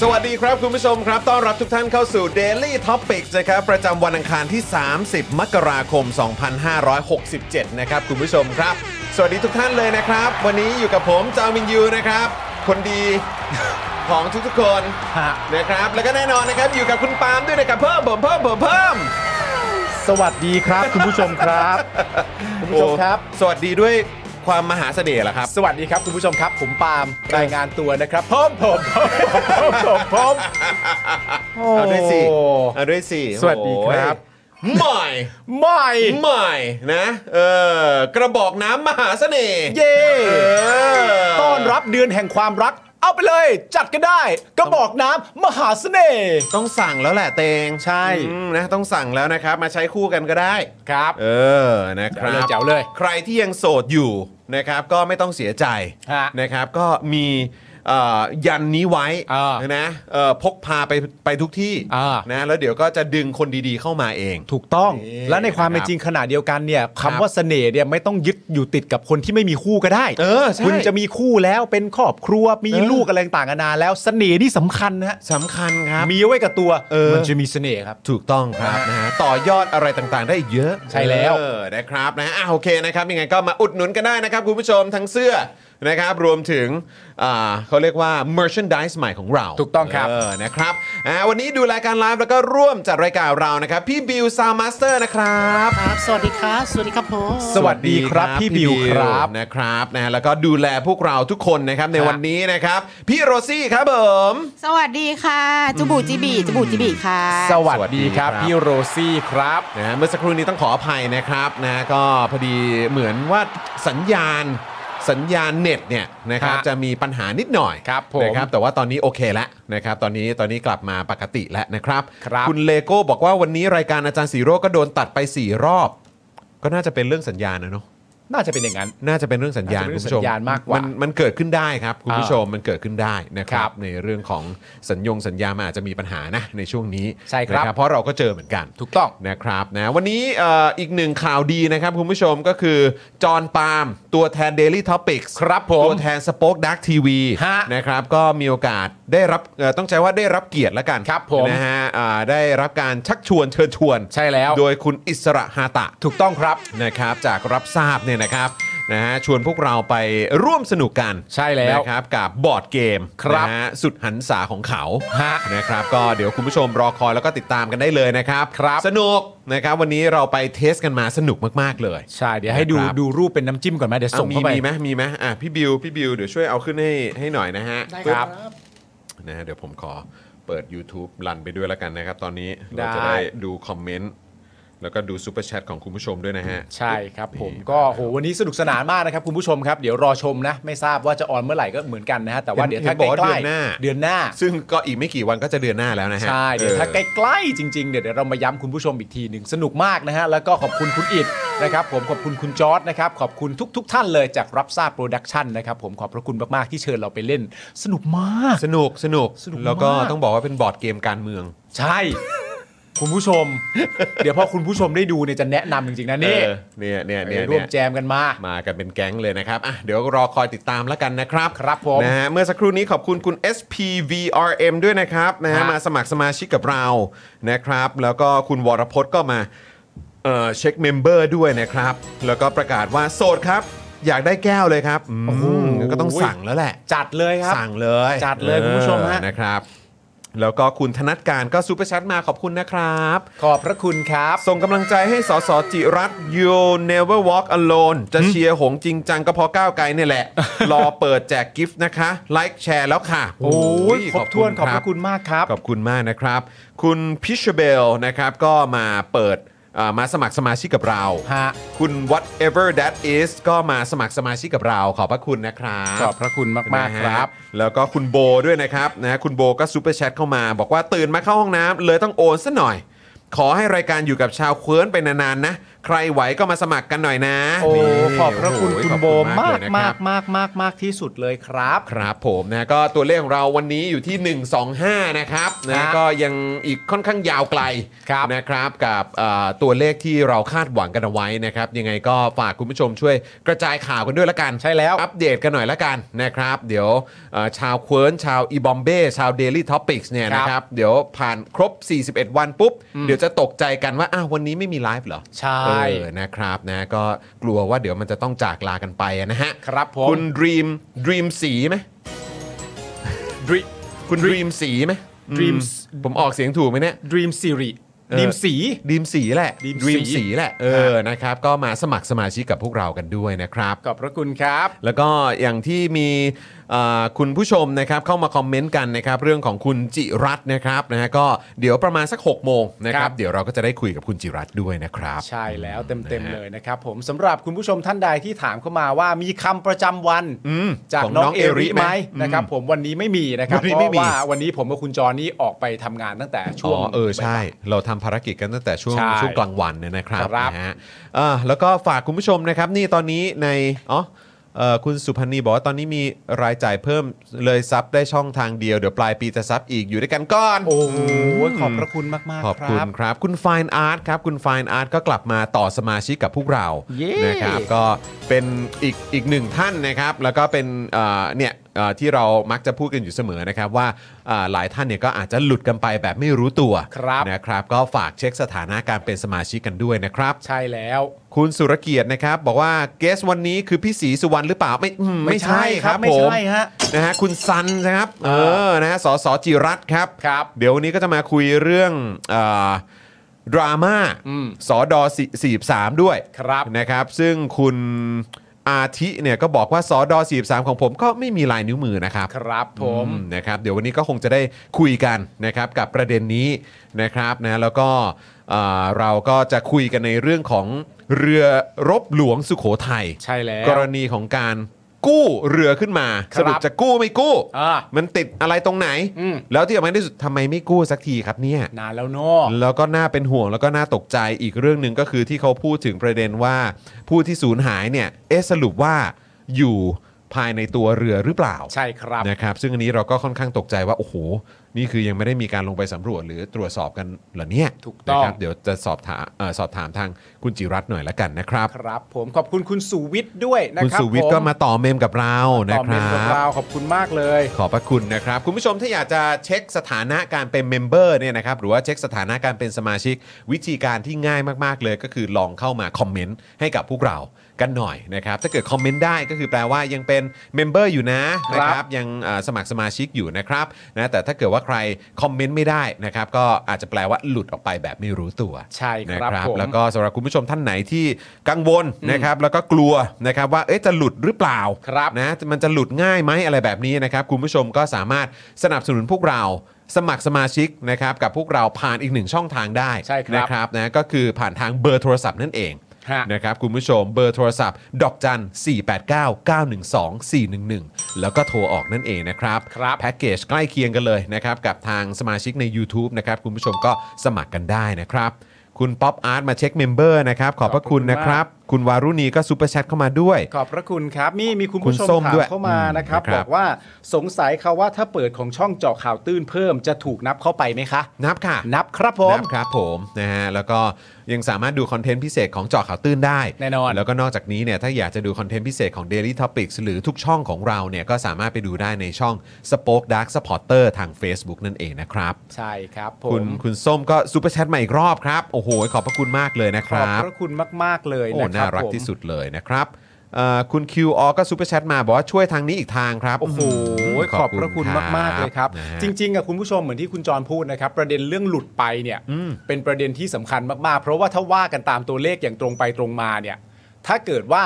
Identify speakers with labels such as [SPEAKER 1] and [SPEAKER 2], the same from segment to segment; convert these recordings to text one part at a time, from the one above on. [SPEAKER 1] สวัสดีครับ คุณผู้ชมครับ ต้อนรับทุกท่านเข้าสู่ Daily Topics นะครับ ประจำวันอังคารที่ 30 มกราคม 2567 นะครับ คุณผู้ชมครับ สวัสดีทุกท่านเลยนะครับ วันนี้อยู่กับผมจามินยูนะครับ คนดี ของทุกๆคนนะครับ แล้วก็แน่นอนนะครับ อยู่กับคุณปาล์มด้วยนะครับ เพิ่มเพิ่มเพิ่มเพิ่มเพิ่ม
[SPEAKER 2] สวัสดีครับคุณผู้ชมครับ คุณผู้ชมครับ
[SPEAKER 1] โอ้สวัสดีด้วยความมหาเสน่ห์เหรอครับ
[SPEAKER 2] สวัสดีครับคุณผู้ชมครับ ผมปาล์มรายงานตัวนะครับพร้อมผมพร้อมผมพร้อม
[SPEAKER 1] เอาด้วยสิ
[SPEAKER 2] โอ้
[SPEAKER 1] เอาด้วยสิ
[SPEAKER 2] สวัสดีครับ
[SPEAKER 1] โอ้ยใหม่
[SPEAKER 2] ใหม่
[SPEAKER 1] ใหม่นะ เออกระบอกน้ำมหาเสน่ห์
[SPEAKER 2] เย่
[SPEAKER 1] เออ
[SPEAKER 2] ต้อนรับเดือนแห่งความรัก เอาไปเลย จัดก็ได้ กระบอกน้ำมหาเสน่ห์
[SPEAKER 1] ต้องสั่งแล้วแหละเตง
[SPEAKER 2] ใช่
[SPEAKER 1] อืมนะต้องสั่งแล้วนะครับ มาใช้คู่กันก็ได้
[SPEAKER 2] ครับ
[SPEAKER 1] เออนะครับ
[SPEAKER 2] เจ๋วเลยเจ๋วเลย
[SPEAKER 1] ใครที่ยังโสดอยู่นะครับ ก็ไม่ต้องเสียใจ
[SPEAKER 2] ฮะ
[SPEAKER 1] นะครับ ก็มีเอ่อยันนี้ไว้
[SPEAKER 2] อ่า
[SPEAKER 1] นะเอ่อพกพาไปไปทุกที่
[SPEAKER 2] อ่าน
[SPEAKER 1] นะแล้วเดี๋ยวก็จะดึงคนดีๆเข้ามาเอง
[SPEAKER 2] ถูกต้อง
[SPEAKER 1] นี่
[SPEAKER 2] และในความเป็นจริงขณะเดียวกันเนี่ย
[SPEAKER 1] ครับ
[SPEAKER 2] คำว่าเสน่ห์เนี่ยไม่ต้องยึดอยู่ติดกับคนที่ไม่มีคู่ก็ได้
[SPEAKER 1] เออใช่
[SPEAKER 2] คุณจะมีคู่แล้วเป็นครอบครัวมี
[SPEAKER 1] เออ
[SPEAKER 2] ลูกอะไรต่างกันานาแล้วเสน่ห์นี่สำคัญนะฮะ
[SPEAKER 1] สำคัญครับ
[SPEAKER 2] มีไว้กับตัว
[SPEAKER 1] เออ
[SPEAKER 2] มันจะมีเสน่ห์ครับ
[SPEAKER 1] ถูกต้องครับนะฮะต่อยอดอะไรต่างๆ ได้อีกเยอะ
[SPEAKER 2] ใช่แล้ว
[SPEAKER 1] เออนะครับนะอ่ะโอเคนะครับยังไงก็มาอุดหนุนกันได้นะครับ คุณผู้ชมทั้งเสื้อนะครับ รวมถึงอ่าเขาเรียกว่า merchandise ใหม่ของเรา
[SPEAKER 2] ถูกต้องครับ
[SPEAKER 1] เออนะครับอ่าวันนี้ดูรายการไลฟ์แล้วก็ร่วมจัดรายการเรานะครับ พี่บิวซาวมาสเตอร์นะครับ
[SPEAKER 3] ครับสวัสดีครับ สวัสดีครับผม
[SPEAKER 2] สวัสดีครับพี่บิวครับ
[SPEAKER 1] นะครับนะแล้วก็ดูแลพวกเราทุกคนนะครับในวันนี้นะครับ พี่โรซี่ครับผม
[SPEAKER 3] สวัสดีค่ะ จุบูจิบีจุบูจิบีค่ะ
[SPEAKER 2] พี่โรซี่ครับ
[SPEAKER 1] นะฮะเมื่อสักครู่นี้ต้องขออภัยนะครับนะก็พอดีเหมือนว่าสัญญาณสัญญาณเน็ตเนี่ยนะครับ
[SPEAKER 2] ฮะ
[SPEAKER 1] จะมีปัญหานิดหน่อย
[SPEAKER 2] ครับผม
[SPEAKER 1] นะครับแต่ว่าตอนนี้โอเคแล้วนะครับตอนนี้ตอนนี้กลับมาปกติแล้วนะครับ
[SPEAKER 2] ครับ
[SPEAKER 1] ณเลโก้บอกว่าวันนี้รายการอาจารย์สีโรจน์ก็โดนตัดไป 4 รอบ ก็น่าจะเป็นเรื่องสัญญาณนะเนาะ
[SPEAKER 2] น่าจะเป็นอย่างนั้น
[SPEAKER 1] น่าจะเป็นเรื่องสัญญาณ
[SPEAKER 2] น่าจะเป็น
[SPEAKER 1] คุณ
[SPEAKER 2] เรื่
[SPEAKER 1] ผู้ช
[SPEAKER 2] อง
[SPEAKER 1] ม
[SPEAKER 2] สัญญาณมากกว่าน
[SPEAKER 1] มันเกิดขึ้นได้ครับคุณผู้
[SPEAKER 2] อ่า
[SPEAKER 1] ชมมันเกิดขึ้นได้นะค
[SPEAKER 2] ค
[SPEAKER 1] รั
[SPEAKER 2] รับ บ
[SPEAKER 1] ในเรื่องของสัญญงสัญญามันอาจจะมีปัญหานะในช่วงนี้
[SPEAKER 2] ใช่ครับ
[SPEAKER 1] นะเพราะเราก็เจอเหมือนกัน
[SPEAKER 2] ถูกต้อง
[SPEAKER 1] นะครับนะวันนี้เอ่ออีกหนึ่งข่าวดีนะครับคุณผู้ชมก็คือจอห์นปาล์มตัวแทน Daily Topics
[SPEAKER 2] ครับผม
[SPEAKER 1] ตัวแทน Spoke Dark TV
[SPEAKER 2] ฮะ
[SPEAKER 1] นะครับก็มีโอกาสได้รับเอ่อต้องใช้ว่าได้รับเกียรติแล้วกัน
[SPEAKER 2] ครับผม
[SPEAKER 1] นะฮะอ่าได้รับการชักชวนเชิญชวน
[SPEAKER 2] ใช่แล้ว
[SPEAKER 1] โดยคุณอิสระฮาตะ
[SPEAKER 2] ถูกต้องครับ
[SPEAKER 1] นะครับจากรับทราบเนี่ยนะครับนะฮะชวนพวกเราไปร่วมสนุกกัน
[SPEAKER 2] ใช่แล้ว
[SPEAKER 1] นะครับกับบอร์ดเกม
[SPEAKER 2] ครับ
[SPEAKER 1] นะฮะสุดหันษาของเขา
[SPEAKER 2] ฮะ
[SPEAKER 1] นะครับก็เดี๋ยวคุณผู้ชมรอคอยแล้วก็ติดตามกันได้เลยนะครับ
[SPEAKER 2] ครับ
[SPEAKER 1] สนุกนะครับวันนี้เราไปเทสกันมาสนุกมาก ๆ เลย
[SPEAKER 2] ใช่เดี๋ยวให้ดู
[SPEAKER 1] นะครับ
[SPEAKER 2] ดูรูปเป็นน้ำจิ้มก่อนไหมเดี๋ยว
[SPEAKER 1] อ่ะ
[SPEAKER 2] ส่ง
[SPEAKER 1] มี
[SPEAKER 2] เข้าไป
[SPEAKER 1] มีไหมมีไหมอ่ะพี่บิวพี่บิวเดี๋ยวช่วยเอาขึ้นให้ให้หน่อยนะฮะ
[SPEAKER 3] ได้
[SPEAKER 1] ปึ๊
[SPEAKER 3] ครับ
[SPEAKER 1] นะฮะเดี๋ยวผมขอเปิด YouTube ลันไปด้วยแล้วกันนะครับ ตอนนี้เรา
[SPEAKER 2] ได้
[SPEAKER 1] จะได้ดูคอมเมนต์ แล้วก็ดูซูเปอร์แชทของคุณผู้ชมด้วยนะฮะ
[SPEAKER 2] ใช่ครับผมก็โหวันนี้สนุกสนานมากนะครับคุณผู้ชมครับ เดี๋ยวรอชมนะ ไม่ทราบว่าจะออนเมื่อไหร่ก็เหมือนกันนะฮะแต่ว่า
[SPEAKER 1] เห็น
[SPEAKER 2] เดี๋ยวถ้า
[SPEAKER 1] เห็นบ
[SPEAKER 2] ใก
[SPEAKER 1] อกว่า
[SPEAKER 2] ล้
[SPEAKER 1] เดือนหน้า
[SPEAKER 2] ๆเดือนหน้า
[SPEAKER 1] ซึ่งก็อีกไม่กี่วันก็จะเดือนหน้าแล้วนะฮะ
[SPEAKER 2] ใช่ เดี๋ยว
[SPEAKER 1] ออ
[SPEAKER 2] ถ้าใกล้ๆจริงๆ เดี๋ยวเรามาย้ำคุณผู้ชมอีกทีหนึ่งสนุกมากนะฮะ แล้วก็ขอบคุณคุณอิดนะครับผมขอบคุณคุณจอร์ดนะครับ ขอบคุณทุก ๆ ท่านเลยจากรับทราบโปรดักชันนะครับผมขอบพระคุณมากๆที่เชิญเราไปเล่น สนุกมาก
[SPEAKER 1] สนุกสนุก
[SPEAKER 2] สนุก
[SPEAKER 1] แล้วก็
[SPEAKER 2] มาก
[SPEAKER 1] ต้องบอกว่าเป็นบอร์ดเกมการเมือง
[SPEAKER 2] ใช่ คุณผู้ชม เดี๋ยวพอคุณผู้ชมได้ดูเนี่ยจะแนะนำจริงๆนะนี่
[SPEAKER 1] เออเนี่ยเนี่ยเนี่ย
[SPEAKER 2] ร่วม
[SPEAKER 1] เนี่ย
[SPEAKER 2] แจมกันมา
[SPEAKER 1] มากันเป็นแก๊งเลยนะครับอ่ะเดี๋ยวรอคอยติดตามแล้วกันนะครับ
[SPEAKER 2] ครับผม
[SPEAKER 1] นะฮะเมื่อสักครู่นี้ขอบคุณคุณ SPVRM ด้วยนะครับนะฮะ
[SPEAKER 2] ฮะ
[SPEAKER 1] มาสมัครสมาชิกกับเรานะครับ แล้วก็คุณวรพจน์ก็มาเอ่อเช็คเมมเบอร์ด้วยนะครับ แล้วก็ประกาศว่าโสดครับ อยากได้แก้วเลยครับอืมก็ต้องสั่งแล้วแหละ
[SPEAKER 2] จัดเลยครับ
[SPEAKER 1] สั่งเลย
[SPEAKER 2] จัดเลยคุณผู้ชมฮะ
[SPEAKER 1] เออนะครับ แล้วก็คุณธนัทการก็ซูเปอร์แชทมาขอบคุณนะครับ
[SPEAKER 2] ขอบพระคุณครับ
[SPEAKER 1] ส่งกำลังใจให้สสจิรัตน์ you never walk alone จะเชียร์หงจริงจังก็เพอก้าวไกลเนี่ยแหละ รอเปิดแจกกิฟต์นะคะ ไลค์แชร์แล้วค่ะ
[SPEAKER 2] โอ้ยครบถ้วนขอบพ
[SPEAKER 1] รั
[SPEAKER 2] ระคุณมากครับ
[SPEAKER 1] ขอบคุณมากนะครับ คุณพิชเบลนะครับก็มาเปิดเอ่อมาสมัครสมาชิกกับเรา
[SPEAKER 2] ฮะ
[SPEAKER 1] คุณ whatever that is ก็มาสมัครสมาชิกกับเรา ขอบพระคุณนะครับ
[SPEAKER 2] ขอบพระคุณมากๆ
[SPEAKER 1] นะฮะ
[SPEAKER 2] ครับ
[SPEAKER 1] แล้วก็คุณโบด้วยนะครับนะคุณโบก็ซูเปอร์แชทเข้ามา บอกว่าตื่นมาเข้าห้องน้ำเลยต้องโอนซะหน่อย ขอให้รายการอยู่กับชาวเควิร์นไปนานๆนะ ใครไหวก็มาสมัครกันหน่อยนะ
[SPEAKER 2] โอ้
[SPEAKER 1] นี่
[SPEAKER 2] ขอบพระคุณ
[SPEAKER 1] โอ้ย
[SPEAKER 2] คุณ
[SPEAKER 1] ขอ
[SPEAKER 2] โบมาก
[SPEAKER 1] เลยนะค
[SPEAKER 2] มา
[SPEAKER 1] รั
[SPEAKER 2] ก
[SPEAKER 1] บ
[SPEAKER 2] มากมากมากที่สุดเลยครับ
[SPEAKER 1] ครับผมนะก็ตัวเลขของเราวันนี้อยู่ที่ 125 นะครับ
[SPEAKER 2] ครั
[SPEAKER 1] นะ
[SPEAKER 2] บ
[SPEAKER 1] ก็ยังอีกค่อนข้างยาวไกล
[SPEAKER 2] ครับ
[SPEAKER 1] นะครับกับเอ่อตัวเลขที่เราคาดหวังกันเอาไว้นะครับ ยังไงก็ฝากคุณผู้ชมช่วยกระจายข่าวกันด้วยละกัน
[SPEAKER 2] ใช่แล้ว
[SPEAKER 1] อัปเดตกันหน่อยละกันนะครับ เดี๋ยวเอ่อชาวเควิร์นชาวอีบอมเบ้ชาว Daily Topics เนี่ยนะครับ เดี๋ยวผ่านครบ 41 วันปุ๊บ เดี๋ยวจะตกใจกันว่าอ้าววันนี้ไม่มีไลฟ์เหรอ
[SPEAKER 2] ใช่
[SPEAKER 1] เออนะครับนะก็กลัวว่าเดี๋ยวมันจะต้องจากลากันไปอะนะฮะ
[SPEAKER 2] ครับผม
[SPEAKER 1] คุณดรีมดรีมสีไหมคุณดรีมสีไหม
[SPEAKER 2] Dreams
[SPEAKER 1] อืมผมออกเสียงถูกไหมเนี่ย
[SPEAKER 2] Dream Series
[SPEAKER 1] เออ
[SPEAKER 2] Dream สี
[SPEAKER 1] ดีมสีแหละ
[SPEAKER 2] Dream
[SPEAKER 1] ดีม
[SPEAKER 2] สี
[SPEAKER 1] สีแหละ เออนะครับ ก็มาสมัครสมาชิกกับพวกเรากันด้วยนะครับ
[SPEAKER 2] ขอบพระคุณครับ
[SPEAKER 1] แล้วก็อย่างที่มีเอ่อคุณผู้ชมนะครับเข้ามาคอมเมนต์กันนะครับ เรื่องของคุณจิรัตน์นะครับนะฮะก็เดี๋ยวประมาณสัก 6 โมงนะค
[SPEAKER 2] ค
[SPEAKER 1] รั
[SPEAKER 2] รับ บ
[SPEAKER 1] เดี๋ยวเราก็จะได้คุยกับคุณจิรัตน์ด้วยนะครับ
[SPEAKER 2] ใช่แล้วเต็มๆเลยนะครับผมสำหรับคุณผู้ชมท่านใดที่ถามเข้ามาว่ามีคำประจำวัน
[SPEAKER 1] อืม
[SPEAKER 2] จาก
[SPEAKER 1] ของน้
[SPEAKER 2] น้
[SPEAKER 1] อ
[SPEAKER 2] อง งเอริไหม
[SPEAKER 1] เอริไหม
[SPEAKER 2] นะครับผมวันนี้ไม่มีนะครับ
[SPEAKER 1] วันนี้
[SPEAKER 2] เพ
[SPEAKER 1] ไม่
[SPEAKER 2] ราะ
[SPEAKER 1] มี
[SPEAKER 2] ว่าวันนี้ผมกับคุณจอนี่ออกไปทำงานตั้งแต่ช่
[SPEAKER 1] อ๋
[SPEAKER 2] วง
[SPEAKER 1] อเออใช่ เราทำภารกิจกันตั้งแต่ช่วง
[SPEAKER 2] ใช่
[SPEAKER 1] ช่วงกลางวันเนี่ยนะครับ
[SPEAKER 2] ครับ
[SPEAKER 1] นะฮะอ่าแล้วก็ฝากคุณผู้ชมนะครับ นี่ตอนนี้ในอ๋อเอ่อคุณสุพันธ์นีบอกว่าตอนนี้มีรายจ่ายเพิ่มเลยซับได้ช่องทางเดียว เดี๋ยวปลายปีจะซับอีกอยู่ด้วยกันก่อน
[SPEAKER 2] โอ้โหขอบพระคุณมากๆ
[SPEAKER 1] ขอบ
[SPEAKER 2] ค
[SPEAKER 1] คุณ
[SPEAKER 2] รับ
[SPEAKER 1] ครับ คุณ Fine Art ครับ คุณ Fine Art ก็กลับมาต่อสมาชิกกับพวกเรา
[SPEAKER 2] เย้
[SPEAKER 1] นะครับก็เป็นอีกอีกหนึ่งท่านนะครับ แล้วก็เป็นเอ่อเนี่ยเอ่อที่เรามักจะพูดกันอยู่เสมอนะครับ ว่าเอ่อหลายท่านเนี่ยก็อาจจะหลุดกันไปแบบไม่รู้ตัว
[SPEAKER 2] ครับ
[SPEAKER 1] นะครับ ก็ฝากเช็คสถานะการเป็นสมาชิกกันด้วยนะครับ
[SPEAKER 2] ใช่แล้ว
[SPEAKER 1] คุณสุรเกียรตินะครับ บอกว่าเกสวันนี้คือพี่ศรีสุวรรณหรือเปล่าไม่อืมไม่ใช่ครับ
[SPEAKER 2] ไม่
[SPEAKER 1] ผม
[SPEAKER 2] ใช่ฮะ
[SPEAKER 1] นะฮะคุณซันนะครับเออนะฮะสสจิรัตน์ครับ
[SPEAKER 2] ครับ
[SPEAKER 1] เดี๋ยววันนี้ก็จะมาคุยเรื่องเออดราม่า
[SPEAKER 2] อืม
[SPEAKER 1] สอดอสี่สามด้วย
[SPEAKER 2] ครับ
[SPEAKER 1] นะครับ ซึ่งคุณอาทิเนี่ยก็บอกว่าสอดอสี่สามของผมก็ไม่มีลายนิ้วมือนะครับ
[SPEAKER 2] ครับผม
[SPEAKER 1] อืนะครับ เดี๋ยววันนี้ก็คงจะได้คุยกันนะครับกับประเด็นนี้นะครับนะแล้วก็เอ่อเราก็จะคุยกันในเรื่องของเรือรบหลวงสุโขทัย
[SPEAKER 2] ใช่แล้ว
[SPEAKER 1] กรณีของการกู้เรือขึ้นมา
[SPEAKER 2] ครั
[SPEAKER 1] ส
[SPEAKER 2] บ
[SPEAKER 1] รุปจะกู้ไม่กู้
[SPEAKER 2] อ่ามั
[SPEAKER 1] มันติดอะไรตรงไหน
[SPEAKER 2] อืม
[SPEAKER 1] แล้วที่สำคัญที่สุดทำไมไม่กู้สักทีครับเนี่ย
[SPEAKER 2] นานแล้วเนอะ
[SPEAKER 1] แล้วก็น่าเป็นห่วงแล้วก็น่าตกใจอีกเรื่องหนึ่งก็คือที่เขาพูดถึงประเด็นว่าผู้ที่สูญหายเนี่ยเอะสรุปว่าอยู่ภายในตัวเรือหรือเปล่า
[SPEAKER 2] ใช่ครับ
[SPEAKER 1] นะครับ ซึ่งอันนี้เราก็ค่อนข้างตกใจว่า โอ้โห นี่คือยังไม่ได้มีการลงไปสำรวจหรือตรวจสอบกันเหรอเนี่ย
[SPEAKER 2] ถูกต้อง
[SPEAKER 1] นะครับเดี๋ยวจะสอบถามเอ่อสอบถามทางคุณจิรัตน์หน่อยละกันนะครับ
[SPEAKER 2] ครับผมขอบคุณคุณสุวิทย์ด้วยนะ
[SPEAKER 1] คุณ
[SPEAKER 2] ครับ
[SPEAKER 1] สุวิทย์
[SPEAKER 2] ผ
[SPEAKER 1] ก็มาต่อเมมกับเรานะ
[SPEAKER 2] ต่อ
[SPEAKER 1] ค
[SPEAKER 2] เม
[SPEAKER 1] รั
[SPEAKER 2] มกับบ เราขอบคุณมากเลย
[SPEAKER 1] ขอบพระคุณนะครับ คุณผู้ชมถ้าอยากจะเช็คสถานะการเป็นเมมเบอร์เนี่ยนะครับหรือว่าเช็คสถานะการเป็นสมาชิก วิธีการที่ง่ายมากๆเลยก็คือลองเข้ามาคอมเมนต์ให้กับพวกเรากันหน่อยนะครับ ถ้าเกิดคอมเมนต์ได้ก็คือแปลว่ายังเป็นเมมเบอร์อยู่นะนะครับยังเอ่อสมัครสมาชิกอยู่นะครับนะแต่ถ้าเกิดว่า ใครคอมเมนต์ไม่ได้นะครับก็อาจจะแปลว่าหลุดออกไปแบบไม่รู้ตัว
[SPEAKER 2] ใช่ครับ
[SPEAKER 1] นะ
[SPEAKER 2] ผม
[SPEAKER 1] แล้วก็สำหรับคุณผู้ชมท่านไหนที่กังวลนะครับแล้วก็กลัวนะครับว่าเอ๊ะจะหลุดหรือเปล่า
[SPEAKER 2] ครับ
[SPEAKER 1] นะมันจะหลุดง่ายไหมอะไรแบบนี้นะครับ คุณผู้ชมก็สามารถสนับสนุนพวกเราสมัครสมาชิกนะครับกับพวกเราผ่านอีกหนึ่งช่องทางได้
[SPEAKER 2] ใช่ครับ
[SPEAKER 1] นะครับนะก็คือผ่านทางเบอร์โทรศัพท์นั่นเอง
[SPEAKER 2] ฮะ
[SPEAKER 1] นะครับคุณผู้ชมเบอร์โทรศัพท์ ดอกจัน 489 912 411 แล้วก็โทรออกนั่นเองนะครับ แพ็กเกจใกล้เคียงกันเลยนะครับกับทางสมาชิกใน YouTube นะครับคุณผู้ชมก็สมัครกันได้นะครับ คุณป๊อปอาร์ตมาเช็คเมมเบอร์นะครับขอบพระคุณนะครับ คุณวารุณีก็ซูเปอร์แชทเข้ามาด้วย
[SPEAKER 2] ขอบพระคุณครับมีมีคุณ
[SPEAKER 1] คุณ
[SPEAKER 2] ผู้ชม
[SPEAKER 1] ส้ม
[SPEAKER 2] ถา
[SPEAKER 1] ด้
[SPEAKER 2] ม
[SPEAKER 1] วย
[SPEAKER 2] เข้ามา
[SPEAKER 1] อืม
[SPEAKER 2] นะครับ
[SPEAKER 1] นะครับบ
[SPEAKER 2] อกว่าสงสัยค่ะว่าถ้าเปิดของช่องเจาะข่าวตื้นเพิ่มจะถูกนับเข้าไปไหมคะ
[SPEAKER 1] นับค่ะ
[SPEAKER 2] นับครับผม
[SPEAKER 1] นะครับ ผมนะฮะแล้วก็ยังสามารถดูคอนเทนต์พิเศษของเจาะข่าวตื้นได้
[SPEAKER 2] แน่นอน
[SPEAKER 1] แล้วก็นอกจากนี้เนี่ยถ้าอยากจะดูคอนเทนต์พิเศษของ Daily Topics หรือทุกช่องของเราเนี่ยก็สามารถไปดูได้ในช่อง Spoke Dark Supporter ทาง Facebook นั่นเองนะครับ
[SPEAKER 2] ใช่ครับผ
[SPEAKER 1] คุณ
[SPEAKER 2] ม
[SPEAKER 1] คุณส้มก็ซูเปอร์แชทมาอีกรอบครับ โอ้โห ขอบพระคุณมากเลยนะค
[SPEAKER 2] ขอบ
[SPEAKER 1] รับ
[SPEAKER 2] พระคุณมาก ๆ เลย
[SPEAKER 1] โอ้
[SPEAKER 2] นะค
[SPEAKER 1] น่า
[SPEAKER 2] รับ
[SPEAKER 1] รัก
[SPEAKER 2] ผม
[SPEAKER 1] ที่สุดเลยนะครับเอ่อคุณ QR ก็ซูเปอร์แชทมาบอกว่าช่วยทางนี้อีกทางครับ
[SPEAKER 2] โอ้โห
[SPEAKER 1] ม
[SPEAKER 2] ขอบพระคุณมาก ๆ เลยครับ
[SPEAKER 1] นะฮะ
[SPEAKER 2] จริง ๆอะคุณผู้ชมเหมือนที่คุณจรพูดนะครับ ประเด็นเรื่องหลุดไปเนี่ยเป็นประเด็นที่สำคัญมาก ๆ เพราะว่าถ้าว่ากันตามตัวเลขอย่างตรงไปตรงมาเนี่ยถ้าเกิดว่า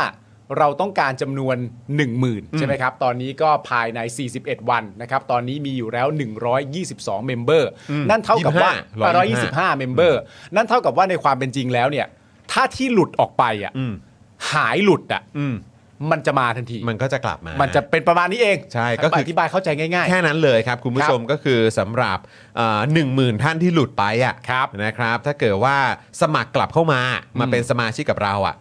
[SPEAKER 2] เราต้องการจำนวน 1 0,000 ใช่ไหมครับ ตอนนี้ก็ภายใน 41 วันนะครับ ตอนนี้มีอยู่แล้ว 122 เมมเบอร์ นั่นเท่ากับว่า
[SPEAKER 1] 25
[SPEAKER 2] 125เมมเบอร์ นั่นเท่ากับว่าในความเป็นจริงแล้วเนี่ย ถ้าที่หลุดออกไปอ่ะหายหลุดอ่ะ
[SPEAKER 1] อืม
[SPEAKER 2] มันจะมาทันที
[SPEAKER 1] มันก็จะกลับมา
[SPEAKER 2] มันจะเป็นประมาณนี้เอง
[SPEAKER 1] ใช่ก็คือ
[SPEAKER 2] อธิบายเข้าใจง่าย
[SPEAKER 1] แค่นั้นเลยครับ คุณผู้ชมก็คือสำหรับหนึ่งหมื่นท่านที่หลุดไปอ่ะ
[SPEAKER 2] ครับ
[SPEAKER 1] นะครับ ถ้าเกิดว่าสมัครกลับเข้ามามาเป็นสมาชิกกับเราอ่ะ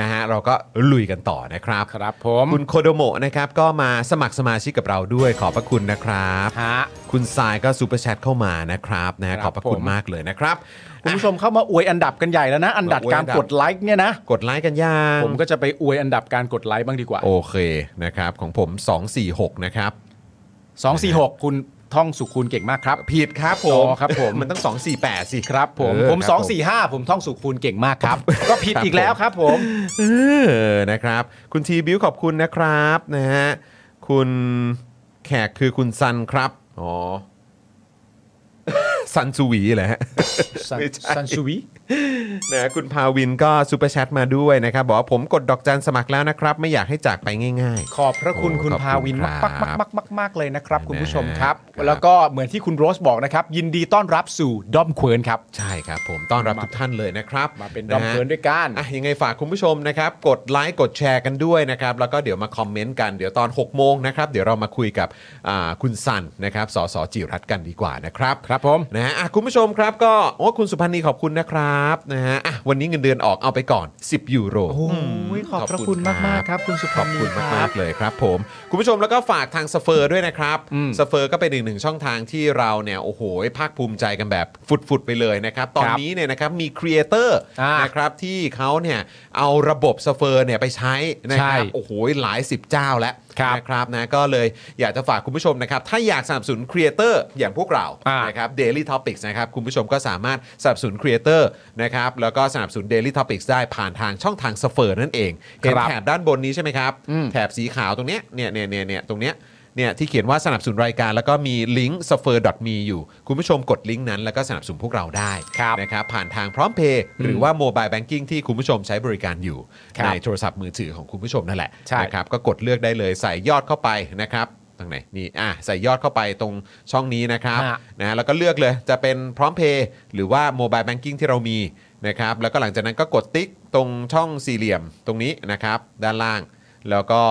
[SPEAKER 1] นะฮะเราก็ลุยกันต่อนะครับ
[SPEAKER 2] ๆ ครับผม
[SPEAKER 1] คุณโคโดโมะนะครับก็มาสมัครสมาชิกกับเราด้วยขอบพระคุณนะครับ
[SPEAKER 2] ฮะ
[SPEAKER 1] คุณทรายก็ซูเปอร์แชทเข้ามานะครับนะฮะ
[SPEAKER 2] ค
[SPEAKER 1] ข
[SPEAKER 2] รับ
[SPEAKER 1] อบพระคุณ
[SPEAKER 2] ผม
[SPEAKER 1] มากเลยนะครับ
[SPEAKER 2] คุณผู้ชมเข้ามาอวยอันดับกันใหญ่แล้วนะ อันดับ
[SPEAKER 1] มาอวยอั
[SPEAKER 2] การ
[SPEAKER 1] นดับ
[SPEAKER 2] กดไลค์เนี่ยนะ
[SPEAKER 1] กดไลค์กันยัง
[SPEAKER 2] ผมก็จะไปอวยอันดับการกดไลค์บ้างดีกว่า
[SPEAKER 1] โอเคนะครับ ของผม 246 นะครับ
[SPEAKER 2] 246 คุณท่องสุขคุณเก่งมากครับ
[SPEAKER 1] ผิดครับผม
[SPEAKER 2] อ๋อครับผม
[SPEAKER 1] มันต้อง 248 สิ
[SPEAKER 2] ครับผม
[SPEAKER 1] เออ
[SPEAKER 2] ผม
[SPEAKER 1] ครับ
[SPEAKER 2] 245 ผมท่องสุขคุณเก่งมากครับ ก็ผิดอีกแล้วครับผม
[SPEAKER 1] เออนะครับ คุณทีบิวขอบคุณนะครับนะฮะคุณแขกคือคุณซันครับ อ๋อ ซันซูวีเหรอฮะ ไม่ใช่
[SPEAKER 2] ซันชูวิ
[SPEAKER 1] นะคุณพาวินก็ซูเปอร์แชทมาด้วยนะครับ บอกว่าผมกดดอกจันสมัครแล้วนะครับ ไม่อยากให้จากไปง่าย
[SPEAKER 2] ขอบพระคุณ
[SPEAKER 1] โอ้
[SPEAKER 2] คุณ
[SPEAKER 1] ขอบคุณ
[SPEAKER 2] พาวิน
[SPEAKER 1] ครั
[SPEAKER 2] มา
[SPEAKER 1] บ
[SPEAKER 2] กมากมากมากๆมากๆเลยนะครับ คุณผู้ชมครับ
[SPEAKER 1] ครับ
[SPEAKER 2] แล้วก็เหมือนที่คุณโรสบอกนะครับ ยินดีต้อนรับสู่ด้อมเควิร์นครับ
[SPEAKER 1] ๆ ใช่ครับผมต้อนรับทุกท่านเลยนะครับ
[SPEAKER 2] มาเป็นด้อ
[SPEAKER 1] ะ
[SPEAKER 2] ม
[SPEAKER 1] ฮะ
[SPEAKER 2] เควิร์นด้วยกัน
[SPEAKER 1] อ่ะยังไงฝากคุณผู้ชมนะครับ กดไลค์กดแชร์กันด้วยนะครับ แล้วก็เดี๋ยวมาคอมเมนต์กันเดี๋ยวตอน 6 โมงนะครับ เดี๋ยวเรามาคุยกับอ่าคุณสันนะครับสสจิรัตน์กันดีกว่านะครับ
[SPEAKER 2] ครับผม
[SPEAKER 1] นะฮะอ่ะคุณผู้ชมครับก็โอ้คุณสุพันธ์นีขอบคุณนะครับนะฮะอ่ะวันนี้เงินเดือนออกเอาไปก่อน 10 ยูโร
[SPEAKER 2] โอ้ยขอบพระคุณมากมากๆครับ คุณสุ
[SPEAKER 1] ขอ
[SPEAKER 2] ภาพ
[SPEAKER 1] บคุณ
[SPEAKER 2] ค
[SPEAKER 1] มา
[SPEAKER 2] รั
[SPEAKER 1] ก
[SPEAKER 2] บ
[SPEAKER 1] ๆเลยครับผมคุณผู้ชมแล้วก็ฝากทางสเฟอร์ด้วยนะครับสเฟอร์ก็เป็นอีกหนึ่งช่องทางที่เราเนี่ยโอ้โหภาคภูมิใจกันแบบฟุดๆไปเลยนะครับตอนนี้เนี่ยนะครับมีครีเอเตอร์
[SPEAKER 2] อ่าน
[SPEAKER 1] นะครับที่เขาเนี่ยเอาระบบสเฟอร์เนี่ยไปใช้นะครับ
[SPEAKER 2] ใช่
[SPEAKER 1] โอ้โหหลายสิบเจ้าแล้ว
[SPEAKER 2] ครับ
[SPEAKER 1] นะครับนะก็เลยอยากจะฝากคุณผู้ชมนะครับถ้าอยากสนับสนุนครีเอเตอร์อย่างพวกเรา
[SPEAKER 2] อ่าน
[SPEAKER 1] นะครับ Daily Topics นะครับคุณผู้ชมก็สามารถสนับสนุนครีเอเตอร์นะครับแล้วก็สนับสนุน Daily Topics ได้ผ่านทางช่องทางสเฟอร์นั่นเองเห็น
[SPEAKER 2] ครับ
[SPEAKER 1] แถบ ด้านบนนี้ใช่ไหมครับ แถบสีขาวตรงเนี้ยเนี่ยเนี่ยเนี่ยเนี่ยตรงเนี้ยเนี่ยที่เขียนว่าสนับสนุนรายการแล้วก็มีลิงก์ s u f f e r m e อยู่ คุณผู้ชมกดลิงก์นั้นแล้วก็สนับสนุนพวกเราได้
[SPEAKER 2] ครับ
[SPEAKER 1] นะครับผ่านทางพร้อมเพย์หรือว่าโมบายแบงกิ้งที่คุณผู้ชมใช้บริการอยู่
[SPEAKER 2] ครับ
[SPEAKER 1] ในโทรศัพท์มือถือของคุณผู้ชมนั่นแหละ
[SPEAKER 2] ใช่
[SPEAKER 1] นะครับก็กดเลือกได้เลยใส่ยอดเข้าไปนะครับตรงไหนนี่อ่ะใส่ยอดเข้าไปตรงช่องนี้นะครับ
[SPEAKER 2] ฮะ
[SPEAKER 1] นะแล้วก็เลือกเลยจะเป็นพร้อมเพย์หรือว่าโมบายแบงกิ้งที่เรามีนะครับแล้วก็หลังจากนั้นก็กดติ๊กตรงช่องสี่เหลี่ยมตรงนี้นะครับด้านล่าง แล้วก็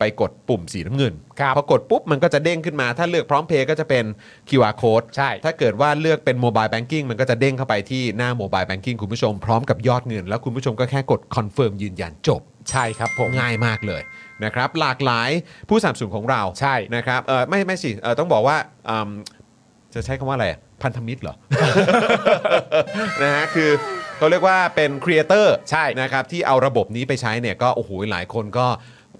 [SPEAKER 1] ไปกดปุ่มสีน้ำเงิน
[SPEAKER 2] ครับ
[SPEAKER 1] พอกดปุ๊บมันก็จะเด้งขึ้นมา ถ้าเลือกพร้อมเพย์ก็จะเป็น QR code
[SPEAKER 2] ใช่
[SPEAKER 1] ถ้าเกิดว่าเลือกเป็นโมบายแบงกิ้งมันก็จะเด้งเข้าไปที่หน้าโมบายแบงกิ้งคุณผู้ชมพร้อมกับยอดเงิน แล้วคุณผู้ชมก็แค่กดคอนเฟิร์มยืนยันจบ
[SPEAKER 2] ใช่ครับผม
[SPEAKER 1] ง่ายมากเลยนะครับหลากหลายผู้สนับสนุนของเรา
[SPEAKER 2] ใช่
[SPEAKER 1] นะครับเออไม่ไม่สิเออต้องบอกว่าอืมจะใช้คำว่าอะไรอะพันธมิตรเหรอ นะฮะคือเขาเรียกว่าเป็นครีเอเตอร์
[SPEAKER 2] ใช่
[SPEAKER 1] นะครับที่เอาระบบนี้ไปใช้เนี่ยก็โอ้โหหลายคนก็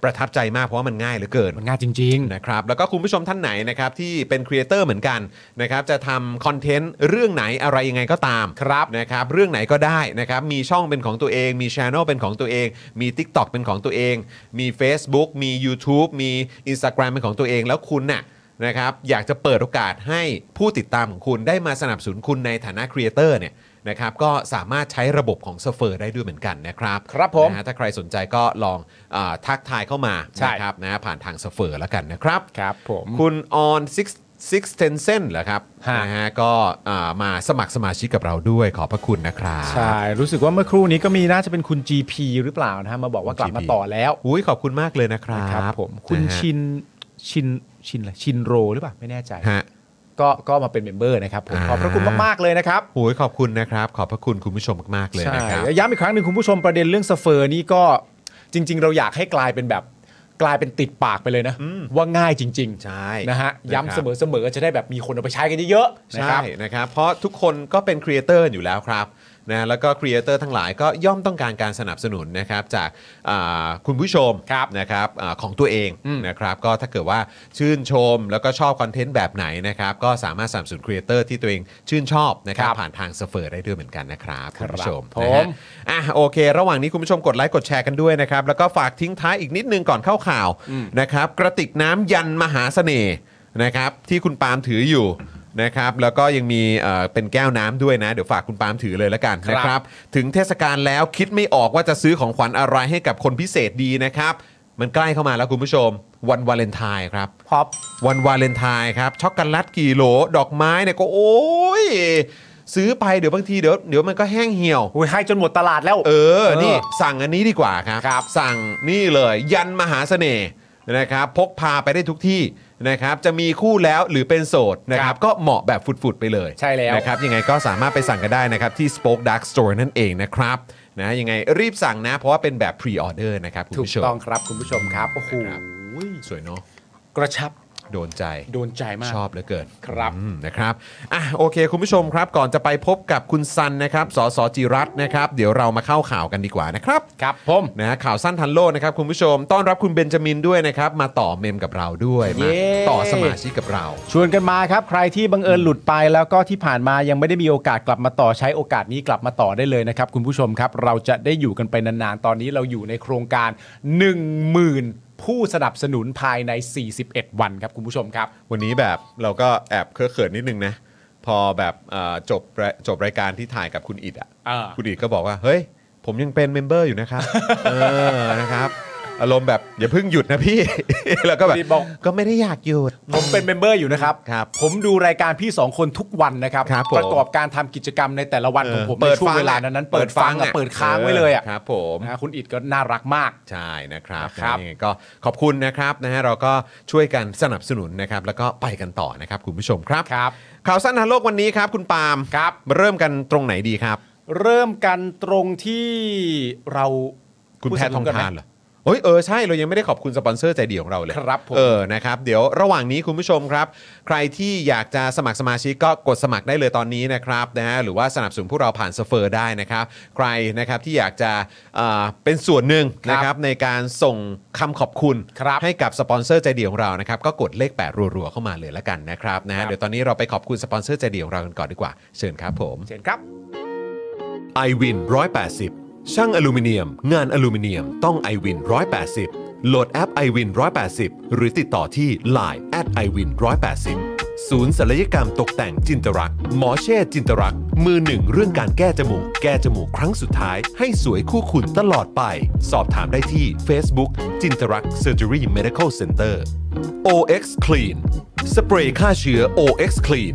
[SPEAKER 1] ประทับใจมากเพราะว่ามันง่ายเหลือเกิน
[SPEAKER 2] มันง่ายจริง
[SPEAKER 1] นะครับแล้วก็คุณผู้ชมท่านไหนนะครับที่เป็นครีเอเตอร์เหมือนกันนะครับจะทำคอนเทนต์เรื่องไหนอะไรยังไงก็ตามครับนะครับเรื่องไหนก็ได้นะครับมีช่องเป็นของตัวเอง มีช anel เป็นของตัวเอง มี TikTok เป็นของตัวเอง มี Facebook มี YouTube มี Instagram เป็นของตัวเอง แล้วคุณน่ะ นะครับอยากจะเปิดโอกาสให้ผู้ติดตามของคุณได้มาสนับสนุนคุณในฐานะครีเอเตอร์เนี่ยนะครับก็สามารถใช้ระบบของเซฟเฟอร์ได้ด้วยเหมือนกันนะครับ
[SPEAKER 2] ครับผม
[SPEAKER 1] นะฮะถ้าใครสนใจก็ลองอาทักทายเข้ามา
[SPEAKER 2] ใช่
[SPEAKER 1] นะครับนะผ่านทางเซฟเฟอร์แล้วกันนะครับ
[SPEAKER 2] ครับผม
[SPEAKER 1] คุณออนซิกซิกเทนเซนเหรอครับ
[SPEAKER 2] ฮะ
[SPEAKER 1] นะฮะก็อ่ามาสมัครสมาชิกกับเราด้วยขอบพระคุณนะครับ
[SPEAKER 2] ใช่ รู้สึกว่าเมื่อครู่นี้ก็มีน่าจะเป็นคุณ GP หรือเปล่านะฮะมาบอกว่ากลับมา
[SPEAKER 1] GP
[SPEAKER 2] ต่อแล้ว
[SPEAKER 1] อุ้ยขอบคุณมากเลยนะครับ
[SPEAKER 2] นะครับผมคุณ
[SPEAKER 1] นะฮะ
[SPEAKER 2] ชินชินชินอะไรชินโรหรือเปล่าไม่แน่ใจ
[SPEAKER 1] ฮะ
[SPEAKER 2] ก็ก็มาเป็นเมมเบอร์นะครับผม
[SPEAKER 1] อ่า
[SPEAKER 2] ขอบพระคุณมากๆเลยนะครับ
[SPEAKER 1] โอ้ยขอบคุณนะครับ ขอบพระคุณคุณผู้ชมมากๆเลย
[SPEAKER 2] ใช่
[SPEAKER 1] นะครับ
[SPEAKER 2] แล้วย้ำอีกครั้งหนึ่งคุณผู้ชมประเด็นเรื่องสเฟอร์นี่ก็จริง ๆ เราอยากให้กลายเป็นแบบกลายเป็นติดปากไปเลยนะ ว่าง่ายจริงๆ
[SPEAKER 1] ใช่
[SPEAKER 2] นะฮะ
[SPEAKER 1] นะครับ
[SPEAKER 2] ย้ำเสมอๆจะได้แบบมีคนเอาไปใช้กันเยอะๆนะค
[SPEAKER 1] ใช่
[SPEAKER 2] รับ
[SPEAKER 1] นะครับ เพราะทุกคนก็เป็นครีเอเตอร์อยู่แล้วครับนะแล้วก็ครีเอเตอร์ทั้งหลายก็ย่อมต้องการการสนับสนุนนะครับจากอ่าคุณผู้ชมนะครับอาของตัวเองนะครับก็ถ้าเกิดว่าชื่นชมแล้วก็ชอบคอนเทนต์แบบไหนนะครับก็สามารถสนับสนุนครีเอเตอร์ที่ตัวเองชื่นชอบนะครับ
[SPEAKER 2] ครับ
[SPEAKER 1] ผ่านทางเซฟเฟอร์ได้ด้วยเหมือนกันนะครับ
[SPEAKER 2] ครั
[SPEAKER 1] คุณ
[SPEAKER 2] บ
[SPEAKER 1] ผู้ชม
[SPEAKER 2] ผม
[SPEAKER 1] นะฮะ อ่ะโอเค ระหว่างนี้คุณผู้ชมกดไลค์กดแชร์กันด้วยนะครับ แล้วก็ฝากทิ้งท้ายอีกนิดนึงก่อนเข้าข่าวนะครับ กระติกน้ำยันมหาเสน่ห์นะครับ ที่คุณปาล์มถืออยู่นะครับ แล้วก็ยังมีเอ่อเป็นแก้วน้ำด้วยนะ เดี๋ยวฝากคุณปาล์มถือเลยละกันนะค
[SPEAKER 2] ครั
[SPEAKER 1] รับ
[SPEAKER 2] บ
[SPEAKER 1] ถึงเทศกาลแล้วคิดไม่ออกว่าจะซื้อของขวัญอะไรให้กับคนพิเศษดีนะครับ มันใกล้เข้ามาแล้วคุณผู้ชม วันวาเลนไทน์ครับ
[SPEAKER 2] ครับ
[SPEAKER 1] วันวาเลนไทน์ครับช็อกโกแลตกี่โหลดอกไม้เนี่ยก็โอ้ยซื้อไปเดี๋ยวบางทีเดี๋ยวเดี๋ยวมันก็แห้งเหี่ยว
[SPEAKER 2] อุ้ยให้จนหมดตลาดแล้ว
[SPEAKER 1] เออ
[SPEAKER 2] เออ
[SPEAKER 1] นี่สั่งอันนี้ดีกว่าครับ
[SPEAKER 2] ครับ
[SPEAKER 1] สั่งนี่เลยยันมหาเสน่ห์นะครับ พกพาไปได้ทุกที่นะครับ จะมีคู่แล้วหรือเป็นโสดนะครับ ก็เหมาะแบบฟุดๆไปเลย
[SPEAKER 2] ใช่แล้ว
[SPEAKER 1] นะครับ ยังไงก็สามารถไปสั่งกันได้นะครับ ที่ Spoke Dark Store นั่นเองนะครับนะยังไงรีบสั่งนะ เพราะว่าเป็นแบบพรีออเดอร์นะครับคุณ
[SPEAKER 2] ถูก
[SPEAKER 1] ผู้ชม
[SPEAKER 2] ต้องครับคุณผู้ชมครับโอ้โห
[SPEAKER 1] ครับ สวยเนาะ
[SPEAKER 2] กระชับ
[SPEAKER 1] โดนใจ
[SPEAKER 2] โดนใจมาก
[SPEAKER 1] ชอบเหลือเกิน
[SPEAKER 2] ครับ
[SPEAKER 1] อืมนะครับอ่ะโอเค คุณผู้ชมครับ ก่อนจะไปพบกับคุณซันนะครับสสจิรัตน์นะครับ เดี๋ยวเรามาเข้าข่าวกันดีกว่านะครับ
[SPEAKER 2] ครับผม
[SPEAKER 1] นะข่าวสั้นทันโลกนะครับ คุณผู้ชม ต้อนรับคุณเบนจามินด้วยนะครับ มาต่อเมมกับเราด้วยมา
[SPEAKER 2] เย้
[SPEAKER 1] ต่อสมาชิกกับเรา
[SPEAKER 2] ชวนกันมาครับ ใครที่บังเอิญหลุดไปแล้วก็ที่ผ่านมายังไม่ได้มีโอกาสกลับมาต่อใช้โอกาสนี้กลับมาต่อได้เลยนะครับคุณผู้ชมครับ เราจะได้อยู่กันไปนานๆ ตอนนี้เราอยู่ในโครงการ 10,000 ผู้สนับสนุนภายใน 41 วันครับคุณผู้ชมครับ
[SPEAKER 1] วันนี้แบบเราก็แอบเคอะเขินนิดนึงนะ พอแบบเอ่อจบรายจบรายการที่ถ่ายกับคุณอิดอ่ะ
[SPEAKER 2] อ่า
[SPEAKER 1] คุณอิดก็บอกว่า เฮ้ย ผมยังเป็นเมมเบอร์อยู่นะครับ เออนะครับ อารมณ์แบบอย่าเพิ่งหยุดนะพี่ แล้วก็แบบ
[SPEAKER 2] บอก
[SPEAKER 1] ก็ไม่ได้อยากหยุด
[SPEAKER 2] ผมเป็นเมมเบอร์อยู่นะครับ
[SPEAKER 1] ครับ
[SPEAKER 2] ผมดูรายการพี่ 2 คนทุกวันนะครับ
[SPEAKER 1] ครับผม
[SPEAKER 2] ประกอบการทำกิจกรรมในแต่ละวัน
[SPEAKER 1] เออ
[SPEAKER 2] ของผม
[SPEAKER 1] เปิ
[SPEAKER 2] ใน
[SPEAKER 1] ด
[SPEAKER 2] ช่วงเวลา
[SPEAKER 1] ฟังอะ
[SPEAKER 2] นั้นๆ
[SPEAKER 1] เปิ
[SPEAKER 2] เปิ
[SPEAKER 1] ด
[SPEAKER 2] ด
[SPEAKER 1] ฟั
[SPEAKER 2] ฟั
[SPEAKER 1] ง
[SPEAKER 2] ง
[SPEAKER 1] อะ
[SPEAKER 2] อะเปิดค้างไว้เลยอะ
[SPEAKER 1] ครับผม
[SPEAKER 2] นะคุณอิดก็น่ารักมาก
[SPEAKER 1] ใช่นะครับ
[SPEAKER 2] ครับ
[SPEAKER 1] ยังไงก็ขอบคุณนะครับนะฮะเราก็ช่วยกันสนับสนุนนะครับ แล้วก็ไปกันต่อนะครับคุณผู้ชมครับ
[SPEAKER 2] ครับ
[SPEAKER 1] ข่าวสั้นทันโลกวันนี้ครับ คุณปาล์ม
[SPEAKER 2] ครับ
[SPEAKER 1] เริ่มกันตรงไหนดีครับ
[SPEAKER 2] เริ่มกันตรงที่เรา
[SPEAKER 1] คุณแพทย์ทองทาน
[SPEAKER 2] พูดสบสกัไหม
[SPEAKER 1] เหรอเอ้ยเออใช่เรายังไม่ได้ขอบคุณสปอนเซอร์ใจดีของเราเลย
[SPEAKER 2] ครับผม
[SPEAKER 1] เออนะครับเดี๋ยวระหว่างนี้คุณผู้ชมครับ ใครที่อยากจะสมัครสมาชิกก็กดสมัครได้เลยตอนนี้นะครับนะฮะหรือว่าสนับสนุนพวกเราผ่านสเฟอร์ได้นะครับ ใครนะครับที่อยากจะเอ่อเป็นส่วนหนึ่ง
[SPEAKER 2] ครับ
[SPEAKER 1] นะครับในการส่งคำขอบคุณ
[SPEAKER 2] ครับ
[SPEAKER 1] ให้กับสปอนเซอร์ใจดีของเรานะครับก็กดเลข 8 รัวๆเข้ามาเลยละกันนะครับนะ
[SPEAKER 2] ค
[SPEAKER 1] ฮะ
[SPEAKER 2] รับ
[SPEAKER 1] เดี๋ยวตอนนี้เราไปขอบคุณสปอนเซอร์ใจดีของเรากันก่อนดีกว่าเชิญครับผม
[SPEAKER 2] เชิญครับ
[SPEAKER 4] i w วิน180 ช่างอลูมิเนียม งานอลูมิเนียมต้อง i w วิน180 โหลดแอป i w วิน180 หรือติดต่อที่ Line at i w วิน180 ศูนย์ศัลยกรรมตกแต่งจินตรัก หมอเช่จินตรัก มือหนึ่งเรื่องการแก้จมูก แก้จมูกครั้งสุดท้าย ให้สวยคู่คุณตลอดไป สอบถามได้ที่ Facebook จินตรักเซอร์เจอรี่เมดิคอลเซ็นเตอร์ OX Clean สเปรย์ฆ่าเชื้อ OX Clean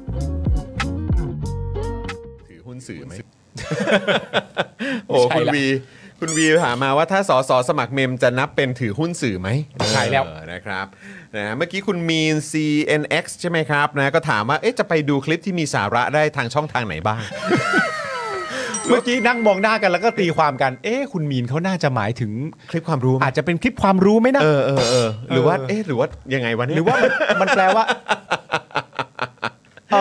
[SPEAKER 1] ถือหุ้นสื่อไหม โอ้
[SPEAKER 2] ไม่ใช่
[SPEAKER 1] คุณ
[SPEAKER 2] ละ
[SPEAKER 1] วี คุณวีถามมาว่าถ้าสสสมัครเมมจะนับเป็นถือหุ้นสื่อไหม
[SPEAKER 2] ใช่แล้ว
[SPEAKER 1] เออนะครับนะเมื่อกี้คุณมีน CNX ใช่ไหมครับนะก็ถามว่าเอ๊ะจะไปดูคลิปที่มีสาระได้ทางช่องทางไหนบ้าง
[SPEAKER 2] เมื่อกี้นั่งมองหน้ากันแล้วก็ตีความกัน เอ๊ะคุณมีนเขาน่าจะหมายถึง
[SPEAKER 1] คลิปความรู้ไหม
[SPEAKER 2] อาจจะเป็นคลิปความรู้ไหมนะ
[SPEAKER 1] เออเออเออหรือว่า
[SPEAKER 2] เออ
[SPEAKER 1] เอ๊ะหรือว่ายังไงวะเนี่ย
[SPEAKER 2] หรือว่ามันมันแปลว่า เอ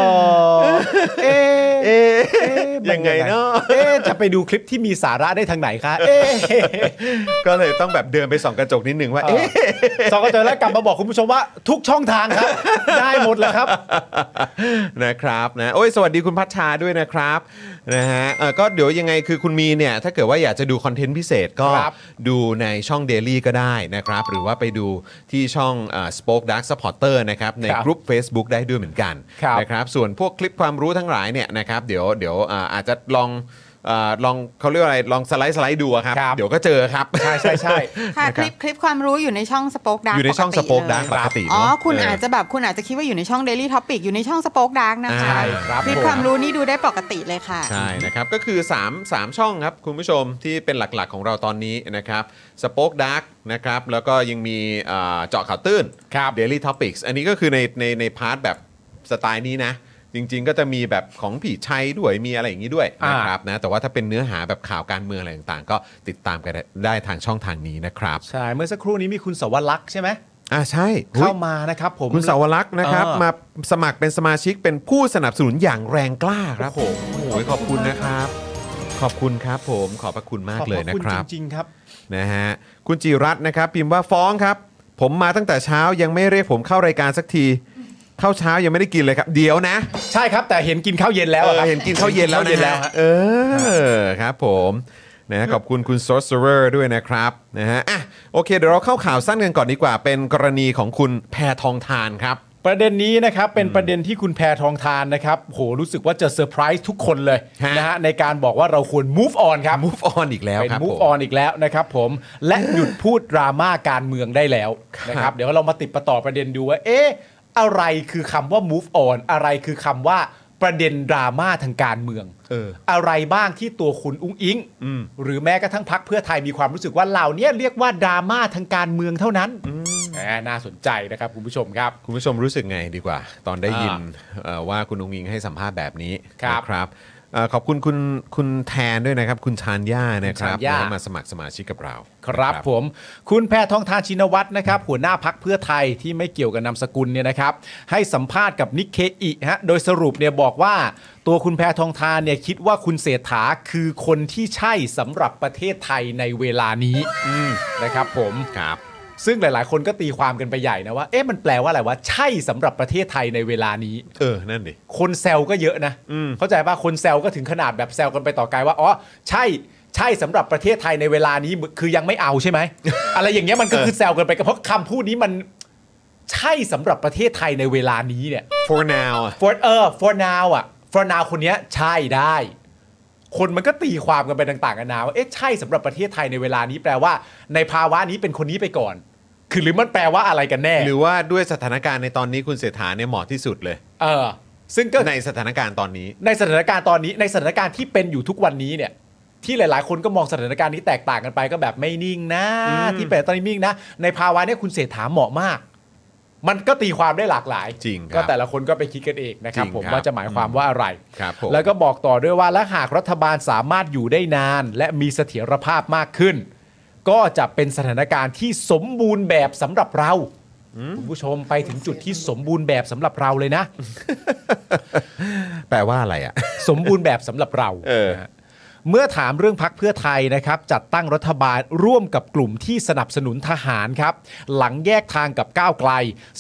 [SPEAKER 2] อเอ๊ะ
[SPEAKER 1] เอ๊ะ
[SPEAKER 2] มั
[SPEAKER 1] ยังไงเนาะ
[SPEAKER 2] เอ๊ะจะไปดูคลิปที่มีสาระได้ทางไหนคะเอ๊ะ
[SPEAKER 1] ก็เลยต้องแบบเดินไปส่องกระจกนิดนึงว่า
[SPEAKER 2] เอ
[SPEAKER 1] เอ๊ะ
[SPEAKER 2] อสองก็เจอแล้วกลับมาบอกคุณผู้ชมว่าทุกช่องทางครับ ได้หมดแล้วครับ
[SPEAKER 1] นะครับนะโอ้ยสวัสดีคุณพัชชาด้วยนะครับนะฮะเอ่อก็เดี๋ยวยังไงคือคุณมีเนี่ย ถ้าเกิดว่าอยากจะดูคอนเทนต์พิเศษก็
[SPEAKER 2] ครับ
[SPEAKER 1] ดูในช่อง Daily ก็ได้นะครับ หรือว่าไปดูที่ช่องเอ่อ Spoke Dark Supporter นะครับใน
[SPEAKER 2] ครับ
[SPEAKER 1] กลุ่ม Facebook ได้ด้วยเหมือนกัน
[SPEAKER 2] ครับ
[SPEAKER 1] นะครับส่วนพวกคลิปความรู้ทั้งหลายเนี่ยนะครับเดี๋ยวเดี๋ยวเอ่ออาจจะลองเอ่อลองเขาเรียกว่าอะไรลองสไลด์สไลด์ดูอะครับเดี๋ยวก็เจอครับ
[SPEAKER 2] ใช่ใช่ใช่
[SPEAKER 3] ค่ะ
[SPEAKER 1] นะค
[SPEAKER 3] ครับ ลิปคลิปความรู้อยู่ในช่องสป็อกดัก
[SPEAKER 1] อยู่ในช่องสป o อ e ดังปกติ
[SPEAKER 3] อ๋อ
[SPEAKER 1] เนะ
[SPEAKER 3] คุณ
[SPEAKER 1] เ
[SPEAKER 3] อาจจะแบบคุณอาจจะคิดว่าอยู่ในช่อง Daily Topic อยู่ในช่องสป็อกดักนะคะ
[SPEAKER 1] ใช่
[SPEAKER 2] ครับ
[SPEAKER 3] คลิป
[SPEAKER 2] ผม
[SPEAKER 3] ความรู้นี่ดูได้ปกติเลยค่ะ
[SPEAKER 1] ใช่นะครับ ก็คือ 3 3 ช่องครับ คุณผู้ชมที่เป็นหลักๆของเราตอนนี้นะครับสป็อคดักนะครับ แล้วก็ยังมีเอ่อเจาะข่าวตื้น
[SPEAKER 2] ครับ
[SPEAKER 1] Daily Topics อันนี้ก็คือในในในพาร์ทแบบสไตล์นี้นะ จริงๆ ก็จะมีแบบของผีชัยด้วยมีอะไรอย่างนี้ด้วย
[SPEAKER 2] อ่า
[SPEAKER 1] นะครับนะแต่ว่าถ้าเป็นเนื้อหาแบบข่าวการเมืองอะไรต่างๆ ก็ติดตามกันได้ทางช่องทางนี้นะครับ
[SPEAKER 2] ใช่เมื่อสักครู่นี้มีคุณสวรักษ์ใช่ไหม
[SPEAKER 1] อ่าใช่อุ๊ย
[SPEAKER 2] เข้ามานะครับผม
[SPEAKER 1] คุณเสาวรักษ์นะครับ
[SPEAKER 2] เออ
[SPEAKER 1] มาสมัครเป็นสมาชิกเป็นผู้สนับสนุนอย่างแรงกล้าครับผมโอ้โหขอบคุณนะครับ ขอบคุณครับผมขอบพระคุณมากเลยนะครับ
[SPEAKER 2] ขอณจริงๆครับ
[SPEAKER 1] นะฮะคุณจิรัตน์นะครับ พิมพ์ว่าฟ้องครับ ผมมาตั้งแต่เช้ายังไม่เรียกผมเข้ารายการสักทีเข้าวเช้ายังไม่ได้กินเลยครับ เดี๋ยวนะ
[SPEAKER 2] ใช่ครับแต่เห็นกินข้าวเย็นแล้ว
[SPEAKER 1] เอ
[SPEAKER 2] อะ
[SPEAKER 1] อ
[SPEAKER 2] ครับ
[SPEAKER 1] เห็นกินข้าวเย็นแล้ว
[SPEAKER 2] เย็นแล้ว
[SPEAKER 1] นะฮะเออครับผมนะขอบคุณคุณ sorcerer ด้วยนะครับนะฮะอ่ะโอเคเดี๋ยวเราเข้าข่าวสั้นกันก่อนดีกว่า เป็นกรณีของคุณแพทองทานครับ
[SPEAKER 2] ประเด็นนี้นะครับเป็นประเด็นที่คุณแพทองทานนะครับโหรู้สึกว่าจะเซอร์ไพรส์ทุกคนเลย
[SPEAKER 1] ฮะ
[SPEAKER 2] นะฮะในการบอกว่าเราควร move on ครับ
[SPEAKER 1] move on อีกแล้ว
[SPEAKER 2] เป็น
[SPEAKER 1] ครับ
[SPEAKER 2] move
[SPEAKER 1] ผม
[SPEAKER 2] on อีกแล้วนะครับผมและหยุดพูดดราม่าการเมืองได้แล้วนะค
[SPEAKER 1] ครั
[SPEAKER 2] รับ บเดี๋ยวเรามาติดประต่อประเด็นดูว่าเอ๊ะอะไรคือคำว่า move on อะไรคือคำว่าประเด็นดราม่าทางการเมือง
[SPEAKER 1] เออ
[SPEAKER 2] อะไรบ้างที่ตัวคุณอุ้งอิงหรือแม้กระทั่งพักเพื่อไทยมีความรู้สึกว่าเหล่าเนี้ยเรียกว่าดราม่าทางการเมืองเท่านั้นแหมน่าสนใจนะครับคุณผู้ชมครับ
[SPEAKER 1] คุณผู้ชมรู้สึกไงดีกว่า ตอนได้ยิน
[SPEAKER 2] อ่า
[SPEAKER 1] เอ่อว่าคุณองค์อิงให้สัมภาษณ์แบบนี้
[SPEAKER 2] ครับ
[SPEAKER 1] นะครับเอ่อขอบคุณคุณคุณแทนด้วยนะครับ คุณชานย่านะครับ
[SPEAKER 2] คุณชานย่า
[SPEAKER 1] นะมาสมัครสมาชิกกับเรา
[SPEAKER 2] ครับ
[SPEAKER 1] นะ
[SPEAKER 2] ผมคุณแพทองทานชินวัตรนะครับ หัวหน้าพักเพื่อไทยที่ไม่เกี่ยวกับนามสกุลเนี่ยนะครับ ให้สัมภาษณ์กับนิกเคอิฮะโดยสรุปเนี่ยบอกว่า ตัวคุณแพทองทานเนี่ยคิดว่าคุณเศรษฐาคือคนที่ใช่สำหรับประเทศไทยในเวลานี้นะครับผม
[SPEAKER 1] ครับ
[SPEAKER 2] ซึ่งหลาย ๆ คนก็ตีความกันไปใหญ่นะว่า เอ๊ะ มันแปลว่าอะไรวะ ใช่สำหรับประเทศไทยในเวลานี้
[SPEAKER 1] เออ นั่นดิ
[SPEAKER 2] คนแซวก็เยอะนะ เข้าใจป่ะ คนแซวก็ถึงขนาดแบบแซวกันไปต่อไกลว่า อ๋อ ใช่ ใช่สำหรับประเทศไทยในเวลานี้ คือยังไม่เอาใช่ไหม อะไรอย่างเงี้ยมันก็คือแซวกันไปก็เพราะคำพูดนี้มัน ใช่สำหรับประเทศไทยในเวลานี้เนี่ย
[SPEAKER 1] for now อะ
[SPEAKER 2] for เออ for now อ่ะ for now คนเนี้ยใช่ได้ คนมันก็ตีความกันไปต่างๆกันานาว่าเอ๊ะใช่สำหรับประเทศไทยในเวลานี้แปลว่า ในภาวะนี้เป็นคนนี้ไปก่อน คือหรือมันแปลว่าอะไรกันแน่
[SPEAKER 1] หรือว่าด้วยสถานการณ์ในตอนนี้คุณเศรษฐาเนี่ยเหมาะที่สุดเลย
[SPEAKER 2] เออ ซึ่งก็
[SPEAKER 1] ในสถานการณ์ตอนนี้
[SPEAKER 2] ในสถานการณ์ตอนนี้ในสถานการณ์ที่เป็นอยู่ทุกวันนี้เนี่ย ที่หลายๆ คนก็มองสถานการณ์นี้แตกต่างกันไปก็แบบไม่นิ่งนะ ที่เป็นตอนนี้นิ่งนะ ในภาวะเนี้ยคุณเศรษฐาเหมาะมาก มันก็ตีความได้หลากหลาย
[SPEAKER 1] จริงครับ
[SPEAKER 2] ก็แต่ละคนก็ไปคิดกันเองนะครั
[SPEAKER 1] จ
[SPEAKER 2] บ
[SPEAKER 1] ริง
[SPEAKER 2] ผม
[SPEAKER 1] ครับ
[SPEAKER 2] ว่าจะหมายความว่าอะไร
[SPEAKER 1] ครับผม
[SPEAKER 2] แล้วก็บอกต่อด้วยว่าและหากรัฐบาลสามารถอยู่ได้นาน และมีเสถียรภาพมากขึ้น ก็จะเป็นสถานการณ์ที่สมบูรณ์แบบสำหรับเราคุณผู้ชมไปถึงจุดที่สมบูรณ์แบบสำหรับเราเลยนะ
[SPEAKER 1] แปลว่าอะไรอ่ะ
[SPEAKER 2] สมบูรณ์แบบสำหรับเรา
[SPEAKER 1] เออ
[SPEAKER 2] นะฮะเมื่อถามเรื่องพักเพื่อไทยนะครับ จัดตั้งรัฐบาลร่วมกับกลุ่มที่สนับสนุนทหารครับ หลังแยกทางกับก้าวไกล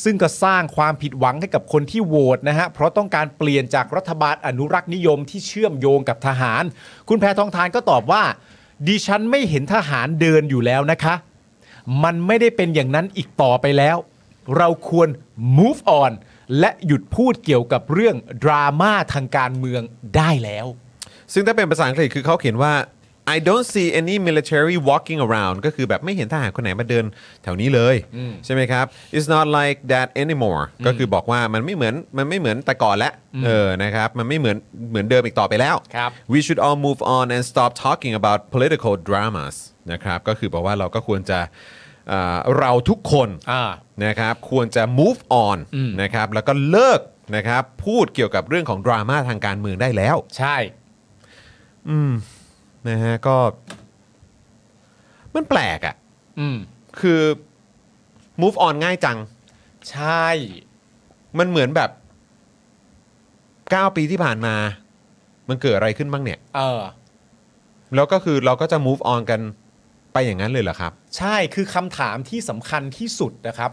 [SPEAKER 2] ซึ่งก็สร้างความผิดหวังให้กับคนที่โหวตนะฮะเพราะต้องการเปลี่ยนจากรัฐบาลอนุรักษ์นิยมที่เชื่อมโยงกับทหาร คุณแพทองทานก็ตอบว่า ดิฉันไม่เห็นทหารเดินอยู่แล้วนะคะ มันไม่ได้เป็นอย่างนั้นอีกต่อไปแล้ว เราควร move on และหยุดพูดเกี่ยวกับเรื่องดราม่าทางการเมืองได้แล้ว
[SPEAKER 1] ซึ่งถ้าเป็นภาษาอังกฤษคือเขาเขียนว่า I don't see any military walking around ก็คือแบบไม่เห็นทหารคนไหนมาเดินแถวนี้เลยใช่ไหมครับ It's not like that anymore ก็คือบอกว่ามันไม่เหมือนมันไม่เหมือนแต่ก่อนแล้วเออนะครับมันไม่เหมือนเหมือนเดิมอีกต่อไปแล้ว
[SPEAKER 2] ครับ
[SPEAKER 1] We should all move on and stop talking about political dramas นะครับก็คือบอกว่าเราก็ควรจะเอ่อเราทุกคน
[SPEAKER 2] อ่า
[SPEAKER 1] นะครับควรจะ move on นะครับแล้วก็เลิกนะครับพูดเกี่ยวกับเรื่องของดราม่าทางการเมืองได้แล้ว
[SPEAKER 2] ใช่
[SPEAKER 1] นะฮะก็มันแปลกอะ่ะ
[SPEAKER 2] อืม
[SPEAKER 1] คือ move on ง่ายจัง
[SPEAKER 2] ใช่
[SPEAKER 1] มันเหมือนแบบ 9 ปีที่ผ่านมา มันเกิดอะไรขึ้นบ้างเนี่ย
[SPEAKER 2] เออ
[SPEAKER 1] แล้วก็คือเราก็จะ move on กันไปอย่างนั้นเลยเหรอครับ
[SPEAKER 2] ใช่คือคำถามที่สำคัญที่สุดนะครับ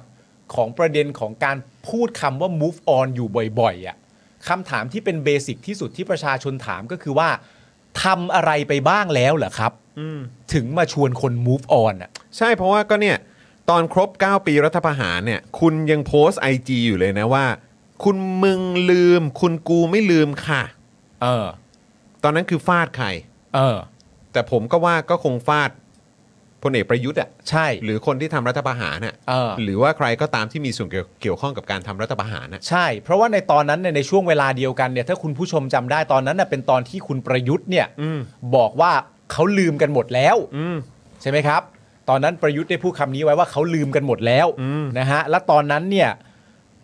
[SPEAKER 2] ของประเด็นของการพูดคำว่า move on อยู่บ่อยๆอะ่ะคำถามที่เป็นเบสิกที่สุดที่ประชาชนถามก็คือว่าทำอะไรไปบ้างแล้วเหรอครับถึงมาชวนคน move on อ่ะ
[SPEAKER 1] ใช่เพราะว่าก็เนี่ย ตอนครบ 9 ปีรัฐประหารเนี่ย คุณยังโพสต์ IG อยู่เลยนะว่า คุณมึงลืม คุณกูไม่ลืมค่ะ
[SPEAKER 2] เออ
[SPEAKER 1] ตอนนั้นคือฟาดใคร
[SPEAKER 2] เออ
[SPEAKER 1] แต่ผมก็ว่าก็คงฟาดพลเอกประยุทธ์อ่ะ
[SPEAKER 2] ใช่
[SPEAKER 1] หรือคนที่ทำรัฐประหารน่ะ
[SPEAKER 2] เออ
[SPEAKER 1] หรือว่าใครก็ตามที่มีส่วนเกี่ยวเกี่ยวข้องกับการทำรัฐประหารน่ะ
[SPEAKER 2] ใช่ เพราะว่าในตอนนั้นเนี่ยในช่วงเวลาเดียวกันเนี่ยถ้าคุณผู้ชมจำได้ตอนนั้นน่ะเป็นตอนที่คุณประยุทธ์เนี่ยบอกว่าเขาลืมกันหมดแล้ว
[SPEAKER 1] อืม
[SPEAKER 2] ใช่ไหมครับ ตอนนั้นประยุทธ์ได้พูดคำนี้ไว้ว่าเขาลืมกันหมดแล้วนะฮะ และตอนนั้นเนี่ย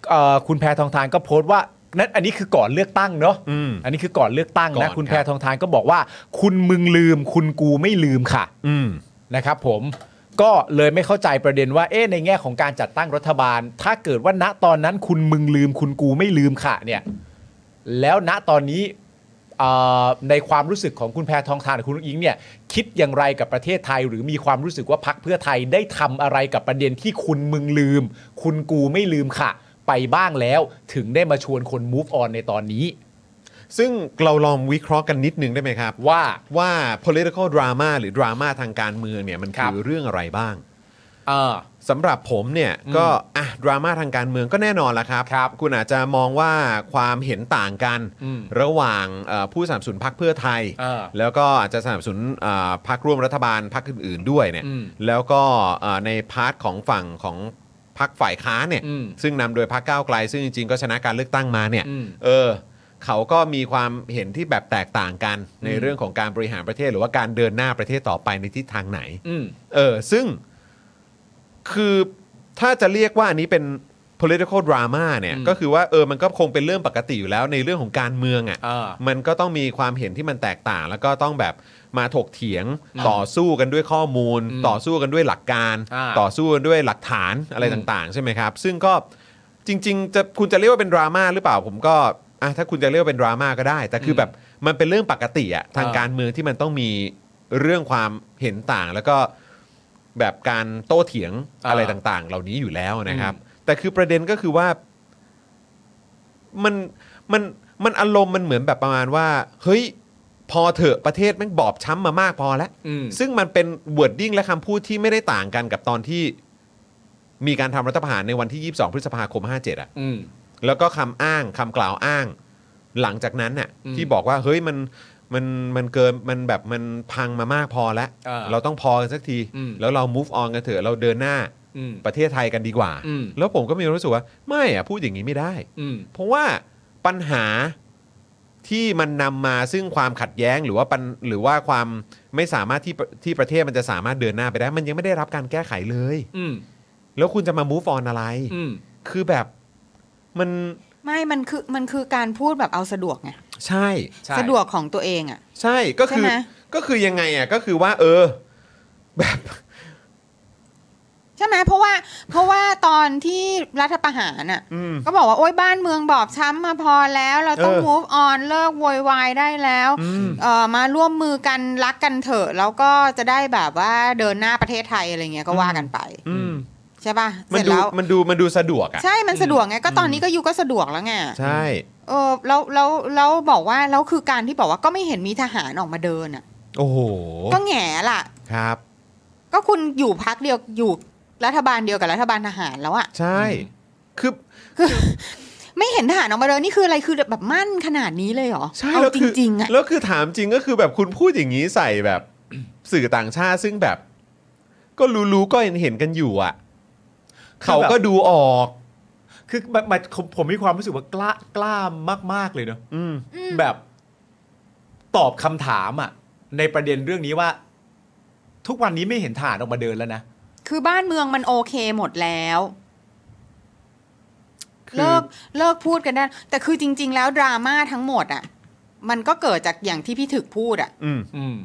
[SPEAKER 2] เอ่อคุณแพทองทานก็โพสต์ว่านั่นอันนี้คือก่อนเลือกตั้งเนาะ
[SPEAKER 1] อืม
[SPEAKER 2] อันนี้คือก่อนเลือกตั้ง
[SPEAKER 1] ก่อนครั
[SPEAKER 2] นะ
[SPEAKER 1] บ
[SPEAKER 2] คุณแพทองทานก็บอกว่า คุณมึงลืม คุณกูไม่ลืมค่ะ
[SPEAKER 1] อืม
[SPEAKER 2] นะครับผมก็เลยไม่เข้าใจประเด็นว่าเอ๊ะในแง่ของการจัดตั้งรัฐบาล ถ้าเกิดว่าณตอนนั้นคุณมึงลืมคุณกูไม่ลืมค่ะเนี่ยแล้วณตอนนี้เอ่อในความรู้สึกของคุณแพทองทานกับคุณอุ๊งอิงเนี่ยคิดอย่างไรกับประเทศไทย หรือมีความรู้สึกว่าพักเพื่อไทยได้ทำอะไรกับประเด็นที่คุณมึงลืม คุณกูไม่ลืมค่ะ ไปบ้างแล้วถึงได้มาชวนคน move on ในตอนนี้
[SPEAKER 1] ซึ่งเราลองวิเคราะห์กันนิดนึงได้ไหมครับ
[SPEAKER 2] ว่า
[SPEAKER 1] ว่า political drama หรือดราม่าทางการเมืองเนี่ยมัน
[SPEAKER 2] ครั
[SPEAKER 1] คื
[SPEAKER 2] บ
[SPEAKER 1] อเรื่องอะไรบ้าง
[SPEAKER 2] เออ
[SPEAKER 1] สำหรับผมเนี่ย ก็อ่ะดราม่าทางการเมืองก็แน่นอนละครับ
[SPEAKER 2] ครับ
[SPEAKER 1] คุณอาจจะมองว่าความเห็นต่างกัน
[SPEAKER 2] อืม
[SPEAKER 1] ระหว่างเอ่อผู้สนับสนุนพรรคเพื่อไทย
[SPEAKER 2] เออ
[SPEAKER 1] แล้วก็อาจจะสนับสนุนเอ่อพรรคร่วมรัฐบาลพรรคอื่นๆด้วยเนี่ย
[SPEAKER 2] อืม
[SPEAKER 1] แล้วก็เอ่อในพาร์ทของฝั่งของพรรคฝ่ายค้านเนี่ย
[SPEAKER 2] อืม
[SPEAKER 1] ซึ่งนำโดยพรรคก้าวไกล ซึ่งจริงๆก็ชนะการเลือกตั้งมาเนี่ย
[SPEAKER 2] อืม
[SPEAKER 1] เออ เขาก็มีความเห็นที่แบบแตกต่างกันในเรื่องของการบริหารประเทศหรือว่าการเดินหน้าประเทศต่อไปในทิศทางไหน
[SPEAKER 2] อืม
[SPEAKER 1] เออซึ่งคือถ้าจะเรียกว่าอันนี้เป็น political drama เนี่ย
[SPEAKER 2] อืม
[SPEAKER 1] ก็คือว่าเออมันก็คงเป็นเรื่องปกติอยู่แล้วในเรื่องของการเมือง
[SPEAKER 2] อ่า
[SPEAKER 1] อะ่ะมันก็ต้องมีความเห็นที่มันแตกต่าง แล้วก็ต้องแบบมาถกเถียง
[SPEAKER 2] อ่า
[SPEAKER 1] ต่อสู้กันด้วยข้อมูล
[SPEAKER 2] อืม
[SPEAKER 1] ต่อสู้กันด้วยหลักการ
[SPEAKER 2] อ่า
[SPEAKER 1] ต่อสู้กันด้วยหลักฐานอะไร
[SPEAKER 2] อืม
[SPEAKER 1] ต่าง ๆ ใช่ไหมครับ ซึ่งก็จริง ๆ จะคุณจะเรียกว่าเป็นดราม่าหรือเปล่าผมก็อ่ะถ้าคุณจะเรียกว่าเป็นดราม่าก็ได้ แต่คือแบบมันเป็นเรื่องปกติอะทางการเมืองที่มันต้องมีเรื่องความเห็นต่างแล้วก็ แบบการโต้เถียง
[SPEAKER 2] อ่า
[SPEAKER 1] อะไรต่างๆ เหล่านี้อยู่แล้วนะครับ แต่คือประเด็นก็คือว่ามันมันมันอารมณ์มันเหมือนแบบประมาณว่า เฮ้ย พอเถอะประเทศแม่งบอบช้ำมามากพอแล้ว
[SPEAKER 2] อืม
[SPEAKER 1] ซึ่งมันเป็นวอร์ดดิ้งและคำพูดที่ไม่ได้ต่างกันกับตอนที่มีการทำรัฐประหารในวันที่ 22 พฤษภาคม 57อะ
[SPEAKER 2] อืม
[SPEAKER 1] แล้วก็คำอ้างคำกล่าวอ้างหลังจากนั้นน่ะ
[SPEAKER 2] อืม
[SPEAKER 1] ที่บอกว่าเฮ้ยมันมันมันเกินมันแบบมันพังมามากพอแล้ว
[SPEAKER 2] เออ
[SPEAKER 1] เราต้องพอกันสักที
[SPEAKER 2] อืม
[SPEAKER 1] แล้วเรา move on กันเถอะเราเดินหน้า
[SPEAKER 2] อืม
[SPEAKER 1] ประเทศไทยกันดีกว่า
[SPEAKER 2] อืม
[SPEAKER 1] แล้วผมก็มีความรู้สึกว่า ไม่อะพูดอย่างนี้ไม่ได้
[SPEAKER 2] อืม
[SPEAKER 1] เพราะว่าปัญหาที่มันนำมาซึ่งความขัดแย้งหรือว่าปัญหรือว่าความไม่สามารถที่ที่ประเทศมันจะสามารถเดินหน้าไปได้ มันยังไม่ได้รับการแก้ไขเลย
[SPEAKER 2] อืม
[SPEAKER 1] แล้วคุณจะมา move on อะไร
[SPEAKER 2] อืม
[SPEAKER 1] คือแบบมัน
[SPEAKER 3] ไม่มันคือมันคือการพูดแบบเอาสะดวกไง
[SPEAKER 1] ใช่
[SPEAKER 2] ใช่
[SPEAKER 3] สะดวกของตัวเองอ่ะ
[SPEAKER 1] ใช่ก็คือ
[SPEAKER 3] ใช่ไหม
[SPEAKER 1] ก็คือยังไงอ่ะก็คือว่า เออ แบบ
[SPEAKER 3] ใช่ไหมเพราะว่าเพราะว่าตอนที่รัฐประหารอ่ะ
[SPEAKER 1] อืม
[SPEAKER 3] ก็บอกว่า โอ๊ยบ้านเมืองบอบช้ำมาพอแล้ว เราต้อง
[SPEAKER 1] เออ
[SPEAKER 3] move on เลิกโวยวายได้แล้ว
[SPEAKER 1] อืม
[SPEAKER 3] เอ่อมาร่วมมือกันรักกันเถอะ แล้วก็จะได้แบบว่าเดินหน้าประเทศไทยอะไรเงี้ยก็ว่ากันไป
[SPEAKER 1] อืม
[SPEAKER 3] ใช่ป่ะเส
[SPEAKER 1] มัน
[SPEAKER 3] ร็จ
[SPEAKER 1] ดู
[SPEAKER 3] แล้ว
[SPEAKER 1] มันดูมันดูสะดวกอ่ะ
[SPEAKER 3] ใช่มันสะดวกไงก็ตอนนี้ก็อยู่ก็สะดวกแล้วไง
[SPEAKER 1] ใช่
[SPEAKER 3] เออแล้วแล้วแล้วบอกว่าแล้วคือการที่บอกว่าก็ไม่เห็นมีทหารออกมาเดินอ่ะ
[SPEAKER 1] โอ้โห
[SPEAKER 3] ก็แหง่ล่ะ
[SPEAKER 1] ครับ
[SPEAKER 3] ก็คุณอยู่พักเดียวอยู่รัฐบาลเดียวกับรัฐบาลทหารแล้วอ่ะ
[SPEAKER 1] ใช่ คือ
[SPEAKER 3] ไม่เห็นทหารออกมาเดินนี่คืออะไรคือแบบมั่นขนาดนี้เลยเหรอ
[SPEAKER 1] ใช่
[SPEAKER 3] เอา
[SPEAKER 1] แล้ว
[SPEAKER 3] จ
[SPEAKER 1] คือ
[SPEAKER 3] ริงๆอ่ะ
[SPEAKER 1] แล้วคือถามจริงก็คือแบบคุณพูดอย่างนี้ใส่แบบ สื่อต่างชาติซึ่งแบบ ก็รู้ๆก็เห็นเห็นๆกันอยู่อ่ะ
[SPEAKER 2] คือแบบ
[SPEAKER 1] เขาก็ดูออก
[SPEAKER 2] คือมันมันผมผมมีความรู้สึกว่ากล้ากล้ามาก ๆ เลยเนอะ
[SPEAKER 1] อืม
[SPEAKER 2] แบบตอบคำถามอะในประเด็นเรื่องนี้ว่า ทุกวันนี้ไม่เห็นฐานออกมาเดินแล้วนะ
[SPEAKER 3] คือบ้านเมืองมันโอเคหมดแล้ว
[SPEAKER 1] คือ
[SPEAKER 3] เลิกเลิกพูดกันได้ แต่คือจริง ๆ แล้วดราม่าทั้งหมดอ่ะ มันก็เกิดจากอย่างที่พี่ถึกพูดอ่ะ
[SPEAKER 1] อืม
[SPEAKER 2] อืม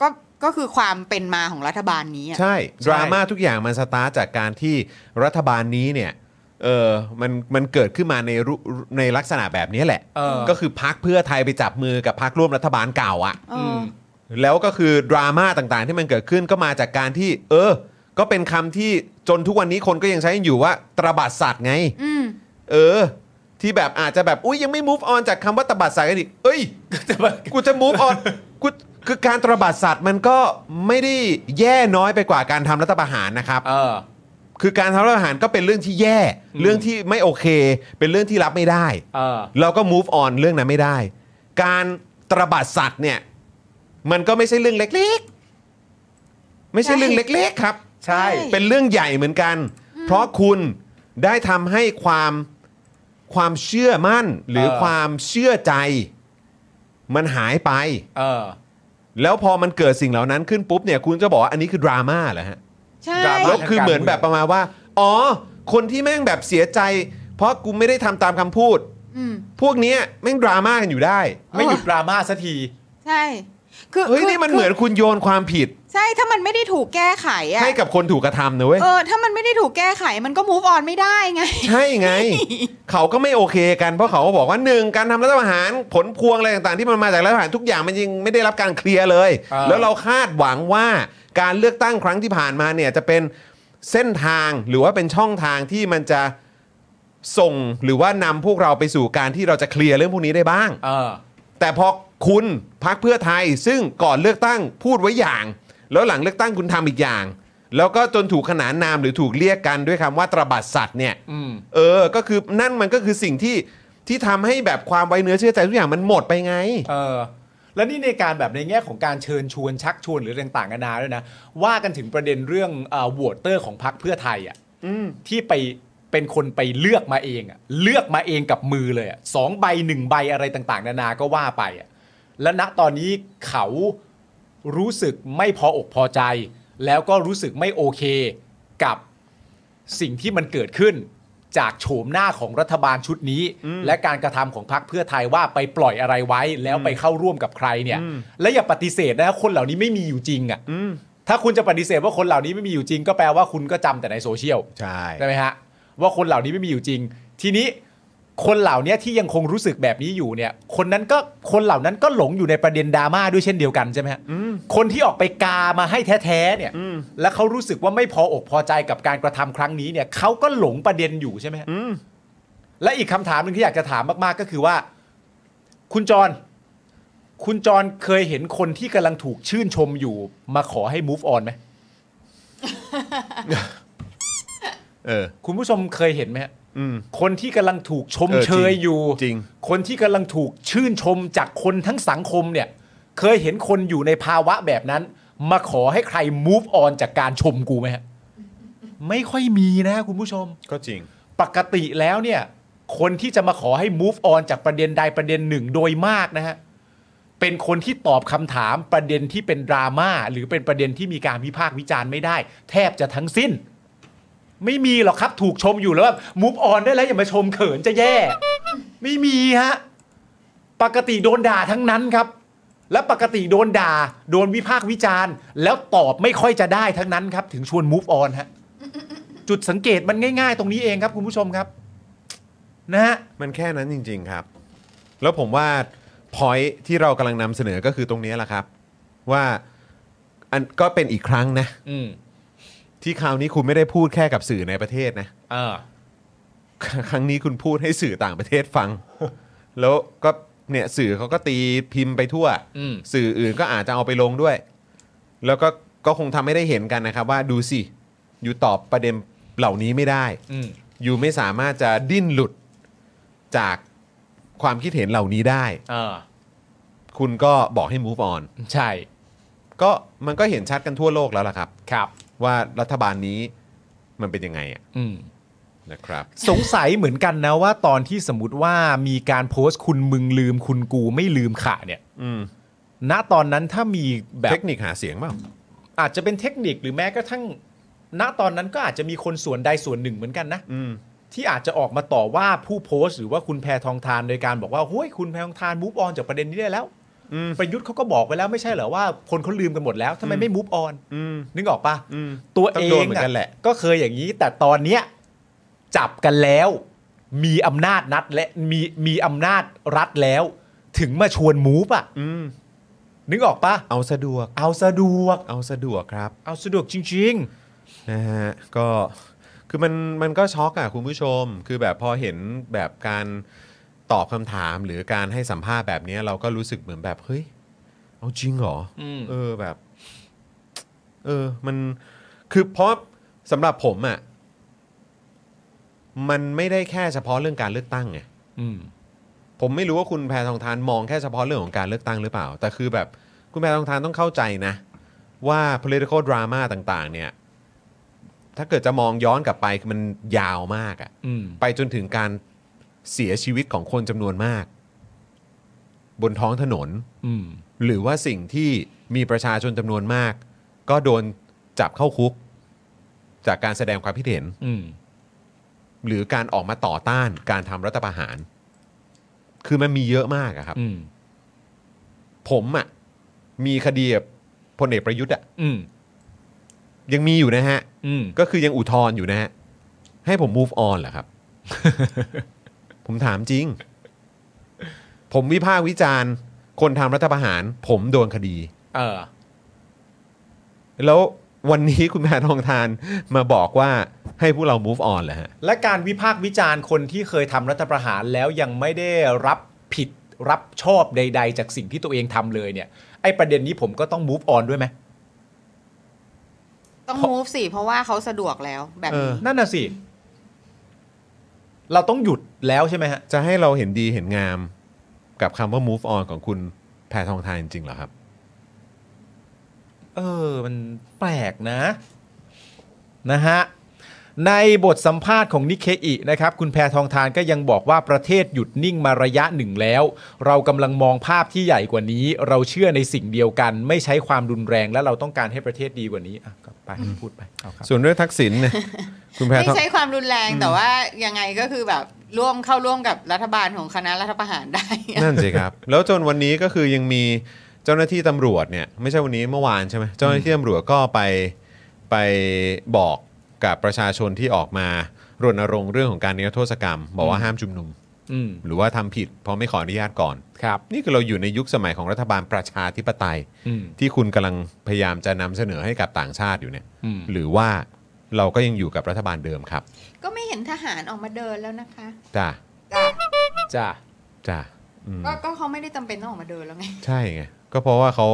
[SPEAKER 3] ก็ก็คือความเป็นมาของรัฐบาลนี้อ่ะ
[SPEAKER 1] ใช่
[SPEAKER 2] ใช่
[SPEAKER 1] ดราม่าทุกอย่างมันสตาร์ทจากการที่รัฐบาลนี้เนี่ย เออมันมันเกิดขึ้นมาในรูในลักษณะแบบนี้แหละ
[SPEAKER 2] เออ
[SPEAKER 1] ก็คือพักเพื่อไทยไปจับมือกับพักร่วมรัฐบาลเก่าอ่ะ
[SPEAKER 3] เออ
[SPEAKER 1] แล้วก็คือดราม่าต่างๆ ที่มันเกิดขึ้นก็มาจากการที่ เออ ก็เป็นคำที่จนทุกวันนี้คนก็ยังใช้กันอยู่ว่าตระบัดสัตว์ไง
[SPEAKER 3] อืม
[SPEAKER 1] เออ ที่แบบอาจจะแบบอุ้ยยังไม่ move on จากคำว่าตระบัดสัตว์กันอีกเอ้ย กูจะ move on กูคือการตระบัดสัตว์มันก็ไม่ได้แย่น้อยไปกว่าการทำรัฐประหารนะครับ
[SPEAKER 2] เออ
[SPEAKER 1] คือการทำรัฐประหารก็เป็นเรื่องที่แย่
[SPEAKER 2] อืม
[SPEAKER 1] เรื่องที่ไม่โอเค เป็นเรื่องที่รับไม่ได้
[SPEAKER 2] เออ
[SPEAKER 1] เราก็ move on เรื่องนั้นไม่ได้ การตระบัดสัตว์เนี่ย มันก็ไม่ใช่เรื่องเล็กๆ ไม่ใช่เรื่องเล็กๆครับ
[SPEAKER 2] ใช่
[SPEAKER 3] ใช่
[SPEAKER 1] เป็นเรื่องใหญ่เหมือนกัน เพราะคุณได้ทำให้ความความเชื่อมั่นหรือ
[SPEAKER 2] เออ
[SPEAKER 1] ความเชื่อใจ มันหายไป
[SPEAKER 2] เออ
[SPEAKER 1] แล้วพอมันเกิดสิ่งเหล่านั้นขึ้นปุ๊บเนี่ยคุณจะบอกว่าอันนี้คือดราม่าเหรอฮะ
[SPEAKER 3] ใช่
[SPEAKER 2] ดราม่า
[SPEAKER 1] แล้วคือเหมือนแบบประมาณว่า อ๋อ คนที่แม่งแบบเสียใจ เพราะกูไม่ได้ทำตามคำพูด
[SPEAKER 3] อืม
[SPEAKER 1] พวกเนี้ยแม่งดราม่ากันอยู่ได้
[SPEAKER 2] ไม่หยุดดราม่าสักที
[SPEAKER 3] ใช่ คือ
[SPEAKER 1] เฮ้ย
[SPEAKER 3] คื
[SPEAKER 1] นี่มันเหมือน
[SPEAKER 3] คื
[SPEAKER 1] คุณโยนความผิด
[SPEAKER 3] ใช่ ถ้ามันไม่ได้ถูกแก้ไขอ่ะ
[SPEAKER 1] ให้กับคนถูกกระทำนะเว้ย
[SPEAKER 3] เออ ถ้ามันไม่ได้ถูกแก้ไข มันก็ move on ไม่ได้ไง
[SPEAKER 1] ใช่ ไง เขาก็ไม่โอเคกันเพราะเขาก็บอกว่าหนึ่งการทำรัฐประหารผลพวงอะไรต่างๆ ที่มันมาจากรัฐประหารทุกอย่างมันยังไม่ได้รับการเคลียร์เลย
[SPEAKER 2] อ่า
[SPEAKER 1] แล้วเราคาดหวังว่าการเลือกตั้งครั้งที่ผ่านมาเนี่ยจะเป็นเส้นทางหรือว่าเป็นช่องทางที่มันจะส่งหรือว่านำพวกเราไปสู่การที่เราจะเคลียร์เรื่องพวกนี้ได้บ้าง
[SPEAKER 2] เออ
[SPEAKER 1] แต่พอคุณพักเพื่อไทยซึ่งก่อนเลือกตั้งพูดไว้อย่าง แล้วหลังเลือกตั้งคุณทำอีกอย่าง แล้วก็จนถูกขนานนามหรือถูกเรียกกันด้วยคำว่าตระบัดสัตว์เนี่ย
[SPEAKER 2] อืม
[SPEAKER 1] เออ ก็คือนั่นมันก็คือสิ่งที่ที่ทำให้แบบความไว้เนื้อเชื่อใจทุกอย่างมันหมดไปไง
[SPEAKER 2] เออและนี่ในการแบบในแง่ของการเชิญชวนชักชวนหรืออะไรต่างๆนานาด้วยนะ ว่ากันถึงประเด็นเรื่องเอ่อโหวตเตอร์ของพรรคเพื่อไทยอ่ะที่ไปเป็นคนไปเลือกมาเองอ่ะเลือกมาเองกับมือเลยอ่ะสองใบหนึ่งใบอะไรต่างๆ นานาก็ว่าไปอ่ะและณตอนนี้เขารู้สึกไม่พออกพอใจ แล้วก็รู้สึกไม่โอเคกับ สิ่งที่มันเกิดขึ้นจากโฉมหน้าของรัฐบาลชุดนี้ และการกระทำของพรรคเพื่อไทยว่าไปปล่อยอะไรไว้ แล้วไปเข้าร่วมกับใครเนี่ย และอย่าปฏิเสธนะคนเหล่านี้ไม่มีอยู่จริงอะ่ะถ้าคุณจะปฏิเสธว่าคนเหล่านี้ไม่มีอยู่จริง ก็แปลว่าคุณก็จำแต่ในโซเชียล
[SPEAKER 1] ใช่
[SPEAKER 2] ใช่ไหมฮะว่าคนเหล่านี้ไม่มีอยู่จริง ทีนี้คนเหล่านี้ที่ยังคงรู้สึกแบบนี้อยู่เนี่ย คนนั้นก็คนเหล่านั้นก็หลงอยู่ในประเด็นดราม่าด้วยเช่นเดียวกันใช่ไหมฮะคนที่ออกไปกามาให้แท้ๆเนี่ย และเขารู้สึกว่าไม่พออกพอใจกับการกระทำครั้งนี้เนี่ยเขาก็หลงประเด็นอยู่ใช่ไหมฮะและอีกคำถามหนึ่งที่อยากจะถามมากๆก็คือว่า คุณจร คุณจรเคยเห็นคนที่กำลังถูกชื่นชมอยู่ มาขอให้ move on ไหม
[SPEAKER 1] เออ
[SPEAKER 2] คุณผู้ชมเคยเห็นไหมฮะ
[SPEAKER 1] อืม
[SPEAKER 2] คนที่กำลังถูกชม
[SPEAKER 1] เออจริง
[SPEAKER 2] เชยอยู่
[SPEAKER 1] จริง
[SPEAKER 2] คนที่กำลังถูกชื่นชมจากคนทั้งสังคมเนี่ย เคยเห็นคนอยู่ในภาวะแบบนั้น มาขอให้ใคร move on จากการชมกูไหมฮะไม่ค่อยมีนะคุณผู้ชม
[SPEAKER 1] ก็จริง
[SPEAKER 2] ปกติแล้วเนี่ย คนที่จะมาขอให้ move on จากประเด็นใดประเด็นหนึ่งโดยมากนะฮะ เป็นคนที่ตอบคำถามประเด็นที่เป็นดราม่าหรือเป็นประเด็นที่มีการวิพากษ์วิจารณ์ไม่ได้ แทบจะทั้งสิ้น ไม่มีหรอกครับถูกชมอยู่แล้วแบบ move on ได้แล้วอย่ามาชมเขินจะแย่ ไม่มีฮะ ปกติโดนด่าทั้งนั้นครับ และปกติโดนด่า โดนวิพากษ์วิจารณ์ แล้วตอบไม่ค่อยจะได้ทั้งนั้นครับ ถึงชวน move on ฮะ จุดสังเกตมันง่ายๆ ตรงนี้เองครับคุณผู้ชมครับ นะฮะ
[SPEAKER 1] มันแค่นั้นจริง ๆครับ แล้วผมว่าพอยที่เรากำลังนำเสนอก็คือตรงนี้แหละครับ ว่าอันก็เป็นอีกครั้งนะ
[SPEAKER 2] อืม
[SPEAKER 1] ที่คราวนี้คุณไม่ได้พูดแค่กับสื่อในประเทศนะ
[SPEAKER 2] เออ
[SPEAKER 1] ครั้งนี้คุณพูดให้สื่อต่างประเทศฟัง แล้วก็เนี่ยสื่อเขาก็ตีพิมพ์ไปทั่ว
[SPEAKER 2] อืม
[SPEAKER 1] สื่ออื่นก็อาจจะเอาไปลงด้วย แล้วก็ก็คงทำให้ได้เห็นกันนะครับ ว่าดูสิ อยู่ตอบประเด็นเหล่านี้ไม่ได้
[SPEAKER 2] อืม
[SPEAKER 1] อยู่ไม่สามารถจะดิ้นหลุดจากความคิดเห็นเหล่านี้ได้
[SPEAKER 2] เออ
[SPEAKER 1] คุณก็บอกให้ move on
[SPEAKER 2] ใช่
[SPEAKER 1] ก็มันก็เห็นชัดกันทั่วโลกแล้วล่ะครับ
[SPEAKER 2] ครับ
[SPEAKER 1] ว่ารัฐบาลนี้มันเป็นยังไงอะ
[SPEAKER 2] อืม
[SPEAKER 1] นะครับ
[SPEAKER 2] สงสัยเหมือนกันนะว่าตอนที่สมมติว่ามีการโพสต์คุณมึงลืมคุณกูไม่ลืมค่ะเนี่ย
[SPEAKER 1] อืม
[SPEAKER 2] ณ ตอนนั้นถ้ามีแบบ
[SPEAKER 1] เทคนิคหาเสียงเปล่า
[SPEAKER 2] อาจจะเป็นเทคนิคหรือแม้กระทั่ง ณ ตอนนั้นก็อาจจะมีคนส่วนใดส่วนหนึ่งเหมือนกันนะ
[SPEAKER 1] อืม
[SPEAKER 2] ที่อาจจะออกมาต่อว่าผู้โพสต์ หรือว่าคุณแพทองทานโดยการบอกว่าห้ยคุณแพทองทานมูฟออนจากประเด็นนี้ได้แล้ว
[SPEAKER 1] อืม
[SPEAKER 2] ประยุทธ์เขาก็บอกไว้แล้วไม่ใช่เหรอว่าคนเขาลืมกันหมดแล้วทำไมไม่มูฟออน
[SPEAKER 1] อืม
[SPEAKER 2] นึกออกปะ
[SPEAKER 1] อืม
[SPEAKER 2] ตัว
[SPEAKER 1] ต้อ
[SPEAKER 2] เอง ง
[SPEAKER 1] โดนเหมือนกันแหละ
[SPEAKER 2] ก็เคยอย่างนี้ แต่ตอนเนี้ย จับกันแล้ว มีอำนาจนัดและมีมีอำนาจรัฐแล้ว ถึงมาชวนมูฟอ่ะนึกออกปะ
[SPEAKER 1] เอาสะดวก
[SPEAKER 2] เอาสะดวก
[SPEAKER 1] เอาสะดวกครับ
[SPEAKER 2] เอาสะดวกจริง
[SPEAKER 1] นะฮะก็คือมันมันก็ช็อกอะคุณผู้ชม คือแบบพอเห็นแบบการตอบคำถามหรือการให้สัมภาษณ์แบบเนี้ยเราก็รู้สึกเหมือนแบบเฮ้ยเอาจริงเหรออ
[SPEAKER 2] ม
[SPEAKER 1] เออแบบ เออมันคือเพราะสำหรับผมอะมันไม่ได้แค่เฉพาะเรื่องการเลือกตั้งไง
[SPEAKER 2] ๆ อืม
[SPEAKER 1] ผมไม่รู้ว่าคุณแพทองทานมองแค่เฉพาะเรื่องของการเลือกตั้งหรือเปล่า แต่คือแบบคุณแพทองทานต้องเข้าใจนะ ว่า political drama ต่างๆ เนี่ย ถ้าเกิดจะมองย้อนกลับไปคือมันยาวมากอะ
[SPEAKER 2] อืม
[SPEAKER 1] ไปจนถึงการเสียชีวิตของคนจำนวนมาก บนท้องถนน
[SPEAKER 2] อืม
[SPEAKER 1] หรือว่าสิ่งที่มีประชาชนจำนวนมาก ก็โดนจับเข้าคุก จากการแสดงความคิดเห็น
[SPEAKER 2] อืม
[SPEAKER 1] หรือการออกมาต่อต้านการทำรัฐประหาร คือมันมีเยอะมากอะครับ
[SPEAKER 2] อืม
[SPEAKER 1] ผมอะ่ะมีคดีกับพลเอกประยุทธ์อะ่ะ
[SPEAKER 2] อืม
[SPEAKER 1] ยังมีอยู่นะฮะ
[SPEAKER 2] อืม
[SPEAKER 1] ก็คือยังอุทธรณ์อยู่นะฮะ ให้ผม move on เหรอครับ ผมถามจริง ผมวิพากษ์วิจารณ์ คนทำรัฐประหาร ผมโดนคดี
[SPEAKER 2] เออ
[SPEAKER 1] แล้ววันนี้ คุณแพทองทานมาบอกว่าให้พวกเรา move on เหรอฮะ
[SPEAKER 2] และการวิพากษ์วิจารณ์คนที่เคยทำรัฐประหารแล้วยังไม่ได้รับผิดรับชอบใด ๆ จากสิ่งที่ตัวเองทำเลยเนี่ย ไอ้ประเด็นนี้ผมก็ต้อง move on ด้วยไหม
[SPEAKER 3] ต้อง move สิเพราะว่าเขาสะดวกแล้วแบบนี้
[SPEAKER 1] เออ
[SPEAKER 2] นั่นน่ะสิ เราต้องหยุดแล้วใช่ไหมฮะ
[SPEAKER 1] จะให้เราเห็นดีเห็นงามกับคำว่า move on ของคุณแพทองทานจริงเหรอครับ
[SPEAKER 2] เออ มันแปลกนะ นะฮะ ในบทสัมภาษณ์ของนิเคอินะครับ คุณแพทองทานก็ยังบอกว่าประเทศหยุดนิ่งมาระยะหนึ่งแล้ว เรากำลังมองภาพที่ใหญ่กว่านี้ เราเชื่อในสิ่งเดียวกัน ไม่ใช้ความรุนแรงและเราต้องการให้ประเทศดีกว่านี้อ่ะก็ไปพูดไปเอาครับ
[SPEAKER 1] ส่วนเรื่องทักษิณเนี่ยคุณแพ
[SPEAKER 3] ไม่
[SPEAKER 1] ทอง
[SPEAKER 3] ใช้ความรุนแรงแต่ว่ายังไงก็คือแบบร่วมเข้าร่วมกับรัฐบาลของคณะรัฐประหารได้
[SPEAKER 1] นั่นสิครับ แล้วจนวันนี้ก็คือยังมีเจ้าหน้าที่ตำรวจเนี่ยไม่ใช่วันนี้เมื่อวานใช่ไหมเจ้าหน้าที่ตำรวจก็ไปไปบอกกับประชาชนที่ออกมารณรงค์เรื่องของการนิรโทษกรรม บอกว่าห้ามชุมนุม
[SPEAKER 2] อืม
[SPEAKER 1] หรือว่าทำผิดเพราะไม่ขออนุญาตก่อน
[SPEAKER 2] ครับ
[SPEAKER 1] นี่คือเราอยู่ในยุคสมัยของรัฐบาลประชาธิปไตย
[SPEAKER 2] อืม
[SPEAKER 1] ที่คุณกำลังพยายามจะนำเสนอให้กับต่างชาติอยู่เนี่ย
[SPEAKER 2] อืม
[SPEAKER 1] หรือว่าเราก็ยังอยู่กับรัฐบาลเดิมครับ
[SPEAKER 3] ก็ไม่เห็นทหารออกมาเดินแล้วนะคะ
[SPEAKER 1] จ้า
[SPEAKER 2] จ้า
[SPEAKER 1] จ้าอืม
[SPEAKER 3] ก็ก็เขาไม่ได้จำเป็นต้องออกมาเดินแล้วไง
[SPEAKER 1] ใช่ไงก็เพราะว่าเขา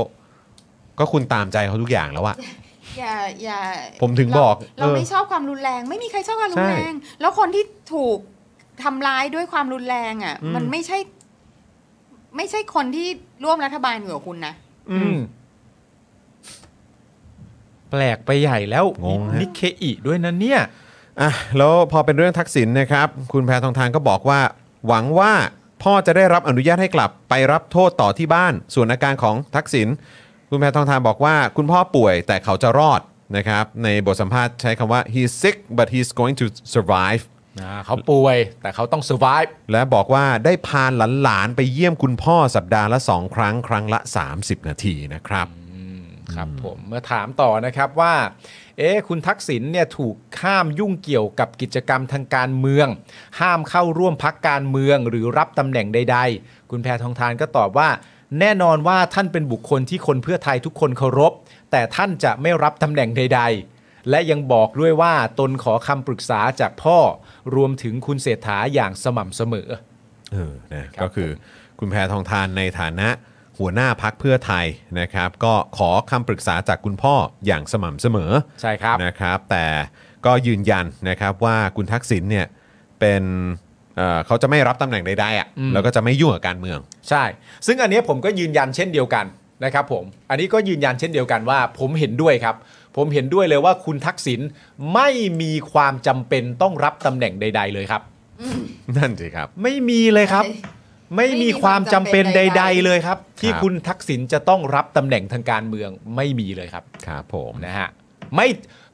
[SPEAKER 1] ก็คุณตามใจเขาทุกอย่างแล้วอะ
[SPEAKER 3] อย่าอย่า
[SPEAKER 1] ผมถึงบอก
[SPEAKER 3] เราเรา
[SPEAKER 1] เออ
[SPEAKER 3] ไม่ชอบความรุนแรง ไม่มีใครชอบความรุนแรง
[SPEAKER 1] ใช่
[SPEAKER 3] แล้วคนที่ถูกทำร้ายด้วยความรุนแรงอ่ะ
[SPEAKER 1] อืม
[SPEAKER 3] มันไม่ใช่ ไม่ใช่คนที่ร่วมรัฐบาลอยู่กับคุณนะ
[SPEAKER 2] อืม แปลกไปใหญ่แล้ว
[SPEAKER 1] งงฮะ
[SPEAKER 2] นิเคอิด้วยนะเนี่ย
[SPEAKER 1] อ่ะแล้วพอเป็นเรื่องทักษิณนะครับ คุณแพทองทานก็บอกว่า หวังว่าพ่อจะได้รับอนุญาตให้กลับไปรับโทษต่อที่บ้าน ส่วนอาการของทักษิณคุณแพทองทานบอกว่า คุณพ่อป่วยแต่เขาจะรอดนะครับ ในบทสัมภาษณ์ใช้คำว่า he's sick but he's going to survive
[SPEAKER 2] อ่าเขาป่วยแต่เขาต้อง survive
[SPEAKER 1] และบอกว่าได้พาหลานๆไปเยี่ยมคุณพ่อสัปดาห์ละ 2 ครั้งครั้งละ 30 นาทีนะครับ
[SPEAKER 2] ครับผมมาถามต่อนะครับว่า เอ๊ะคุณทักษิณเนี่ยถูกห้ามยุ่งเกี่ยวกับกิจกรรมทางการเมือง ห้ามเข้าร่วมพักการเมืองหรือรับตำแหน่งใด ๆ คุณแพทองทานก็ตอบว่า แน่นอนว่าท่านเป็นบุคคลที่คนเพื่อไทยทุกคนเคารพ แต่ท่านจะไม่รับตำแหน่งใด ๆ และยังบอกด้วยว่าตนขอคำปรึกษาจากพ่อ รวมถึงคุณเศรษฐาอย่างสม่ำเสมอ
[SPEAKER 1] เออนะครับ ก็คือคุณแพทองทานในฐานะหัวหน้าพักเพื่อไทยนะครับ ก็ขอคำปรึกษาจากคุณพ่ออย่างสม่ำเสมอ
[SPEAKER 2] ใช่ครับ
[SPEAKER 1] นะครับ แต่ก็ยืนยันนะครับว่าคุณทักษิณเนี่ยเป็นเอ่อเขาจะไม่รับตำแหน่งใดๆอะ่ะแล้วก็จะไม่ยุ่งกับการเมือง
[SPEAKER 2] ใช่ ซึ่งอันเนี้ยผมก็ยืนยันเช่นเดียวกันนะครับผม อันนี้ก็ยืนยันเช่นเดียวกันว่า ผมเห็นด้วยครับ ผมเห็นด้วยเลยว่าคุณทักษิณไม่มีความจำเป็นต้องรับตำแหน่งใด ๆ เลยครับ
[SPEAKER 1] นั่นสิครับ
[SPEAKER 2] ไม่มีเลยครับ ไม่มีความจำเป็นใด ๆ เลยครับ ที่
[SPEAKER 1] ครับ
[SPEAKER 2] คุณทักษิณจะต้องรับตำแหน่งทางการเมืองไม่มีเลยครับ
[SPEAKER 1] ครับผม
[SPEAKER 2] นะฮะไม่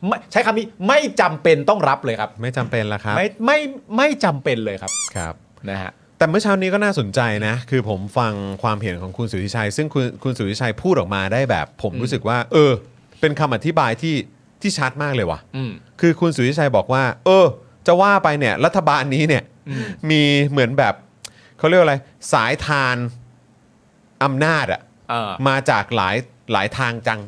[SPEAKER 2] ไม่ใช้คำนี้ไม่จำเป็นต้องรับเลยครับ
[SPEAKER 1] ไม่จำเป็นละครับ
[SPEAKER 2] ไม่ไม่ไม่จำเป็นเลยครับ
[SPEAKER 1] ครับ
[SPEAKER 2] นะฮะ
[SPEAKER 1] แต่เมื่อเช้านี้ก็น่าสนใจนะ คือผมฟังความเห็นของคุณสุทธิชัย ซึ่งคุณคุณสุทธิชัยพูดออกมาได้แบบ ผมรู้สึกว่า เออ เป็นคำอธิบายที่ที่ชัดมากเลยว่ะ
[SPEAKER 2] อืม
[SPEAKER 1] คือคุณสุทธิชัยบอกว่า เออ จะว่าไปเนี่ยรัฐบาลนี้เนี่ยมีเหมือนแบบเขาเรียกว่าอะไรสายทานอำนาจอะ
[SPEAKER 2] เออ
[SPEAKER 1] มาจากหลายหลายทางจัง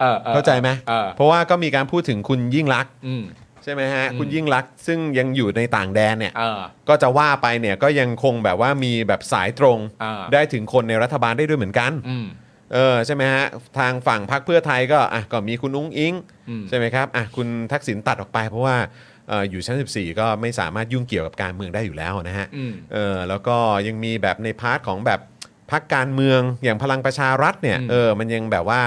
[SPEAKER 2] เออออ
[SPEAKER 1] เข้าใจไหม
[SPEAKER 2] เออ
[SPEAKER 1] เพราะว่าก็มีการพูดถึงคุณยิ่งรักษณ์
[SPEAKER 2] อืม
[SPEAKER 1] ใช่ไหมฮะ
[SPEAKER 2] อืม
[SPEAKER 1] คุณยิ่งรักษณ์ซึ่งยังอยู่ในต่างแดนเนี่ย
[SPEAKER 2] เออ
[SPEAKER 1] ก็จะว่าไปเนี่ยก็ยังคงแบบว่ามีแบบสายตรง
[SPEAKER 2] อ่า
[SPEAKER 1] ได้ถึงคนในรัฐบาลได้ด้วยเหมือนกัน
[SPEAKER 2] อืม
[SPEAKER 1] เออใช่ไหมฮะ ทางฝั่งพรรคเพื่อไทยก็อ่ะก็มีคุณอุ้งอิง
[SPEAKER 2] อืม
[SPEAKER 1] ใช่ไหมครับอ่ะคุณทักษิณตัดออกไป เพราะว่าเอ่ออยู่ชั้น 14 ก็ไม่สามารถยุ่งเกี่ยวกับการเมืองได้อยู่แล้วนะฮะ
[SPEAKER 2] อืม
[SPEAKER 1] เออแล้วก็ยังมีแบบในพาร์ทของแบบพรรคการเมืองอย่างพลังประชารัฐเนี่ย
[SPEAKER 2] อืม
[SPEAKER 1] เออมันยังแบบว่า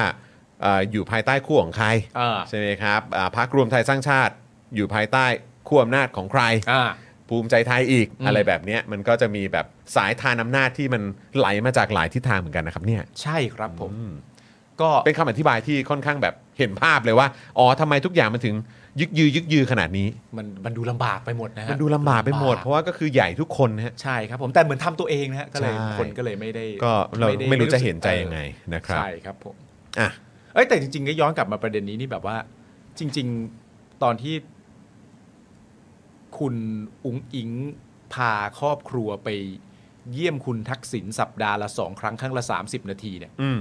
[SPEAKER 1] เอ่ออยู่ภายใต้ขั้วของใคร
[SPEAKER 2] เออ
[SPEAKER 1] ใช่ไหมครับอ่าพรรครวมไทยสร้างชาติอยู่ภายใต้ขั้วอำนาจของใคร
[SPEAKER 2] อ่า
[SPEAKER 1] ภูมิใจไทยอีก
[SPEAKER 2] อืม
[SPEAKER 1] อะไรแบบเนี้ยมันก็จะมีแบบสายทานอำนาจที่มันไหลมาจากหลายทิศทางเหมือนกันนะครับเนี่ย
[SPEAKER 2] ใช่ครับผม ก็
[SPEAKER 1] เป็นคำอธิบายที่ค่อนข้างแบบเห็นภาพเลยว่าอ๋อทำไมทุกอย่างมันถึงยึกยือยึกยือขนาดนี้
[SPEAKER 2] มันมันดูลำบากไปหมดนะฮะ
[SPEAKER 1] มันดูลำบากไปหมด เพราะว่าก็คือใหญ่ทุกคนนะฮะ
[SPEAKER 2] ใช่ครับผมแต่เหมือนทำตัวเองนะฮะก็เลย
[SPEAKER 1] ใช่
[SPEAKER 2] คนก็เลยไม่ได้
[SPEAKER 1] ก็เรา
[SPEAKER 2] ด้
[SPEAKER 1] ไม่รู้จะเห็นใจ
[SPEAKER 2] ออ
[SPEAKER 1] ยังไงนะครับ
[SPEAKER 2] ใช่ครับผม
[SPEAKER 1] อ่ะ
[SPEAKER 2] เอ้ยแต่จริงๆก็ย้อนกลับมาประเด็นนี้นี่แบบว่า จริง ๆตอนที่ คุณอุ๋งอิงพาครอบครัวไปเยี่ยมคุณทักษิณสัปดาห์ละสองครั้งครั้งละ 30 นาทีเนี่ย
[SPEAKER 1] อืม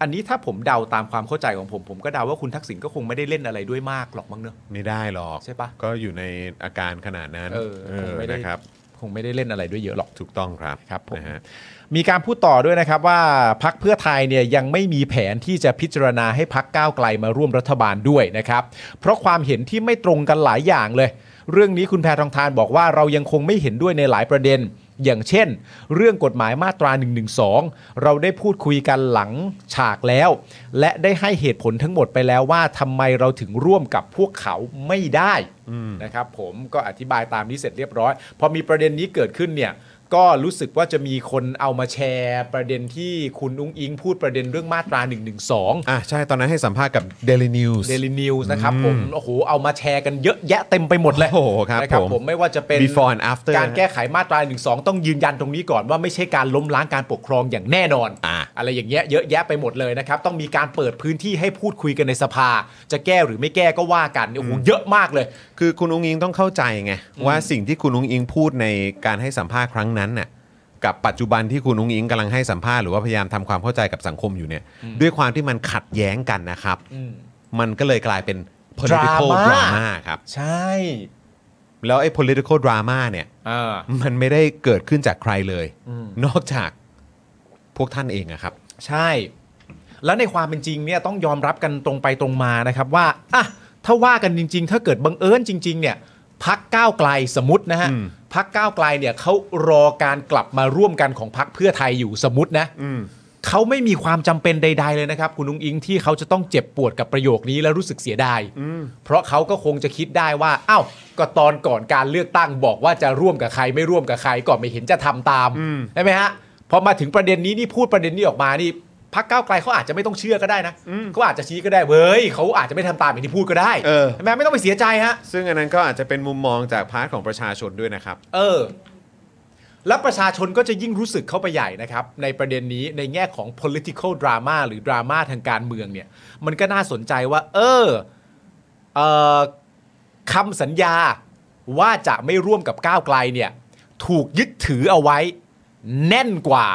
[SPEAKER 2] อันนี้ถ้าผมเดาตามความเข้าใจของผม ผมก็เดาว่าคุณทักษิณก็คงไม่ได้เล่นอะไรด้วยมากหรอกมั้งเนอะ
[SPEAKER 1] ไม่ได้หรอก
[SPEAKER 2] ใช่ปะ
[SPEAKER 1] ก็อยู่ในอาการขนาดนั้น
[SPEAKER 2] เออคงไม่ได้
[SPEAKER 1] นะครับ
[SPEAKER 2] คงไม่ได้เล่นอะไรด้วยเยอะหรอก
[SPEAKER 1] ถูกต้องครับ
[SPEAKER 2] ครับผม
[SPEAKER 1] นะฮะ
[SPEAKER 2] มีการพูดต่อด้วยนะครับว่าพักเพื่อไทยเนี่ยยังไม่มีแผนที่จะพิจารณาให้พักก้าวไกลมาร่วมรัฐบาลด้วยนะครับ เพราะความเห็นที่ไม่ตรงกันหลายอย่างเลย เรื่องนี้คุณแพทองทานบอกว่าเรายังคงไม่เห็นด้วยในหลายประเด็น อย่างเช่น เรื่องกฎหมายมาตรา1นึเราได้พูดคุยกันหลังฉากแล้ว และได้ให้เหตุผลทั้งหมดไปแล้วว่าทำไมเราถึงร่วมกับพวกเขาไม่ได้นะครับ ผมก็อธิบายตามนี้เสร็จเรียบร้อยพอมีประเด็นนี้เกิดขึ้นเนี่ย ก็รู้สึกว่าจะมีคนเอามาแชร์ประเด็นที่คุณอุ้งอิงพูดประเด็นเรื่องมาตรา1นึ
[SPEAKER 1] อ่ะใช่ตอนนั้นให้สัมภาษณ์กับ Daily News
[SPEAKER 2] เดลินิวส์นะครับผมโอ้โหเอามาแชร์กันเยอะแยะเต็มไปหมดเลย
[SPEAKER 1] โอ้โหครับ
[SPEAKER 2] นะ
[SPEAKER 1] ผม
[SPEAKER 2] ผมไม่ว่าจะเป็น
[SPEAKER 1] Before and after
[SPEAKER 2] การแก้ไขมาตรา1นึต้องยืนยันตรงนี้ก่อนว่าไม่ใช่การล้มล้างการปกครองอย่างแน่นอน
[SPEAKER 1] อ่ะ
[SPEAKER 2] อะไรอย่างเงี้ยเยอะแยะไปหมดเลยนะครับ ต้องมีการเปิดพื้นที่ให้พูดคุยกันในสภา จะแก้หรือไม่แก้ก็ว่ากันโอ้โหเยอะมากเลย
[SPEAKER 1] คือคุณอุ้งอิงต้องเข้าใจไงว่าสิ่งที่คุณอุ้งอิงพูดในการให้สัมภาษณ์ครั้งนั้นน่ะกับปัจจุบันที่คุณอุ้งอิงกำลังให้สัมภาษณ์หรือว่าพยายามทำความเข้าใจกับสังคมอยู่เนี่ย ด้วยความที่มันขัดแย้งกันนะครับ
[SPEAKER 2] อืม
[SPEAKER 1] มันก็เลยกลายเป็น political
[SPEAKER 2] Drama
[SPEAKER 1] drama ครับ
[SPEAKER 2] ใช่
[SPEAKER 1] แล้วไอ้ political drama เนี่ย
[SPEAKER 2] อ่า
[SPEAKER 1] มันไม่ได้เกิดขึ้นจากใครเลย
[SPEAKER 2] อืม
[SPEAKER 1] นอกจากพวกท่านเองอะครับ
[SPEAKER 2] ใช่ แล้วในความเป็นจริงเนี่ยต้องยอมรับกันตรงไปตรงมานะครับว่าอ่ะถ้าว่ากันจริง ๆ ถ้าเกิดบังเอิญจริง ๆ เนี่ยพักก้าวไกลสมมตินะฮะ
[SPEAKER 1] อืม
[SPEAKER 2] พักก้าวไกลเนี่ยเขารอการกลับมาร่วมกันของพักเพื่อไทยอยู่สมมตินะเขาไม่มีความจำเป็นใด ๆ เลยนะครับ คุณนุ้งอิงที่เขาจะต้องเจ็บปวดกับประโยคนี้และรู้สึกเสียดายเพราะเขาก็คงจะคิดได้ว่าอ้าวก็ตอนก่อนการเลือกตั้งบอกว่าจะร่วมกับใครไม่ร่วมกับใครก็ไม่เห็นจะทำตามใช่ไหมฮะพอมาถึงประเด็นนี้นี่พูดประเด็นนี้ออกมานี่ พักก้าวไกลเขาอาจจะไม่ต้องเชื่อก็ได้นะเขาอาจจะชี้ก็ได้เว้ยเขาอาจจะไม่ทำตามอย่างที่พูดก็ได้
[SPEAKER 1] เออ
[SPEAKER 2] ใช่ไหมไม่ต้องไปเสียใจฮะ
[SPEAKER 1] ซึ่งอันนั้นก็อาจจะเป็นมุมมองจากพาร์ทของประชาชนด้วยนะครับ
[SPEAKER 2] เออ แล้วประชาชนก็จะยิ่งรู้สึกเข้าไปใหญ่นะครับ ในประเด็นนี้ในแง่ของ political drama หรือดราม่าทางการเมืองเนี่ย มันก็น่าสนใจว่า เออเออคำสัญญาว่าจะไม่ร่วมกับก้าวไกลเนี่ย ถูกยึดถือเอาไว้ แน่นกว่า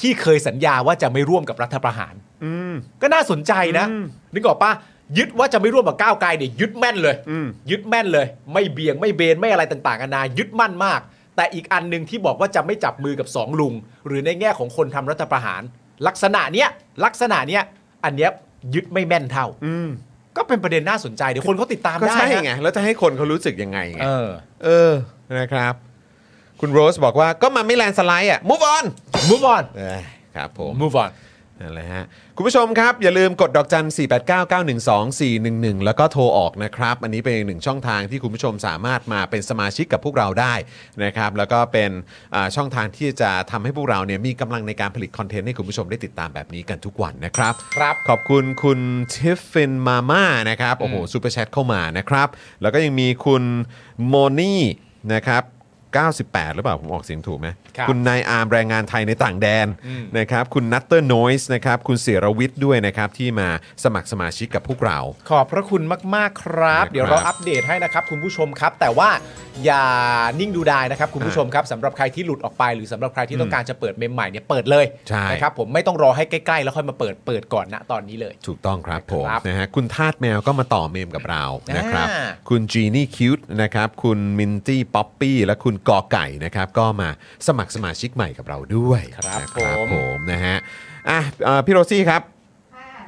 [SPEAKER 2] ที่เคยสัญญาว่าจะไม่ร่วมกับรัฐประหาร
[SPEAKER 1] อืม
[SPEAKER 2] ก็น่าสนใจนะนึกออกปะยึดว่าจะไม่ร่วมกับก้าวไกลเนี่ยยึดแม่นเลย
[SPEAKER 1] อืม
[SPEAKER 2] ยึดแม่นเลย ไม่เบี่ยงไม่เบนไม่อะไรต่างๆนานายึดมั่นมาก แต่อีกอันหนึ่งที่บอกว่าจะไม่จับมือกับสองลุง หรือในแง่ของคนทำรัฐประหาร ลักษณะเนี้ยลักษณะเนี้ยอันเนี้ยยึดไม่แม่นเท่า
[SPEAKER 1] อืม
[SPEAKER 2] ก็เป็นประเด็นน่าสนใจเดี๋ยวคนเขาติดตาม
[SPEAKER 1] ก็
[SPEAKER 2] ได้
[SPEAKER 1] ใช่
[SPEAKER 2] นะ
[SPEAKER 1] ไงแล้วจะให้คนเขารู้สึกยังไงไง
[SPEAKER 2] เออ
[SPEAKER 1] เออ นะครับ คุณโรสบอกว่าก็มันไม่แลนสไลด์อ่ะ move on
[SPEAKER 2] move on
[SPEAKER 1] เอ้ยครับผม
[SPEAKER 2] move on
[SPEAKER 1] นั่นแหละฮะ คุณผู้ชมครับ อย่าลืมกดดอกจัน 4 8 9 9 1 2 4 1 1 แล้วก็โทรออกนะครับ อันนี้เป็นอีกหนึ่งช่องทางที่คุณผู้ชมสามารถมาเป็นสมาชิกกับพวกเราได้นะครับ แล้วก็เป็นอ่าช่องทางที่จะทำให้พวกเราเนี่ยมีกำลังในการผลิตคอนเทนต์ให้คุณผู้ชมได้ติดตามแบบนี้กันทุกวันนะครับ
[SPEAKER 2] ครับ
[SPEAKER 1] ขอบคุณคุณทิฟฟินมาม่านะครับ โอ้โหซูเปอร์แชทเข้ามานะครับ แล้วก็ยังมีคุณโมนี่นะครับ 98 หรือเปล่า ผมออกเสียงถูกไหม
[SPEAKER 2] ครับ
[SPEAKER 1] ณนายอาร์มแรงงานไทยในต่างแดน
[SPEAKER 2] อืม
[SPEAKER 1] นะครับคุณนัตเตอร์นอยส์นะครับคุณเสียรวิทย์ด้วยนะครับ ที่มาสมัครสมาชิกกับพวกเรา
[SPEAKER 2] ขอบพระคุณมาก ๆ ครับ
[SPEAKER 1] นะครับ
[SPEAKER 2] เดี๋ยวเราอัปเดตให้นะครับคุณผู้ชมครับ แต่ว่าอย่านิ่งดูดายนะครับคุณผู้ชมครับสำหรับใครที่หลุดออกไป หรือสำหรับใครที่ต้องการจะเปิดเมมใหม่เนี่ยเปิดเลย
[SPEAKER 1] ใช่
[SPEAKER 2] นะครับผมไม่ต้องรอให้ใกล้ ๆ แล้วค่อยมาเปิดเปิดก่อนนะตอนนี้เลย
[SPEAKER 1] ถูกต้องครับผม
[SPEAKER 2] ครับ
[SPEAKER 1] นะฮะคุณทาดแมวก็มาต่อเมมกับเรานะครับ
[SPEAKER 2] อ่า
[SPEAKER 1] คุณจีนี่คิวต์นะครับ คุณมินตี้ป๊อปปี้และคุณกอไก่นะครับ ก็มาสมัครสมาชิกใหม่กับเราด้วย
[SPEAKER 2] ครับ
[SPEAKER 1] นะ
[SPEAKER 2] ผม
[SPEAKER 1] ผมนะฮะอ่ะเอ่อพี่โรซี่ครับ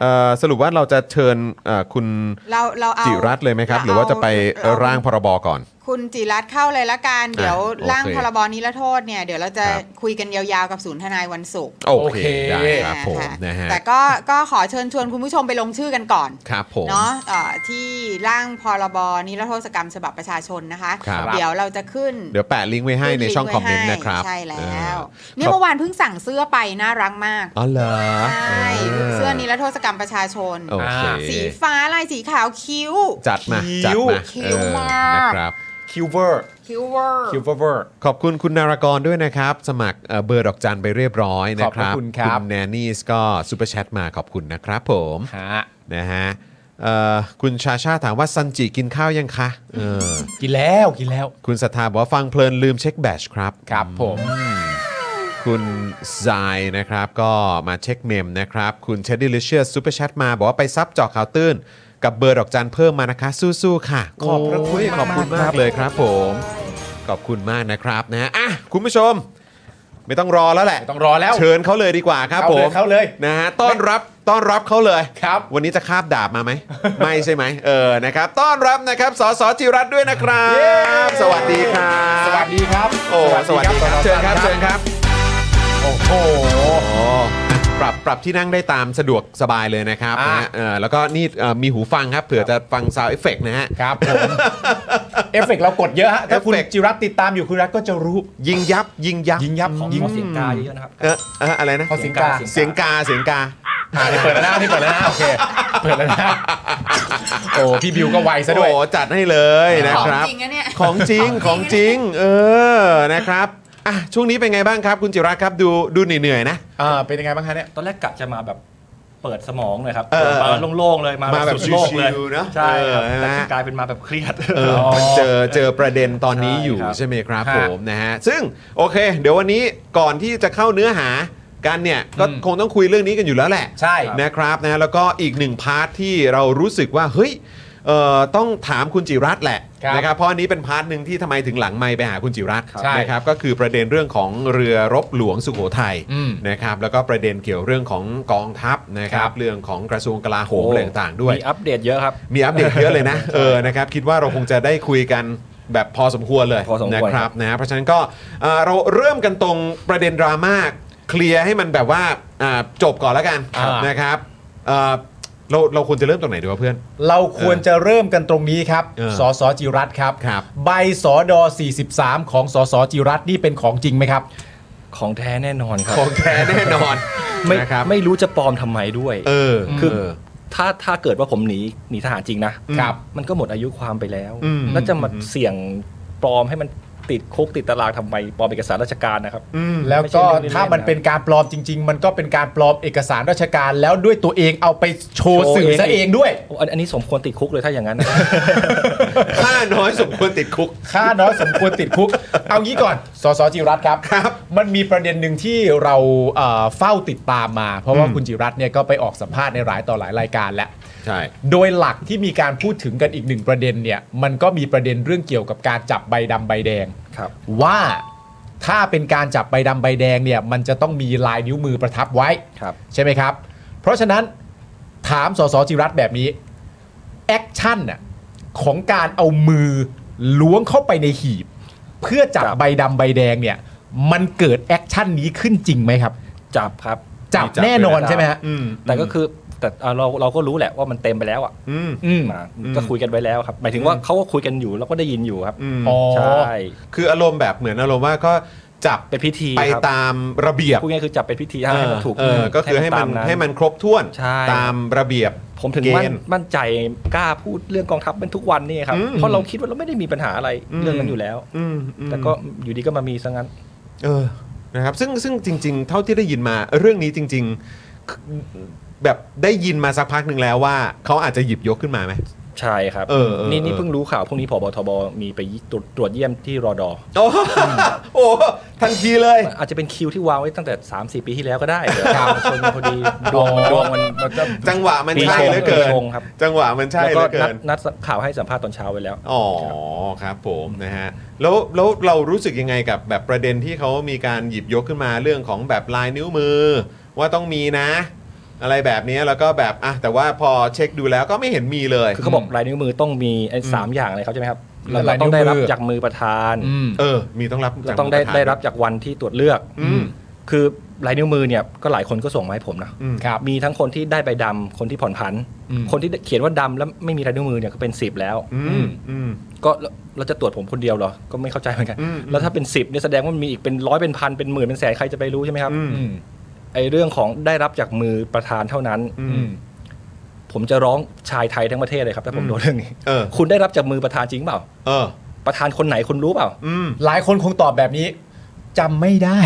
[SPEAKER 1] เอ่อสรุปว่าเราจะเชิญเอ่อคุณ
[SPEAKER 3] เราเราเอา
[SPEAKER 1] จิรัตน์เลยไหมครับ หรือว่าจะไป
[SPEAKER 3] เอ
[SPEAKER 1] ร่างพรบก่อน
[SPEAKER 3] คุณจิรัตน์เข้าเลยละกัน เดี๋ยว
[SPEAKER 1] อ่ะโอเค
[SPEAKER 3] ร่างพรบนี้ละโทษเนี่ยเดี๋ยวเราจะ
[SPEAKER 1] ครับ
[SPEAKER 3] คุยกันยาวๆกับศูนย์ทนายวันศุกร์
[SPEAKER 1] โอ
[SPEAKER 2] โอ
[SPEAKER 1] เค
[SPEAKER 2] เค
[SPEAKER 1] ได้ครับผม
[SPEAKER 3] ค่ะ
[SPEAKER 1] นะฮะ
[SPEAKER 3] แต่ก็ก็ขอเชิญชวนคุณผู้ชมไปลงชื่อกันก่อน
[SPEAKER 1] ครับผม
[SPEAKER 3] เนาะเอ่อที่ร่างพรบนิรโทษกรรมฉบับประชาชนนะคะ
[SPEAKER 1] ครับ
[SPEAKER 3] เดี๋ยวเราจะขึ้น
[SPEAKER 1] เดี๋ยวแปะลิงก์ไว้ให้ในช่องค
[SPEAKER 3] ลิก
[SPEAKER 1] อม
[SPEAKER 3] ไว้
[SPEAKER 1] เมนต์นะค
[SPEAKER 3] ให้
[SPEAKER 1] รับ
[SPEAKER 3] ใช่แล
[SPEAKER 1] เอ้
[SPEAKER 3] ว
[SPEAKER 1] อ
[SPEAKER 3] เนี่ยเมื่อวานเพิ่งสั่งเสื้อไปน่ารักมาก
[SPEAKER 1] อ๋อเหรอ
[SPEAKER 3] ใช่
[SPEAKER 1] เออ
[SPEAKER 3] เสื้อนิรโทษกรรมประชาชน
[SPEAKER 1] โอเค
[SPEAKER 3] สีฟ้าลายสีขาวคิ้ว
[SPEAKER 1] จัดมาจัดมา
[SPEAKER 3] คิ้
[SPEAKER 1] เอ
[SPEAKER 3] ว
[SPEAKER 1] อ
[SPEAKER 3] มาก
[SPEAKER 1] นะครับ
[SPEAKER 2] คิวเวอร์
[SPEAKER 3] คิ้วเวอร์
[SPEAKER 2] คิวเวอร์
[SPEAKER 1] ขอบคุณคุณนารากรด้วยนะครับ สมัครเอ่อเบอร์ดอกจันไปเรียบร้อยนะครั
[SPEAKER 2] ขอ
[SPEAKER 1] บบ
[SPEAKER 2] พระคุณครับ
[SPEAKER 1] ณแนนนี่ก็ซูเปอร์แชทมาขอบคุณนะครับผม
[SPEAKER 2] ฮะ
[SPEAKER 1] นะฮะเอ่อคุณชาชาถามว่าซันจิกินข้าวยังคะเออ
[SPEAKER 2] กินแล้วกินแล้ว
[SPEAKER 1] คุณศรัทธาบอกว่าฟังเพลินลืมเช็คแบตชครับ
[SPEAKER 2] ครับผม
[SPEAKER 1] คุณไซนะครับก็มาเช็คเมมนะครับ คุณเชดดี้ลิเชียสซูเปอร์แชทมาบอกว่าไปซับเจอข่าวตื้น กับเบอร์ดอกจันเพิ่มมานะคะ สู้ๆค่ะ
[SPEAKER 2] ขอบพระคุณ
[SPEAKER 1] โยขอบคุณมาม
[SPEAKER 2] าก ก
[SPEAKER 1] เลยครับผม ขอบคุณมากนะครับนะฮะอ่ะคุณผู้ชม ไม่ต้องรอแล้วแหละ
[SPEAKER 2] ไม่ต้องรอแล้ว
[SPEAKER 1] เชิญเขาเลยดีกว่าครับผ
[SPEAKER 2] เข้าเลย
[SPEAKER 1] ม
[SPEAKER 2] เข้าเลย
[SPEAKER 1] นะฮะต้อนรับต้อนรับเขาเลย
[SPEAKER 2] ครับ
[SPEAKER 1] วันนี้จะคาบดาบมาไหม ไม่ใช่ไหมเออนะครับต้อนรับนะครับสสจิรัตน์ด้วยนะครับ สวัสดีครับ
[SPEAKER 2] สวัสดีครับ
[SPEAKER 1] โอ้สวัสดีครับเชิญครับเชิญครับ
[SPEAKER 2] โอ้โห
[SPEAKER 1] อ๋อปรับปรับที่นั่งได้ตามสะดวกสบายเลยนะครับ
[SPEAKER 2] อ่ะ
[SPEAKER 1] นะฮะเออแล้วก็นี่เอ่อมีหูฟังครับเผื่อจะฟังซาวเอฟเฟกนะฮะ
[SPEAKER 2] ครับผม เอฟเฟกต์เรากดเยอะฮะถ้าคุณ
[SPEAKER 1] Effect
[SPEAKER 2] จิรัตน์ติดตามอยู่คุณรัตน์ก็จะรู้
[SPEAKER 1] ยิงยับยิงยับ
[SPEAKER 2] ยิงยับ
[SPEAKER 5] ขอ
[SPEAKER 2] ยิง
[SPEAKER 5] ขอเสียงกาเยอะๆนะครับ
[SPEAKER 1] เออเอออะไรนะ
[SPEAKER 2] ขอเสียงกา
[SPEAKER 1] เสียงกาเสียงกา
[SPEAKER 2] อ่านี่เปิดแล้วนะนี่เปิดแล้วนะโอเค เปิดแล้วนะ โอ้ พี่บิวก็ไวซะด้วย
[SPEAKER 1] โอ้จัดให้เลยนะครับ
[SPEAKER 3] ของจริงนะเนี่ย
[SPEAKER 1] ของจริงของจริง เออนะครับอ่ะช่วงนี้เป็นไงบ้างครับ คุณจิรัตน์ครับดูดูเหนื่อยๆนะ
[SPEAKER 2] อ่า เป็นยังไงบ้างคะเนี่ย
[SPEAKER 5] ตอนแรกกะจะมาแบบเปิดสมองเลยครับ
[SPEAKER 1] เออ
[SPEAKER 5] มาโล่งๆเลยมา
[SPEAKER 1] มาแบบ
[SPEAKER 5] สุดโลกเลย
[SPEAKER 1] ชิวๆเนอะ
[SPEAKER 5] ใช่ครับ
[SPEAKER 1] เออ
[SPEAKER 5] แต่
[SPEAKER 1] ฮะ
[SPEAKER 5] กลายเป็นมาแบบเครียด
[SPEAKER 1] เออมันเจอเจอประเด็นตอนนี้อยู่
[SPEAKER 5] ใช่ครับ
[SPEAKER 1] ใช่ไหมครับ
[SPEAKER 2] ฮะ
[SPEAKER 1] ผมนะฮะซึ่งโอเค เดี๋ยววันนี้ก่อนที่จะเข้าเนื้อหากันเนี่ยก็
[SPEAKER 2] อืม
[SPEAKER 1] คงต้องคุยเรื่องนี้กันอยู่แล้วแหละ
[SPEAKER 2] ใช่
[SPEAKER 1] นะครับนะแล้วก็อีกหนึ่งพาร์ทที่เรารู้สึกว่าเฮ้ยเอ่อต้องถามคุณจิรัตน์แหละ
[SPEAKER 2] ครับ
[SPEAKER 1] นะครับเพราะอันนี้เป็นพาร์ทหนึ่งที่ทำไมถึงหลังไม่ไปหาคุณจิรัตน์
[SPEAKER 2] ใช่
[SPEAKER 1] นะครับก็คือประเด็นเรื่องของเรือรบหลวงสุโขทัย
[SPEAKER 2] อืม
[SPEAKER 1] นะครับแล้วก็ประเด็นเกี่ยวเรื่องของกองทัพนะค
[SPEAKER 2] ค
[SPEAKER 1] รั
[SPEAKER 2] รั
[SPEAKER 1] บบ เรื่องของกระทรวงกลาโหมอะไรต่างๆด้วย
[SPEAKER 5] มีอัปเดตเยอะครับ
[SPEAKER 1] มีอัปเดตเยอะเลย นะ เออ นะครับ คิดว่าเราคงจะได้คุยกันแบบพอสมควรเลย
[SPEAKER 5] พอสม
[SPEAKER 1] นะ
[SPEAKER 5] ควร
[SPEAKER 1] ค
[SPEAKER 5] ครั
[SPEAKER 1] รับบ นะ เพราะฉะนั้นก็เอ่อเราเริ่มกันตรงประเด็นดราม่าเคลียร์ให้มันแบบว่าอ่าจบก่อนแล้วกัน
[SPEAKER 2] ครับ
[SPEAKER 1] นะครับเอ่อเราเราควรจะเริ่มตรงไหนดีวะเพื่อน
[SPEAKER 2] เราควรจะเริ่มกันตรงนี้ครับ
[SPEAKER 1] เออ
[SPEAKER 2] สสจิรัตน์ครับ
[SPEAKER 1] ครับ
[SPEAKER 2] ใบสอดอ43 ของสสจิรัตน์นี่เป็นของจริงไหมครับ
[SPEAKER 5] ของแท้แน่นอนครับ
[SPEAKER 1] ของแท้แน่นอน
[SPEAKER 5] ไม่
[SPEAKER 1] นะครับ
[SPEAKER 5] ไม่รู้จะปลอมทำไมด้วย
[SPEAKER 1] เออ
[SPEAKER 5] คือ
[SPEAKER 1] เออ
[SPEAKER 5] ถ้าถ้าเกิดว่าผมหนีหนีทหารจริงนะครับ มันก็หมดอายุความไปแล้ว
[SPEAKER 1] อืม
[SPEAKER 5] แล้วจะมาเสี่ยงปลอมให้มันติดคุกติดตารางทำไมปลอมเอกสารราชการนะครับ
[SPEAKER 1] อืม
[SPEAKER 2] แล้วก็
[SPEAKER 5] ไม่ใช่เรื่องเล่นๆ
[SPEAKER 2] ถ้ามันเป็นการปลอมจริง ๆ มันก็เป็นการปลอมเอกสารราชการ แล้วด้วยตัวเองเอาไปโชว์
[SPEAKER 5] โชว์
[SPEAKER 2] สื่อ
[SPEAKER 5] เอง
[SPEAKER 2] ซะเองด้วย
[SPEAKER 5] โอ้อันอันนี้สมควรติดคุกเลยถ้าอย่างนั้นนะ
[SPEAKER 1] ค่าน้อยสมควรติดคุก
[SPEAKER 2] ค่าน้อยสมควรติดคุก เอางี้ก่อน สสจิรัตน์ครับ
[SPEAKER 1] ครับ
[SPEAKER 2] มันมีประเด็นหนึ่งที่เราเอ่อเฝ้าติดตามมา เพราะว่าคุณจิรัตน์เนี่ยก็ไปออกสัมภาษณ์ในหลายต่อหลายรายการแล้ว
[SPEAKER 1] ใช่
[SPEAKER 2] โดยหลักที่มีการพูดถึงกันอีกหนึ่งประเด็นเนี่ย มันก็มีประเด็นเรื่องเกี่ยวกับการจับใบดำใบแดง
[SPEAKER 5] ครับ
[SPEAKER 2] ว่าถ้าเป็นการจับใบดำใบแดงเนี่ยมันจะต้องมีลายนิ้วมือประทับไว้
[SPEAKER 5] ครับ
[SPEAKER 2] ใช่ไหมครับ เพราะฉะนั้นถามสสจิรัตน์แบบนี้แอคชั่นน่ะของการเอามือล้วงเข้าไปในหีบ เพื่อจับ
[SPEAKER 5] ครับ
[SPEAKER 2] ใบดำใบแดงเนี่ยมันเกิดแอคชั่นนี้ขึ้นจริงไหมครับ
[SPEAKER 5] จับครับ
[SPEAKER 2] จับ
[SPEAKER 1] มีจับ
[SPEAKER 2] แน่นอนใช่ไหมฮะ
[SPEAKER 1] อืม
[SPEAKER 5] แต่ก็คือแต่อ่าเราเราก็รู้แหละว่ามันเต็มไปแล้วอ่ะ
[SPEAKER 1] อืม
[SPEAKER 2] อืม
[SPEAKER 5] มา
[SPEAKER 1] อืม
[SPEAKER 5] ก็คุยกันไว้แล้วครับหมายถึงว่าเขาก็คุยกันอยู่เราก็ได้ยินอยู่ครับ
[SPEAKER 1] อืม
[SPEAKER 2] อ๋อ
[SPEAKER 5] ใช่
[SPEAKER 1] คืออารมณ์แบบเหมือนอารมณ์ว่าก็ จับ
[SPEAKER 5] เป็นพิธี
[SPEAKER 1] ไป
[SPEAKER 5] ครับ
[SPEAKER 1] ตามระเบียบ
[SPEAKER 5] พูดง่ายๆคือจับเป็นพิธีให้มันถูก
[SPEAKER 1] เออก็คือให้มัน
[SPEAKER 5] ตา
[SPEAKER 1] ให้มันครบถ้วน
[SPEAKER 5] ใช่
[SPEAKER 1] ตามระเบียบ
[SPEAKER 5] ผมถึง
[SPEAKER 1] เกณฑ์
[SPEAKER 5] มั่นมั่นใจกล้าพูดเรื่องกองทัพเป็นทุกวันนี่ครับ
[SPEAKER 1] อืม
[SPEAKER 5] เพราะเราคิดว่าเราไม่ได้มีปัญหาอะไร
[SPEAKER 1] อืม
[SPEAKER 5] เรื่องนั้นอยู่แล้ว
[SPEAKER 1] อืมอืม
[SPEAKER 5] แต่ก็อยู่ดีก็มามีซะงั้น
[SPEAKER 1] เออ นะครับ ซึ่งซึ่งจริง ๆ เท่าที่ได้ยินมาเรื่องนี้จริง ๆ คือแบบได้ยินมาสักพักหนึ่งแล้วว่าเขาอาจจะหยิบยกขึ้นมาไหม
[SPEAKER 5] ใช่ครับ
[SPEAKER 1] เออเออ
[SPEAKER 5] นี่
[SPEAKER 1] เออ
[SPEAKER 5] นี่เพิ่งรู้ข่าวพรุ่งนี้พบทบมีไปตรวจตรวจเยี่ยมที่รอดอ
[SPEAKER 1] โอ้โหโอ้โหทันทีเลย
[SPEAKER 5] อาจจะเป็นคิวที่วางไว้ตั้งแต่ 3-4 ปีที่แล้ว ก็ได้เดี๋ยวข่าวมันชนกันพอดีดวงดวงมันมันจะ
[SPEAKER 1] จังหวะมัน
[SPEAKER 5] ปี
[SPEAKER 1] ใช่
[SPEAKER 5] ชง
[SPEAKER 1] เหลือเกิน
[SPEAKER 5] ปีชงครับ
[SPEAKER 1] จังหวะมันใช่
[SPEAKER 5] แล้ว
[SPEAKER 1] เหลือ
[SPEAKER 5] ก็
[SPEAKER 1] เกิ
[SPEAKER 5] นัด
[SPEAKER 1] น
[SPEAKER 5] นัดข่าวให้สัมภาษณ์ตอนเช้าไว้แล้ว
[SPEAKER 1] อ๋อครับผมนะฮะแล้วแล้วเรารู้สึกยังไงกับแบบประเด็นที่เขามีการหยิบยกขึ้นมาเรื่องของแบบลายนิ้วมือ ว่าต้องมีนะ อะไรแบบนี้แล้วก็แบบอ่ะแต่ว่าพอเช็คดูแล้วก็ไม่เห็นมีเลย
[SPEAKER 5] คือเขาบอกลายนิ้วมือต้องมีไอ้สามอย่างเลยครับใช่ไหมครับ
[SPEAKER 2] อืม
[SPEAKER 5] เราต้องได้รับ
[SPEAKER 2] ลายนิ้วมือ
[SPEAKER 5] จากมือประธาน
[SPEAKER 2] อืม
[SPEAKER 1] เออ มีต้องรับ
[SPEAKER 5] เรา
[SPEAKER 1] จาก
[SPEAKER 5] ต้องได้
[SPEAKER 1] ผู้ประธาน
[SPEAKER 5] ได้รับจากวันที่ตรวจเลือก
[SPEAKER 1] อืม
[SPEAKER 5] คือลายนิ้วมือเนี่ยก็หลายคนก็ส่งมาให้ผมนะ
[SPEAKER 1] อืม
[SPEAKER 2] ครับ
[SPEAKER 5] มีทั้งคนที่ได้ใบดำคนที่ผ่อนผัน
[SPEAKER 2] อืม
[SPEAKER 5] คนที่เขียนว่าดำแล้วไม่มีลายนิ้วมือเนี่ยก็เป็น 10 แล้ว
[SPEAKER 1] อืมอืม
[SPEAKER 5] ก็แล้วเราจะตรวจผมคนเดียวเหรอ ก็ไม่เข้าใจเหมือนกัน
[SPEAKER 1] อืมอืม
[SPEAKER 5] แล้วถ้าเป็น 10เนี่ยแสดงว่ามันมีอีกเป็นร้อยเป็นพันเป็นหมื่นเป็นแสนใครจะไปรู้ใช่ไหมครับ
[SPEAKER 1] อืม
[SPEAKER 2] อืม
[SPEAKER 5] ไอ้เรื่องของได้รับจากมือประธานเท่านั้น
[SPEAKER 1] อื
[SPEAKER 2] อื
[SPEAKER 1] ม
[SPEAKER 2] ม
[SPEAKER 5] ผมจะร้องชายไทยทั้งประเทศเลยครับถ้าผม
[SPEAKER 1] อืม
[SPEAKER 5] โดนเรื่องนี้
[SPEAKER 1] เออ
[SPEAKER 5] คุณได้รับจากมือประธานจริงเปล่า
[SPEAKER 1] เออ
[SPEAKER 5] ประธานคนไหนคุณรู้เปล่า
[SPEAKER 1] อืม
[SPEAKER 2] หลายคนคงตอบแบบนี้จำไม่ได้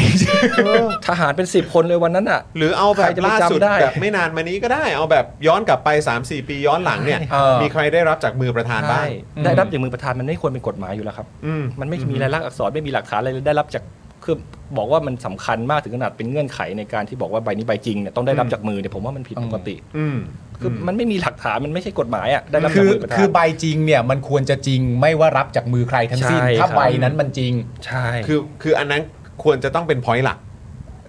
[SPEAKER 5] ทหารเป็นสิบคนเลยวันนั้นอ่ะ
[SPEAKER 1] หรือเอาแบ
[SPEAKER 5] ใค
[SPEAKER 1] บ
[SPEAKER 5] รจะไป
[SPEAKER 1] ล่าสุด
[SPEAKER 5] จำได้
[SPEAKER 1] แบบไม่นานมานี้ก็ได้ เอาแบบย้อนกลับไป 3-4 ปีย้อนหลังเนี่ย
[SPEAKER 2] เออ
[SPEAKER 1] มีใครได้รับจากมือประธานบ้า
[SPEAKER 5] ใช่
[SPEAKER 1] ง
[SPEAKER 5] ได้รับจากมือประธานมันไม่ควรเป็นกฎหมายอยู่แล้วครับ
[SPEAKER 1] อืม
[SPEAKER 5] มันไม่มีรายลักษณ์อักษรไม่มีหลักฐานอะไรเลยได้รับจากคือบอกว่ามันสำคัญมากถึงขนาดเป็นเงื่อนไขในการที่บอกว่าใบนี้ใบจริงเนี่ยต้องได้รับ
[SPEAKER 1] อืม
[SPEAKER 5] จากมือเนี่ยผมว่ามันผิดปกติ
[SPEAKER 1] อืม
[SPEAKER 5] คือมันไม่มีหลักฐานมันไม่ใช่กฎหมายอ่ะได้รับ
[SPEAKER 2] คือ
[SPEAKER 5] จากมือประธาน
[SPEAKER 2] คือใบจริงเนี่ยมันควรจะจริงไม่ว่ารับจากมือใครทั้งสิ้น
[SPEAKER 5] ใช่
[SPEAKER 2] ถ้า
[SPEAKER 5] ครับ
[SPEAKER 2] ใบนั้นมันจริง
[SPEAKER 5] ใช่
[SPEAKER 1] คือคืออันนั้นควรจะต้องเป็น point หลัก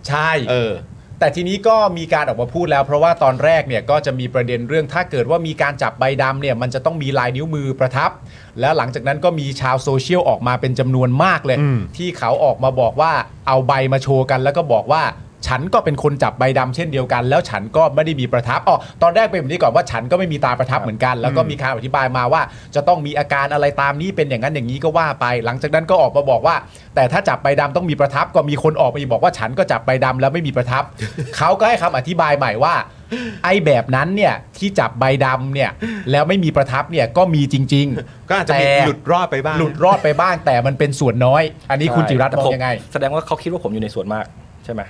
[SPEAKER 2] ใช่
[SPEAKER 1] เออ
[SPEAKER 2] แต่ทีนี้ก็มีการออกมาพูดแล้ว เพราะว่าตอนแรกเนี่ยก็จะมีประเด็นเรื่องถ้าเกิดว่ามีการจับใบดำเนี่ยมันจะต้องมีลายนิ้วมือประทับ แล้วหลังจากนั้นก็มีชาวโซเชียลออกมาเป็นจำนวนมากเลย
[SPEAKER 1] อืม
[SPEAKER 2] ที่เขาออกมาบอกว่าเอาใบมาโชว์กัน แล้วก็บอกว่าฉันก็เป็นคนจับใบดำเช่นเดียวกัน แล้วฉันก็ไม่ได้มีประทับอ๋อตอนแรกเป็นแบบนี้ก่อนว่าฉันก็ไม่มีตาประทับเหมือนกัน แล้วก็มีการอธิบายมาว่า จะต้องมีอาการอะไรตามนี้เป็นอย่างนั้นอย่างนี้ก็ว่าไป หลังจากนั้นก็ออกมาบอกว่า แต่ถ้าจับใบดำต้องมีประทับก็มีคนออกมาอีกบอกว่าฉันก็จับใบดำแล้วไม่มีประทับ เขาก็ให้คำอธิบายใหม่ว่า ไอ้แบบนั้นเนี่ยที่จับใบดำเนี่ยแล้วไม่มีประทับเนี่ยก็มีจริง ๆ
[SPEAKER 1] ก็อาจจะมี
[SPEAKER 2] แต่
[SPEAKER 1] หลุดรอดไปบ้าง
[SPEAKER 2] หลุดรอดไปบ้างแต่มันเป็นส่วนน้อย อันนี้คุณจิรัตน์
[SPEAKER 5] แต่
[SPEAKER 2] มอง
[SPEAKER 5] ผม
[SPEAKER 2] ยังไง
[SPEAKER 5] แสดงว่าเขาคิดว่าผมอยู่ในส่วนมากใช่ไหม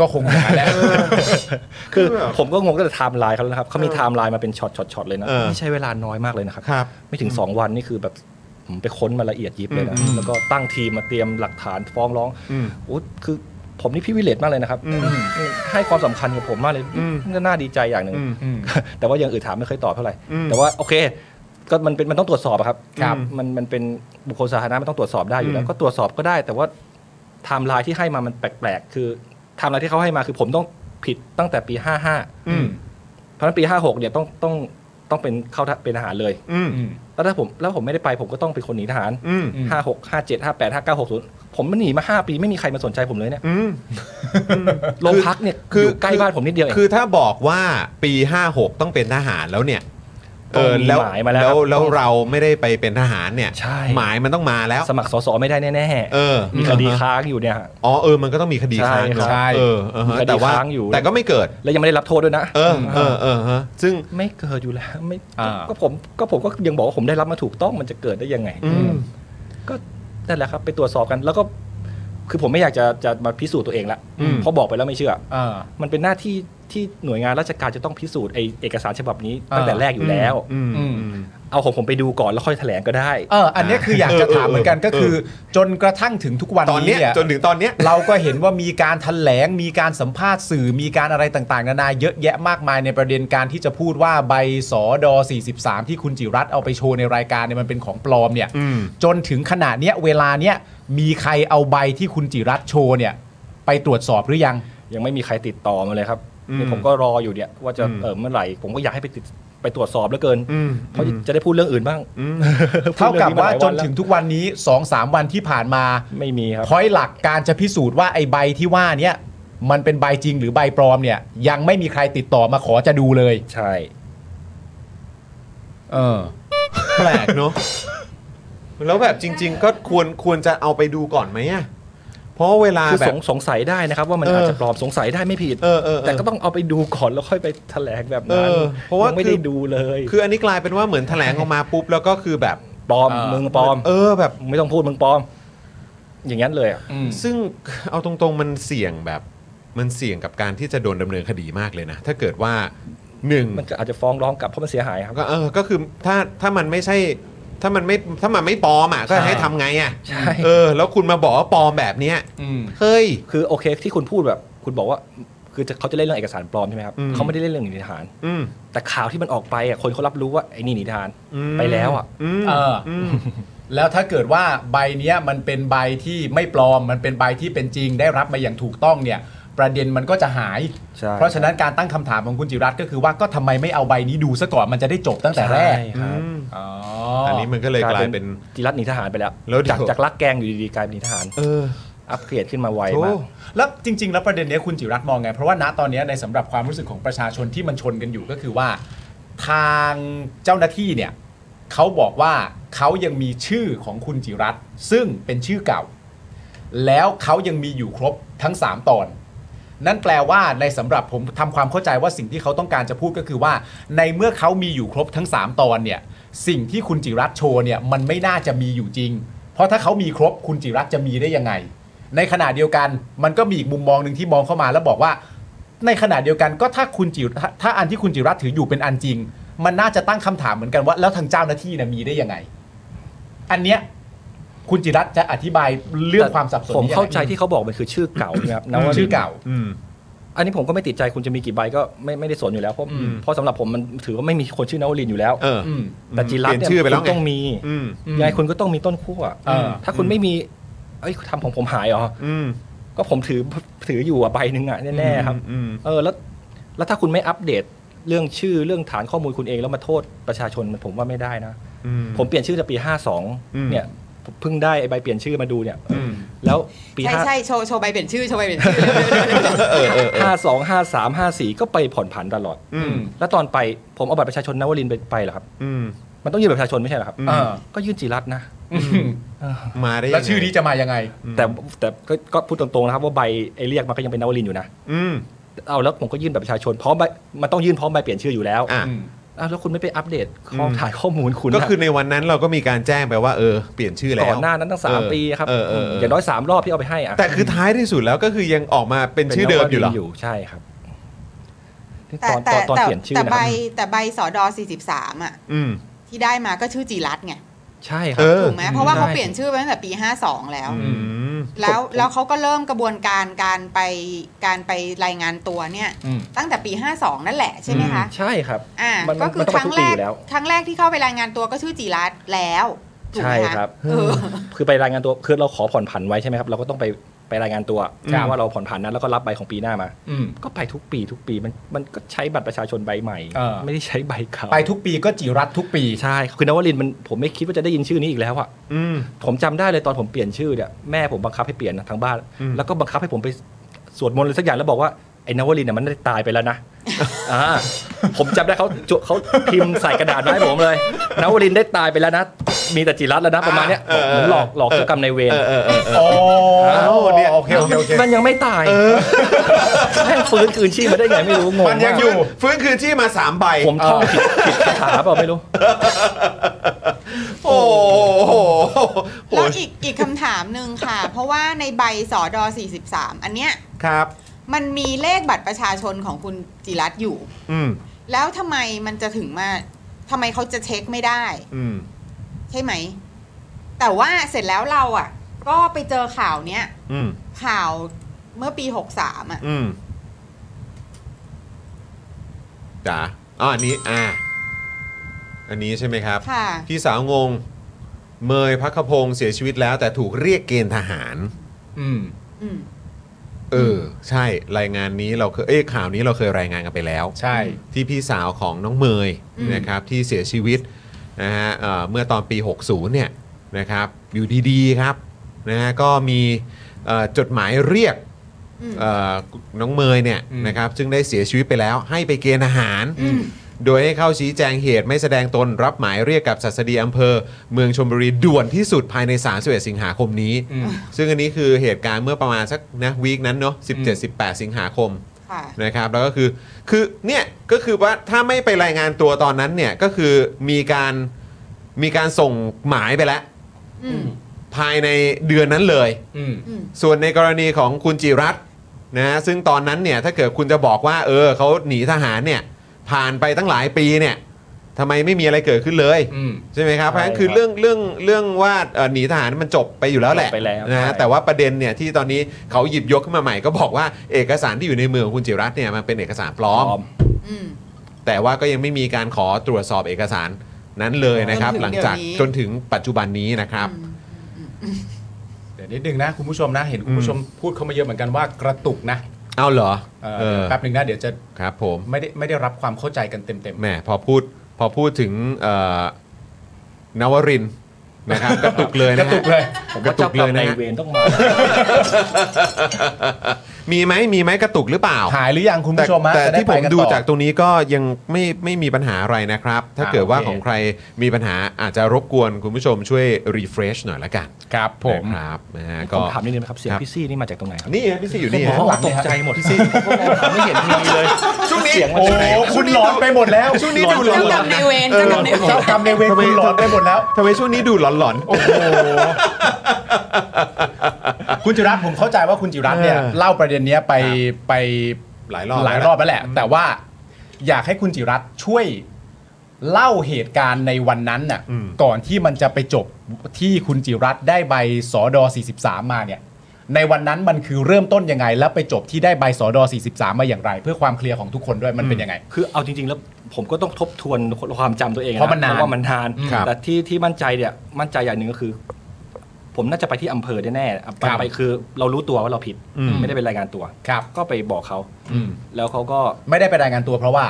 [SPEAKER 2] ก็คงหาแล้ว
[SPEAKER 5] คือ
[SPEAKER 1] แบบ
[SPEAKER 5] ผมก็งงตั้งแต่ไทม์ไลน์เขาแล้วนะครับเขามีไทม์ไลน์มาเป็นช็อตช็อตช็อตเลยนะ
[SPEAKER 1] เออ
[SPEAKER 5] นี่ใช้เวลาน้อยมากเลยนะครับ
[SPEAKER 1] ครับ
[SPEAKER 5] ไม่ถึง 2 วันนี่คือแบบผมไปค้นมาละเอียดยิบเลยนะ
[SPEAKER 1] อืม
[SPEAKER 5] แล้วก็ตั้งทีมมาเตรียมหลักฐานฟ้องร้อง
[SPEAKER 1] อืม
[SPEAKER 5] โอ้คือผมนี่พี่วิเลตมากเลยนะครับ
[SPEAKER 1] อืม
[SPEAKER 5] ให้ความสำคัญกับผมมากเลย
[SPEAKER 1] อืม
[SPEAKER 5] น่าดีใจอย่างหนึ่ง
[SPEAKER 1] อืม
[SPEAKER 2] อืม
[SPEAKER 5] แต่ว่าอย่างอื่นถามไม่เคยตอบเท่าไหร่
[SPEAKER 1] อืม
[SPEAKER 5] แต่ว่าโอเค ก็มันเป็นมันต้องตรวจสอบอะครับ
[SPEAKER 1] ครับ
[SPEAKER 5] มันมันเป็นบุคคลสาธารณะมันต้องตรวจสอบได้อยู่แล้ว ก็ตรวจสอบก็ได้ แต่ว่าไทม์ไลน์ที่ให้มามันแปลกๆ คือไทม์ไลน์ที่เขาให้มาคือผมต้องผิดตั้งแต่ปี 55
[SPEAKER 1] อืม
[SPEAKER 5] เพราะฉะนั้นปี 56 เนี่ยต้องต้องต้องเป็นเข้าเป็นทหารเลย
[SPEAKER 1] อืม
[SPEAKER 5] แล้วถ้าผมแล้วผมไม่ได้ไปผมก็ต้องเป็นคนหนีทหาร
[SPEAKER 1] อืม
[SPEAKER 5] ห้าหกห้าเจ็ดห้าแปดห้าเก้าหกศูนย์ผมมันหนีมาห้าปีไม่มีใครมาสนใจผมเลยเนี่ย
[SPEAKER 1] อืม
[SPEAKER 5] โรงพักเนี่ย
[SPEAKER 1] คือ
[SPEAKER 5] อ
[SPEAKER 1] อ
[SPEAKER 5] ยู่ใกล้บ้านผมนิดเดียวเอง
[SPEAKER 1] คือถ้าบอกว่าปี 56 ต้องเป็นทหารแล้วเนี่ยเออแล้ว
[SPEAKER 5] ต้องมีหมายมาแล้ว
[SPEAKER 1] แล้วแล้ว
[SPEAKER 5] ต้อง
[SPEAKER 1] เราไม่ได้ไปเป็นทหารเนี่ย
[SPEAKER 5] ใช่
[SPEAKER 1] หมายมันต้องมาแล้ว
[SPEAKER 5] สมัครสสไม่ได้แน่
[SPEAKER 1] เออ
[SPEAKER 5] ๆมีคดีค้างอยู่เนี่ยฮะ
[SPEAKER 1] อ๋อเออมันก็ต้องมีคดีค้างเนอะ
[SPEAKER 5] ใช่ครับ
[SPEAKER 1] เออเออฮะ
[SPEAKER 5] มีคดี
[SPEAKER 1] แต่ว่า
[SPEAKER 5] ค้างอยู่
[SPEAKER 1] แต่ก็ไม่เกิด
[SPEAKER 5] แล้วยังไม่ได้รับโทษด้วยนะ
[SPEAKER 1] เออเออเออฮะซึ่ง
[SPEAKER 5] ไม่เกิดอยู่แล้วไม่
[SPEAKER 2] อ่า
[SPEAKER 5] ก็ผมก็ผมก็ยังบอกว่าผมได้รับมาถูกต้องมันจะเกิดได้ยังไง
[SPEAKER 1] อืม
[SPEAKER 5] ก็นั่นแหละครับ ไปตรวจสอบกันแล้วก็ คือผมไม่อยากจะจะมาพิสูจน์ตัวเองละ
[SPEAKER 1] อืม
[SPEAKER 5] เพราะบอกไปแล้วไม่เชื่อ
[SPEAKER 2] เออ
[SPEAKER 5] มันเป็นหน้าที่ที่หน่วยงานราชการจะต้องพิสูจน์ไอเอกสารฉบับนี้ตั้งแต่แรกอยู่แล้ว
[SPEAKER 1] อืม
[SPEAKER 2] อืม
[SPEAKER 1] อืม
[SPEAKER 5] เอาของผมไปดูก่อนแล้วค่อยแถลงก็ได้
[SPEAKER 2] เอออันเนี้ยคืออยากจะถามเหมือนกันก็คือ จนกระทั่งถึงทุกวัน
[SPEAKER 1] ตอนเนี้
[SPEAKER 2] นี้
[SPEAKER 1] ย
[SPEAKER 2] เนี่ย
[SPEAKER 1] จนถึงตอนเนี้ย
[SPEAKER 2] เราก็เห็นว่ามีการแถลงมีการสัมภาษณ์สื่อมีการอะไรต่างๆ นานาเยอะแยะมากมายในประเด็นการที่จะพูดว่าใบสอดอ43 ที่คุณจิรัตน์เอาไปโชว์ในรายการเนี่ยมันเป็นของปลอมเนี่ย
[SPEAKER 1] อืม
[SPEAKER 2] จนถึงขณะเนี้ยเวลาเนี้ยมีใครเอาใบที่คุณจิรัตน์โชว์เนี่ยไปตรวจสอบหรือยัง
[SPEAKER 5] ยังไม่มีใครติดต่อมาเลยครับ
[SPEAKER 1] อืม
[SPEAKER 5] นี่ผมก็รออยู่เนี่ยว่าจะ
[SPEAKER 1] อืม
[SPEAKER 5] เออเมื่อไหร่ ผมก็อยากให้ไปติดไปตรวจสอบเหลือเกิน
[SPEAKER 1] อืม
[SPEAKER 5] เขาะจะได้พูดเรื่องอื่นบ้าง
[SPEAKER 1] อืม
[SPEAKER 5] พูด
[SPEAKER 2] เท่ากับ
[SPEAKER 5] รื่อง
[SPEAKER 2] ว่า
[SPEAKER 5] หลย
[SPEAKER 2] จนถึง
[SPEAKER 5] แล้
[SPEAKER 2] ทุกวันนี้2อสามวันที่ผ่านมา
[SPEAKER 5] วไม่มีครับ
[SPEAKER 2] พอยหลักการจะพิสูจน์ว่าไอ้ใบที่ว่าเนี้ยมันเป็นใบจริงหรือใบปลอมเนี่ย ยังไม่มีใครติดต่อมาขอจะดูเลย
[SPEAKER 5] ใช่
[SPEAKER 2] เออ
[SPEAKER 1] แปลกเนอะแล้วแบบจริง ๆ ก็ควรควรจะเอาไปดูก่อนไหมอะ เพราะเวลา
[SPEAKER 5] คือ
[SPEAKER 1] แบ
[SPEAKER 5] ส
[SPEAKER 1] บ
[SPEAKER 5] งสงสัยได้นะครับว่ามัน
[SPEAKER 1] เอออ
[SPEAKER 5] อาจจะปลอมสงสัยได้ไม่ผิด
[SPEAKER 1] เออเออเออ
[SPEAKER 5] แต่ก็ต้องเอาไปดูก่อนแล้วค่อยไปแถลงแบบนั้น
[SPEAKER 1] เออเพราะว่า
[SPEAKER 5] ยังไม่
[SPEAKER 1] คือ
[SPEAKER 5] ได้ดูเลย
[SPEAKER 1] คืออันนี้กลายเป็นว่าเหมือนแถลงออกมาปุ๊บแล้วก็คือแบบ
[SPEAKER 5] ปลอม
[SPEAKER 2] เออ
[SPEAKER 5] มึงปลอม
[SPEAKER 1] เออแบบ
[SPEAKER 5] มึงไม่ต้องพูดมึงปลอม อย่างนั้นเลยอะ
[SPEAKER 2] อืม
[SPEAKER 1] ซึ่งเอาตรงๆมันเสี่ยงแบบมันเสี่ยงกับการที่จะโดนดำเนินคดีมากเลยนะ ถ้าเกิดว่าหนึ่ง
[SPEAKER 5] มันก็อาจจะฟ้องร้องกลับเพราะมันเสียหายครับ
[SPEAKER 1] ก็เออก็คือถ้าถ้ามันไม่ใช่ ถ้ามันไม่ถ้ามันไม่ปลอมอ่ะก็
[SPEAKER 2] ใช่
[SPEAKER 1] ให้ทำไงอ่ะ
[SPEAKER 5] ใช่
[SPEAKER 1] เออ แล้วคุณมาบอกว่าปลอมแบบเนี้ย
[SPEAKER 2] อืม
[SPEAKER 1] เฮ้ย
[SPEAKER 5] คือโอเคที่คุณพูดแบบ คุณบอกว่าคือจะเขาจะเล่นเรื่องเอกสารปลอมใช่ไหมครับ
[SPEAKER 1] อืม
[SPEAKER 5] เขาไม่ได้เล่นเรื่องหนีทหาร
[SPEAKER 1] อืม
[SPEAKER 5] แต่ข่าวที่มันออกไปอ่ะคนเขารับรู้ว่าไอ้นี่หนีทหาร
[SPEAKER 1] อืม
[SPEAKER 5] ไปแล้วอ่ะ
[SPEAKER 1] ม
[SPEAKER 2] เอออื
[SPEAKER 1] ม
[SPEAKER 2] แล้วถ้าเกิดว่าใบเนี้ยมันเป็นใบที่ไม่ปลอม มันเป็นใบที่เป็นจริงได้รับมาอย่างถูกต้องเนี่ย ประเด็นมันก็จะหาย
[SPEAKER 5] ใช่
[SPEAKER 2] เพราะฉะนั้นการตั้งคำถามของคุณจิรัตน์ก็คือว่าก็ทำไมไม่เอาใบนี้ดูซะก่อนมันจะได้จบตั้งแต่แรก
[SPEAKER 5] ใช่ครับ
[SPEAKER 1] อืม
[SPEAKER 2] อ๋อ
[SPEAKER 1] อั
[SPEAKER 2] อั
[SPEAKER 1] นนี้มันก็เลยกลายเป็น
[SPEAKER 5] จิรัตน์หนีทหารไปแล้ว
[SPEAKER 1] แล้วเดี๋ยว
[SPEAKER 5] จากจากรักแกงอยู่ดีๆกลายเป็นหนีทหาร
[SPEAKER 1] เออ
[SPEAKER 5] อัปเกรดขึ้นมาไว
[SPEAKER 1] โธ่
[SPEAKER 5] มาก
[SPEAKER 2] แล้วจริง ๆ แล้วประเด็นเนี้ยคุณจิรัตน์มองไง เพราะว่าณตอนเนี้ยในสำหรับความรู้สึกของประชาชนที่มันชนกันอยู่ก็คือว่า ทางเจ้าหน้าที่เนี่ยเขาบอกว่าเขายังมีชื่อของคุณจิรัตน์ซึ่งเป็นชื่อเก่า แล้วเขายังมีอยู่ครบทั้ง 3 ตอน นั่นแปลว่าในสำหรับผมทำความเข้าใจว่าสิ่งที่เขาต้องการจะพูดก็คือว่า ในเมื่อเขามีอยู่ครบทั้ง 3 ตอนเนี่ยสิ่งที่คุณจิรัตน์โชว์เนี่ยมันไม่น่าจะมีอยู่จริง เพราะถ้าเขามีครบคุณจิรัตน์จะมีได้ยังไง ในขณะเดียวกันมันก็มีอีกมุมมองหนึ่งที่มองเข้ามาแล้วบอกว่า ในขณะเดียวกันก็ถ้าคุณจิรัตถ้าอันที่คุณจิรัตน์ถืออยู่เป็นอันจริง มันน่าจะตั้งคำถามเหมือนกันว่า แล้วทางเจ้าหน้าที่นะมีได้ยังไง อันเนี้ยคุณจิรัตน์จะอธิบายเรื่องความสับสน
[SPEAKER 5] ผม
[SPEAKER 2] นี้ยังไง
[SPEAKER 5] เข้าใจที่เขาบอกมันคือชื่อเก่านะครับนว
[SPEAKER 2] ชื่
[SPEAKER 5] ชื่
[SPEAKER 2] อ
[SPEAKER 5] อ
[SPEAKER 2] เก่า
[SPEAKER 1] อืม
[SPEAKER 5] อันนี้ผมก็ไม่ติดใจคุณจะมีกี่ใบก็ไม่ไม่ได้สนอยู่แล้วเพราะ
[SPEAKER 2] อืม
[SPEAKER 5] เพราะสำหรับผมมันถือว่าไม่มีคนชื่อนวลินทร์อยู่แล้ว
[SPEAKER 1] เออ
[SPEAKER 2] อืม
[SPEAKER 5] แต่จิรัตน์
[SPEAKER 1] เปลี่ยนชื่อไปแล้ว
[SPEAKER 5] คุ
[SPEAKER 1] ไง
[SPEAKER 5] ณต้องมี
[SPEAKER 1] อืม
[SPEAKER 2] อืม
[SPEAKER 5] ยังไงคุณก็ต้องมีต้นขั้ว
[SPEAKER 2] เออ
[SPEAKER 5] ถ้าคุณไม่มีเอ้ยทำของผมหายเหรอ
[SPEAKER 1] อืม
[SPEAKER 5] ก็ผมถือถืออยู่อะใบหนึ่งอะแน่ๆครับ
[SPEAKER 1] อืม
[SPEAKER 5] เออแล้วแล้วถ้าคุณไม่อัปเดตเรื่องชื่อเรื่องฐานข้อมูลคุณเองแล้วมาโทษประชาชนมันผมว่าไม่ได้นะ
[SPEAKER 1] อืม
[SPEAKER 5] ผมเปลี่ยนชื่อแต่ปี
[SPEAKER 1] อืม
[SPEAKER 5] 52 เนี่ยผมเพิ่งได้ไอ้ใบเปลี่ยนชื่อมาดูเนี่ย
[SPEAKER 1] อืม
[SPEAKER 5] แล้วปี
[SPEAKER 3] ใช่
[SPEAKER 5] ห้า
[SPEAKER 3] ใช่โชว์โชว์ใบเปลี่ยนชื่อโชว์ใบเปลี่ยน ชื่อเร็วๆเร็วๆเร็ว
[SPEAKER 1] เออเออเออ
[SPEAKER 5] ห้าสองห้าสามห้าสี่ก็ไปผ่อนผันตลอด
[SPEAKER 1] อืม
[SPEAKER 5] แล้วตอนไปผมเอาบัตรประชาชนนวลินทร์ไปไปเหรอครับ
[SPEAKER 1] อืม
[SPEAKER 5] มันต้องยื่นบัตรประชาชนไม่ใช่เหรอครับ
[SPEAKER 1] อืม
[SPEAKER 2] เออ
[SPEAKER 5] ก็ยื่นจิรัตน์นะ
[SPEAKER 2] อืม
[SPEAKER 1] มาได้ยังไง
[SPEAKER 2] แล้วชื่อนี้จะมายังไง
[SPEAKER 5] แต่แต่ก็ก็พูดตรงๆนะครับว่าใบไอ้เรียกมันก็ยังเป็นนวลินทร์อยู่นะ
[SPEAKER 1] อืม
[SPEAKER 5] เอาแล้วผมก็ยื่นบัตรประชาชนพร้อมใบมันต้องยื่นพร้อมใบเปลี่ยนชื่ออยู่แล้ว
[SPEAKER 1] อ่ะ
[SPEAKER 5] อ้าวแล้วคุณไม่ไปอัปเดตข้อ
[SPEAKER 1] อืม
[SPEAKER 5] ฐานข้อมูลคุณ
[SPEAKER 1] ก็
[SPEAKER 5] นะ
[SPEAKER 1] คือในวันนั้นเราก็มีการแจ้งไปว่าเออเปลี่ยนชื่อแล้ว
[SPEAKER 5] ก่อนหน้านั้นตั้งสาม
[SPEAKER 1] เออ
[SPEAKER 5] ปีครับ
[SPEAKER 1] เออเออเอออ
[SPEAKER 5] ย่างน้อยสามรอบที่เอาไปให้อะ
[SPEAKER 1] แต่คือท้ายที่สุดแล้วก็คือยังออกมาเป็นชื่อเดิมอยู่เหรอ
[SPEAKER 5] อยู่ใช่ครับ
[SPEAKER 3] ๆแต่
[SPEAKER 5] ตอนต
[SPEAKER 3] แต่
[SPEAKER 5] อนตอน
[SPEAKER 3] แต่
[SPEAKER 5] เปลี่ยนชื่อ
[SPEAKER 3] แต่
[SPEAKER 5] นะค
[SPEAKER 3] ใบ
[SPEAKER 5] รับ
[SPEAKER 3] แต่ใบสอดอ43อ่ะ
[SPEAKER 1] อืม
[SPEAKER 3] ที่ได้มาก็ชื่อจีรัตน์ไง
[SPEAKER 5] ใช่ครั
[SPEAKER 1] เอบ อ
[SPEAKER 3] ถูกไหมเพราะว่า
[SPEAKER 5] ใช่
[SPEAKER 3] เขาเปลี่ยนชื่อไปตั้งแต่ปี 52 แล้ว
[SPEAKER 1] อืม
[SPEAKER 3] แล้วแล้วเขาก็เริ่มกระบวนการการไปการไปรายงานตัวเนี่ย
[SPEAKER 2] อืม
[SPEAKER 3] ตั้งแต่ปี 52 นั่นแหละใช่ไหมคะ
[SPEAKER 5] ใช่ครับ
[SPEAKER 3] อ่า
[SPEAKER 5] มัน
[SPEAKER 3] ก็คื
[SPEAKER 5] มัน
[SPEAKER 3] อ
[SPEAKER 5] ต้อง
[SPEAKER 3] ครั้ง
[SPEAKER 5] ทุก
[SPEAKER 3] แร
[SPEAKER 5] ปีอก ยู่แล้ว
[SPEAKER 3] ครั้งแรกที่เข้าไปรายงานตัวก็ชื่อจีรัตน์แล้วถูกไห
[SPEAKER 5] ใช่
[SPEAKER 3] มะ
[SPEAKER 5] ครับ
[SPEAKER 3] เออ
[SPEAKER 5] คือไปรายงานตัวคือเราขอผ่อนผันไว้ใช่ไหมครับเราก็ต้องไปไปรายงานตัว
[SPEAKER 2] ครับ
[SPEAKER 5] ว่าเราผ่อนผันนั้นแล้วก็รับใบของปีหน้ามา
[SPEAKER 2] อืม
[SPEAKER 5] ก็ไปทุกปีทุกปีมันมันก็ใช้บัตรประชาชนใบใหม่
[SPEAKER 2] เออ
[SPEAKER 5] ไม่ได้ใช้ใบเก่า
[SPEAKER 2] ไปทุกปีก็จิรัตน์ทุกปี
[SPEAKER 5] ใช่คือนวลินทร์มันผมไม่คิดว่าจะได้ยินชื่อนี้อีกแล้วอะ
[SPEAKER 1] อืม
[SPEAKER 5] ผมจำได้เลยตอนผมเปลี่ยนชื่อเนี่ยแม่ผมบังคับให้เปลี่ยนนะทางบ้าน
[SPEAKER 1] อืม
[SPEAKER 5] แล้วก็บังคับให้ผมไปสวดมนต์อะไรสักอย่างแล้วบอกว่าไอ้นวลินทร์เนี่ยมันได้ตายไปแล้วนะอ่าผมจำได้เขาจุเขาพิมพ์ใส่กระดาษมาให้ผมเลยนวลินทร์ได้ตายไปแล้วนะ มีแต่จิรัตน์แล้วนะประมาณเนี้ยบอกเหมือนหลอกหลอกเจ้ากรรมนายเวร
[SPEAKER 1] เออเออเออเออ
[SPEAKER 2] โอ้
[SPEAKER 1] อ้าวเนี่ย
[SPEAKER 2] โอเคโอเคโอเค
[SPEAKER 5] มันยังไม่ตายแม่งฟื้นคืนชีพมาได้ไงไม่รู้งง
[SPEAKER 2] มันยั
[SPEAKER 5] มางก
[SPEAKER 2] อยู่
[SPEAKER 1] ฟื้นคืนที่มาสามใบ
[SPEAKER 5] ผมท่องผิดผิดคาถาเปล่าไม่รู้
[SPEAKER 1] โอ้โห
[SPEAKER 3] แล้วอีกอีกคำถามหนึ่งค่ะ เพราะว่าในใบสอดอ43 อันเนี้ย
[SPEAKER 1] ครับ
[SPEAKER 3] มันมีเลขบัตรประชาชนของคุณจิรัตน์อยู่
[SPEAKER 1] อืม
[SPEAKER 3] แล้วทำไมมันจะถึงมาทำไมเขาจะเช็คไม่ได้
[SPEAKER 1] อืม
[SPEAKER 3] ใช่ไหม แต่ว่าเสร็จแล้วเราอ่ะ ก็ไปเจอข่าวเนี้ย
[SPEAKER 1] อืม
[SPEAKER 3] ข่าวเมื่อปี 63อ่ะ
[SPEAKER 1] อืมจ๋าอ๋ออันนี้ อ่า อันนี้ใช่ไหมครับ
[SPEAKER 3] ค่ะ
[SPEAKER 1] พี่สาวงง เมยพักขพงศ์เสียชีวิตแล้ว แต่ถูกเรียกเกณฑ์ทหาร
[SPEAKER 2] อืม
[SPEAKER 3] อืม
[SPEAKER 1] เออ ใช่ รายงานนี้เราเคย เอ้ยข่าวนี้เราเคยรายงานกันไปแล้ว
[SPEAKER 2] ใช่
[SPEAKER 1] ที่พี่สาวของน้องเมย
[SPEAKER 3] อืม
[SPEAKER 1] นะครับที่เสียชีวิตนะฮะเอ่อเมื่อตอนปี 60เนี่ยนะครับอยู่ดีๆครับนะฮะก็มีเอ่อจดหมายเรียก
[SPEAKER 3] อืม
[SPEAKER 1] เอ่อน้องเมยเนี่ย
[SPEAKER 2] อืม
[SPEAKER 1] นะครับซึ่งได้เสียชีวิตไปแล้วให้ไปเกณฑ์อาหาร
[SPEAKER 3] อืม
[SPEAKER 1] โดยให้เข้าชี้แจงเหตุไม่แสดงตนรับหมายเรียกกับศัสดีอำเภอ เมืองชลบุรีด่วนที่สุดภายใน 31 สิงหาคมนี้ ซึ่งอันนี้คือเหตุการณ์เมื่อประมาณสักนะวีคนั้นเนาะ17-18 สิงหาคม
[SPEAKER 3] ค่ะ
[SPEAKER 1] นะครับแล้วก็คือคือเนี่ยก็คือว่าถ้าไม่ไปรายงานตัวตอนนั้นเนี่ยก็คือมีการมีการส่งหมายไปแล้ว
[SPEAKER 3] อืม
[SPEAKER 1] ภายในเดือนนั้นเลย
[SPEAKER 2] อืม
[SPEAKER 3] อืม
[SPEAKER 1] ส่วนในกรณีของคุณจิรัตน์นะฮะซึ่งตอนนั้นเนี่ยถ้าเกิดคุณจะบอกว่าเออเขาหนีทหารเนี่ยผ่านไปตั้งหลายปีเนี่ยทำไมไม่มีอะไรเกิดขึ้นเลย
[SPEAKER 2] อืม
[SPEAKER 1] ใช่ไหมครับเพราะฉะนั้น
[SPEAKER 5] ใช่
[SPEAKER 1] คือเรื่องเรื่องเรื่องว่าเอ่อหนีทหารมันจบไปอยู่แล้วแหละ
[SPEAKER 5] จบไปแล้ว
[SPEAKER 1] นะฮะ
[SPEAKER 5] ใช่
[SPEAKER 1] แต่ว่าประเด็นเนี่ยที่ตอนนี้เขาหยิบยกขึ้นมาใหม่ก็บอกว่าเอกสารที่อยู่ในมือของคุณจิรัตน์เนี่ยมันเป็นเอกสารปลอม
[SPEAKER 3] อืม
[SPEAKER 1] แต่ว่าก็ยังไม่มีการขอตรวจสอบเอกสารนั้นเลยนะครับ
[SPEAKER 3] จนถึง
[SPEAKER 1] หลังจาก
[SPEAKER 3] เดี๋ยวนี้
[SPEAKER 1] จนถึงปัจจุบันนี้นะครับ
[SPEAKER 3] อืม
[SPEAKER 2] เดี๋ยวนิดนึงนะคุณผู้ชมนะเห็นคุณผู้ชมพูดเข้ามาเยอะเหมือนกันว่ากระตุกนะ
[SPEAKER 1] เอาเหรอ
[SPEAKER 2] เอ่อ
[SPEAKER 1] เออ
[SPEAKER 2] แป๊บหนึ่งนะเดี๋ยวจะ
[SPEAKER 1] ครับผม
[SPEAKER 2] ไม่ได้ไม่ได้รับความเข้าใจกันเต็มเต็ม
[SPEAKER 1] แหมพอพูดพอพูดถึงเอ่อนวรินทร์นะครับ กระตุกเลย
[SPEAKER 2] ก
[SPEAKER 1] นะ
[SPEAKER 2] ระ
[SPEAKER 1] ฮะ
[SPEAKER 2] ตุกเลย
[SPEAKER 5] ผม
[SPEAKER 1] ก
[SPEAKER 5] ว่า
[SPEAKER 1] ระตุ
[SPEAKER 5] เจ้ากกร
[SPEAKER 1] เล
[SPEAKER 5] รม
[SPEAKER 1] ย
[SPEAKER 5] นา
[SPEAKER 1] นะ
[SPEAKER 5] ย
[SPEAKER 1] ฮะ
[SPEAKER 5] เวรต้องมา
[SPEAKER 1] มีไหมมีไหมกระตุกหรือเปล่า
[SPEAKER 2] หายหรือยังคุณผู้ชมฮะ
[SPEAKER 1] แต่
[SPEAKER 2] จะ
[SPEAKER 1] แต่
[SPEAKER 2] ไ
[SPEAKER 1] ที่ผม
[SPEAKER 2] ไปน
[SPEAKER 1] ดู
[SPEAKER 2] ต่อ
[SPEAKER 1] จากตรงนี้ก็ยังไม่ไม่มีปัญหาอะไรนะครับ ถ้า
[SPEAKER 2] อ่า
[SPEAKER 1] เกิดว่า
[SPEAKER 2] โอเค
[SPEAKER 1] ของใครมีปัญหาอาจจะรบกวนคุณผู้ชมช่วยรีเฟรชหน่อยละกัน
[SPEAKER 2] ครับผม
[SPEAKER 1] นะครับนะฮะ
[SPEAKER 5] ผ
[SPEAKER 1] ก็
[SPEAKER 5] มถามนิดนึงนะครับเสียงพี่ซี่นี่มาจากตรงไหนครับ
[SPEAKER 1] นี่ฮะพี่ซีอยู่นี่
[SPEAKER 5] ผ
[SPEAKER 1] ฮะ
[SPEAKER 5] มตกใจหมดพี่ซี่ไม่เห็นมีเลย
[SPEAKER 1] ช่วงนี้
[SPEAKER 5] เสียงมา
[SPEAKER 2] โอ้
[SPEAKER 5] จากไหน
[SPEAKER 2] คุณหลอนไปหมดแล้ว
[SPEAKER 1] ช่วงนี้ดูหลอน
[SPEAKER 3] เจ้ากรรมนายเวรเจ้ากรรมนายเวร
[SPEAKER 2] เจ้ากรรมในายเวรคุณหลอนไปหมดแล้ว
[SPEAKER 1] ทำไมช่วงนี้ดูหลอนๆ
[SPEAKER 2] โอ้โห คุณจิรัตน์ผมเข้าใจว่าคุณจิรัตน์เนี่ย
[SPEAKER 1] เออ
[SPEAKER 2] เล่าประเด็นเนี้ยไปไป
[SPEAKER 1] หลายรอบ
[SPEAKER 2] หลายรอบแล้วแหละ แต่ว่าอยากให้คุณจิรัตน์ช่วยเล่าเหตุการณ์ในวันนั้นน่ะ
[SPEAKER 1] อืม
[SPEAKER 2] ก่อนที่มันจะไปจบที่คุณจิรัตน์ได้ใบสอดอ43 มาเนี่ย ในวันนั้นมันคือเริ่มต้นยังไง แล้วไปจบที่ได้ใบสอดอ43 มาอย่างไร เพื่อความเคลียร์ของทุกคนด้วยมันเป็นยังไง
[SPEAKER 5] คือเอาจริง ๆ แล้วผมก็ต้องทบทวนความจำตัวเอง
[SPEAKER 2] เพราะมันนาน
[SPEAKER 5] ว่ามันนาน
[SPEAKER 1] ครับ
[SPEAKER 5] แต่ที่ที่มั่นใจเนี่ยมั่นใจอย่างหนึ่งก็คือ ผมน่าจะไปที่อำเภอแน่ๆอ่ะไป
[SPEAKER 2] ครับ
[SPEAKER 5] ไปคือเรารู้ตัวว่าเราผิด
[SPEAKER 1] อืม
[SPEAKER 5] ไม่ได้เป็นรายงานตัว
[SPEAKER 2] ครับ
[SPEAKER 5] ก็ไปบอกเขา
[SPEAKER 2] อืม
[SPEAKER 5] แล้วเขาก็
[SPEAKER 2] ไม่ได้ไปรายงานตัวเพราะว่า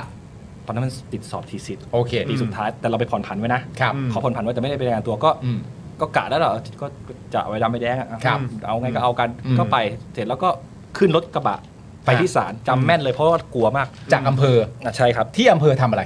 [SPEAKER 5] ตอนนั้นมันติดสอบทีสิทธิ์
[SPEAKER 2] โอเค
[SPEAKER 5] ปีสุดท้ายแต่เราไปผ่อนผันไว้นะครับ เขาผ่อนผันไว้แต่ไม่ได้เป็นรายงานตัวก็
[SPEAKER 2] อืม
[SPEAKER 5] ก็กะแล้วเหรอก็จะเอาไว้ดำไปแดงอ่ะ
[SPEAKER 2] ครับ
[SPEAKER 5] เอาไงก็เอากัน
[SPEAKER 2] อืม
[SPEAKER 5] ก็ไปเสร็จแล้วก็ขึ้นรถกระบะไป
[SPEAKER 2] ฮะ
[SPEAKER 5] ที่ศาลจำแม่นเลยเพราะว่ากลัวมาก
[SPEAKER 2] จากอำเภอ
[SPEAKER 5] อ่ะใช่ครับ
[SPEAKER 2] ที่อำเภอทำอะไร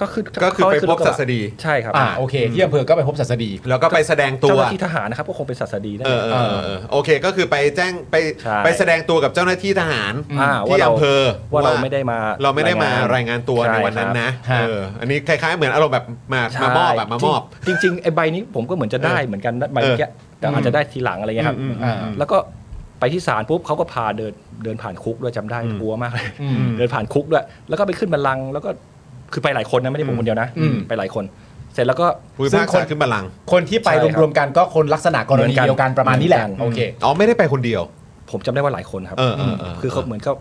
[SPEAKER 5] ก็คือ
[SPEAKER 1] ก็คือไปพบศัสดี
[SPEAKER 5] ใช่ครับ
[SPEAKER 2] อ่าโอเคที่อำเภอก็ไปพบศัสดี
[SPEAKER 1] แล้วก็ไปแสดงตัว
[SPEAKER 5] เจ้าหน้าที่ทหารนะครับก็คงเป็นศัสดีนั่น
[SPEAKER 1] เอ
[SPEAKER 5] แห
[SPEAKER 1] อ
[SPEAKER 5] ละ
[SPEAKER 1] เออเออเออโอเคก็คือไปแจ้งไป
[SPEAKER 5] ใช่
[SPEAKER 1] ไปแสดงตัวกับเจ้าหน้าที่ทหาร
[SPEAKER 5] อ่าว่า
[SPEAKER 1] ที่
[SPEAKER 5] เรา
[SPEAKER 1] อำเภอ
[SPEAKER 5] ว่าเราไม่ได้มา
[SPEAKER 1] เราไม่ได้มารายงานตัวใน
[SPEAKER 5] ช่
[SPEAKER 1] วันนั้นนะ
[SPEAKER 2] ใช่ครับ
[SPEAKER 1] เอออันนี้คล้ายๆเหมือนอารมณ์แบบมา
[SPEAKER 5] ใช่
[SPEAKER 1] มามอบแบบมามอบ
[SPEAKER 5] จริงจริงๆไอ้ใบนี้ผมก็เหมือนจะได้เหมือนกันนะใบเมื่อกี้แต่อาจจะได้ทีหลังอะไรเงี้ยครับ
[SPEAKER 1] อืมอืม
[SPEAKER 2] อ่า
[SPEAKER 5] แล้วก็ไปที่ศาลปุ๊บเขาก็พาเดินเดินผ่านคุกด้วยจำได้
[SPEAKER 1] อืม
[SPEAKER 5] กลัวมากเลย
[SPEAKER 2] อืม
[SPEAKER 5] เดินผ่านคุกด้วยแล้วก็ไปขึ้นบัลลังก์แล้วก็คือไปหลายคนนะไม่ได้ผมคนเดียวนะ
[SPEAKER 2] อืม
[SPEAKER 5] ไปหลายคน เสร็จแล้วก็
[SPEAKER 1] ผู้พิ
[SPEAKER 2] ซึ่
[SPEAKER 1] พาง ก
[SPEAKER 2] ค
[SPEAKER 1] ษาน ขึ้นบัลลังก์
[SPEAKER 2] คนที่ไป
[SPEAKER 5] ใช่ครับ
[SPEAKER 2] รวมๆกันก็คนลักษณะกรณี
[SPEAKER 5] เหมือนกัน
[SPEAKER 2] เดียวกันประมาณนี้แหละ
[SPEAKER 5] เหมือนกัน
[SPEAKER 2] โอเค
[SPEAKER 1] อ๋อไม่ได้ไปคนเดียว
[SPEAKER 5] ผมจำได้ว่าหลายคนครับ
[SPEAKER 1] เออเออเออ
[SPEAKER 5] คือเขาเหมือนเขา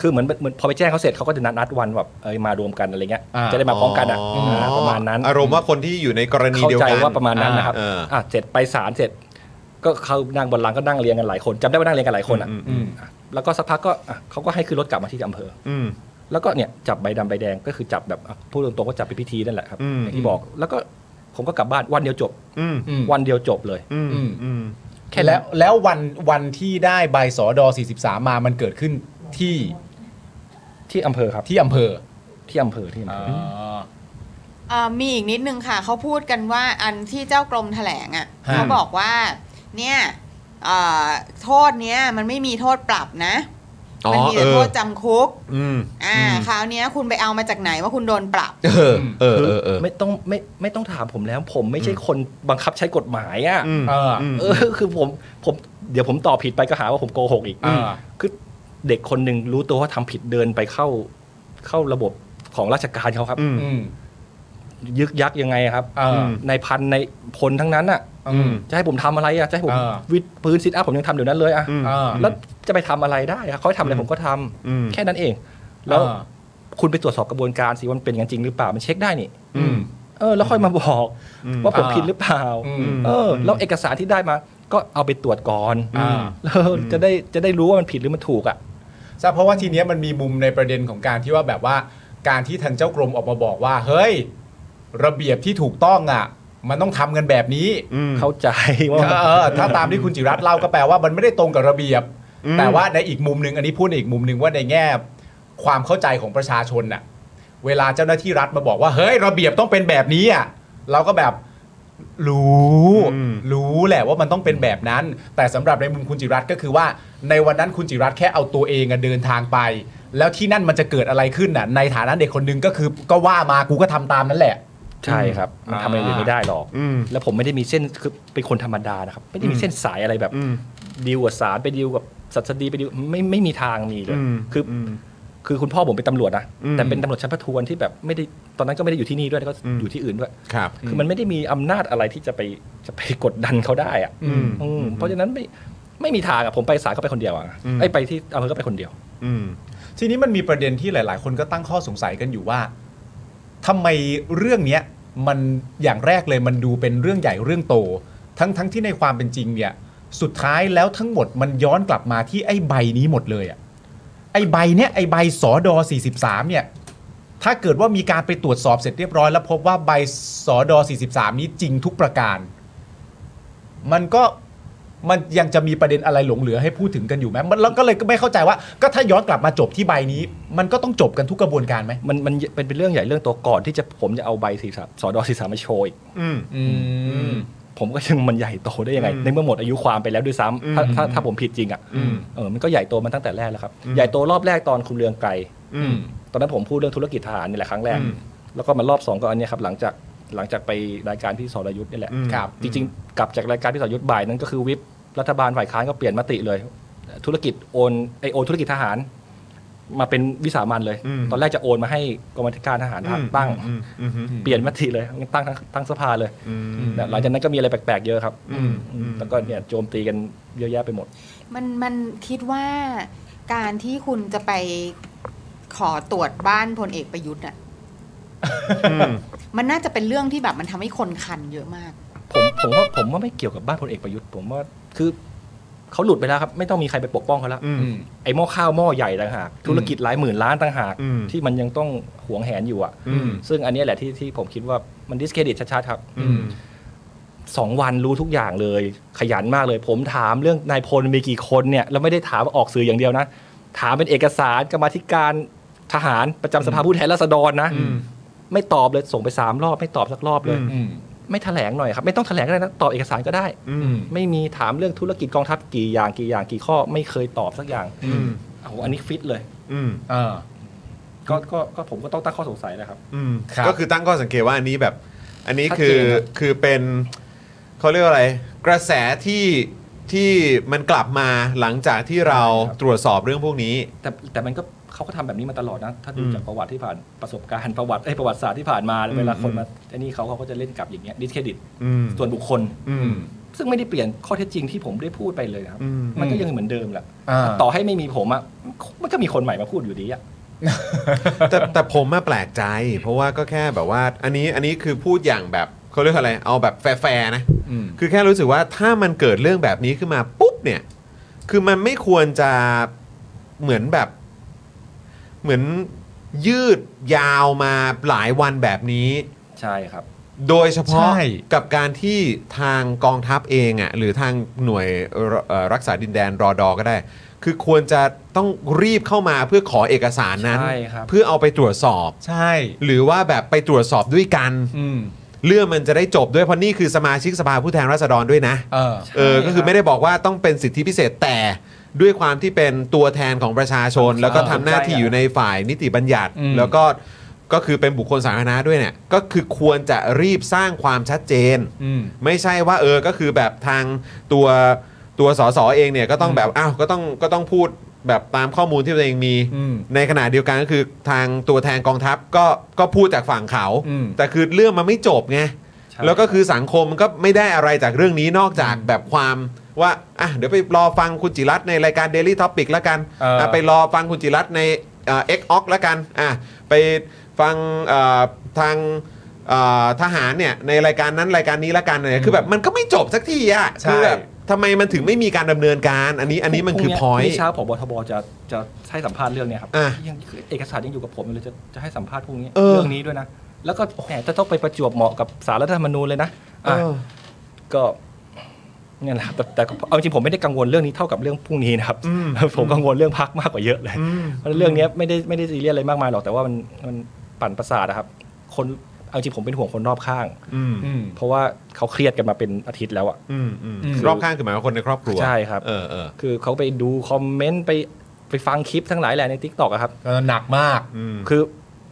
[SPEAKER 5] คือเหมือนเหมือนพอไปแจ้งเขาเสร็จเขาก็จะนัดนัดวันแบบเอยมารวมกันอะไรเงี้ย
[SPEAKER 2] อ่า
[SPEAKER 5] จะได้มาพร้อมกันอ่ะาประมาณนั้น
[SPEAKER 1] อารมณ์ว่าคนที่อยู่ในกรณี
[SPEAKER 5] เข้า
[SPEAKER 1] เดียว
[SPEAKER 5] ใจ
[SPEAKER 1] กัน
[SPEAKER 5] ว่าประมาณนั้นนะครับ
[SPEAKER 1] อ่าเอออ่
[SPEAKER 5] ่ะเสร็จไปศาลเสร็จ ก็เขานั่งบนหลังก็นั่งเรียงกันหลายคนจำได้ว่านั่งเรียงกันหลายคนอ่ะ
[SPEAKER 1] อืม
[SPEAKER 2] อืม
[SPEAKER 5] อ่ะแล้วก็สักพักก็อ่ะเขาก็ให้ขึ้นรถกลับมาที่อำเภอ
[SPEAKER 1] อืม
[SPEAKER 5] แล้วก็เนี่ยจับใบดำใบแดงก็คือจับแบบอ่ะพูดตรงๆก็จับไปนพิธีนั่นแหละครับ
[SPEAKER 1] อืม
[SPEAKER 5] อย่างที่บอกแล้วก็ผมก็กลับบ้านวันเดียวจบ
[SPEAKER 1] อืม
[SPEAKER 2] อืม
[SPEAKER 5] วันเดียวจบเลย
[SPEAKER 1] อืม
[SPEAKER 2] อืม
[SPEAKER 1] อืม
[SPEAKER 5] แค่นั้น
[SPEAKER 2] แล้วแล้ววันวันที่ได้ใบสอดอ43 มามันเกิดขึ้นที่
[SPEAKER 5] ที่อำเภอครับ
[SPEAKER 2] ที่อำเภอ
[SPEAKER 5] ที่อำเภอที่อำ
[SPEAKER 2] อ
[SPEAKER 5] เภอ
[SPEAKER 3] เอ่อมีอีกนิดนึงค่ะ เขาพูดกันว่าอันที่เจ้ากรมแถลงอ่ะ
[SPEAKER 2] ฮะ
[SPEAKER 3] เขาบอกว่า เนี่ยเอ่อโทษเนี้ยมันไม่มีโทษปรับนะ
[SPEAKER 1] อ๋อ
[SPEAKER 3] มันมี
[SPEAKER 1] เอ
[SPEAKER 3] แต่
[SPEAKER 1] อ
[SPEAKER 3] โทษจำคุก
[SPEAKER 1] อืม
[SPEAKER 3] อ่าคราวเนี้ยคุณไปเอามาจากไหนว่าคุณโดนปรับ
[SPEAKER 1] เออเออเออเออ
[SPEAKER 5] ไม่ต้องไม่ไม่ต้องถามผมแล้ว ผมไม่ใช่คนบังคับใช้กฎหมายอ่ะ
[SPEAKER 1] อืม
[SPEAKER 2] เออ
[SPEAKER 1] ม
[SPEAKER 5] เออ คือผมผมเดี๋ยวผมตอบผิดไปก็หาว่าผมโกหกอีก
[SPEAKER 2] เออ
[SPEAKER 5] คือเด็กคนหนึ่งรู้ตัวว่าทำผิดเดินไปเข้า เข้าระบบของราชการเขาครับ
[SPEAKER 1] อืม
[SPEAKER 2] อืม
[SPEAKER 5] ยึกยักยังไงอะครับ
[SPEAKER 2] เออ
[SPEAKER 5] ในพันในพลทั้งนั้นอ่ะ
[SPEAKER 2] อืม
[SPEAKER 5] จะให้ผมทำอะไรอ่ะจะให้ผม
[SPEAKER 2] เออ
[SPEAKER 5] วิดพื้นซิทอัพผมยังทำเดี๋ยวนั้นเลยอ่ะ
[SPEAKER 1] อืม
[SPEAKER 2] เออ
[SPEAKER 5] แล้วจะไปทำอะไรได้อะเขาให้ทำอะไร
[SPEAKER 1] อืม
[SPEAKER 5] ผมก็ทำ
[SPEAKER 1] อืม
[SPEAKER 5] แค่นั้นเอง
[SPEAKER 2] แล้
[SPEAKER 5] แล้ว
[SPEAKER 2] ว
[SPEAKER 5] คุณไปตรวจสอบกระบวนการสิว่ามันเป็นอย่างนั้นจริงหรือเปล่ามันเช็คได้นี่
[SPEAKER 2] อืม
[SPEAKER 5] เออแล้วค่อยมาบอก
[SPEAKER 1] อืม
[SPEAKER 5] ว่าผมผิดหรือเปล่า
[SPEAKER 2] อืม
[SPEAKER 5] เออแล้วเอกสารที่ได้มาก็เอาไปตรวจก่อน
[SPEAKER 2] อ่า
[SPEAKER 5] แล้วจะได้จะได้รู้ว่ามันผิดหรือมันถูกอ่ะ
[SPEAKER 2] ใช่เพราะว่าทีเนี้ยมันมีมุมในประเด็นของการที่ว่าแบบว่าการที่ทางเจ้ากรมออกมาบอกว่า เฮ้ย ระเบียบที่ถูกต้องอ่ะ มันต้องทำกันแบบนี้
[SPEAKER 1] อืม
[SPEAKER 5] เข้าใจว่า
[SPEAKER 2] เออเออถ้าตามที่คุณจิรัตน์เล่าก็แปลว่ามันไม่ได้ตรงกับระเบียบ
[SPEAKER 1] อืม
[SPEAKER 2] แต่ว่าในอีกมุมหนึ่งอันนี้พูดในอีกมุมหนึ่งว่าในแง่ความเข้าใจของประชาชนน่ะ เวลาเจ้าหน้าที่รัฐมาบอกว่า เฮ้ย ระเบียบต้องเป็นแบบนี้อ่ะเราก็แบบรู้รู้แหละว่ามันต้องเป็นแบบนั้น แต่สำหรับในมุมคุณจิรัตน์ก็คือว่า ในวันนั้นคุณจิรัตน์แค่เอาตัวเองอะเดินทางไป แล้วที่นั่นมันจะเกิดอะไรขึ้นน่ะ ในฐานะเด็กคนหนึงก็คือก็ว่ามากูก็ทำตามนั้นแหละ
[SPEAKER 5] ใช่ครับมันทำอะไรอื่นไม่ได้หรอก แล้วผมไม่ได้มีเส้นคือเป็นคนธรรมดานะครับ ไม่ได้มีเส้นสายอะไรแบบดีลกับสารไปดีลกับสัสดีไปดีลไม่ไม่มีทางมีเลย คืออคือคุณพ่อผมเป็นตำรวจนะแต่เป็นตำรวจชั้นประทวนที่แบบไม่ได้ตอนนั้นก็ไม่ได้อยู่ที่นี่ด้วยก็อยู่ที่อื่นด้วย
[SPEAKER 1] ครับ
[SPEAKER 5] คือมันไม่ได้มีอำนาจอะไรที่จะไปจะไปกดดันเขาได้อะอืมเพราะฉะนั้นไม่ไม่มีทางอะผมไปสายก็ไปคนเดียวอะไอ้ยไปที่อำเภอก็ไปคนเดียว
[SPEAKER 1] อืม
[SPEAKER 2] ทีนี้มันมีประเด็นที่หลาย ๆ คนก็ตั้งข้อสงสัยกันอยู่ว่าทำไมเรื่องเนี้ยมันอย่างแรกเลยมันดูเป็นเรื่องใหญ่เรื่องโต ทั้งทั้งที่ในความเป็นจริงเนี่ย สุดท้ายแล้วทั้งหมดมันย้อนกลับมาที่ไอ้ใบนี้หมดเลยอะไอ้ใบเนี้ยไอ้ใบสอดอ43 เนี่ย ถ้าเกิดว่ามีการไปตรวจสอบเสร็จเรียบร้อย แล้วพบว่าใบสอดอ43 นี้จริงทุกประการ มันก็มันยังจะมีประเด็นอะไรหลงเหลือให้พูดถึงกันอยู่ไหมมันเราก็เลยก็ไม่เข้าใจว่า ก็ถ้าย้อนกลับมาจบที่ใบนี้ มันก็ต้องจบกันทุกกระบวนการไหม
[SPEAKER 5] มันมันเป็นเป็นเรื่องใหญ่เรื่องตัวก่อนที่จะผมจะเอาใบสีสามสอดอสีสามมาโชว์อีก
[SPEAKER 1] อืม
[SPEAKER 2] อืม
[SPEAKER 5] ผมก็ยังมันใหญ่โตได้ยังไง ในเมื่อหมดอายุความไปแล้วด้วยซ้ำถ้าถ้าถ้าผมผิดจริงอ่ะเออมันก็ใหญ่โตมาตั้งแต่แรกแล้วครับ ใหญ่โตรอบแรกตอนคุณเรืองไกล
[SPEAKER 2] อืม
[SPEAKER 5] ตอนนั้นผมพูดเรื่องธุรกิจทหารนี่แหละครั้งแรก แล้วก็มารอบสองก็อันเนี้ยครับหลังจากหลังจากไปรายการพี่สรยุทธ์นี่แหละ
[SPEAKER 2] ครับ
[SPEAKER 5] จริงๆ กลับจากรายการพี่สรยุทธ์บ่ายนั้นก็คือวิปรัฐบาลฝ่ายค้านก็เปลี่ยนมติเลย ธุรกิจโอนไอโอนธุรกิจทหาร มาเป็นวิสามันเลย
[SPEAKER 1] อืม
[SPEAKER 5] ตอนแรกจะโอนมาให้กองบัญชาการทหารภาคตั้ง
[SPEAKER 1] อืมอืมอืม
[SPEAKER 5] เปลี่ยนมติเลยตั้งทั้งตั้งสภาเลย
[SPEAKER 1] อืม
[SPEAKER 5] หลังจากนั้นก็มีอะไรแปลกๆเยอะครับ
[SPEAKER 1] อืมอืม
[SPEAKER 5] แล้วก็เนี่ยโจมตีกันเยอะแยะไปหมด
[SPEAKER 3] มันมันคิดว่าการที่คุณจะไปขอตรวจบ้านพลเอกประยุทธ์อ่ะมันน่าจะเป็นเรื่องที่แบบมันทำให้คนคันเยอะมาก
[SPEAKER 5] ผมผมว่าผมว่าไม่เกี่ยวกับบ้านพลเอกประยุทธ์ ผมว่าคือเขาหลุดไปแล้วครับ ไม่ต้องมีใครไปปกป้องเขาแล้ว
[SPEAKER 1] อืม
[SPEAKER 2] อืม
[SPEAKER 5] ไอ้หม้อข้าวหม้อใหญ่ต่างหาก ธุรกิจหลายหมื่นล้านต่างหาก
[SPEAKER 1] อืม
[SPEAKER 5] ที่มันยังต้องหวงแหนอยู่อ่ะ
[SPEAKER 1] อืม
[SPEAKER 5] ซึ่งอันเนี้ยแหละที่ที่ผมคิดว่ามันดิสเครดิตชัดๆครับ
[SPEAKER 1] อืม
[SPEAKER 5] สองวันรู้ทุกอย่างเลย ขยันมากเลย ผมถามเรื่องนายพลมีกี่คนเนี่ยแล้วไม่ได้ถามออกสื่ออย่างเดียวนะ ถามเป็นเอกสารกรรมาธิการทหารประจำสภาผู้แทนราษฎรนะ ไม่ตอบเลยส่งไปสามรอบ ไม่ตอบสักรอบเลย
[SPEAKER 2] อืม
[SPEAKER 5] ไม่แถลงหน่อยครับไม่ต้องแถลงก็ได้นะตอบเอกสารก็ได้
[SPEAKER 1] อืม
[SPEAKER 5] ไม่มีถามเรื่องธุรกิจกองทัพกี่อย่างกี่อย่างกี่ข้อไม่เคยตอบสักอย่าง
[SPEAKER 1] อืม
[SPEAKER 5] โอ้โหอันนี้ฟิตเลย
[SPEAKER 1] อืม
[SPEAKER 2] เออ
[SPEAKER 5] ก็ก็ก็ผมก็ต้องตั้งข้อสงสัยนะครับ
[SPEAKER 1] อืม
[SPEAKER 2] ครับ
[SPEAKER 1] ก็คือตั้งข้อสังเกตว่าอันนี้แบบ อันนี้
[SPEAKER 5] ชัด
[SPEAKER 1] คื
[SPEAKER 5] เจ
[SPEAKER 1] อน
[SPEAKER 5] ครับ
[SPEAKER 1] คือเป็นเขาเรียกว่าอะไร กระแสที่ที่มันกลับมาหลังจากที่เราตรวจสอบเรื่องพวกนี้
[SPEAKER 5] แต่แต่มันก็เขาก็ทำแบบนี้มาตลอดนะ ถ้าดู
[SPEAKER 1] อืม
[SPEAKER 5] จากประวัติที่ผ่านประสบการณ์ประวัติไอ้ยประวัติศาสตร์ที่ผ่านมาเวลาคนมาไอ้นี่เขาเขาก็จะเล่นกลับอย่างเงี้ยดิสเครดิต
[SPEAKER 1] อืม
[SPEAKER 5] ส่วนบุคคล
[SPEAKER 1] อืม
[SPEAKER 5] ซึ่งไม่ได้เปลี่ยนข้อเท็จจริงที่ผมได้พูดไปเลยนะครับ
[SPEAKER 1] อืม
[SPEAKER 5] มันก็ยังเหมือนเดิมแหละ
[SPEAKER 2] อ่า
[SPEAKER 5] ต่อให้ไม่มีผมอะมันก็มีคนใหม่มาพูดอยู่ดีอะ
[SPEAKER 1] แต่แต่ผมมาแปลกใจ เพราะว่าก็แค่แบบว่า อันนี้อันนี้คือพูดอย่างแบบเขาเรียกอะไร เอาแบบแฟร์ๆนะ
[SPEAKER 2] อืม
[SPEAKER 1] คือแค่รู้สึกว่าถ้ามันเกิดเรื่องแบบนี้ขึ้นมาปุ๊บเนี่ย คือมันไม่ควรจะเหมือนแบบ เหมือนยืดยาวมาหลายวันแบบนี้
[SPEAKER 5] ใช่ครับ
[SPEAKER 1] โดยเฉพาะ
[SPEAKER 2] ใช่
[SPEAKER 1] กับการที่ทางกองทัพเองอะ่ะหรือทางหน่วยเอ่อรักษาดินแดนรอดอก็ได้ คือควรจะต้องรีบเข้ามาเพื่อขอเอกสารนั้น
[SPEAKER 5] ใช่ครับ
[SPEAKER 1] เพื่อเอาไปตรวจสอบ
[SPEAKER 2] ใช่
[SPEAKER 1] หรือว่าแบบไปตรวจสอบด้วยกัน
[SPEAKER 2] อืม
[SPEAKER 1] เรื่องมันจะได้จบด้วยเพราะนี่คือสมาชิกสภาผู้แทนราษฎรด้วยนะ
[SPEAKER 2] เออ
[SPEAKER 1] เออ ก็คือไม่ได้บอกว่าต้องเป็นสิทธิพิเศษแต่ด้วยความที่เป็นตัวแทนของประชาชน แล้วก็ทำหน้าที่อยู่ในฝ่ายนิติบัญญัติ
[SPEAKER 2] อืม
[SPEAKER 1] แล้วก็ก็คือเป็นบุคคลสาธารณะด้วยเนี่ย ก็คือควรจะรีบสร้างความชัดเจน
[SPEAKER 2] อืม
[SPEAKER 1] ไม่ใช่ว่าเออ ก็คือแบบทางตัวตัวสสเองเนี่ยก็ต้องแบบอ้าวก็ต้องก็ต้องพูดแบบตามข้อมูลที่ตัวเองมี
[SPEAKER 2] อืม
[SPEAKER 1] ในขณะเดียวกันก็คือทางตัวแทนกองทัพก็ก็พูดจากฝั่งเขา
[SPEAKER 2] อืม
[SPEAKER 1] แต่คือเรื่องมันไม่จบไง
[SPEAKER 5] ใช่
[SPEAKER 1] แล้วก็คือสังคมมันก็ไม่ได้อะไรจากเรื่องนี้นอกจากแบบความว่าอ่ะเดี๋ยวไปรอฟังคุณจิรัตน์ในรายการ Daily Topic แล้วกัน
[SPEAKER 2] เอออ่
[SPEAKER 1] ะไปรอฟังคุณจิรัตน์ในเอ็กออกแล้วกันอ่ะไปฟังเอ่อทางเอ่อทหารเนี่ยในรายการนั้นรายการนี้แล้วกันเนี่ยคือแบบมันก็ไม่จบสักทีอ่ะ
[SPEAKER 2] ใช่
[SPEAKER 1] คือแบบทำไมมันถึงไม่มีการดำเนินการ อันนี้อันนี้มันคือพ
[SPEAKER 5] พรุ่
[SPEAKER 1] อง ย
[SPEAKER 5] นี้เช้าผบทบจะจะให้สัมภาษณ์เรื่องเนี้ยครับ
[SPEAKER 1] อ่ะ
[SPEAKER 5] ยังคือเอกสารยังอยู่กับผมอยู่เลยจะจะให้สัมภาษณ์พรุ่งนี้
[SPEAKER 1] เออ
[SPEAKER 5] เรื่องนี้ด้วยนะ แล้วก็แหมจะต้องไปประจวบเหมาะกับสารรัฐธรรมนูญเลยนะ
[SPEAKER 1] เอ
[SPEAKER 5] อ่ะ
[SPEAKER 1] อ
[SPEAKER 5] ก็เนี่ยแหละครับแต่แต่ก็เอาจริงผมไม่ได้กังวลเรื่องนี้เท่ากับเรื่องพรุ่งนี้นะครับ
[SPEAKER 1] อื ม
[SPEAKER 5] ผมกังวลเรื่องพักมากกว่าเยอะเลย เพราะเรื่องเนี้ยไม่ได้ไม่ได้ซีเรียสอะไรมากมายหรอกแต่ว่ามันมันไป ปั่นประสาทอะครับ คนเอาจริงผมเป็นห่วงคนรอบข้าง
[SPEAKER 1] อืม
[SPEAKER 2] อืม
[SPEAKER 5] เพราะว่าเขาเครียดกันมาเป็นอาทิตย์แล้วอะ
[SPEAKER 1] อืมอืม
[SPEAKER 2] อืม
[SPEAKER 1] รอบข้างคือหมายว่าคนในครอบครัว
[SPEAKER 5] ใช่ครับ
[SPEAKER 1] เออเออ
[SPEAKER 5] คือเขาไปดูคอมเมนต์ไปไปฟังคลิปทั้งหลายแหละในทิกตอกครับ
[SPEAKER 2] ก็หนักมาก
[SPEAKER 1] อืม
[SPEAKER 5] คือ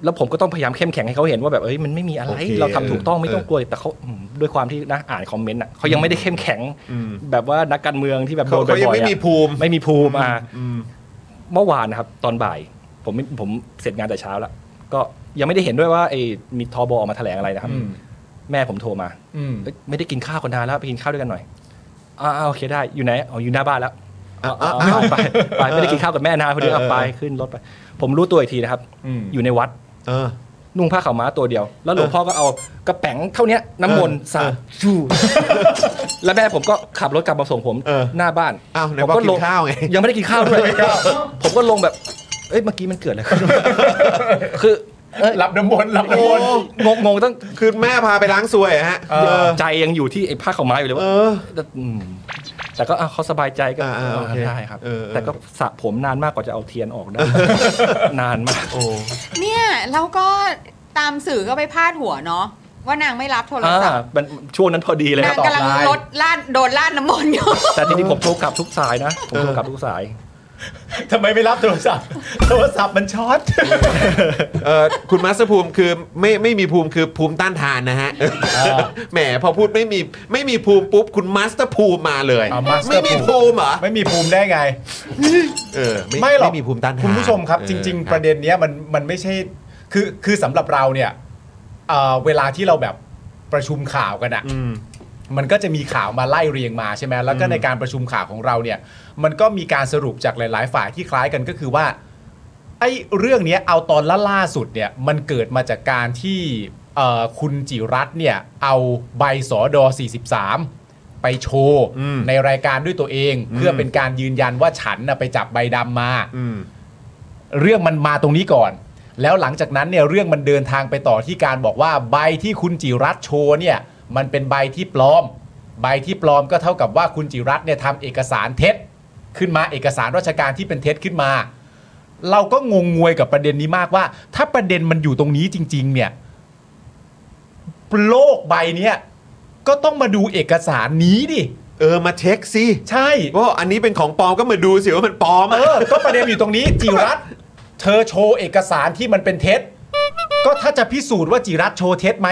[SPEAKER 5] แล้วผมก็ต้องพยายามเข้มแข็งให้เขาเห็นว่าแบบเอ้ยมันไม่มีอะไร
[SPEAKER 1] โอเค
[SPEAKER 5] เราทำถูกต้องไม่ต้อง
[SPEAKER 1] เออก
[SPEAKER 5] ลัวแต่เขาอืมด้วยความที่นะอ่านคอมเมนต์อ่ะเขายังไม่ได้เข้มแข็ง
[SPEAKER 1] อืม
[SPEAKER 5] แบบว่านักการเมืองที่แบบโด
[SPEAKER 1] เขา
[SPEAKER 5] นบ่
[SPEAKER 1] เขายัง
[SPEAKER 5] อย
[SPEAKER 1] ไม่
[SPEAKER 5] ๆ
[SPEAKER 1] มี
[SPEAKER 5] อะ
[SPEAKER 1] ภูมิ
[SPEAKER 5] ไม่มีภูมิอ่ะ
[SPEAKER 1] อืม
[SPEAKER 5] เมื่อวานนะครับ ตอนบ่าย ผมไม่ผมเสร็จงานแต่เช้าแล้วก็ยังไม่ได้เห็นด้วยว่าไอ้มีทอบอออกมาแถลงอะไรนะครับ
[SPEAKER 2] อืม
[SPEAKER 5] แม่ผมโทรมา
[SPEAKER 2] อืม
[SPEAKER 5] เอ้ยไม่ได้กินข้าวกันนานแล้วไปกินข้าวด้วยกันหน่อยอ่าอ่าโอเคได้อยู่ไหนอ๋ออยู่หน้าบ้านแล้ว เอาเอาเอาไปไปไม่ได้กินข้าวกับแม่นานพอดีเอาไปขึ้นรถไป ผมรู้ตัวอีกทีนะครับ
[SPEAKER 2] อืม
[SPEAKER 5] อยู่ในวัด
[SPEAKER 1] เออ
[SPEAKER 5] นุ่งผ้าขาวม้าตัวเดียว แล้วหลวงพ่อก็เอากระแป๋งเท่าเนี้ยน้ำมนต์สาดชู แล้วแม่ผมก็ขับรถกลับมาส่งผม
[SPEAKER 1] เออ
[SPEAKER 5] หน้าบ้าน
[SPEAKER 1] อ้าวไหน
[SPEAKER 5] ผม
[SPEAKER 1] บอกกินข้าวไง
[SPEAKER 5] ยังไม่ได้กินข้าว ด้วยผมก็ลงแบบ เอ้ยเมื่อกี้มันเกิดอะไรขึ้น คือเอ้ย
[SPEAKER 2] รับน้ำมนต์รับน้ำมนต์
[SPEAKER 5] งงงงตั้ง
[SPEAKER 1] คือแม่พาไปล้างซวยอะฮะ
[SPEAKER 2] เออ
[SPEAKER 5] ใจยังอยู่ที่ไอ้ผ้าขาวม้าอยู่เลย
[SPEAKER 1] เอ
[SPEAKER 5] ว่า
[SPEAKER 1] อ
[SPEAKER 5] แต่อืมแต่ก็อ่ะเขาสบายใจก็
[SPEAKER 1] อ่าอ่าโอเค
[SPEAKER 5] ได้ครับ
[SPEAKER 1] เออเออ
[SPEAKER 5] แต่ก็สระผมนานมากกว่าจะเอาเทียนออกได้ นานมาก
[SPEAKER 1] โอ้
[SPEAKER 3] เนี่ยแล้วก็ตามสื่อก็ไปพาดหัวเนาะว่านางไม่รับโทร
[SPEAKER 5] อ่า
[SPEAKER 3] ศัพท์
[SPEAKER 5] มันช่วงนั้นพอดีเลย
[SPEAKER 3] นาง
[SPEAKER 5] ตอบ
[SPEAKER 3] กำลัง
[SPEAKER 5] ไล
[SPEAKER 3] ล
[SPEAKER 5] น์
[SPEAKER 3] ดลาดโดนลาดน้ำมนต์อยู่
[SPEAKER 5] แต่จริงๆผมโทรกลับทุกสายนะ ผมโทรกลับทุกสาย
[SPEAKER 2] ทำไมไม่รับโทรศัพท์ โทรศัพท์มันช็อต
[SPEAKER 1] เออคุณมาสเตอร์ภูมิคือไม่ไม่มีภูมิคือภูมิต้านทานนะฮะแหมพอพูดไม่มีไม่มีภูมิปุ๊บคุณมาสเตอร์ภูมิมาเลย
[SPEAKER 2] อ่า Master
[SPEAKER 1] ไม่มีภูมิเหรอ
[SPEAKER 2] ไม่มีภูมิได้ไง
[SPEAKER 1] เออ
[SPEAKER 2] ไม่หรอก
[SPEAKER 1] ไม่มีภูมิต้านทาน
[SPEAKER 2] คุณผู้ชมครับ จริง
[SPEAKER 1] ออ
[SPEAKER 2] ๆ ประเด็นเนี้ยมันมันไม่ใช่คือคือสำหรับเราเนี่ยเอ่อเวลาที่เราแบบประชุมข่าวกันอะ
[SPEAKER 1] อืม
[SPEAKER 2] มันก็จะมีข่าวมาไล่เรียงมาใช่ไหมแล้วก็ในการประชุมข่าวของเราเนี่ย มันก็มีการสรุปจากหลาย ๆ ฝ่ายที่คล้ายกันก็คือว่า ไอ้เรื่องเนี้ยเอาตอนล่าล่าสุดเนี่ย มันเกิดมาจากการที่เอ่อคุณจิรัตน์เนี่ย เอาใบสอดอ43 ไปโชว์
[SPEAKER 1] อืม
[SPEAKER 2] ในรายการด้วยตัวเอง เพื่อเป็นการยืนยันว่าฉันน่ะไปจับใบดำมา
[SPEAKER 1] อืม
[SPEAKER 2] เรื่องมันมาตรงนี้ก่อน แล้วหลังจากนั้นเนี่ยเรื่องมันเดินทางไปต่อที่การบอกว่าใบที่คุณจิรัตน์โชว์เนี่ย มันเป็นใบที่ปลอม ใบที่ปลอมก็เท่ากับว่าคุณจิรัตน์เนี่ยทำเอกสารเท็จ ขึ้นมาเอกสารราชการที่เป็นเท็จขึ้นมา เราก็งงงวยกับประเด็นนี้มากว่า ถ้าประเด็นมันอยู่ตรงนี้จริง ๆ เนี่ย โลกใบเนี้ยก็ต้องมาดูเอกสารนี้ดิ
[SPEAKER 1] เออมาเช็คสิ
[SPEAKER 2] ใช่
[SPEAKER 1] ว่าอันนี้เป็นของปลอมก็มาดูสิว่ามันปลอม
[SPEAKER 2] เอ
[SPEAKER 1] อะ
[SPEAKER 2] อ ก็ประเด็นอยู่ตรงนี้ จิรัตน์เธอโชว์เอกสารที่มันเป็นเท็จ ก็ถ้าจะพิสูจน์ว่าจิรัตน์โชว์เท็จไหม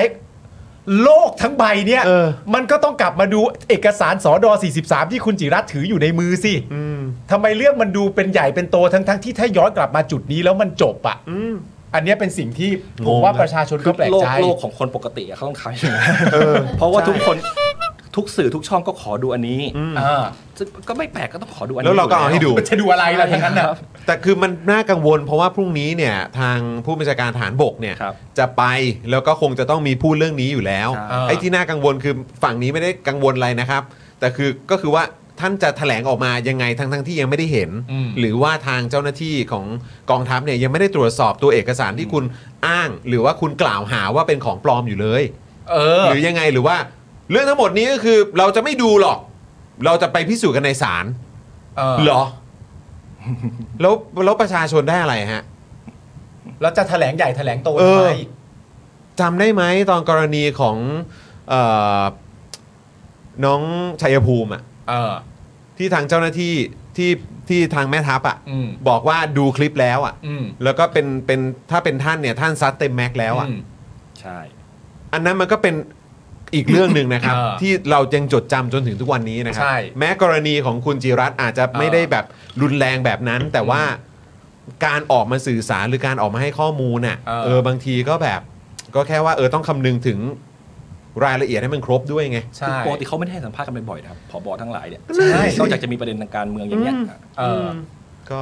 [SPEAKER 2] โลกทั้งใบเนี่ย
[SPEAKER 1] เออ
[SPEAKER 2] มันก็ต้องกลับมาดูเอกสารสอดอ43 ที่คุณจิรัตน์ถืออยู่ในมือสิทำไมเรื่องมันดูเป็นใหญ่เป็นโตทั้งทั้งๆที่ถ้าย้อนกลับมาจุดนี้แล้วมันจบอะอันเนี้ยเป็นสิ่งที่ผมว่าประชาชนก็แปลก
[SPEAKER 5] โลก
[SPEAKER 2] ใจ
[SPEAKER 5] โลกของคนปกติอะเขาต้องทำอย่างนั้นเพราะว่าทุกคนทุกสื่อทุกช่องก็ขอดูอันนี้
[SPEAKER 2] อ่า
[SPEAKER 5] ซึ่งก็ไม่แปลกก็ต้องขอดูอันนี้
[SPEAKER 1] แล้วเราก็เอาให้ดู
[SPEAKER 2] มันจะดูอะไรล่ะทั้งนั้นน่ะ
[SPEAKER 1] แต่คือมันน่ากังวลเพราะว่าพรุ่งนี้เนี่ยทางผู้บัญชาการฐานบกเนี่ย
[SPEAKER 5] ครับ
[SPEAKER 1] จะไปแล้วก็คงจะต้องมีพูดเรื่องนี้อยู่แล้ว
[SPEAKER 5] ใช่
[SPEAKER 1] ไอ้ที่น่ากังวลคือฝั่งนี้ไม่ได้กังวลอะไรนะครับ แต่คือก็คือว่าท่านจะแถลงออกมายังไงทั้งทั้งๆที่ยังไม่ได้เห็น
[SPEAKER 2] อืม
[SPEAKER 1] หรือว่าทางเจ้าหน้าที่ของกองทัพเนี่ยยังไม่ได้ตรวจสอบตัวเอกสารที่คุณอ้าง หรือว่าคุณกล่าวหาว่าเป็นของปลอมอยู่เลย
[SPEAKER 2] เออ
[SPEAKER 1] หรือยังไงหรือว่า เรื่องทั้งหมดนี้ก็คือเราจะไม่ดูหรอก เราจะไปพิสูจน์กันในศาล
[SPEAKER 2] เออ
[SPEAKER 1] เหรอ แล้วแล้วประชาชนได้อะไรฮะ
[SPEAKER 2] แล้วจะแถลงใหญ่แถลงโต
[SPEAKER 1] เออ
[SPEAKER 2] ทำไม
[SPEAKER 1] จำได้ไหมตอนกรณีของเออน้องชัยภูมิอะ
[SPEAKER 2] เออ
[SPEAKER 1] ที่ทางเจ้าหน้าที่ที่ที่ทางแม่ทัพอะ
[SPEAKER 2] อืม
[SPEAKER 1] บอกว่าดูคลิปแล้วอะ
[SPEAKER 2] อืม
[SPEAKER 1] แล้วก็เป็นเป็นถ้าเป็นท่านเนี่ยท่านซัดเต็มแม็กแล้วอะ
[SPEAKER 2] อืม
[SPEAKER 5] ใช่
[SPEAKER 1] อันนั้นมันก็เป็นอีกเรื่องหนึ่งนะครับ
[SPEAKER 2] เออ
[SPEAKER 1] ที่เรายังจดจำจนถึงทุกวันนี้นะครั
[SPEAKER 2] ใช่
[SPEAKER 1] แม้กรณีของคุณจิรัตน์อาจจะไม่ได้แบบรุนแรงแบบนั้น แต่ว่าการออกมาสื่อสารหรือการออกมาให้ข้อมูลน่ะ
[SPEAKER 2] เออ
[SPEAKER 1] บางทีก็แบบก็แค่ว่าเออต้องคำนึงถึงรายละเอียดให้มันครบด้วยไง
[SPEAKER 2] ใช่
[SPEAKER 5] ปกติเขาไม่ได้ให้สัมภาษณ์กันบ่อยๆนะครับผบทั้งหลายเนี่ย
[SPEAKER 2] ใช่
[SPEAKER 5] นอกจากจะมีประเด็นทางการเมืองอย่างเงี้ย
[SPEAKER 2] เออ
[SPEAKER 1] ก็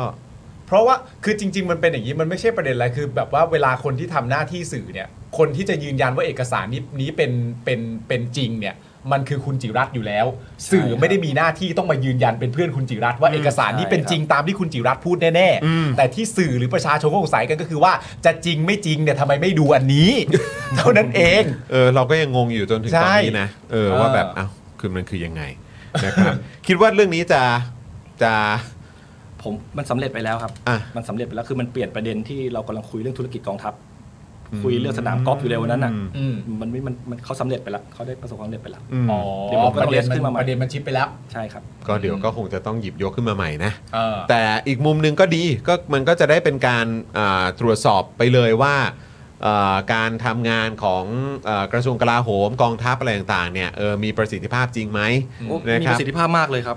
[SPEAKER 2] เพราะว่าคือจริง ๆ มันเป็นอย่างนี้มันไม่ใช่ประเด็นอะไรคือ แบบว่าเวลาคนที่ทำหน้าที่สื่อเนี่ย คนที่จะยืนยันว่าเอกสารนี้นี้เป็นเป็นเป็นจริงเนี่ย มันคือคุณจิรัตน์อยู่แล้ว สื่อไม่ได้มีหน้าที่ต้องมายืนยันเป็นเพื่อนคุณจิรัตน์ว่าเอกสารนี้เป็นจริงตามที่คุณจิรัตน์พูดแน่ๆแต่ที่สื่อหรือประชาชนก็สงสัยกันก็คือว่าจะจริงไม่จริงเนี่ยทำไมไม่ดูอันนี้ เท่านั้นเอง
[SPEAKER 1] เออเราก็ยังงงอยู่จนถึง
[SPEAKER 2] ใช่
[SPEAKER 1] ตอนนี้นะเออ
[SPEAKER 2] เออ
[SPEAKER 1] ว่าแบบเอ้าคือมันคือยังไงนะครับ คิดว่าเรื่องนี้จะจะ
[SPEAKER 5] ผมมันสำเร็จไปแล้วครับ
[SPEAKER 1] อ่ะ
[SPEAKER 5] มันสำเร็จไปแล้วคือมันเปลี่ยนประเด็นที่เรากำลังคุยเรื่องธุรกิจกองทัพ คุยเรื่องสนามกอล์ฟอยู่เลยวันนั้นน่ะ
[SPEAKER 2] อืม
[SPEAKER 5] มันไม่มันมันเขาสำเร็จไปแล้วเขาได้ประสบความสำเร็จไปแล้ว
[SPEAKER 1] อืม
[SPEAKER 2] อ๋อ
[SPEAKER 5] เดี๋ยวผม
[SPEAKER 2] ประเด็น
[SPEAKER 5] ต้อง
[SPEAKER 2] มั
[SPEAKER 5] เรียกขึ้
[SPEAKER 2] น
[SPEAKER 5] นมาใหม่
[SPEAKER 2] ประเด็นมันชิปไปแล้ว
[SPEAKER 5] ใช่ครับ
[SPEAKER 1] ก็เดี๋ยวก็คงจะต้องหยิบยกขึ้นมาใหม่นะ
[SPEAKER 2] เออ
[SPEAKER 1] แต่อีกมุมหนึ่งก็ดีก็มันก็จะได้เป็นการอ่าตรวจสอบไปเลยว่าอ่าการทำงานของอ่ากระทรวงกลาโหมกองทัพอะไรต่างๆเนี่ยเออมีประสิทธิภาพจริงไหม
[SPEAKER 5] โอ้
[SPEAKER 1] นะ
[SPEAKER 5] มี
[SPEAKER 1] ค
[SPEAKER 5] ป
[SPEAKER 1] รับ
[SPEAKER 5] ระสิทธิภาพมากเลยครับ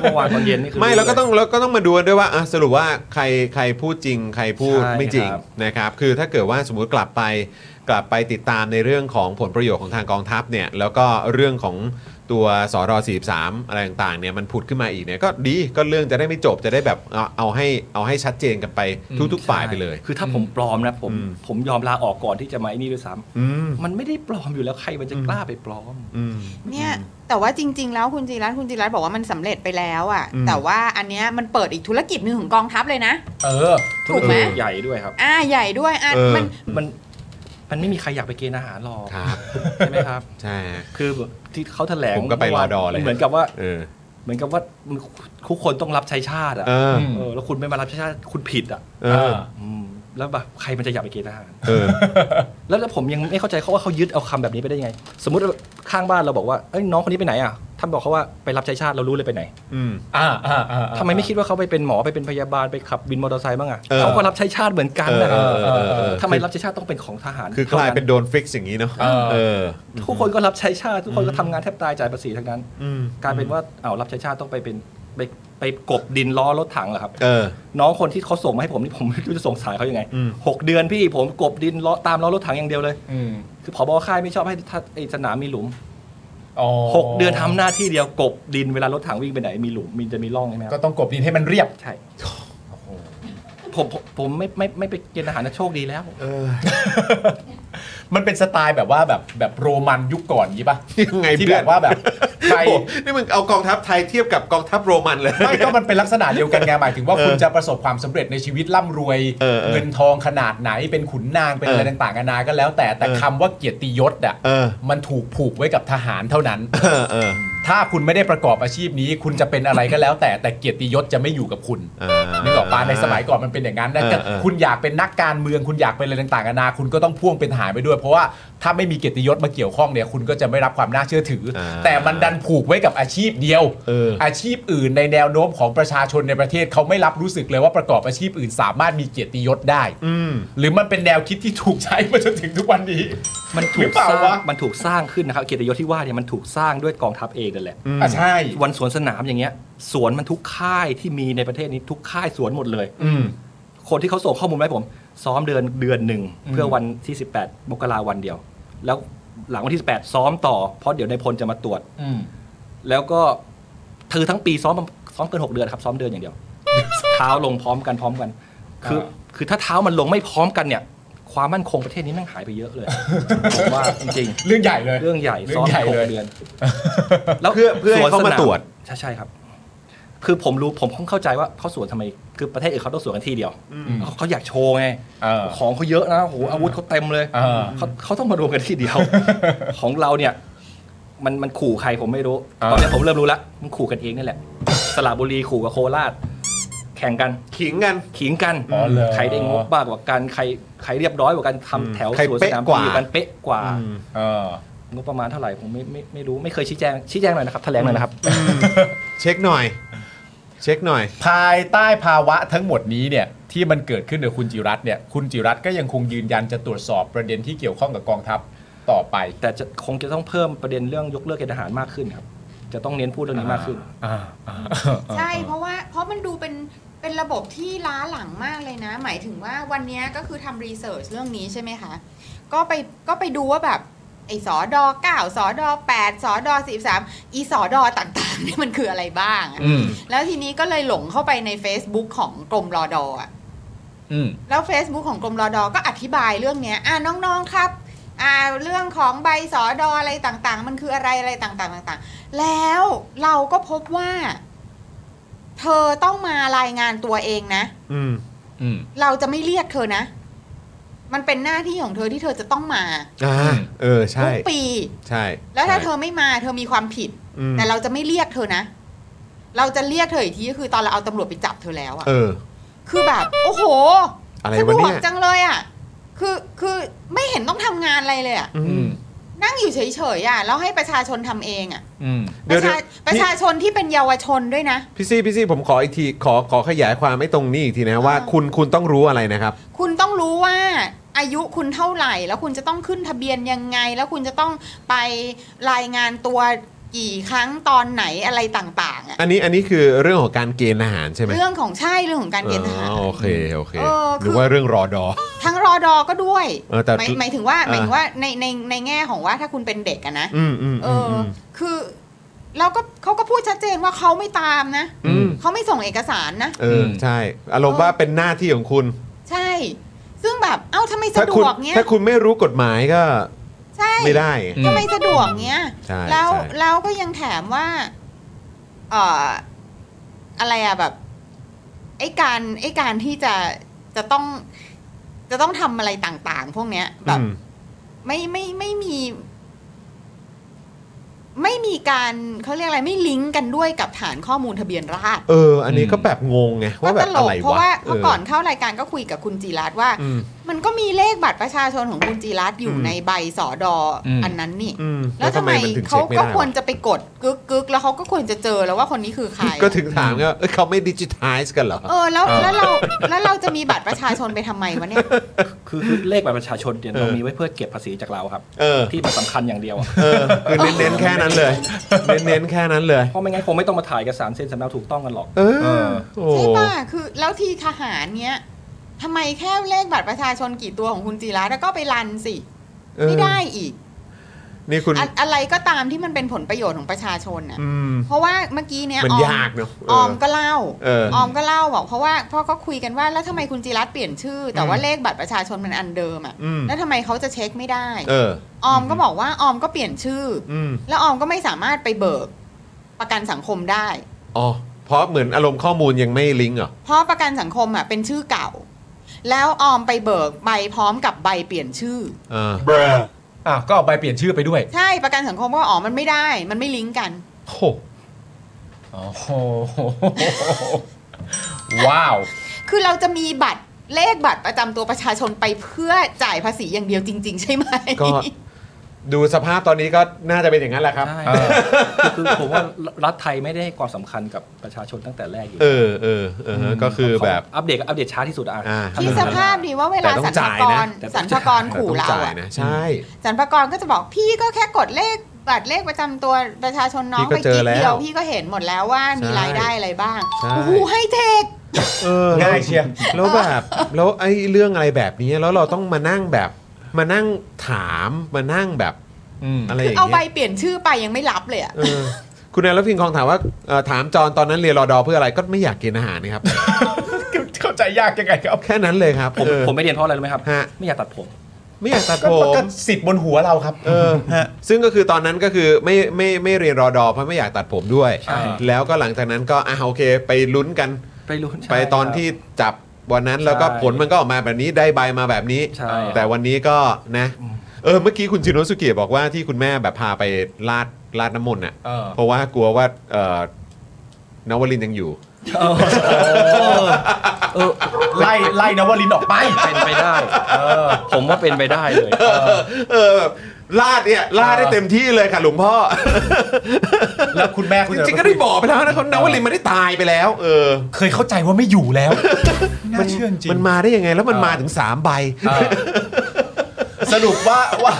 [SPEAKER 5] เมื่อวานตอนเย็นนี่คือ
[SPEAKER 1] ไม่แล้วก็ต้องแล้วก็ต้องมาดูกันด้วยว่าอ่ะสรุปว่าใครใครพูดจริง ใครพูด
[SPEAKER 5] ใช่
[SPEAKER 1] ไม่จริง
[SPEAKER 5] ครับ
[SPEAKER 1] นะครับคือถ้าเกิดว่าสมมุติกลับไปกลับไปติดตามในเรื่องของผลประโยชน์ของทางกองทัพเนี่ยแล้วก็เรื่องของตัวสร43อะไรต่างๆเนี่ยมันผุดขึ้นมาอีกเนี่ยก็ดีก็เรื่องจะได้ไม่จบจะได้แบบเอาเอาให้เอาให้ชัดเจนกันไปทุกๆฝ่ายไปเลย
[SPEAKER 5] ใช่คือถ้าผมปลอมนะผม
[SPEAKER 1] อืม
[SPEAKER 5] ผมยอมลาออกก่อนที่จะมาไอ้นี่ด้วยซ้ำ
[SPEAKER 1] อืม
[SPEAKER 5] มันไม่ได้ปลอมอยู่แล้วใครมันจะ
[SPEAKER 1] อืม
[SPEAKER 5] กล้าไปปลอม
[SPEAKER 1] อืม
[SPEAKER 3] เนี่ยแต่ว่าจริง ๆ แล้วคุณจีรัตน์คุณจีรัตน์บอกว่ามันสำเร็จไปแล้วอะ่ะ
[SPEAKER 1] อืม
[SPEAKER 3] แต่ว่าอันเนี้ยมันเปิดอีกธุรกิจหนึ่งของกองทัพเลยนะ
[SPEAKER 2] เออ
[SPEAKER 3] ถูกไหม
[SPEAKER 5] ใหญ่ด้วยครับ
[SPEAKER 3] อ่าใหญ่ด้วยอ่ะ
[SPEAKER 1] เออ
[SPEAKER 3] มัน
[SPEAKER 5] มันมันไม่มีใครอยากไปเกณฑ์อาหารหรอก
[SPEAKER 1] ครับ
[SPEAKER 5] ใช่ไหมครับ
[SPEAKER 1] ใช่
[SPEAKER 5] คือแบบที่เขาแถลง
[SPEAKER 1] ผมก็ไปรอดอเลย
[SPEAKER 5] มันเหมือนกับว่า
[SPEAKER 1] เออ
[SPEAKER 5] เหมือนกับว่าทุกคนต้องรับใช้ชาติอ่ะ
[SPEAKER 1] เออ
[SPEAKER 2] ม
[SPEAKER 5] เออแล้วคุณไม่มารับใช้ชาติคุณผิดอ่ะ
[SPEAKER 1] เออ
[SPEAKER 5] อืมแล้วแบบใครมันจะอยากไปเกณฑ์อาหาร
[SPEAKER 1] เออ
[SPEAKER 5] แล้วแล้วผมยังไม่เข้าใจเขาว่าเขายึดเอาคำแบบนี้ไปได้ยังไง สมมติข้างบ้านเราบอกว่าเอ้ยน้องคนนี้ไปไหนอ่ะท่านบอกเขาว่าไปรับใช้ชาติเรารู้เลยไปไหน
[SPEAKER 1] อืม
[SPEAKER 2] อ่าอ่าอ่า
[SPEAKER 5] ทำไมไม่คิดว่าเขาไปเป็นหมอไปเป็นพยาบาลไปขับวินมอเตอร์ไซค์บ้างอ่ะ
[SPEAKER 1] เออ
[SPEAKER 5] เขาก็รับใช้ชาติเหมือนกันนะ
[SPEAKER 1] เออเออเออ
[SPEAKER 5] ทำไมรับใช้ชาติต้องเป็นของทหาร
[SPEAKER 1] คือกลายเป็น
[SPEAKER 5] ท่
[SPEAKER 1] โดนฟิกซ์อย่างนี้เนาะ
[SPEAKER 2] เออ
[SPEAKER 1] เออ
[SPEAKER 5] นั้นทุกคนก็รับใช้ชาติ ทุกคนก็ทำงานแทบตายจ่ายภาษีทั้งนั้น
[SPEAKER 1] อืม
[SPEAKER 5] กลายเป็นว่าเอารับใช้ชาติต้องไปเป็นไปไปกบดินล้อรถถังเหรอครับ
[SPEAKER 1] เออ
[SPEAKER 5] น้องคนที่เขาส่งมาให้ผมนี่ผม ไม่รู้จะส่งสายเขายังไง
[SPEAKER 1] อืม
[SPEAKER 5] หกเดือนพี่ผมกบดินล้อตามล้อรถถังอย่างเดียวเลย
[SPEAKER 2] อืม
[SPEAKER 5] คือผบค่ายไม่ชอบให้ถ้าไอ้สนามมีหลุม
[SPEAKER 2] อ๋อ
[SPEAKER 5] หกเดือนทำหน้าที่เดียวกบดินเวลารถถังวิ่งไปไหนมีหลุมมีจะมีร่องใช่ไหมค
[SPEAKER 2] ก็
[SPEAKER 5] รับ
[SPEAKER 2] ต้องกบดินให้มันเรียบ
[SPEAKER 5] ใช่ผมผมผมไม่ไม่ไม่ไปเกณฑ์ทหารนะโชคดีแล้ว
[SPEAKER 1] เออ
[SPEAKER 2] มันเป็นสไตล์แบบว่าแบบแบบโรมันยุคก่อนงี้ป่ะ
[SPEAKER 1] ยังไง
[SPEAKER 2] ที่
[SPEAKER 1] เพื่
[SPEAKER 2] แบ
[SPEAKER 1] อน
[SPEAKER 2] บว่า แบบใคร
[SPEAKER 1] โอ้นี่มึงเอากองทัพไทยเทียบกับกองทัพโรมันเลย
[SPEAKER 2] ไม่ก็มันเป็นลักษณะเดียวกันไงหมายถึงว่า
[SPEAKER 1] เออ
[SPEAKER 2] คุณจะประสบความสำเร็จในชีวิตร่ำรวย
[SPEAKER 1] เออเออ
[SPEAKER 2] เงินทองขนาดไหนเป็นขุนนางเป็นอะไร
[SPEAKER 1] เออ
[SPEAKER 2] ต่างๆนานาก็แล้ว แต่แต่
[SPEAKER 1] เออ
[SPEAKER 2] คำว่าเกียรติยศอ่ะ
[SPEAKER 1] เออ
[SPEAKER 2] มันถูกผูกไว้กับทหารเท่านั้น
[SPEAKER 1] เออเออ
[SPEAKER 2] ถ้าคุณไม่ได้ประกอบอาชีพนี้ คุณจะเป็นอะไรก็แล้ว แต่แต่เกียรติยศจะไม่อยู่กับคุณ
[SPEAKER 1] เออ
[SPEAKER 2] นึกออกปะในสมัยก่อนมันเป็นอย่างนั้นนะ
[SPEAKER 1] เออ
[SPEAKER 2] ก็
[SPEAKER 1] เออ
[SPEAKER 2] คุณอยากเป็นนักการเมือง คุณอยากเป็นอะไรต่างๆนานาคุณก็ต้องพ่วงเป็นทหารไปด้วย เพราะว่าถ้าไม่มีเกียรติยศมาเกี่ยวข้องเนี่ยคุณก็จะไม่รับความน่าเชื่อถืออา แต่มันดันผูกไว้กับอาชีพเดียว
[SPEAKER 1] เอออ
[SPEAKER 2] ชีพอื่นในแนวโน้มของประชาชนในประเทศเขาไม่รับรู้สึกเลยว่าประกอบอาชีพอื่นสามารถมีเกียรติยศได้
[SPEAKER 1] อืม
[SPEAKER 2] หรือมันเป็นแนวคิดที่ถูกใช้มาจนถึงทุกวันนี้
[SPEAKER 5] มันถู
[SPEAKER 2] หรื
[SPEAKER 5] ก
[SPEAKER 2] อเปล่า
[SPEAKER 5] สร้าง
[SPEAKER 2] วะ
[SPEAKER 5] มันถูกสร้างขึ้นนะครับเกียรติยศที่ว่าเนี่ยมันถูกสร้างด้วยกองทัพเองนั่นแหละ
[SPEAKER 1] อืม
[SPEAKER 2] อ่ะใช่
[SPEAKER 5] วันสวนสนามอย่างเงี้ยสวนมันทุกค่ายที่มีในประเทศนี้ทุกค่ายสวนหมดเลย
[SPEAKER 2] อืม
[SPEAKER 5] คนที่เขาส่งข้อมูลมาให้ผม ซ้อมเดือนเดือนหนึ่ง
[SPEAKER 2] อืม
[SPEAKER 5] เพื่อวันที่ 18มกราวันเดียว แล้วหลังวันที่ 18 ซ้อมต่อเพราะเดี๋ยวนายพลจะมาตรวจ
[SPEAKER 2] อืม
[SPEAKER 5] แล้วก็เธอทั้งปีซ้อมซ้อมเกินหกเดือนครับ ซ้อมเดือนอย่างเดียว เท้าลงพร้อมกันพร้อมกัน คือคือถ้าเท้ามันลงไม่พร้อมกันเนี่ย ความมั่นคงประเทศนี้แม่งหายไปเยอะ เลย ผมว่าจริง
[SPEAKER 2] เรื่องใหญ่เลย
[SPEAKER 5] ๆ เรื่องใหญ่
[SPEAKER 2] เรื่อง
[SPEAKER 5] ซ้อม
[SPEAKER 2] ใหญ่
[SPEAKER 5] หก
[SPEAKER 2] เลย
[SPEAKER 5] เดือน
[SPEAKER 1] เพื่อเพื่อให้
[SPEAKER 5] สวน
[SPEAKER 1] เขามา
[SPEAKER 5] สน
[SPEAKER 1] ตรวจ
[SPEAKER 5] ใช่ใช่ครับ คือผมรู้ผมเพิ่งเข้าใจว่าเขาสวนทำไม คือประเทศอื่นเขาต้องสวนกันที่เดียวเขาเขาอยากโชว์ไง
[SPEAKER 2] เออ
[SPEAKER 5] ของเขาเยอะนะโอ้โหอาวุธเขาเต็มเลย
[SPEAKER 2] อ่า
[SPEAKER 5] เขาเขาต้องมารวมกันที่เดียว ของเราเนี่ย มันมันขู่ใครผมไม่รู้
[SPEAKER 2] อ่า
[SPEAKER 5] ตอนเนี้ยผมเริ่มรู้ละมันขู่กันเองนี่แหละ สระบุรีขู่กับโคราช แข่งกัน
[SPEAKER 1] ขิงกัน
[SPEAKER 5] ขิงกัน
[SPEAKER 2] อ๋อเหรอ
[SPEAKER 5] ใครได้งบบ้ากกว่ากันใครใครเรียบร้อยกว่ากันทำแถว
[SPEAKER 1] ใคร
[SPEAKER 5] สวน
[SPEAKER 1] เป๊ะ
[SPEAKER 5] สนาม
[SPEAKER 1] กว่า
[SPEAKER 5] อยู่กันเป๊ะกว่า
[SPEAKER 2] เออง
[SPEAKER 5] บประมาณเท่าไหร่ผมไม่ไม่ไม่รู้ไม่เคยชี้แจงชี้แจงหน่อยนะครับแถลงหน่อยนะครับ
[SPEAKER 1] เช็คหน่อย เช็คหน่อย
[SPEAKER 2] ภายใต้ภาวะทั้งหมดนี้เนี่ยที่มันเกิดขึ้นโดยคุณจิรัตน์เนี่ยคุณจิรัตน์ก็ยังคงยืนยันจะตรวจสอบประเด็นที่เกี่ยวข้องกับกองทัพต่อไป
[SPEAKER 5] แต่จะคงจะต้องเพิ่มประเด็นเรื่องยกเลิกเกณฑ์ทหารมากขึ้นครับ จะต้องเน้นพูดเรื่องนี้มากขึ้น
[SPEAKER 3] ใช่ เพราะว่าเพราะมันดูเป็นเป็นระบบที่ล้าหลังมากเลยนะ หมายถึงว่าวันเนี้ยก็คือทำรีเสิร์ชเรื่องนี้ใช่ไหมคะ ก็ไปก็ไปดูว่าแบบไอ้สอดอเก้าสอดอแปดสอดอสิบสามอีสอดอต่างๆเนี่ยมันคืออะไรบ้างอะ
[SPEAKER 2] อืม
[SPEAKER 3] แล้วทีนี้ก็เลยหลงเข้าไปใน Facebook ของกรมรอดออะ
[SPEAKER 2] อืม
[SPEAKER 3] แล้ว Facebook ของกรมรอดอก็อธิบายเรื่องเนี้ยอ่าน้องๆครับอ่าเรื่องของใบสอดออะไรต่างๆ มันคืออะไรอะไรต่างๆต่างๆ แล้วเราก็พบว่า เธอต้องมารายงานตัวเองนะ
[SPEAKER 1] อืม
[SPEAKER 2] อืม
[SPEAKER 3] เราจะไม่เรียกเธอนะ มันเป็นหน้าที่ของเธอที่เธอจะต้องมา
[SPEAKER 1] อ่าเออใช่
[SPEAKER 3] ทุกปี
[SPEAKER 1] ใช่
[SPEAKER 3] แล้วถ้าเธ
[SPEAKER 1] ใช่
[SPEAKER 3] อไม่มาเธอมีความผิด
[SPEAKER 1] ม
[SPEAKER 3] แต่เราจะไม่เรียกเธอนะ เราจะเรียกเธออีกทีก็คือตอนเราเอาตำรวจไปจับเธอแล้วอะ
[SPEAKER 1] เออ
[SPEAKER 3] คือแบบ โอ้โห
[SPEAKER 1] อะไร
[SPEAKER 3] สะด
[SPEAKER 1] วะ
[SPEAKER 3] ว
[SPEAKER 1] เนี่
[SPEAKER 3] ก
[SPEAKER 1] ย
[SPEAKER 3] จังเลยอะ คือคือไม่เห็นต้องทำงานอะไรเลยอะ
[SPEAKER 2] อืม
[SPEAKER 3] นั่งอยู่เฉยๆอะแล้วให้ประชาชนทำเองอะ
[SPEAKER 2] อืม
[SPEAKER 1] เดี๋
[SPEAKER 3] ป
[SPEAKER 1] ยว
[SPEAKER 3] ระชา
[SPEAKER 1] เดี๋ยว
[SPEAKER 3] ประชาชนที่เป็นเยาวชนด้วยนะ
[SPEAKER 1] พี่ซี่พี่ซี่ผมขออีกทีขอขอขยายความไม่ตรงนี้อีกทีนะว่า
[SPEAKER 3] อ่า
[SPEAKER 1] คุณคุณต้องรู้อะไรนะครับ
[SPEAKER 3] คุณต้องรู้ว่าอายุคุณเท่าไหร่ แล้วคุณจะต้องขึ้นทะเบียนยังไง แล้วคุณจะต้องไปรายงานตัวกี่ครั้งตอนไหนอะไรต่างๆอะ
[SPEAKER 1] อันนี้อันนี้คือเรื่องของการเกณฑ์อาหารใช่ไหม
[SPEAKER 3] เรื่องของใช่เรื่องของการเกณฑ์ทหาร
[SPEAKER 1] อ๋อโอเคโอเค
[SPEAKER 3] เออ
[SPEAKER 1] ห
[SPEAKER 3] คือ
[SPEAKER 1] รือว่าเรื่องรอดอ
[SPEAKER 3] ทั้งรอดอก็ด้วย
[SPEAKER 1] เออแต่
[SPEAKER 3] หมายหมายถึงว่า
[SPEAKER 1] อ่า
[SPEAKER 3] หมายถึงว่าในในในแง่ของว่าถ้าคุณเป็นเด็กอะนะ
[SPEAKER 1] อืมอืม
[SPEAKER 3] เอ
[SPEAKER 1] อืม
[SPEAKER 3] อ
[SPEAKER 1] อื
[SPEAKER 3] อ
[SPEAKER 1] ม
[SPEAKER 3] คือแล้วก็เขาก็พูดชัดเจนว่าเขาไม่ตามนะ
[SPEAKER 1] อืม
[SPEAKER 3] เขาไม่ส่งเอกสารนะ
[SPEAKER 1] เออใช่ อารมณ์ว่าเป็นหน้าที่ของคุณ
[SPEAKER 3] ใช่ ซึ่งแบบเอ้าทำไม
[SPEAKER 1] ถ้า
[SPEAKER 3] สะด
[SPEAKER 1] คุณ
[SPEAKER 3] วกเนี้ย
[SPEAKER 1] ถ้าคุณไม่รู้กฎหมายก็
[SPEAKER 3] ใช่
[SPEAKER 1] ไม่ได้
[SPEAKER 2] อืม
[SPEAKER 3] ทำไมสะดวกเนี้ย
[SPEAKER 1] ใช่
[SPEAKER 3] แล้ว
[SPEAKER 1] ใช่
[SPEAKER 3] แล้วก็ยังแถมว่าเอ่ออะไรอะแบบไอ้การไอ้การที่จะจะต้องจะต้องทำอะไรต่าง ๆ พวกเนี้ยแบบ
[SPEAKER 1] อืม
[SPEAKER 3] ไม่ไม่ไม่มี ไม่มีการเขาเรียกอะไรไม่ลิงก์กันด้วยกับฐานข้อมูลทะเบียนราษฎร
[SPEAKER 1] เออ อันนี้ก็แบบงงไงว่าแบ
[SPEAKER 3] ต
[SPEAKER 1] บ
[SPEAKER 3] ล
[SPEAKER 1] อะ
[SPEAKER 3] ก
[SPEAKER 1] ไร
[SPEAKER 3] เพราะ
[SPEAKER 1] วะ
[SPEAKER 3] ว่าเพราะก่อนเข้ารายการก็คุยกับคุณจีรัตน์ว่า
[SPEAKER 1] อืม
[SPEAKER 3] มันก็มีเลขบัตรประชาชนของคุณจีรัตน์อยู่
[SPEAKER 1] อืม
[SPEAKER 3] ในใบสอดอ
[SPEAKER 2] อืม
[SPEAKER 3] อันนั้นนี่
[SPEAKER 1] อืม
[SPEAKER 3] แล้วทำไม
[SPEAKER 1] นถึง
[SPEAKER 3] เขา
[SPEAKER 1] ช็คไม่
[SPEAKER 3] ก็
[SPEAKER 1] ได้
[SPEAKER 3] ควร
[SPEAKER 1] วะ
[SPEAKER 3] จะไปกดกึกกึกแล้วเขาก็ควรจะเจอแล้วว่าคนนี้คือใคร
[SPEAKER 1] ก็ถึงถามก็เอ้ยเขาไม่ดิจิทัลกันเหรอ
[SPEAKER 3] เออแล้วแล้วเราแล้วเราจะมีบัตรประชาชนไปทำไมวะเนี่ย
[SPEAKER 5] คือคือเลขบัตรประชาชนเนี่ย
[SPEAKER 1] เออ
[SPEAKER 5] เรามีไว้เพื่อเก็บภาษีจากเราครับ
[SPEAKER 1] เออ
[SPEAKER 5] ที่มันสำคัญอย่างเดียวอะ
[SPEAKER 1] เออคือเน้นๆแค่นั้นเลย เน้นๆแค่นั้นเลย
[SPEAKER 5] เพราะไม่งั้นคงไม่ต้องมาถ่ายเอกสารเซ็นสำเนาถูกต้องกันหรอก
[SPEAKER 1] เอ
[SPEAKER 5] เอ
[SPEAKER 1] อ
[SPEAKER 5] อ
[SPEAKER 1] โอ้
[SPEAKER 3] ใช่ป่ะ คือแล้วทีทหารเนี้ยทำไมแค่เลขบัตรประชาชนกี่ตัวของคุณจีรัตน์แล้วก็ไปรันสิ
[SPEAKER 1] เออ
[SPEAKER 3] ไม่ได้อีก
[SPEAKER 1] นี่คุณ
[SPEAKER 3] อะอะไรก็ตามที่มันเป็นผลประโยชน์ของประชาชนน่ะ
[SPEAKER 1] อืม
[SPEAKER 3] เพราะว่าเมื่อกี้เนี้ย
[SPEAKER 1] มัน
[SPEAKER 3] ออม
[SPEAKER 1] ยากเนาะเ
[SPEAKER 3] ออมก็เล่า
[SPEAKER 1] เออ
[SPEAKER 3] ออมก็เล่าบอกเพราะว่าพ่อก็คุยกันว่าแล้วทำไมคุณจีรัตน์เปลี่ยนชื่อ แต่ว่าเลขบัตรประชาชนมันอันเดิมอ่ะ
[SPEAKER 1] อืม
[SPEAKER 3] แล้วทำไมเขาจะเช็คไม่ได้
[SPEAKER 1] เออ
[SPEAKER 3] ออมก็บอกว่าออมก็เปลี่ยนชื่อ
[SPEAKER 1] อืม
[SPEAKER 3] แล้วออมก็ไม่สามารถไปเบิกประกันสังคมได้
[SPEAKER 1] อ๋อเพราะเหมือนอารมณ์ข้อมูลยังไม่ลิงก์เหรอ
[SPEAKER 3] เพราะประกันสังคมอ่ะเป็นชื่อเก่า แล้วออมไปเบิกใบพร้อมกับใบเปลี่ยนชื่อ
[SPEAKER 1] เออ
[SPEAKER 2] อ่ะก็เอาใบเปลี่ยนชื่อไปด้วย
[SPEAKER 3] ใช่ประกันสังคมก็อ๋อมันไม่ได้ มันไม่ลิงก์กัน
[SPEAKER 1] โห
[SPEAKER 2] โอ้โหว้าว
[SPEAKER 3] คือเราจะมีบัตรเลขบัตรประจำตัวประชาชนไปเพื่อจ่ายภาษีอย่างเดียวจริง ๆ ใช่ไหม
[SPEAKER 1] ก็ดูสภาพตอนนี้ก็น่าจะเป็นอย่างนั้นแหละครับ
[SPEAKER 5] ใช่
[SPEAKER 2] เออ
[SPEAKER 5] คือคือผมว่ารัฐไทยไม่ได้ให้ความสำคัญกับประชาชนตั้งแต่แรกอยู่
[SPEAKER 1] เออเออเออฮะก็คือแบบ
[SPEAKER 5] เขาอัปเดตอัปเดตช้าที่สุดอ่ะ
[SPEAKER 1] อ่า
[SPEAKER 5] ทำ
[SPEAKER 3] ที่
[SPEAKER 5] ยังไง
[SPEAKER 3] สภาพดีว่าเวลา
[SPEAKER 1] แต่ต้
[SPEAKER 3] สร
[SPEAKER 1] อง
[SPEAKER 3] รพา
[SPEAKER 1] จ่าย
[SPEAKER 3] ก
[SPEAKER 1] นะ
[SPEAKER 3] รสรรพากรขู่เรา
[SPEAKER 1] ต้องจ่ย
[SPEAKER 3] อะ
[SPEAKER 1] นะใช่
[SPEAKER 3] สรรพากรก็จะบอกพี่ก็แค่กดเลขบัตรเลขประจำตัวประชาชนน้อง
[SPEAKER 1] พี่
[SPEAKER 3] ไป
[SPEAKER 1] ก็เจ
[SPEAKER 3] กิ๊
[SPEAKER 1] อก แล้ว
[SPEAKER 3] เดียวพี่ก็เห็นหมดแล้วว่ามี
[SPEAKER 1] ใช่
[SPEAKER 3] รายได้อะไรบ้าง
[SPEAKER 1] ใช่
[SPEAKER 3] โอ้โหให้เทค
[SPEAKER 1] เออ
[SPEAKER 2] ง่ายเชียว
[SPEAKER 1] แล้วแบบแล้วไอ้เรื่องอะไรแบบนี้แล้วเราต้องมานั่งแบบมานั่งถามมานั่งแบบ
[SPEAKER 2] อืม
[SPEAKER 1] อะไรอ
[SPEAKER 3] คือย่าง เอาใบ
[SPEAKER 1] เงี้ย
[SPEAKER 3] เปลี่ยนชื่อไปยังไม่รับเลยอะ
[SPEAKER 1] เออคุณนายรพิงคองถามว่าเอ่อถามจอนตอนนั้นเรียนรอดอเพื่ออะไรก็ไม่อยากกินอาหารนะครับ
[SPEAKER 2] เข้าใจยากยังไงครับ
[SPEAKER 1] แค่นั้นเลยครับ
[SPEAKER 5] ผม
[SPEAKER 1] เออ
[SPEAKER 5] ผมไม่เรียนเพราะอะไรรู้ไหมครับ
[SPEAKER 1] ฮะ
[SPEAKER 5] ไม่อยากตัดผม
[SPEAKER 1] ไม่อยากตัด
[SPEAKER 2] ก็
[SPEAKER 1] ผม
[SPEAKER 2] ก็สิทธิ์บนหัวเราครับ
[SPEAKER 1] เออซึ่งก็คือตอนนั้นก็คือไม่ไม่ไม่เรียนรอดอเพราะไม่อยากตัดผมด้วย
[SPEAKER 5] ใช่
[SPEAKER 1] แล้วก็หลังจากนั้นก็อ่ะโอเค ไปลุ้นกัน
[SPEAKER 5] ไปรู้ใช่
[SPEAKER 1] ไปตอน
[SPEAKER 5] ครับ
[SPEAKER 1] ที่จับวันนั้นแล้วก็
[SPEAKER 5] ใช่
[SPEAKER 1] ผลมันก็ออกมาแบบนี้ได้ใบมาแบบนี้
[SPEAKER 5] ใช่
[SPEAKER 1] แต่วันนี้ก็นะ เออเมื่อกี้คุณชินโนสุเกะบอกว่าที่คุณแม่แบบพาไปลาดลาดน้ำมนต์น่ะ
[SPEAKER 2] เออ
[SPEAKER 1] เพราะว่ากลัวว่าเออนวลินทร์ยังอยู่
[SPEAKER 5] เออเออ
[SPEAKER 2] ไล่ไล่นวลินทร์ออกไป
[SPEAKER 5] เป็นไปได้เออผมว่าเป็นไปได้เลย
[SPEAKER 1] เออแบบลาดเนี่ยลาดได้เต็มที่เลยค่ะหลวงพ่อ
[SPEAKER 2] แล้วคุณแม่คุณ
[SPEAKER 1] จริงๆก็ได้บอกไปแล้วนะคนนวลินทร์มันได้ตายไปแล้ว เออ
[SPEAKER 2] เคยเข้าใจว่าไม่อยู่แล้วน่าเชื่อจริง
[SPEAKER 1] มันมาได้ยังไงแล้วมันมาถึงสามใบ
[SPEAKER 2] เออสรุปว่าว่า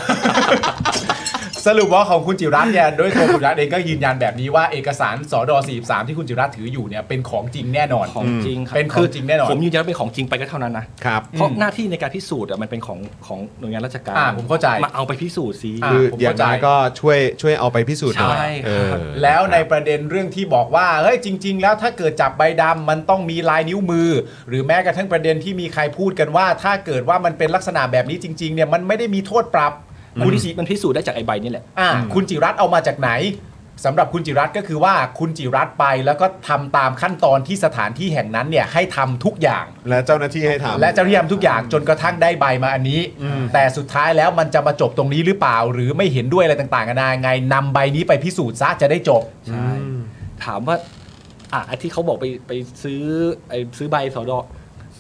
[SPEAKER 2] สรุปว่าของคุณจิรัตน์เนี่ยโดยตัวคุณจิรัตน์เองก็ยืนยันแบบนี้ว่าเอกสารสอดอ43 ที่คุณจิรัตน์ถืออยู่เนี่ยเป็นของจริงแน่นอน
[SPEAKER 5] ของจริงครับ
[SPEAKER 2] เป็นของจริงแน่นอน
[SPEAKER 5] ผมยืนยันว่าเป็นของจริงไปก็เท่านั้นนะครับ เพราะหน้าที่ในการพิสูจน์อะมันเป็นของของหน่วยงานราชการ
[SPEAKER 2] อ่าผมเข้าใจ
[SPEAKER 5] มาเอาไปพิสูจน์สิ
[SPEAKER 2] อ่า
[SPEAKER 1] คือ
[SPEAKER 2] ผม
[SPEAKER 1] อย่าง
[SPEAKER 2] เข้าใจ
[SPEAKER 1] น้อยก็ช่วยช่วยเอาไปพิสูจน์หน่อย
[SPEAKER 5] ใช่
[SPEAKER 1] เอ
[SPEAKER 5] ค
[SPEAKER 1] อ
[SPEAKER 5] รับ
[SPEAKER 2] แล้วในประเด็นเรื่องที่บอกว่าเฮ้ยจริง ๆ แล้วถ้าเกิดจับใบดำมันต้องมีลายนิ้วมือ หรือแม้กระทั่งประเด็นที่มีใครพูดกันว่า ถ้าเกิดว่ามันเป็นลักษณะแบบนี้จริง ๆ เนี่ยมันไม่ได้มีโทษปรับ
[SPEAKER 5] มันพิสูจน์มันพิสูจน์ได้จากไอ้ใบนี่แหละ
[SPEAKER 2] อ่าคุณจิรัตน์เอามาจากไหนสำหรับคุณจิรัตน์ก็คือว่าคุณจิรัตน์ไปแล้วก็ทำตามขั้นตอนที่สถานที่แห่งนั้นเนี่ยให้ทำทุกอย่าง
[SPEAKER 1] และเจ้าหน้าที่ให้ทำ
[SPEAKER 2] และเจะพยายามทุกอย่างจนกระทั่งได้ใบมาอันนี้ แต่สุดท้ายแล้วมันจะมาจบตรงนี้หรือเปล่า หรือไม่เห็นด้วยอะไรต่างๆกันายังไงนำใบนี้ไปพิสูจน์ซะจะได้จบ
[SPEAKER 5] ใช่ ถามว่า อ่ะไอ้ที่เขาบอกไปไปซื้อไอ้ซื้อใบสอดอ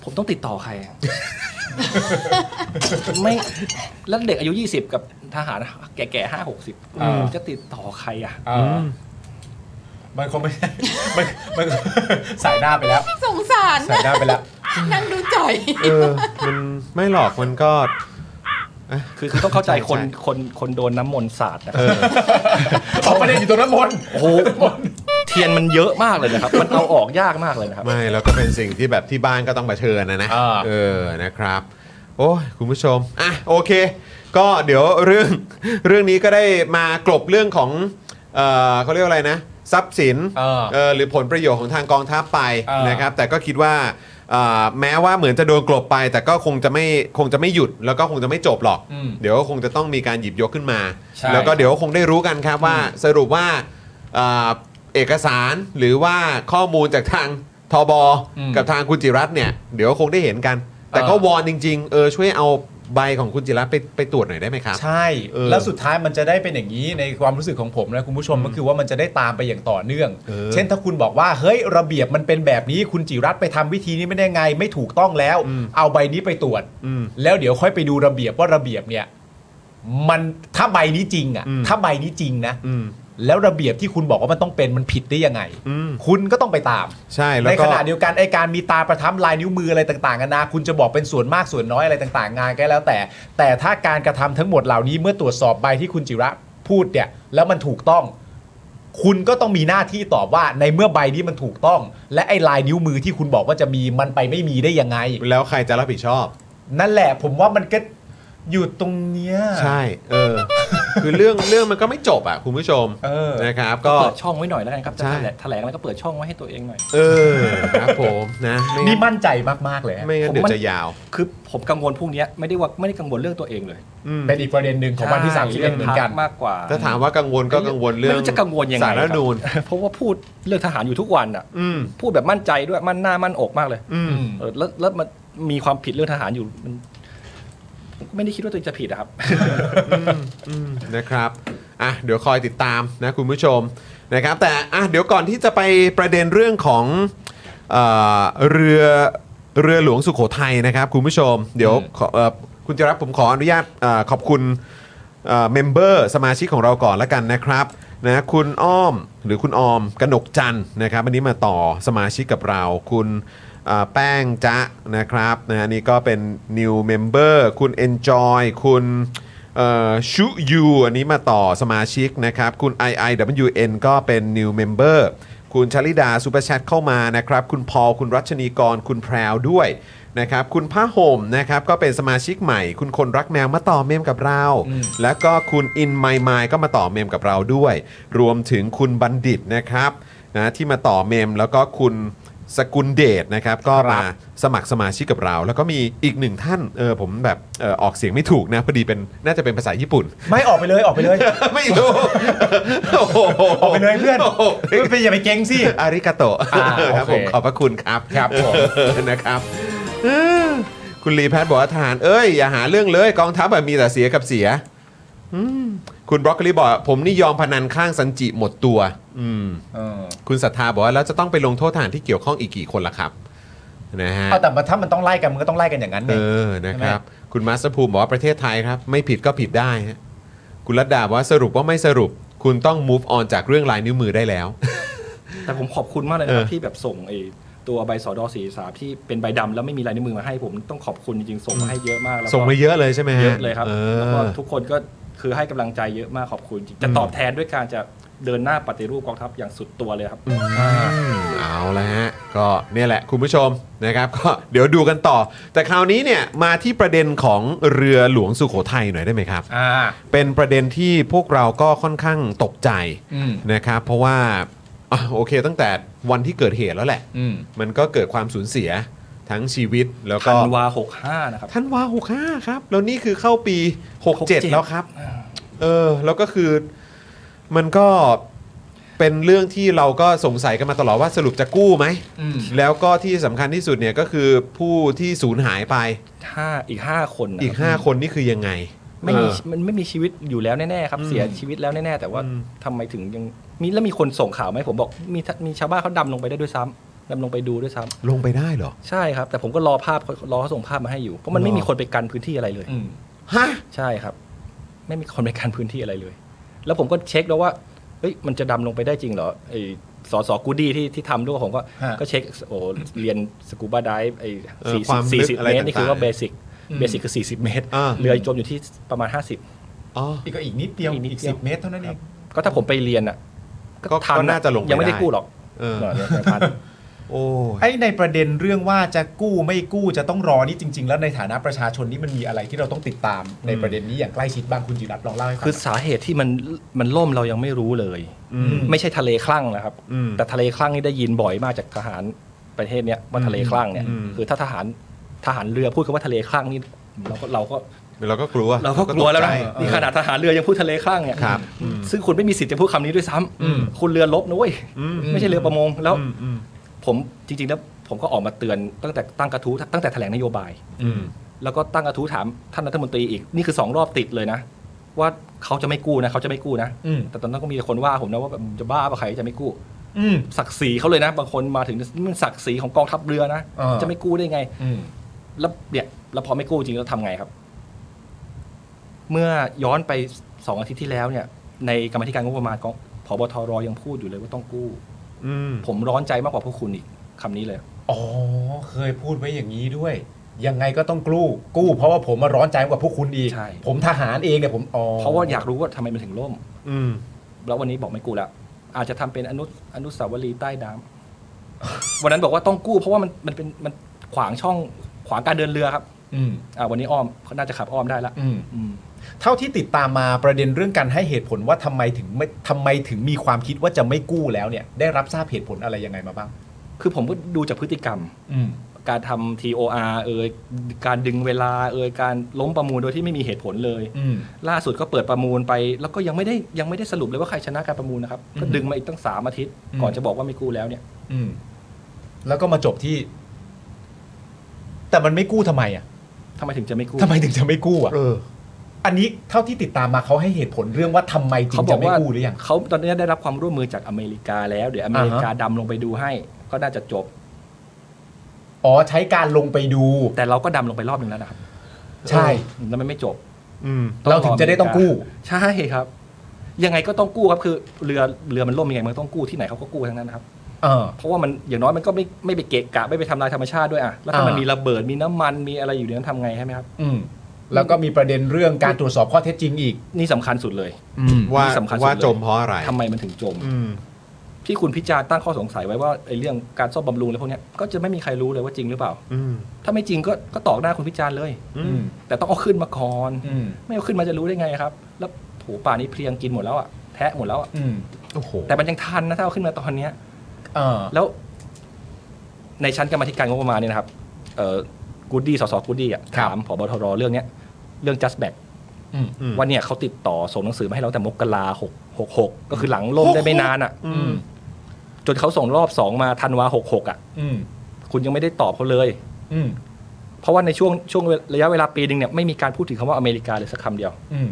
[SPEAKER 5] ผมต้องติดต่อใครอะ ไม่แล้วเด็กอายุ 20 กับทหารแก่ๆห้าหกสิบ
[SPEAKER 2] อ่า
[SPEAKER 5] จะติดต่อใครอ่ะ
[SPEAKER 2] เออมันคงไม่ มันมัน สายหน้าไปแล้ว
[SPEAKER 3] สงสาร
[SPEAKER 2] สายหน้าไปแล้ว
[SPEAKER 3] นั่งดูจ่อย
[SPEAKER 1] เออมันไม่หรอกมันก็
[SPEAKER 5] คือคือต้องเข้าใจคน
[SPEAKER 1] ใช่ใช่
[SPEAKER 5] คนคนโดนน้ำมนต์สาดนะ
[SPEAKER 1] เออ
[SPEAKER 2] เอาประเด็นอยู่ตรงนั้นหมด
[SPEAKER 5] โอ้โหเทียนมันเยอะมากเลยนะครับ มันเอาออกยากมากเลยนะครับ
[SPEAKER 1] ไม่แล้วก็เป็นสิ่งที่แบบที่บ้านก็ต้องเผชิญนะนะ
[SPEAKER 2] อ่า
[SPEAKER 1] เออนะครับ โอ้ยคุณผู้ชมอ่ะโอเค ก็เดี๋ยวเรื่อง เรื่องนี้ก็ได้มากลบเรื่องของเออเขาเรียกว่าอะไรนะ ทรัพย์สิน
[SPEAKER 2] เออ
[SPEAKER 1] เออหรือผลประโยชน์ของทางกองทัพไป
[SPEAKER 2] เออ
[SPEAKER 1] นะครับ แต่ก็คิดว่าเอ่อแม้ว่าเหมือนจะโดนกลบไป แต่ก็คงจะไม่คงจะไม่หยุดแล้วก็คงจะไม่จบหรอก
[SPEAKER 2] อืม
[SPEAKER 1] เดี๋ยวก็คงจะต้องมีการหยิบยกขึ้นมา
[SPEAKER 2] ใช่
[SPEAKER 1] แล้วก็เดี๋ยวคงได้รู้กันครับว่าสรุปว่าเอ่อเอกสารหรือว่าข้อมูลจากทางทบ
[SPEAKER 2] อืม
[SPEAKER 1] กับทางคุณจิรัตน์เนี่ย เดี๋ยวคงได้เห็นกัน แต่ก็
[SPEAKER 2] เออ
[SPEAKER 1] วอนจริง ๆ เออช่วยเอาใบของคุณจิรัตน์ไปไปตรวจหน่อยได้ไหมครับ
[SPEAKER 2] ใช่
[SPEAKER 1] เออ
[SPEAKER 2] แล้วสุดท้ายมันจะได้เป็นอย่างนี้ในความรู้สึกของผมนะคุณผู้ชมก็คือว่ามันจะได้ตามไปอย่างต่อเนื่อง
[SPEAKER 1] เออ
[SPEAKER 2] เช่นถ้าคุณบอกว่าเฮ้ยระเบียบมันเป็นแบบนี้คุณจิรัตน์ไปทำวิธีนี้ไม่ได้ไง ไม่ถูกต้องแล้ว
[SPEAKER 1] อืม
[SPEAKER 2] เอาใบนี้ไปตรวจ
[SPEAKER 1] อืม
[SPEAKER 2] แล้วเดี๋ยวค่อยไปดูระเบียบว่าระเบียบเนี่ยมันถ้าใบนี้จริงอ่ะ
[SPEAKER 1] อืม
[SPEAKER 2] ถ้าใบนี้จริงนะ
[SPEAKER 1] อืม
[SPEAKER 2] แล้วระเบียบที่คุณบอกว่ามันต้องเป็นมันผิดได้ยังไง
[SPEAKER 1] อืม
[SPEAKER 2] คุณก็ต้องไปตาม
[SPEAKER 1] ใช่แล้ว
[SPEAKER 2] ใน
[SPEAKER 1] ก็
[SPEAKER 2] ขณะเดียวกันไอการมีตาประทับลายนิ้วมืออะไรต่างๆกันานาคุณจะบอกเป็นส่วนมากส่วนน้อยอะไรต่างๆ งานก็แล้วแต่ แต่ถ้าการกระทำทั้งหมดเหล่านี้เมื่อตรวจสอบใบที่คุณจิระพูดเนี่ยแล้วมันถูกต้อง คุณก็ต้องมีหน้าที่ตอบว่าในเมื่อใบนี้มันถูกต้อง และไอ้ลายนิ้วมือที่คุณบอกว่าจะมีมันไปไม่มีได้ยังไง
[SPEAKER 1] แล้วใครจะรับผิดชอบ
[SPEAKER 2] นั่นแหละ ผมว่ามันก็อยู่ตรงเนี้ย
[SPEAKER 1] ใช่ เออ คือเรื่องเรื่องมันก็ไม่จบอ่ะคุณผู้ชม
[SPEAKER 2] เออ
[SPEAKER 1] นะครับ
[SPEAKER 5] ก็
[SPEAKER 1] ก็
[SPEAKER 5] เปิดช่องไว้หน่อยแล้วกันครับจะ
[SPEAKER 1] ใช่
[SPEAKER 5] แถลงแถลงแล้วก็เปิดช่องไว้ให้ตัวเองหน่อย
[SPEAKER 1] เออครับผมนะไม่
[SPEAKER 2] นี่
[SPEAKER 1] งั้น
[SPEAKER 2] มั่นใจมากๆเลยฮะ
[SPEAKER 1] ไม่งั้นเดี๋ยวจะยาว
[SPEAKER 5] คือผมกังวลพวกเนี้ยไม่ได้ว่าไม่ได้กังวลเรื่องตัวเองเลย
[SPEAKER 1] อืม
[SPEAKER 2] เป็นอีกประเด็นหนึ่งของวันที่
[SPEAKER 5] ใช่
[SPEAKER 2] 31เหมือนกัน
[SPEAKER 5] รื่งพรรคมากกว่า
[SPEAKER 1] ถ้าถามว่ากังวลก็กังวลเรื่อง
[SPEAKER 5] ไม่รู้จะกังวลยังไง
[SPEAKER 1] สารรัฐธรรมนูญ
[SPEAKER 5] ครับเพราะว่าพูดเรื่องทหารอยู่ทุกวันอ่ะ
[SPEAKER 1] อืม
[SPEAKER 5] พูดแบบมั่นใจด้วยมั่นหน้ามั่นอกมากเลย
[SPEAKER 1] อืม
[SPEAKER 5] เออแล้วแล้วมันมีความผิดเรื่องทหารอยู่มันผมก็ไม่ได้คิดว่าตัวเองจะผิดอะครับ
[SPEAKER 1] อืมนะครับ อ่ะ เดี๋ยวคอยติดตามนะคุณผู้ชมนะครับ แต่อ่ะเดี๋ยวก่อนที่จะไปประเด็นเรื่องของเออเรือเรือหลวงสุโขทัยนะครับคุณผู้ชม เดี๋ยวขอเอ่อคุณจะรับผมขออนุญาตเออขอบคุณเมมเบอร์สมาชิกของเราก่อนละกันนะครับนะคุณอ้อมหรือคุณออมกนกจันทร์นะครับวันนี้มาต่อสมาชิกกับเรา คุณเอ่อแป้งจ๊ะนะครับนะฮะนี่ก็เป็น new member คุณ enjoy คุณ เอ่อชุยูอันนี้มาต่อสมาชิกนะครับ คุณ IIWN ก็เป็น new member คุณชลิดาซูเปอร์แชทเข้ามานะครับ คุณพอลคุณรัชนีกร คุณแพรวด้วยนะครับ คุณผ้าห่มนะครับ ก็เป็นสมาชิกใหม่ คุณคนรักแมวมาต่อเมมกับเรา แล้วก็คุณอินไมไมก็มาต่อเมมกับเราด้วย รวมถึงคุณบัณฑิตนะครับนะที่มาต่อเมมแล้วก็คุณ สกุลเดชนะครับก็มาสมัครสมาชิกกับเรา แล้วก็มีอีกหนึ่งท่านเออผมแบบเออออกเสียงไม่ถูกนะพอดีเป็นน่าจะเป็นภาษาญี่ปุ่น
[SPEAKER 2] ไม่ออกไปเลยออกไปเลย
[SPEAKER 1] ไม่รู้ โอ้โห
[SPEAKER 2] ออกไปเลยเพื่อน
[SPEAKER 1] โโห
[SPEAKER 2] เพื่อนอย่าไปเก่งสิ
[SPEAKER 1] อาริกาโตะ
[SPEAKER 2] อ่าโอเค
[SPEAKER 1] ครับผมขอบพระคุณครับ
[SPEAKER 2] ครับผม
[SPEAKER 1] เออนะครับเออคุณลีแพทย์บอกว่าทหารเอ้ยอย่าหาเรื่องเลยกองทัพแบบมีแต่เสียกับเสียอืมคุณบรอกโคลีบอกผมนี่ยอมพนันข้างสันจิหมดตัว อืม
[SPEAKER 2] เออ
[SPEAKER 1] คุณศรัทธาบอกว่าแล้วจะต้องไปลงโทษทหารที่เกี่ยวข้องอีกกี่คนล่ะครับนะฮะ
[SPEAKER 2] เอาแต่มันถ้ามันต้องไล่กันมันก็ต้องไล่กันอย่างนั้น
[SPEAKER 1] เอ
[SPEAKER 2] เอง
[SPEAKER 1] อนะครับ คุณมาสเตอร์ภูมิบอกว่าประเทศไทยครับ ไม่ผิดก็ผิดได้ฮะคุณรัตดาบอกว่าสรุปว่าไม่สรุป คุณต้อง move on จากเรื่องลายนิ้วมือได้แล้ว
[SPEAKER 5] แต่ผมขอบคุณมากเลยนะครับ
[SPEAKER 1] เออ
[SPEAKER 5] ที่แบบส่งไอ้ตัวใบสอดอสีสามที่เป็นใบดำแล้วไม่มีลายนิ้วมือมาให้ผมต้องขอบคุณจริงๆส่งมาให้เยอะมากแล้วก็
[SPEAKER 1] ส่งมาเยอะเลยใช่ไหมฮ
[SPEAKER 5] เยอะเลยครับ
[SPEAKER 1] เอ
[SPEAKER 5] แล้วก็
[SPEAKER 1] อ
[SPEAKER 5] ทุกคนก็คือให้กำลังใจเยอะมากขอบคุณจริงๆจะ
[SPEAKER 1] อืม
[SPEAKER 5] ตอบแทนด้วยการจะเดินหน้าปฏิรูปกองทัพอย่างสุดตัวเลยครับ
[SPEAKER 1] อืมเอาละฮะก็เนี่ยแหละคุณผู้ชมนะครับก็เดี๋ยวดูกันต่อ แต่คราวนี้เนี่ยมาที่ประเด็นของเรือหลวงสุโขทัยหน่อยได้ไหมครับ
[SPEAKER 2] อ่า
[SPEAKER 1] เป็นประเด็นที่พวกเราก็ค่อนข้างตกใจ
[SPEAKER 2] อืม
[SPEAKER 1] นะครับ เพราะว่าอ่ะโอเคตั้งแต่วันที่เกิดเหตุแล้วแหละ
[SPEAKER 2] อืม
[SPEAKER 1] มันก็เกิดความสูญเสียทั้งชีวิตแล้วก็
[SPEAKER 5] ธันวาหกห้านะครับ
[SPEAKER 1] ธันวาหกห้าครับ แล้วนี่คือเข้าปี 67
[SPEAKER 5] 67
[SPEAKER 1] แล้วครับ เออ แล้วก็คือมันก็เป็นเรื่องที่เราก็สงสัยกันมาตลอดว่าสรุปจะกู้ไหม
[SPEAKER 2] อืม
[SPEAKER 1] แล้วก็ที่สำคัญที่สุดเนี่ยก็คือผู้ที่สูญหายไป
[SPEAKER 5] ห้าอีกห้าคนนะ
[SPEAKER 1] อีก
[SPEAKER 5] ครับ
[SPEAKER 1] 5 คนนี่คือยังไง
[SPEAKER 5] ไม่มี
[SPEAKER 1] เออ
[SPEAKER 5] มันไม่มีชีวิตอยู่แล้วแน่ๆครับ
[SPEAKER 1] อืม
[SPEAKER 5] เสียชีวิตแล้วแน่ๆแต่ว่า
[SPEAKER 1] อืม
[SPEAKER 5] ทำไมถึงยังมีแล้วมีคนส่งข่าวไหมผมบอกมีมีชาวบ้านเขาดำลงไปได้ด้วยซ้ำ ดำลงไปดูด้วยซ้
[SPEAKER 4] ลงไปได้เหรอ
[SPEAKER 5] ำใช่ครับ แต่ผมก็รอภาพรอเขาส่งภาพมาให้อยู่เพราะมันไม่มีคนไปกันพื้นที่อะไรเลย
[SPEAKER 2] อืม
[SPEAKER 4] ฮะ
[SPEAKER 5] ใช่ครับ ไม่มีคนไปกันพื้นที่อะไรเลย แล้วผมก็เช็คแล้วว่าเฮ้ยมันจะดำลงไปได้จริงเหรอไอสอสอกูดี้ที่ที่ทำด้วยผมก็
[SPEAKER 2] ฮะ
[SPEAKER 5] ก็เช็คโอ้เรียนสกูบาไดฟ์ไอ
[SPEAKER 4] เออ
[SPEAKER 5] สี่
[SPEAKER 4] ความลึ
[SPEAKER 5] สี่
[SPEAKER 4] ก
[SPEAKER 5] สิบ
[SPEAKER 4] อะไร
[SPEAKER 5] เมตรนี่คือว่า
[SPEAKER 4] ต่างๆ
[SPEAKER 5] เบสิกเบสิกคือสี่สิบเมตร
[SPEAKER 4] อ่า
[SPEAKER 5] เรือจมอยู่ที่ประมาณห้าสิบ
[SPEAKER 4] อ๋อ
[SPEAKER 2] อีกก็อีกนิดเดียว
[SPEAKER 5] อีกนิด
[SPEAKER 2] อีก
[SPEAKER 5] เดีย
[SPEAKER 2] สิ
[SPEAKER 5] ว
[SPEAKER 2] บเมตรเท่านั้นเอง
[SPEAKER 5] ก็ถ้าผมไปเรียนอ่ะ
[SPEAKER 4] ก็
[SPEAKER 5] ทั
[SPEAKER 4] ก็น่าจะลงไป
[SPEAKER 5] ยังไม่ได้
[SPEAKER 4] ได้
[SPEAKER 5] กู้หรอก
[SPEAKER 4] เออ
[SPEAKER 5] เออเนี่ยพัน
[SPEAKER 4] โอ้ย
[SPEAKER 2] ไอ้ในประเด็นเรื่องว่าจะกู้ไม่กู้จะต้องรอนี่จริง ๆ แล้วในฐานะประชาชนนี่มันมีอะไรที่เราต้องติดตามในประเด็นนี้อย่างใกล้ชิดบ้างคุณจิรัตน์ลองเล่าให้ฟัง
[SPEAKER 5] คือสาเหตุที่มันมันล่มเรายังไม่รู้เลย
[SPEAKER 4] อืม
[SPEAKER 5] ไม่ใช่ทะเลคลั่งนะครับ
[SPEAKER 4] อืม
[SPEAKER 5] แต่ทะเลคลั่งนี่ได้ยินบ่อยมากจากทหารประเทศเนี้ยว่าทะเลคลั่งเนี่ย
[SPEAKER 4] อืม
[SPEAKER 5] คือถ้าทหารทหารเรือพูดคำว่าทะเลคลั่งนี่เราก็เราก็
[SPEAKER 4] เราก็กลัว
[SPEAKER 5] เราก็กลัวแล้วนะ
[SPEAKER 4] ตใจ
[SPEAKER 5] นี่ขนาดทหารเรือยังพูดทะเลคลั่งเนี่ย
[SPEAKER 4] ครับอืม
[SPEAKER 5] ซึ่งคุณไม่มีสิทธิ์จะพูดคำนี้ด้วยซ้ำ
[SPEAKER 4] อืม
[SPEAKER 5] คุณเรือลบนะเว้ย
[SPEAKER 4] อืม
[SPEAKER 5] ไม่ใช่เรือประมง แล้ว
[SPEAKER 4] อืมอืม
[SPEAKER 5] ผมจริงๆแล้วผมก็ออกมาเตือนตั้งแต่ตั้งกระทู้ตั้งแต่แถลงนโยบาย
[SPEAKER 4] อืม
[SPEAKER 5] แล้วก็ตั้งกระทู้ถามท่านรัฐมนตรีอีกนี่คือสองรอบติดเลยนะ ว่าเขาจะไม่กู้นะเขาจะไม่กู้นะ
[SPEAKER 2] อืม
[SPEAKER 5] แต่ตอนนั้นก็มีคนว่าผมนะว่าแบบจะบ้าปะใครจะไม่กู้
[SPEAKER 2] อืม
[SPEAKER 5] ศักดิ์ศรีเขาเลยนะ บางคนมาถึงมันศักดิ์ศรีของกองทัพเรือนะ
[SPEAKER 2] อ่า
[SPEAKER 5] จะไม่กู้ได้ไง
[SPEAKER 2] อืม
[SPEAKER 5] แล้วเนี่ยแล้วพอไม่กู้จริงแล้วทำไงครับ เมื่อย้อนไปสองอาทิตย์ที่แล้วเนี่ย ในกรรมาธิการงบประมาณของพบทรยังพูดอยู่เลยว่าต้องกู้
[SPEAKER 4] อืม
[SPEAKER 5] ผมร้อนใจมากกว่าพวกคุณอีกคำนี้เลย
[SPEAKER 2] อ๋อ เคยพูดไว้อย่างนี้ด้วย ยังไงก็ต้องกู้ กู้เพราะว่าผมมาร้อนใจกว่าพวกคุณอีก
[SPEAKER 5] ใช่
[SPEAKER 2] ผมทหารเองเนี่ยผมอ๋อ
[SPEAKER 5] เพราะว่าอยากรู้ว่าทำไมมันถึงล่ม
[SPEAKER 4] อืม
[SPEAKER 5] แล้ววันนี้บอกไม่กู้แล้วอาจจะทำเป็นอนุอนุสาวรีย์ใต้น้ำ วันนั้นบอกว่าต้องกู้ เพราะว่ามันมันเป็นมันขวางช่องขวางการเดินเรือครับ
[SPEAKER 2] อืม
[SPEAKER 5] อ่าวันนี้อ้อมน่าจะขับอ้อมได้ละ
[SPEAKER 2] อืม
[SPEAKER 5] อืม
[SPEAKER 2] เท่าที่ติดตามมาประเด็นเรื่องการให้เหตุผลว่าทำไมถึงไม่ทำไมถึงมีความคิดว่าจะไม่กู้แล้วเนี่ย ได้รับทราบเหตุผลอะไรยังไงมาบ้าง
[SPEAKER 5] คือผมก็ดูจากพฤติกรรม
[SPEAKER 2] อืม
[SPEAKER 5] การทำ TOR เอยการดึงเวลาเอยการล้มประมูลโดยที่ไม่มีเหตุผลเลย
[SPEAKER 2] อืม
[SPEAKER 5] ล่าสุดก็เปิดประมูลไป แล้วก็ยังไม่ได้ยังไม่ได้สรุปเลยว่าใครชนะการประมูลนะครับ ก็
[SPEAKER 2] อืม
[SPEAKER 5] ดึงมาอีกตั้งสามอาทิตย์
[SPEAKER 2] อืม
[SPEAKER 5] ก่อนจะบอกว่าไม่กู้แล้วเนี่ย
[SPEAKER 2] อืม แล้วก็มาจบที่ แต่มันไม่กู้ทำไมอ่ะ
[SPEAKER 5] ทำไมถึงจะไม่กู้
[SPEAKER 2] ทำไมถึงจะไม่กู้อ่ะ
[SPEAKER 4] เออ
[SPEAKER 2] อันนี้เท่าที่ติดตามมาเขาให้เหตุผลเรื่องว่าทำไมจึ
[SPEAKER 5] เขา
[SPEAKER 2] ง
[SPEAKER 5] บ
[SPEAKER 2] จะ
[SPEAKER 5] อก
[SPEAKER 2] ไม่
[SPEAKER 5] ว่า
[SPEAKER 2] กู้หรือยัง
[SPEAKER 5] เขาตอนนี้ได้รับความร่วมมือจากอเมริกาแล้ว เดี๋ยวอเมริกาดำลงไปดูให้ ก็น่าจะจบ
[SPEAKER 2] อ๋อใช้การลงไปดู
[SPEAKER 5] แต่เราก็ดำลงไปรอบหนึ่งแล้วนะครับ
[SPEAKER 2] ใช่
[SPEAKER 5] แล้วมันไม่จบ
[SPEAKER 4] อืม
[SPEAKER 2] เราถึงจะได้ต้องกู้
[SPEAKER 5] ใช่ครับ ยังไงก็ต้องกู้ครับคือเรือเรือมันล่มยังไงมันก็ต้องกู้ที่ไหนเขาก็กู้ทั้งนั้นนะครับ
[SPEAKER 2] เออ
[SPEAKER 5] เพราะว่ามันอย่างน้อยมันก็ไม่ไม่ไปเกะกะไม่ไปทำลายธรรมชาติด้วยอ่ะแล้วถ้ามัน
[SPEAKER 2] อ่ามี
[SPEAKER 5] มีระเบิดมีน้ำมันมีอะไรอยู่ในนั้นทำไงใช่ไหมครับ
[SPEAKER 2] อืม แล้วก็มีประเด็นเรื่องการตรวจสอบข้อเท็จจริงอีก
[SPEAKER 5] นี่สำคัญสุดเลย
[SPEAKER 2] อืม
[SPEAKER 4] ว่า
[SPEAKER 5] นี่สำคัญสุดเลย
[SPEAKER 4] ว่าจมเพราะอะไร
[SPEAKER 5] ทำไมมันถึงจม
[SPEAKER 4] อืม
[SPEAKER 5] ที่คุณพิจารณ์ตั้งข้อสงสัยไว้ว่าไอ้เรื่องการซ่อมบำรุงอะไรพวกเนี้ยก็จะไม่มีใครรู้เลยว่าจริงหรือเปล่า
[SPEAKER 4] อืม
[SPEAKER 5] ถ้าไม่จริงก็ก็ตอกหน้าคุณพิจารณ์เลย
[SPEAKER 4] อื
[SPEAKER 2] อื
[SPEAKER 4] ม
[SPEAKER 2] ม
[SPEAKER 5] แต่ต้องเอาขึ้นมาก่อน
[SPEAKER 2] อืม
[SPEAKER 5] ไม่เอาขึ้นมาจะรู้ได้ไงครับ แล้วโผูป่านี้เพลียงกินหมดแล้วอ่ะแทะหมดแล้วอะ
[SPEAKER 2] อืม
[SPEAKER 4] โอ้โห
[SPEAKER 5] แต่มันยังทันนะถ้าเอาขึ้นมาตอนเนี้ย
[SPEAKER 2] เออ
[SPEAKER 5] แล้วในชั้นกรรมาธิการงบประมาณเนี่ยนะครับเอ่อกูดดี้สสกูดดี้อ่ะ
[SPEAKER 2] ครับ
[SPEAKER 5] ถามผบทรเรื่องเนี้ยเรื่อง just back
[SPEAKER 2] อืม
[SPEAKER 4] อืม
[SPEAKER 5] ว่าเนี่ยเขาติดต่อส่งหนังสือมาให้เราตั้งแต่มกราหกหกหกก็คือหลังล่มได้ไม่นานอ่ะ
[SPEAKER 2] อืม
[SPEAKER 5] จนเขาส่งรอบสองมาธันวาหกหกอ่ะ
[SPEAKER 2] อืม
[SPEAKER 5] คุณยังไม่ได้ตอบเขาเลย
[SPEAKER 2] อืม
[SPEAKER 5] เพราะว่าในช่วงช่วงระยะเวลาปีหนึ่งเนี่ยไม่มีการพูดถึงคำว่าอเมริกาเลยสักคำเดียว
[SPEAKER 2] อืม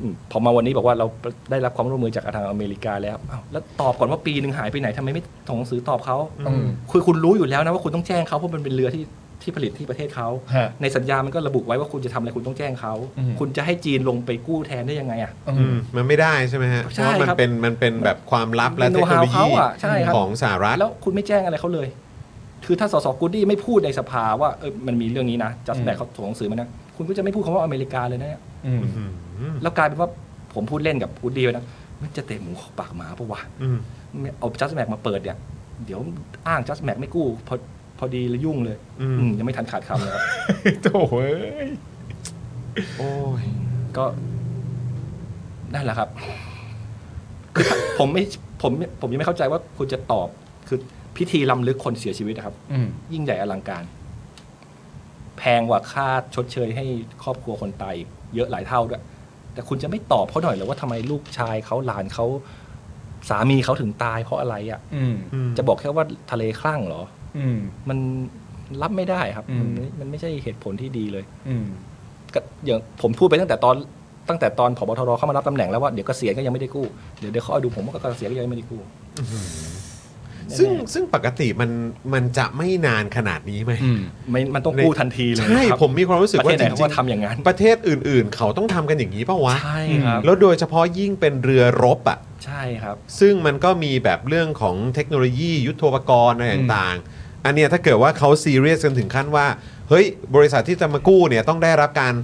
[SPEAKER 5] อืมพอมาวันนี้บอกว่าเราได้รับความร่วมมือจากทางอเมริกาแล้วอ้าวแล้วตอบก่อนว่าปีหนึ่งหายไปไหนทำไมไม่ส่งหนังสือตอบเขา
[SPEAKER 2] อืม
[SPEAKER 5] คือคุณรู้อยู่แล้วนะว่าคุณต้องแจ้งเขาเพราะมันเป็นเรือที่ที่ผลิตที่ประเทศเขา
[SPEAKER 2] ฮะ
[SPEAKER 5] ในสัญญามันก็ระบุไว้ว่าคุณจะทำอะไรคุณต้องแจ้งเขา
[SPEAKER 2] อืม
[SPEAKER 5] คุณจะให้จีนลงไปกู้แทนได้ยังไงอ่ะ
[SPEAKER 2] อื
[SPEAKER 4] อืม
[SPEAKER 2] ม
[SPEAKER 4] มันไม่ได้ใช่ไหมฮะเพ
[SPEAKER 5] ใช่
[SPEAKER 4] ราะว่ามัน
[SPEAKER 5] ครับ
[SPEAKER 4] เป็นมันเป็นแบบความลับและ
[SPEAKER 5] เป็
[SPEAKER 4] เท
[SPEAKER 5] น
[SPEAKER 4] คโนโล
[SPEAKER 5] know-how
[SPEAKER 4] ยี
[SPEAKER 5] เขาอะใช่ครับ
[SPEAKER 4] ของสหรัฐ
[SPEAKER 5] แล้วคุณไม่แจ้งอะไรเขาเลย คือถ้าสสกูดดี้ไม่พูดในสภาว่าเออมันมีเรื่องนี้นะจัสแบ
[SPEAKER 2] อืม
[SPEAKER 5] กเขาส่งหนังสือมานะคุณก็จะไม่พูดคำว่าอเมริกาเลยนะเนี่ย
[SPEAKER 2] อืม
[SPEAKER 4] อืม
[SPEAKER 5] แล้วกลายเป็นว่าผมพูดเล่นกับกูดดี้ไว้นะมันจะเตะหมูเข้าปากหมาปะวะ
[SPEAKER 4] อืม
[SPEAKER 5] เอาจัสแม็กมาเปิดเนี่ย เดี๋ยวอ้างจัสแม็กไม่กู้ พอพอดีเลยยุ่งเลย
[SPEAKER 4] อื
[SPEAKER 5] อื
[SPEAKER 4] ม
[SPEAKER 5] มยังไม่ทันขาดคำเลยครับ
[SPEAKER 2] โถ่เอ้ย
[SPEAKER 4] โอ้ย
[SPEAKER 5] ก็นั่นแหละครับคือผมไม่ผมผมยังไม่เข้าใจว่าคุณจะตอบคือพิธีลำลึกคนเสียชีวิตนะครับ
[SPEAKER 2] อืม
[SPEAKER 5] ยิ่งใหญ่อลังการ แพงกว่าค่าชดเชยให้ครอบครัวคนตายอีกเยอะหลายเท่าด้วย แต่คุณจะไม่ตอบเขาหน่อยเหรอว่าทำไมลูกชายเขาหลานเขาสามีเขาถึงตายเพราะอะไรอ่ะ
[SPEAKER 2] อืม
[SPEAKER 4] อืม
[SPEAKER 5] จะบอกแค่ว่าทะเลคลั่งเหรอ
[SPEAKER 2] อืม
[SPEAKER 5] มันรับไม่ได้ครับ
[SPEAKER 2] อืม
[SPEAKER 5] มันไม่มันไม่ใช่เหตุผลที่ดีเลย
[SPEAKER 2] อืม
[SPEAKER 5] ก็อย่างผมพูดไปตั้งแต่ตอนตั้งแต่ตอนผบทรเข้ามารับตำแหน่งแล้วว่าเดี๋ยวเกษียณก็ยังไม่ได้กู้ เดี๋ยวเดี๋ยวเขาเอาดูผมว่าเกษียณก็ยังไม่ได้กู้
[SPEAKER 1] ซึ่งซึ่งปกติมันมันจะไม่นานขนาดนี้ไหม
[SPEAKER 2] อืม
[SPEAKER 5] ไม่มันต้องกู้ทันทีเลย
[SPEAKER 1] ใช่
[SPEAKER 5] ครับ
[SPEAKER 1] ผมมีความรู้สึก
[SPEAKER 5] ประ
[SPEAKER 1] ว่า
[SPEAKER 5] เทศไห
[SPEAKER 1] จริ
[SPEAKER 5] นเขา
[SPEAKER 1] ง
[SPEAKER 5] ก็ทำอย่างนั้น
[SPEAKER 1] ๆประเทศอื่น ๆ เขาต้องทำกันอย่างนี้เปล่าวะ
[SPEAKER 5] ใช่ครับ
[SPEAKER 1] แล้วโดยเฉพาะยิ่งเป็นเรือรบอ่ะ
[SPEAKER 5] ใช่ครับ
[SPEAKER 1] ซึ่งมันก็มีแบบเรื่องของเทคโนโลยียุทโธปกรณ์อะไรต่างๆ อันเนี้ยถ้าเกิดว่าเขาซีเรียสกันถึงขั้นว่า เฮ้ย บริษัทที่จะมากู้เนี่ยต้องได้รับการ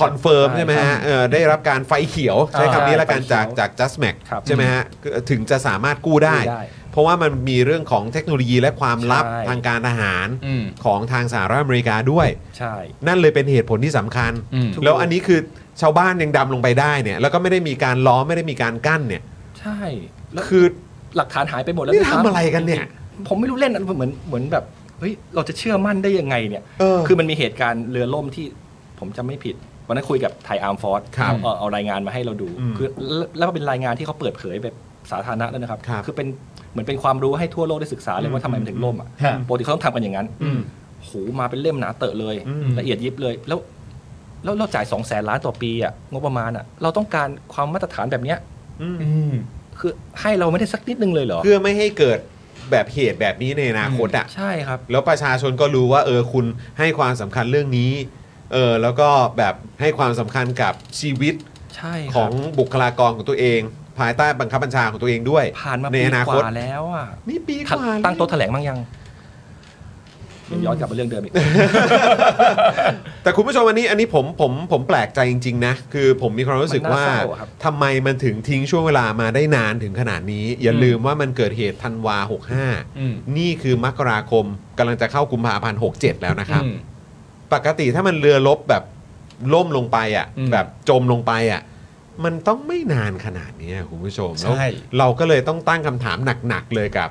[SPEAKER 1] คอนเฟิร์มใช่ไหมฮะเออได้รับการไฟเขียว ใช้คำนี้ละกัน
[SPEAKER 5] ไฟเขี
[SPEAKER 1] จา
[SPEAKER 5] ยว
[SPEAKER 1] กจาก just mac
[SPEAKER 5] ครับ
[SPEAKER 1] ใช่ไหมฮะถึงจะสามารถกู้ได้
[SPEAKER 5] กู้ได้
[SPEAKER 1] เพราะว่ามันมีเรื่องของเทคโนโลยีและความลับ
[SPEAKER 5] ใช่
[SPEAKER 1] ทางการทหาร
[SPEAKER 2] อืม
[SPEAKER 1] ของทางสหรัฐอเมริกาด้วย
[SPEAKER 5] ใช่
[SPEAKER 1] นั่นเลยเป็นเหตุผลที่สำคัญ
[SPEAKER 2] อืม
[SPEAKER 1] แล้วอันนี้คือชาวบ้านยังดำลงไปได้เนี่ย แล้วก็ไม่ได้มีการล้อมไม่ได้มีการกั้นเนี่ย
[SPEAKER 5] ใช่แล้ว
[SPEAKER 1] คือ
[SPEAKER 5] หลักฐานหายไปหมดแล้ว
[SPEAKER 1] นี่
[SPEAKER 5] ด้วยซ้ำ
[SPEAKER 1] ทำอะไรกันเนี่ย
[SPEAKER 5] ผมไม่รู้เล่นนะเหมือนเหมือนแบบเฮ้ยเราจะเชื่อมั่นได้ยังไงเนี่ย
[SPEAKER 1] เออ
[SPEAKER 5] คือมันมีเหตุการณ์เรือล่มที่ผมจำไม่ผิด วันนั้นคุยกับไทยอาร์มฟอร์ส
[SPEAKER 1] ครับ
[SPEAKER 5] เอาเอารายงานมาให้เราดู
[SPEAKER 1] อืม
[SPEAKER 5] คือแล้วแล้วเป็นรายงานที่เขาเปิดเผยแบบสาธารณะแล้วนะครับ
[SPEAKER 1] ครับ
[SPEAKER 5] อเป็นเหมือนเป็นความรู้ให้ทั่วโลกได้ศึกษาเลยว่าทำไมมันถึงล่มอ่ะ
[SPEAKER 2] ฮะ
[SPEAKER 5] ปกติเขาต้องทำกันอย่างนั้น
[SPEAKER 1] อืม
[SPEAKER 5] โหมาเป็นเล่มหนาเตอะเลย
[SPEAKER 1] อืม
[SPEAKER 5] ละเอียดยิบเลย แล้ว แล้วเราจ่ายสองแสนล้านต่อปีอ่ะงบประมาณอ่ะ เราต้องการความมาตรฐานแบบเนี้ย
[SPEAKER 1] อืม
[SPEAKER 2] อืม
[SPEAKER 5] คือให้เราไม่ได้สักนิดนึงเลยเหรอ
[SPEAKER 1] เพื่อไม่ให้เกิดแบบเหตุแบบนี้ในอนาคตอ่ะ
[SPEAKER 5] ใช่ครับ
[SPEAKER 1] แล้วประชาชนก็รู้ว่า เออคุณให้ความสำคัญเรื่องนี้ เออแล้วก็แบบให้ความสำคัญกับชีวิต
[SPEAKER 5] ใช่ค
[SPEAKER 1] ขอ
[SPEAKER 5] รับ
[SPEAKER 1] งบุคลากรของตัวเอง ภายใต้บังคับบัญชาของตัวเองด้วย
[SPEAKER 5] ผ่านมา
[SPEAKER 1] ใน
[SPEAKER 5] ปี
[SPEAKER 1] อนาค
[SPEAKER 5] ก
[SPEAKER 1] ต
[SPEAKER 5] ว่าแล้วอ่ะ
[SPEAKER 1] นี่ปีก
[SPEAKER 5] ทัน
[SPEAKER 1] ว่า
[SPEAKER 5] ตั้งโต๊ะแถลงบ้างยังเดี๋ยวย้อนกลับมาเรื่องเดิมอีก
[SPEAKER 1] แต่คุณผู้ชมอันนี้อันนี้ผมผมผมแปลกใจจริง ๆ นะ คือผมมีความรู้สึกว่า
[SPEAKER 5] มันน่าเศร้าอะครับ
[SPEAKER 1] ทำไมมันถึงทิ้งช่วงเวลามาได้นานถึงขนาดนี้ อย่า
[SPEAKER 2] อืม
[SPEAKER 1] ลืมว่ามันเกิดเหตุธันวา65
[SPEAKER 2] อืม
[SPEAKER 1] นี่คือมกราคมกำลังจะเข้ากุมภาพันธ์หกเจ็ดแล้วนะครับ
[SPEAKER 2] อืม
[SPEAKER 1] ปกติถ้ามันเรือลบแบบล่มลงไปอะ่ะ
[SPEAKER 2] อืม
[SPEAKER 1] แบบจมลงไปอะ่ะมันต้องไม่นานขนาดนี้คุณผู้ชมแล้ว
[SPEAKER 2] ใช่
[SPEAKER 1] เราก็เลยต้องตั้งคำถามหนักๆเลยกับ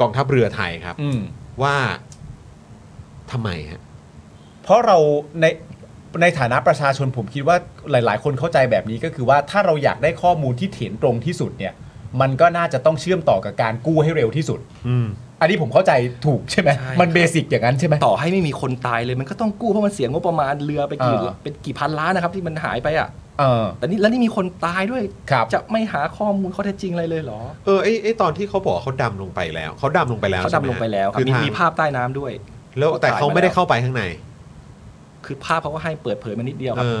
[SPEAKER 1] กองทัพเรือไทยครับ
[SPEAKER 2] อืม
[SPEAKER 1] ว่าทำไมฮะ
[SPEAKER 2] เพราะเราในในฐานะประชาชนผมคิดว่าหลาย ๆ คนเข้าใจแบบนี้ก็คือว่าถ้าเราอยากได้ข้อมูลที่เถียนตรงที่สุดเนี่ยมันก็น่าจะต้องเชื่อมต่อกับการกู้ให้เร็วที่สุด
[SPEAKER 1] อืม
[SPEAKER 2] อันนี้ผมเข้าใจถูกใช่ไหม
[SPEAKER 5] ใช่
[SPEAKER 2] มันเบสิกอย่างนั้นใช่ไหม
[SPEAKER 5] ต่อให้ไม่มีคนตายเลยมันก็ต้องกู้เพราะมันเสียงบประมาณเรือไปกี่
[SPEAKER 2] เออ
[SPEAKER 5] เป็นกี่พันล้านนะครับ ที่มันหายไปอ่ะ
[SPEAKER 2] เออ
[SPEAKER 5] แต่นี่แล้วนี่มีคนตายด้วย
[SPEAKER 2] ครับ
[SPEAKER 5] จะไม่หาข้อมูลข้อเท็จจริงอะไรเลยเหรอ
[SPEAKER 1] เออไอไอตอนที่เขาบอกเขาดำลงไปแล้วเขาดำลงไปแล้ว
[SPEAKER 5] เขา
[SPEAKER 1] ใช่หม
[SPEAKER 5] ดำลงไปแล้วครับ
[SPEAKER 1] คือ
[SPEAKER 5] มี
[SPEAKER 1] ทาง
[SPEAKER 5] มีภาพใต้น้ำด้วย
[SPEAKER 1] แล้วแต่เขาไม่ได้เข้าไปข้างใน
[SPEAKER 5] คือภาพเขาก็ให้เปิดเผยมานิดเดียวค
[SPEAKER 1] เอ
[SPEAKER 5] รั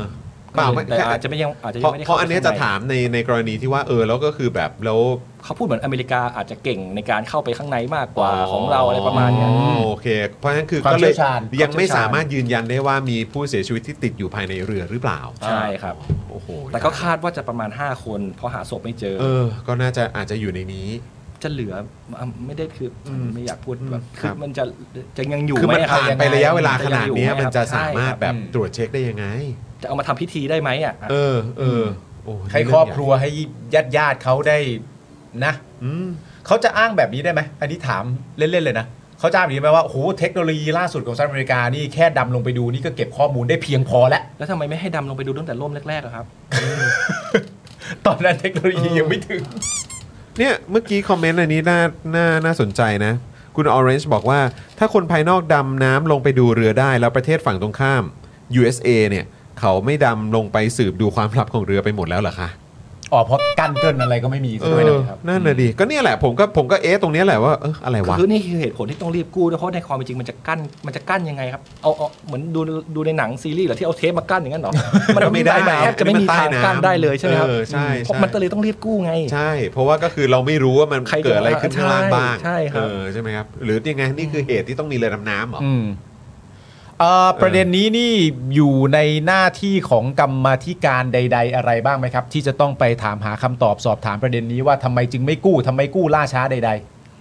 [SPEAKER 1] อ
[SPEAKER 5] บ
[SPEAKER 1] เปล่าไม่
[SPEAKER 5] แต่
[SPEAKER 1] แค่
[SPEAKER 5] อาจจะไม่ยังอาจจะ
[SPEAKER 1] เพ
[SPEAKER 5] ยัง
[SPEAKER 1] ราะ
[SPEAKER 5] ไม่ได้
[SPEAKER 1] เพราะอันเนี้ยจะ
[SPEAKER 5] ข้ไป
[SPEAKER 1] ถามในในกรณีที่ว่าเออแล้วก็คือแบบแล้ว
[SPEAKER 5] เขาพูดเหมือนอเมริกาอาจจะเก่งในการเข้าไปข้างในมากกว่าของเราอะไรประมาณ
[SPEAKER 1] อ๋
[SPEAKER 5] เนี้ย
[SPEAKER 1] อโอเค เพราะฉะนั้นคือ
[SPEAKER 2] ความ
[SPEAKER 1] ก็เลย
[SPEAKER 2] เชี่ยวชาญ
[SPEAKER 1] ยังไม่
[SPEAKER 5] ความเชี่ยวชาญ
[SPEAKER 1] สามารถยืนยันได้ว่ามีผู้เสียชีวิตที่ติดอยู่ภายในเรือหรือเปล่า
[SPEAKER 5] ใช่ครับ
[SPEAKER 1] โอ้โห
[SPEAKER 5] แต่ก็คาดว่าจะประมาณ 5 คนเพราะหาศพไม่เจอ
[SPEAKER 1] เออ ก็น่าจะอาจจะอยู่ในนี้
[SPEAKER 5] จะเหลืออ่ะไม่ได้คืออ
[SPEAKER 1] ม
[SPEAKER 5] ไม่อยากพูดแบบ
[SPEAKER 1] ครั
[SPEAKER 5] คื
[SPEAKER 1] บ
[SPEAKER 5] อมันจะจะยังอยู่
[SPEAKER 1] คือมัน
[SPEAKER 5] ไหอะ
[SPEAKER 1] ผ่าน
[SPEAKER 5] ยัง
[SPEAKER 1] ไป
[SPEAKER 5] ง
[SPEAKER 1] ระยะเวลาขนาด
[SPEAKER 5] ยังอยู่
[SPEAKER 1] เนี้ย
[SPEAKER 5] ไห
[SPEAKER 1] มันจะสามารถ
[SPEAKER 5] ใช่ค
[SPEAKER 1] แบบ
[SPEAKER 2] อืม
[SPEAKER 1] ตรวจเช็คได้ยังไง
[SPEAKER 5] จะเอามาทำพิธีได้ไหมอ่ะอ่ะ
[SPEAKER 1] เออเออโอ้
[SPEAKER 2] ให้ครอบครัวให้ญาติญาติๆเขาได้นะ
[SPEAKER 1] อืม
[SPEAKER 2] เขาจะอ้างแบบนี้ได้ไหมอันนี้ถามเล่น ๆ เลยนะเขาจะอ้างแบบนี้ไหมว่าโอ้โหเทคโนโลยีล่าสุดของสหรัฐอเมริกานี่แค่ดำลงไปดูนี่ก็เก็บข้อมูลได้เพียงพอแล้ว
[SPEAKER 5] แล้วทำไมไม่ให้ดำลงไปดูตั้งแต่ร่มแรกๆอะครับ
[SPEAKER 2] ตอนนั้นเทคโนโลยียังไม่ถึง
[SPEAKER 1] เนี่ยเมื่อกี้คอมเมนต์อันนี้น่าน่าน่าสนใจนะ คุณออเรนจ์บอกว่า ถ้าคนภายนอกดำน้ำลงไปดูเรือได้ แล้วประเทศฝั่งตรงข้าม USA เนี่ยเขาไม่ดำลงไปสืบดูความลับของเรือไปหมดแล้วเหรอคะ
[SPEAKER 2] อ๋อเพราะกั้นเกินอะไรก็ไม่มีซะด้วยนะครับ
[SPEAKER 1] นั่นน่ะดิก็เนี่ยแหละผมก็ผมก็เอ๊ะตรงเนี้ยแหละว่าเอออะไรวะ
[SPEAKER 5] คือนี่คือเหตุผลที่ต้องรีบกู้ด้วยเพราะในความเป็นจริงมันจะกั้นมันจะกั้นยังไงครับเอาเอาเหมือนดูดูในหนังซีรีส์เหรอที่เอาเทปมากั้นอย่างนั้นเหรอ มันไม่ได้
[SPEAKER 1] ไม่ได้
[SPEAKER 5] แทบจะไม่มีทาง
[SPEAKER 1] มันใต้น้ำ
[SPEAKER 5] กั้นได้เลยใช่ไหมครับ
[SPEAKER 1] เออใช่ใช่
[SPEAKER 5] เพราะมันก็เลยต้องรีบกู้ไง
[SPEAKER 1] ใช่ เพราะว่าก็คือเราไม่รู้ว่ามัน
[SPEAKER 5] ใครจะ
[SPEAKER 1] เกิดอะไรขึ้นข้างล่างบ้าง
[SPEAKER 5] ใช่ใช่ครับ
[SPEAKER 1] เออใช่ไหมครับ หรือยังไงนี่คือเหตุที่ต้องมีเรือดำน้ำเหรอ
[SPEAKER 2] อืมเอ่อประเด็นนี้นี่อยู่ในหน้าที่ของกรรมาธิการใด ๆ อะไรบ้างไหมครับ ที่จะต้องไปถามหาคำตอบสอบถามประเด็นนี้ว่าทำไมจึงไม่กู้ทำไมกู้ล่าช้าใด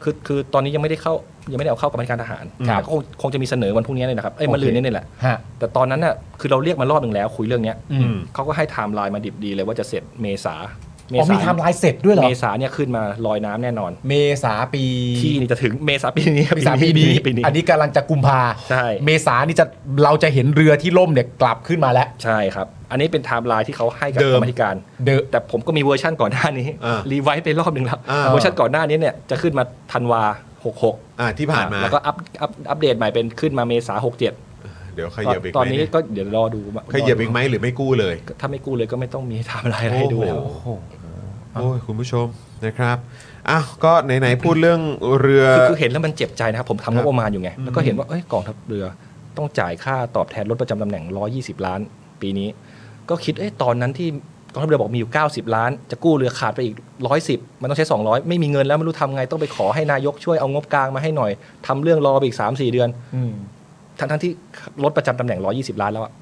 [SPEAKER 5] คือคือตอนนี้ยังไม่ได้เข้ายังไม่ได้เอาเข้ากรรมการทหาร
[SPEAKER 2] ครับ
[SPEAKER 5] แต่ก็คงคงจะมีเสนอวันพรุ่งนี้เลยนะครับเอ้ย
[SPEAKER 2] โอเค
[SPEAKER 5] มันลืนนี่นี่แหละ
[SPEAKER 2] ๆฮะ
[SPEAKER 5] แต่ตอนนั้นน่ะคือเราเรียกมารอบหนึ่งแล้วคุยเรื่องเนี้ย
[SPEAKER 2] อืม
[SPEAKER 5] เขาก็ให้ไทม์ไลน์มาดิบดีเลยว่าจะเสร็จเมษาเม
[SPEAKER 2] อ๋อ
[SPEAKER 5] ษา
[SPEAKER 2] มีไทำลายเสร็จด้วยเหรอ
[SPEAKER 5] เมษาเนี่ยขึ้นมาลอยน้ำแน่นอน
[SPEAKER 2] เมษาปี
[SPEAKER 5] ที่นี่จะถึงเมษาปีนี้
[SPEAKER 2] เมษาปีนี้
[SPEAKER 5] ปีนี้
[SPEAKER 2] อันนี้กำลังจะกุมภา
[SPEAKER 5] ใช่
[SPEAKER 2] เมษานี่จะเราจะเห็นเรือที่ล่มเนี่ยกลับขึ้นมาแล้ว
[SPEAKER 5] ใช่ครับ อันนี้เป็นไทม์ไลน์ที่เขาให้กับ
[SPEAKER 1] เดิม
[SPEAKER 5] กรรมธิการ
[SPEAKER 2] เดิม
[SPEAKER 5] แต่ผมก็มีเวอร์ชั่นก่อนหน้านี้
[SPEAKER 1] อ่ารี
[SPEAKER 5] รีไวซ์ไปรอบหนึ่งแล้ว
[SPEAKER 1] อ่า
[SPEAKER 5] เวอร์ชันก่อนหน้านี้เนี่ยจะขึ้นมาธันวา66
[SPEAKER 1] อ่าที่ผ่านมา
[SPEAKER 5] แล้วก็อัพอัพอัปเดตใหม่เป็นขึ้นมาเมษา67
[SPEAKER 1] เดี๋ยวข
[SPEAKER 5] ตอ
[SPEAKER 1] ยั
[SPEAKER 5] น
[SPEAKER 1] บอีก
[SPEAKER 5] ตอน
[SPEAKER 1] ไหม
[SPEAKER 5] นี้
[SPEAKER 1] เย
[SPEAKER 5] ก็เดี๋ยวรอดูว่า
[SPEAKER 1] ขยับอีกไหมหรือไม่กู้เลย
[SPEAKER 5] ถ้าไม่กู้เลยก็ไม่ต้องมีไทม์ไลน์อะไรให้ดูแล้ว
[SPEAKER 1] โอ้โห โอ้ยคุณผู้ชมนะครับอ้าวก็ไหนๆพูดเรื่องเรือ
[SPEAKER 5] คือคือเห็นแล้วมันเจ็บใจนะครับ ผมทำง
[SPEAKER 1] ครับ บ
[SPEAKER 5] ประมาณอยู่ไง แล้วก็เห็นว่าเอ้ยกองทัพเรือต้องจ่ายค่าตอบแทนรถประจำตำแหน่ง 120 ล้าน ปีนี้ ก็คิดเอ้ยตอนนั้นที่กองทัพเรือบอกมีอยู่ 90 ล้าน จะกู้เรือขาดไปอีก 110 มันต้องใช้ 200 ไม่มีเงินแล้วไม่รู้ทำไงต้องไปขอให้นายกช่วยเอางบกลางมาให้หน่อยทำเรื่องรอไปอีก 3-4 เดือน
[SPEAKER 2] อืม
[SPEAKER 5] ทั้งทั้งที่รถประจำตำแหน่ง 120 ล้านแล้วอะ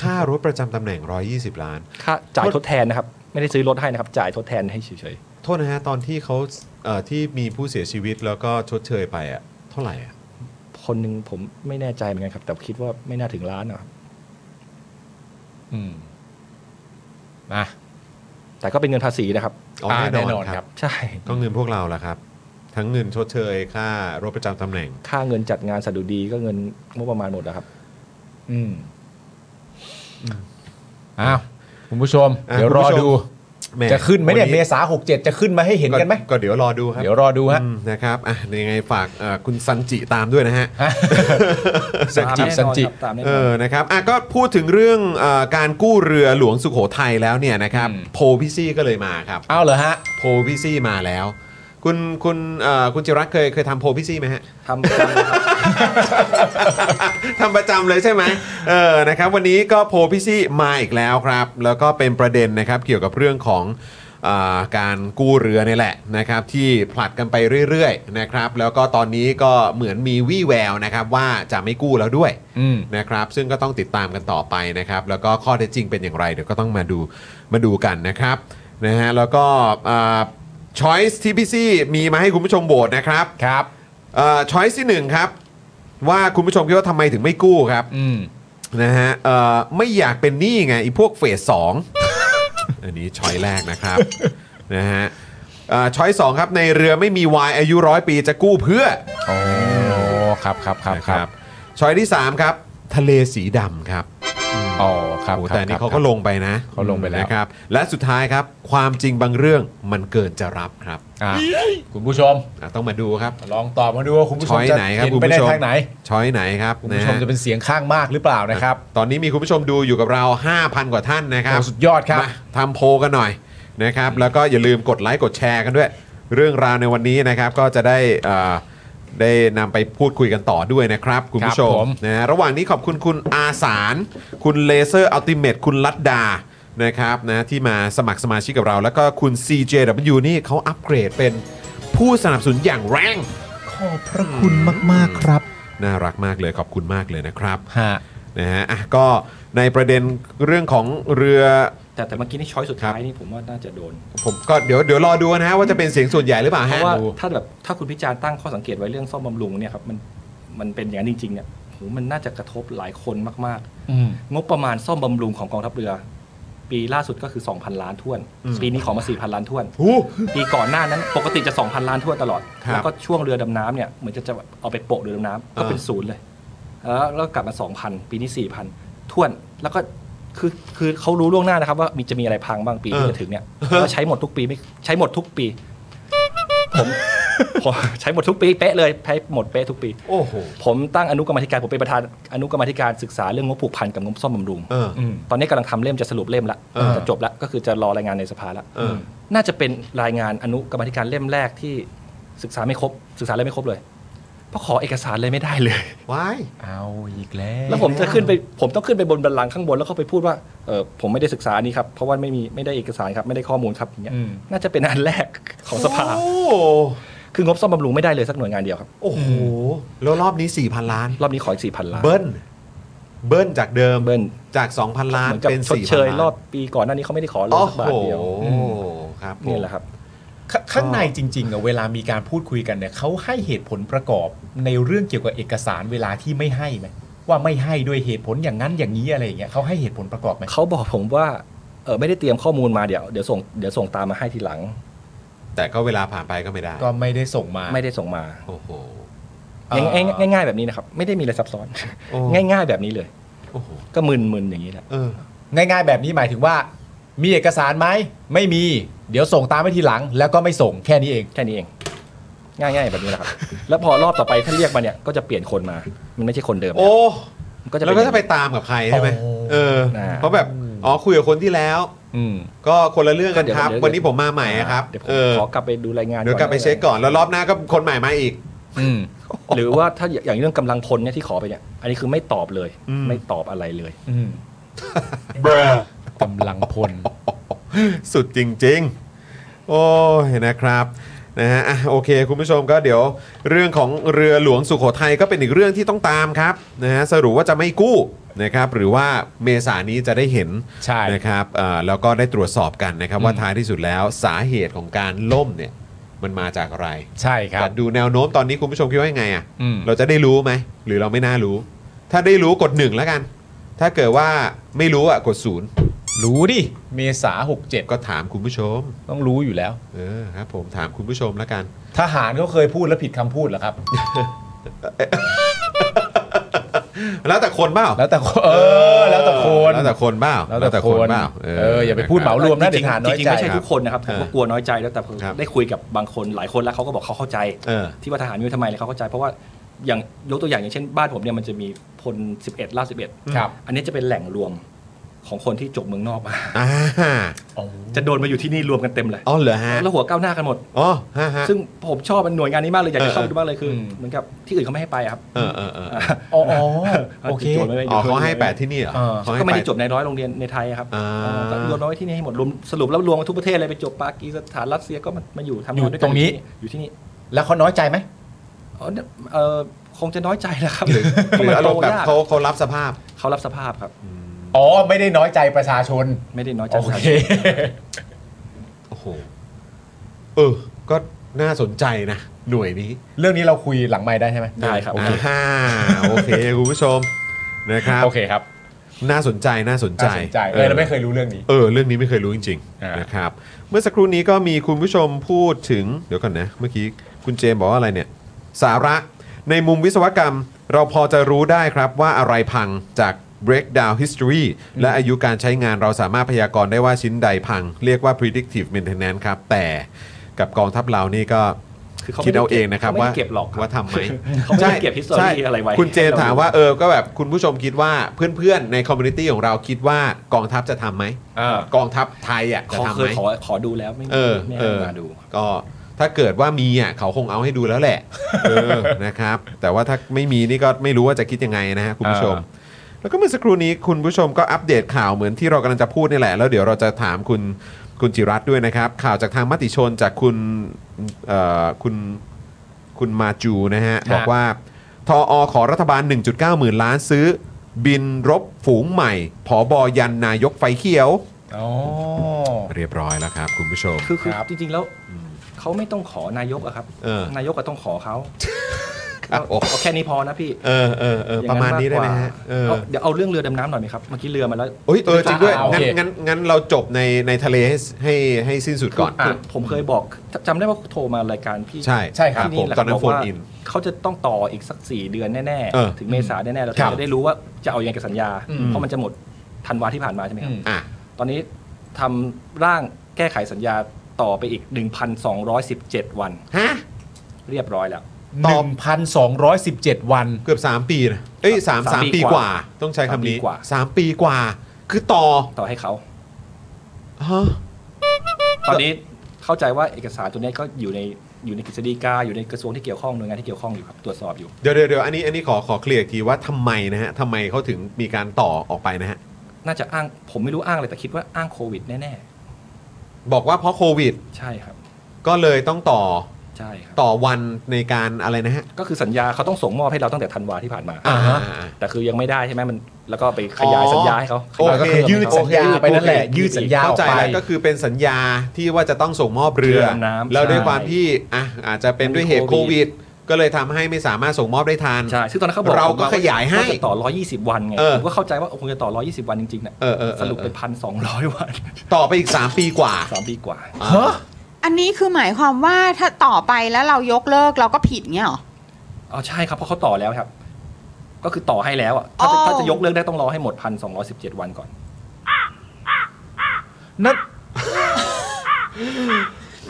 [SPEAKER 1] ค่ารถประจำตำแหน่ง 120 ล้าน
[SPEAKER 5] ค่าจ่ายทดแทนนะครับ ไม่ได้ซื้อรถให้นะครับจ่ายทดแทนให้เฉย
[SPEAKER 1] โทษนะฮะ ตอนที่เขาเอ่อที่มีผู้เสียชีวิตแล้วก็ชดเชยไปอ่ะเท่าไหร่อ่ะ
[SPEAKER 5] ๆคนหนึ่งผมไม่แน่ใจเหมือนกันครับ แต่คิดว่าไม่น่าถึงล้านนะครับ
[SPEAKER 2] อืมมา
[SPEAKER 5] แต่ก็เป็นเงินภาษีนะครับ
[SPEAKER 1] อ๋อ
[SPEAKER 2] อ่า
[SPEAKER 1] แน่นอนครับ
[SPEAKER 5] ใช่
[SPEAKER 1] ก็เงินพวกเราละครับ ทั้งเงินชดเชยค่ารถประจำตำแหน่ง
[SPEAKER 5] ค่าเงินจัดงานสะดุดีก็เงินงบประมาณหมดแล้วครับ
[SPEAKER 2] อืมอืมอ้าวคุณผู้ชม
[SPEAKER 1] อ่ะ
[SPEAKER 2] เดี๋ยวรอ
[SPEAKER 1] คุณผู้ชม
[SPEAKER 2] ดู
[SPEAKER 1] แห
[SPEAKER 2] จะขึ้นไหมเนี่ย
[SPEAKER 1] วั
[SPEAKER 2] เมษาหกเจ็ดจะขึ้นมาให้เห็นกันไหม
[SPEAKER 1] ก็เดี๋ยวรอดูครับ
[SPEAKER 2] เดี๋ยวรอดูฮะ
[SPEAKER 1] อืมนะครับอ่ะยังไงฝากเอ่อคุณซันจิตามด้วยนะฮะ
[SPEAKER 2] สันจิสันจิ
[SPEAKER 5] ตามแน่น
[SPEAKER 1] เอ
[SPEAKER 5] อน
[SPEAKER 1] อ นะครับ อ่ะ ก็พูดถึงเรื่องเออการกู้เรือหลวงสุโขทัยแล้วเนี่ยนะครับ
[SPEAKER 2] อืม
[SPEAKER 1] โพพี่ซี่ก็เลยมาครับ
[SPEAKER 2] เอาเหรอฮะ
[SPEAKER 1] โพพี่ซี่มาแล้ว คุณ คุณเอ่อคุณจิรัตน์เคย เคยทำโพพี่ซี่ไหมฮะ
[SPEAKER 5] ทำประจำครับ
[SPEAKER 1] ทำประจำเลยใช่ไหมเออ นะครับ วันนี้ก็โพลพี่ซี่มาอีกแล้วครับ แล้วก็เป็นประเด็นนะครับเกี่ยวกับเรื่องของอ่าการกู้เรือนี่แหละนะครับที่ผลัดกันไปเรื่อยๆนะครับแล้วก็ตอนนี้ก็เหมือนมีวี่แววนะครับว่าจะไม่กู้แล้วด้วย
[SPEAKER 2] อืม
[SPEAKER 1] นะครับซึ่งก็ต้องติดตามกันต่อไปนะครับแล้วก็ข้อเท็จจริงเป็นอย่างไรเดี๋ยวก็ต้องมาดูมาดูกันนะครับนะฮะแล้วก็ช้อยส์ที่พี่ซี่มีมาให้คุณผู้ชมโหวตนะครับ
[SPEAKER 2] ครับ
[SPEAKER 1] ช้อยส์ที่หนึ่งครับ ว่าคุณผู้ชมคิดว่าทำไมถึงไม่กู้ครับ
[SPEAKER 2] อืม
[SPEAKER 1] นะฮะเอ่อไม่อยากเป็นหนี้ไงไอีพวกเฟสสอง อันนี้ช้อยแรกนะครับ นะฮะเอ่อช้อยสองครับในเรือไม่มีวายอายุร้อยปีจะกู้เพื่อ
[SPEAKER 2] โอ้ครับครับครับ
[SPEAKER 1] นะ
[SPEAKER 2] ค
[SPEAKER 1] ค
[SPEAKER 2] รั
[SPEAKER 1] รั
[SPEAKER 2] บบ
[SPEAKER 1] ช้อยที่ 3 ครับ ทะเลสีดำครับ
[SPEAKER 2] อ๋อครับ
[SPEAKER 1] โอ้
[SPEAKER 2] ครับ
[SPEAKER 1] แต่อันนี่
[SPEAKER 2] ครับ
[SPEAKER 1] เขาก็ลงไปนะ
[SPEAKER 2] เขาลงไปแล้ว
[SPEAKER 1] นะครับ และสุดท้ายครับ ความจริงบางเรื่องมันเกินจะรับครับ
[SPEAKER 2] อ่ะคุณผู้ชม
[SPEAKER 1] อ่ะต้องมาดูครับ
[SPEAKER 2] ลองตอบมาดูว่าคุณผู้ชม
[SPEAKER 1] ช้อย
[SPEAKER 2] จะ
[SPEAKER 1] ไหนครับ
[SPEAKER 2] เห็น
[SPEAKER 1] คุณ
[SPEAKER 2] ไป
[SPEAKER 1] ผู้
[SPEAKER 2] ได้
[SPEAKER 1] ชม
[SPEAKER 2] ทางไหน
[SPEAKER 1] ช้อยไหนครับ
[SPEAKER 2] คุณผู้ชม
[SPEAKER 1] ฮ
[SPEAKER 2] จะเป็นเสียงข้างมากหรือเปล่านะครับ
[SPEAKER 1] ตอนนี้มีคุณผู้ชมดูอยู่กับเรา 5,000 กว่าท่านนะครับ
[SPEAKER 2] โอ้สุดยอดครับ
[SPEAKER 1] มาทำโพลกันหน่อยนะครับ แล้วก็อย่าลืมกดไลค์กดแชร์กันด้วย เรื่องราวในวันนี้นะครับก็จะได้เอ่อได้นำไปพูดคุยกันต่อด้วยนะครับ คุณผู้ชมนะฮะระหว่างนี้ขอบคุณคุณอาสารคุณเลเซอร์อัลติเมทคุณลัดดานะครับนะที่มาสมัครสมาชิกกับเรา แล้วก็คุณ CJW นี่เขาอัปเกรดเป็นผู้สนับสนุนอย่างแรง
[SPEAKER 2] พระคุณมากๆครับ
[SPEAKER 1] น่ารักมากเลยขอบคุณมากเลยนะครับ
[SPEAKER 2] ฮะ
[SPEAKER 1] นะฮะอ่ะก็ในประเด็นเรื่องของเรือ
[SPEAKER 5] แต่แต่เมื่อกี้นี่ช้อยสุดท้ายนี่ผมว่าน่าจะโดน
[SPEAKER 1] ผมก็เดี๋ยวเดี๋ยวรอดูนะฮะว่าจะเป็นเสียงส่วนใหญ่หรือเปล่า
[SPEAKER 5] เพ
[SPEAKER 1] ฮะ
[SPEAKER 5] ราะว่าถ้าแบบถ้าคุณพิจารณ์ตั้งข้อสังเกตไว้เรื่องซ่อมบำรุงเนี่ยครับมันมันเป็นอย่างนั้นจริงๆเนี่ยโหมันน่าจะกระทบหลายคนมาก
[SPEAKER 2] อืม
[SPEAKER 5] ๆ งบประมาณซ่อมบำรุงของกองทัพเรือ ปีล่าสุดก็คือ 2,000 ล้านท่วน ปีนี้ขอมา 4,000 ล้านท่วน
[SPEAKER 1] หู
[SPEAKER 5] ปีก่อนหน้านั้นปกติจะ 2,000 ล้านทั่วตลอด
[SPEAKER 1] ครับ
[SPEAKER 5] แล้วก็ช่วงเรือดำน้ำเนี่ยเหมือนจะจะเอาไปโปะเรือดำน้ำก็เป็นศูนย์เลย แล้วแล้วกลับมา 2,000 ปีนี้ 4,000ท่วนแล้วก็คือคือเขารู้ล่วงหน้านะครับว่ามีจะมีอะไรพังบ้างปีที่จะถึงเนี่ยแล้วก็ใช้หมดทุกปีไม่ใช้หมดทุกปี ผม ผมใช้หมดทุกปีเป๊ะเลยใช้หมดเป๊ะทุกปี
[SPEAKER 1] โอ้โห
[SPEAKER 5] ผมตั้งอนุกรรมาธิการผมเป็นประธานอนุกรรมาธิการศึกษาเรื่องงบผูกพันกับงบซ่อมบำรุง
[SPEAKER 1] เออ
[SPEAKER 2] อืม
[SPEAKER 5] ตอนนี้กำลังทำเล่มจะสรุปเล่มละ
[SPEAKER 1] เออ
[SPEAKER 5] จะจบละก็คือจะรอรายงานในสภาละ
[SPEAKER 1] เออ
[SPEAKER 5] น่าจะเป็นรายงานอนุกรรมาธิการเล่มแรกที่ศึกษาไม่ครบ ศึกษาอะไรไม่ครบเลย เพราะขอเอกสารเลยไม่ได้เลย
[SPEAKER 1] ว้าย
[SPEAKER 2] เอาอีกแล้ว
[SPEAKER 5] แล้วผมจะขึ้นไปผมต้องขึ้นไปบนบันลังก์ข้างบนแล้วเข้าไปพูดว่าเออผมไม่ได้ศึกษาอันนี้ครับเพราะว่าไม่มีไม่ได้เอกสารครับไม่ได้ข้อมูลครับอย่างเงี้ย
[SPEAKER 2] อืม
[SPEAKER 5] น่าจะเป็นอันแรกของสภา
[SPEAKER 1] โอ้
[SPEAKER 5] คืองบซ่อมบำรุงไม่ได้เลยสักหน่วยงานเดียวครับ
[SPEAKER 1] โอ้โห แล้วรอบนี้ 4,000 ล้าน
[SPEAKER 5] รอบนี้ขออีกสี่พันล้าน
[SPEAKER 1] เบิ้ล เบิ้ลจากเดิม
[SPEAKER 5] เบิ้ล
[SPEAKER 1] จาก 2,000 ล้าน
[SPEAKER 5] เหมือนกับ
[SPEAKER 1] เป็น
[SPEAKER 5] ชด
[SPEAKER 1] 4,000
[SPEAKER 5] เชย
[SPEAKER 1] ล้าน
[SPEAKER 5] รอบปีก่อนหน้านี้เขาไม่ได้ขอเลย
[SPEAKER 1] โอ้
[SPEAKER 5] สัก
[SPEAKER 1] โห
[SPEAKER 5] บาทเดียว
[SPEAKER 1] ครับผม
[SPEAKER 5] นี่แหละครับ
[SPEAKER 2] ขข้างในจริงๆอะเวลามีการพูดคุยกันเนี่ยเขาให้เหตุผลประกอบในเรื่องเกี่ยวกับเอกสารเวลาที่ไม่ให้ไหมว่าไม่ให้ด้วยเหตุผลอย่างนั้นอย่างนี้อะไรอย่างเงี้ยเขาให้เหตุผลประกอบไหม
[SPEAKER 5] เขาบอกผมว่าเออไม่ได้เตรียมข้อมูลมาเดี๋ยวเดี๋ยวส่งเดี๋ยวส่งตามมาให้ทีหลัง
[SPEAKER 1] แต่ก็เวลาผ่านไปก็ไม่ได้
[SPEAKER 2] ก็ไม่ได้ส่งมา
[SPEAKER 5] ไม่ได้ส่งมา
[SPEAKER 1] โอ้โห
[SPEAKER 2] อ่า
[SPEAKER 5] ง่ายง่ายง่ายๆแบบนี้นะครับ ไม่ได้มีอะไรซับซ้อน
[SPEAKER 1] โอ้
[SPEAKER 5] ง่ายง่ายๆแบบนี้เลย
[SPEAKER 1] โอ้โห
[SPEAKER 5] ก็มึนมึนอย่างนี้แหละ
[SPEAKER 1] เออ
[SPEAKER 2] ง่าย ๆ แบบนี้หมายถึงว่า มีเอกสารไหมไม่มี เดี๋ยวส่งตามไปทีหลัง แล้วก็ไม่ส่งแค่นี้เอง
[SPEAKER 5] แค่นี้เอง ง่ายง่ายๆแบบนี้แหละครับ แล้วพอรอบต่อไปถ้าเรียกมาเนี่ยก็จะเปลี่ยนคนมา มันไม่ใช่คนเดิม
[SPEAKER 1] โอ้
[SPEAKER 5] มันก็จะ
[SPEAKER 1] แล้ว
[SPEAKER 5] เป็น
[SPEAKER 1] ก็
[SPEAKER 5] อย่า
[SPEAKER 1] จะ
[SPEAKER 5] ง
[SPEAKER 1] ไป
[SPEAKER 5] นี้
[SPEAKER 1] ตามกับใครใช่ไหม
[SPEAKER 2] โอ้
[SPEAKER 1] เออ
[SPEAKER 5] น่า
[SPEAKER 1] เพราะแบบ อ๋อ คุยกับคนที่แล้ว
[SPEAKER 5] อืม
[SPEAKER 1] ก็คนละเรื่องกัน
[SPEAKER 5] ก็เดี๋ยว
[SPEAKER 1] ครับ
[SPEAKER 5] เดี๋ยว
[SPEAKER 1] วันนี้ผมมาใหม่อะครับ
[SPEAKER 5] เดี๋ยวผม
[SPEAKER 1] เออ
[SPEAKER 5] ขอกลับไปดูรายงาน
[SPEAKER 1] เดี๋ยวกลับไปเช็คก่อนแล้วรอบหน้าก็คนใหม่มาอีก
[SPEAKER 5] อืมหรือว่าถ้าอย่างเรื่องกำลังพลเนี่ยที่ขอไปเนี่ย อันนี้คือไม่ตอบเลย
[SPEAKER 1] อืม
[SPEAKER 5] ไม่ตอบอะไรเลย
[SPEAKER 2] อืมกำลังพล
[SPEAKER 1] สุดจริง ๆ โอ้ยนะครับนะฮะอ่ะโอเค คุณผู้ชมก็เดี๋ยวเรื่องของเรือหลวงสุโขทัยก็เป็นอีกเรื่องที่ต้องตามครับนะฮะสรุปว่าจะไม่กู้นะครับหรือว่าเมษายนนี้จะได้เห็น
[SPEAKER 2] ใช่
[SPEAKER 1] นะครับเอ่อแล้วก็ได้ตรวจสอบกันนะครับ ว่าท้ายที่สุดแล้วสาเหตุของการล่มเนี่ยมันมาจากอะไร
[SPEAKER 2] ใช่ครับ
[SPEAKER 1] แต่ดูแนวโน้มตอนนี้คุณผู้ชมคิดว่ายังไงอ่ะ
[SPEAKER 2] อืม
[SPEAKER 1] เราจะได้รู้ไหมหรือเราไม่น่ารู้ ถ้าได้รู้กดหนึ่งแล้วกัน ถ้าเกิดว่าไม่รู้อ่ะกดศูนย์
[SPEAKER 2] รู้ดิ เมษาหกเจ็ด
[SPEAKER 1] ก็ถามคุณผู้ชม
[SPEAKER 2] ต้องรู้อยู่แล้ว
[SPEAKER 1] เออครับผมถามคุณผู้ชมแล้วกัน
[SPEAKER 2] ทหารเขาเคยพูดแล้วผิดคำพูดเหรอครับ
[SPEAKER 1] แล้วแต่คนเปล่า
[SPEAKER 2] แล้วแต่คนเออ แล้วแต่คน
[SPEAKER 1] แล้วแต่คนเปล่า
[SPEAKER 2] แล้วแต่คน
[SPEAKER 1] เปล่า
[SPEAKER 2] เอออย่าไปพูดเหมารวมนะ
[SPEAKER 5] จ
[SPEAKER 2] เด็
[SPEAKER 5] ริ
[SPEAKER 2] ก
[SPEAKER 5] ง
[SPEAKER 2] ทหารน้อย
[SPEAKER 5] ๆจริง
[SPEAKER 2] ใจ
[SPEAKER 5] ๆไม่ใช่ทุกคนนะครับผมก็กลัวน้อยใจแล้วแต่ผม
[SPEAKER 1] ครับ
[SPEAKER 5] ได้คุยกับบางคนหลายคนแล้วเขาก็บอกเขาเข้าใจ
[SPEAKER 1] เออ
[SPEAKER 5] ที่ว่าทหารมีไว้ทำไมเลยเขาเข้าใจ เพราะว่าอย่างยกตัวอย่างอย่างเช่นบ้านผมเนี่ยมันจะมีพล11ลาด11
[SPEAKER 2] ครับ
[SPEAKER 5] อันนี้จะเป็นแหล่งรวมของคนที่จบเมืองนอกมา
[SPEAKER 1] อ่า
[SPEAKER 5] จะโดนมาอยู่ที่นี่รวมกันเต็มเลย
[SPEAKER 1] อ๋อเหรอฮะ
[SPEAKER 5] แล้วหัวก้าวหน้ากันหมด
[SPEAKER 1] อ๋อฮะฮะ
[SPEAKER 5] ซึ่งผมชอบมันหน่วยงานนี้มากเลยอยากจะเข้า
[SPEAKER 1] เออ
[SPEAKER 5] ไปดูมากเลยคืออเหมือนกับที่อื่นเขาไม่ให้ไปอะครับ
[SPEAKER 1] เออเออเออ
[SPEAKER 2] อ๋ออ๋อ
[SPEAKER 5] ขา
[SPEAKER 2] โอเค
[SPEAKER 5] จดไว้ไว้
[SPEAKER 1] อ๋อเขาให้
[SPEAKER 5] ยู่
[SPEAKER 1] แปดที่นี่เหรอ
[SPEAKER 2] เออ
[SPEAKER 1] เขาให้
[SPEAKER 5] ก็ไม่ได้
[SPEAKER 1] แป
[SPEAKER 5] จบในร้อยโรงเรียนในไทยอะครับ
[SPEAKER 1] อ่า
[SPEAKER 5] เออก็รวมมาไว้ที่นี่ให้หมดรวมสรุปแล้วรวมมาทุกประเทศเลยไปจบปากีสถานรัสเซียก็มามาอยู่ทำ
[SPEAKER 2] อยู่
[SPEAKER 5] งานด้วยกั
[SPEAKER 2] ตรงนี้
[SPEAKER 5] อยู่ที่นี่
[SPEAKER 2] แล้วเขาน้อยใจไหม
[SPEAKER 5] อ๋อเนี่ยเออคงจะน้อยใจแหละครับ
[SPEAKER 1] หรืออารมณ์แบบ
[SPEAKER 5] พะมันโตยก
[SPEAKER 1] เขาเขารับสภาพ
[SPEAKER 5] เขารับสภาพครับ
[SPEAKER 2] อ๋อ ไม่ได้น้อยใจประชาชน
[SPEAKER 5] ไม่ได้น้อยใจ
[SPEAKER 2] โอ
[SPEAKER 5] ประชา
[SPEAKER 2] เค
[SPEAKER 5] ชน
[SPEAKER 1] โอ้โหเออ ก็น่าสนใจนะ หน่วยนี้
[SPEAKER 2] เรื่องนี้เราคุยหลังไม้ได้ใช่ไหม
[SPEAKER 5] ได้ครับโอเค
[SPEAKER 1] อ่าโอเค คุณผู้ชมนะครับ
[SPEAKER 2] โอเคครับ
[SPEAKER 1] น่าสนใจน่าสนใจ
[SPEAKER 2] น่าสนใจเออเราไม่เคยรู้เรื่องนี้
[SPEAKER 1] เออเรื่องนี้ไม่เคยรู้จริง
[SPEAKER 2] อ่า
[SPEAKER 1] ๆ
[SPEAKER 2] น
[SPEAKER 1] นะครับเมื่อสักครู่นี้ก็มีคุณผู้ชมพูดถึงเดี๋ยวก่อนนะ เมื่อกี้คุณเจมส์บอกว่าอะไรเนี่ย สาระในมุมวิศวกรรม เราพอจะรู้ได้ครับว่าอะไรพังจาก breakdown history และอายุการใช้งานเราสามารถพยากรณ์ได้ว่าชิ้นใดพัง เรียกว่า predictive maintenance ครับ แต่กับกองทัพเรานี่ก็
[SPEAKER 5] คือเขาไม่
[SPEAKER 1] คิดเอาเองนะครับ
[SPEAKER 5] เขาไม่
[SPEAKER 1] ว่า
[SPEAKER 5] ได้เก็บหรอกครับ
[SPEAKER 1] ว่าทำไหม
[SPEAKER 5] เขาไม่ได้เก็บ history
[SPEAKER 1] ใช่
[SPEAKER 5] อะไรไว้
[SPEAKER 1] คุณเจมส์
[SPEAKER 5] ให้เรา
[SPEAKER 1] ถามว่าเออก็แบบคุณผู้ชมคิดว่าเพื่อนๆในคอมมูนิตี้ของเราคิดว่ากองทัพจะทำไหม
[SPEAKER 2] อ่า
[SPEAKER 1] กองทัพไทยอ่ะจะ
[SPEAKER 5] เขา
[SPEAKER 1] ทำ
[SPEAKER 5] เค
[SPEAKER 1] ไห
[SPEAKER 5] ย
[SPEAKER 1] ม
[SPEAKER 5] ขอขอดูแล้วไม่
[SPEAKER 1] เออ
[SPEAKER 5] ไม่
[SPEAKER 1] เอ
[SPEAKER 5] ให้
[SPEAKER 1] อ
[SPEAKER 5] มาดูครับ
[SPEAKER 1] ก็ถ้าเกิดว่ามีอ่ะเขาคงเอาให้ดูแล้วแหละ เออ นะครับ แต่ว่าถ้าไม่มีนี่ก็ไม่รู้ว่าจะคิดยังไงนะฮะคุณผู้ชม
[SPEAKER 2] อ่า
[SPEAKER 1] แล้วก็เมื่อสักครู่นี้คุณผู้ชมก็อัปเดตข่าวเหมือนที่เรากำลังจะพูดนี่แหละ แล้วเดี๋ยวเราจะถามคุณคุณจิรัตน์ด้วยนะครับ ข่าวจากทางมติชนจากคุณเอ่อคุณคุณมาจูนะฮะบอกว่าทออขอรัฐบาล 1.9 หมื่นล้านซื้อ บินรบฝูงใหม่ผอบอยันนายกไฟเขียว
[SPEAKER 2] อ๋อ
[SPEAKER 1] เรียบร้อยแล้วครับคุณผู้ชม
[SPEAKER 5] คือคือ
[SPEAKER 2] ครับ
[SPEAKER 5] จริงๆแล้วเขาไม่ต้องขอนายกอะครับ
[SPEAKER 1] เออ
[SPEAKER 5] นายกก็ต้องขอเขา
[SPEAKER 1] ครับผม
[SPEAKER 5] เอาแค่นี้พอนะพี่
[SPEAKER 1] เออเออเออ
[SPEAKER 5] อย่
[SPEAKER 1] ป
[SPEAKER 5] ง
[SPEAKER 1] ระมาณนี้ได้ไหม
[SPEAKER 5] กกว่
[SPEAKER 1] ฮะเออ
[SPEAKER 5] เอาเดี๋ยวเอาเรื่องเรือดำน้ำหน่อยไหมครับเมื่อกี้เรือมาแล้ว
[SPEAKER 1] เอ้ยเออจริงด้วย
[SPEAKER 2] อ่าโอ
[SPEAKER 1] งั้น
[SPEAKER 2] เค
[SPEAKER 1] งั้นงั้นเราจบในในทะเลให้ให้ให้สิ้นสุดก่อน
[SPEAKER 5] ผมผมเคยบอกจำได้ว่าโทรมารายการพี่
[SPEAKER 1] ใช่
[SPEAKER 2] ใช่ครับ
[SPEAKER 5] ที่
[SPEAKER 1] ผม
[SPEAKER 5] แหละ
[SPEAKER 1] ตอนนั้น
[SPEAKER 5] บก
[SPEAKER 1] โฟน
[SPEAKER 5] ว่า
[SPEAKER 1] อิน
[SPEAKER 5] เขาจะต้องต่ออีกสัก 4 เดือนแน่
[SPEAKER 1] เออ
[SPEAKER 5] ๆ ถึงเมษาแน่ๆเรา
[SPEAKER 1] ครับ
[SPEAKER 5] จะได้รู้ว่าจะเอายังไงกับสัญญา
[SPEAKER 2] อืม
[SPEAKER 5] เพราะมันจะหมดธันวาที่ผ่านมาใช่ไหมครับ
[SPEAKER 1] อ่ะ
[SPEAKER 5] ตอนนี้ทำร่างแก้ไขสัญญาต่อไปอีก 1,217 วัน
[SPEAKER 1] ฮะ
[SPEAKER 5] เรียบร้อยแล้ว
[SPEAKER 2] หนึ่งพันสองร้อยสิบเจ็ดวัน
[SPEAKER 1] เกือบ 3 ปีนะเอ้ยสาม
[SPEAKER 5] สาม
[SPEAKER 1] สาม
[SPEAKER 5] ปี
[SPEAKER 1] ปีก
[SPEAKER 5] ก
[SPEAKER 1] ว่า
[SPEAKER 5] ว่า
[SPEAKER 1] ต้องใช้คำนี้
[SPEAKER 5] สามปีกว่า
[SPEAKER 1] สามปีกว่า คือต่อ
[SPEAKER 5] ต่อให้เขา
[SPEAKER 1] ฮะ
[SPEAKER 5] ตอนนี้เข้าใจว่าเอกสารตัวนี้ก็อยู่ในอยู่ในกฤษฎีกาอยู่ในกระทรวงที่เกี่ยวข้องหน่วยงานที่เกี่ยวข้องอยู่ครับตรวจสอบอยู่
[SPEAKER 1] เดี๋ยวเดี๋ยวเดี๋ยวอันนี้อันนี้ขอขอเคลียร์อีกทีว่าทำไมนะฮะทำไมเขาถึงมีการต่อออกไปนะฮะ
[SPEAKER 5] น่าจะอ้างผมไม่รู้อ้างอะไรแต่คิดว่าอ้างโควิดแน่
[SPEAKER 1] บอกว่าเพราะโควิด
[SPEAKER 5] ๆ ใช่ครับ
[SPEAKER 1] ก็เลยต้องต่อ
[SPEAKER 5] ใช่ครับ
[SPEAKER 1] ต่อวันในการอะไรนะฮะ
[SPEAKER 5] ก็คือสัญญาเขาต้องส่งมอบให้เราตั้งแต่ธันวาที่ผ่านมา
[SPEAKER 1] อ่าฮะ
[SPEAKER 5] แต่คือยังไม่ได้ใช่ไหมมันแล้วก็ไปขยายสัญญาให้เขา
[SPEAKER 1] โอ
[SPEAKER 2] ก็
[SPEAKER 1] เค
[SPEAKER 2] คือ
[SPEAKER 1] ยืด
[SPEAKER 2] โอเค
[SPEAKER 1] สัญญา
[SPEAKER 2] ไปนั่นแหละ
[SPEAKER 1] โอเค
[SPEAKER 2] ยืดสัญญา
[SPEAKER 1] เข้าใจ
[SPEAKER 2] ออกไป
[SPEAKER 1] แล้วก็คือเป็นสัญญาที่ว่าจะต้องส่งมอบเรือ
[SPEAKER 5] เรือน้ำ
[SPEAKER 1] แล้วด้วย
[SPEAKER 5] ใช่
[SPEAKER 1] ความที่อ่ะอาจจะเป็นด้วยเหตุโควิด ก็เลยทำให้ไม่สามารถส่งมอบได้ทัน
[SPEAKER 5] ใช่ซึ่งตอนนั้นเขาบอก
[SPEAKER 1] เราก็
[SPEAKER 5] ผมว่
[SPEAKER 1] ขยายให้
[SPEAKER 5] ว่จะต่อ 120 วันไง
[SPEAKER 1] เออ
[SPEAKER 5] ผมก็เข้าใจว่าคงจะต่อ 120 วันจริงๆนะ
[SPEAKER 1] เออเออเออ
[SPEAKER 5] สรุปเป็นพันสองร้อยวัน
[SPEAKER 1] ต่อไปอีก 3 ปีกว่า
[SPEAKER 5] สามปีกว่า
[SPEAKER 1] ฮะ
[SPEAKER 3] อันนี้คือหมายความว่าถ้าต่อไปแล้วเรายกเลิกเราก็ผิดเงี้ยเหรอ
[SPEAKER 5] อ๋อใช่ครับ เพราะเขาต่อแล้วครับ ก็คือต่อให้แล้วอ่ะ ถ้าจะ
[SPEAKER 3] อ๋อ
[SPEAKER 5] ถ้าจะยกเลิกได้ต้องรอให้หมดพันสองร้อยสิบเจ็ดวันก่อน
[SPEAKER 2] นั่น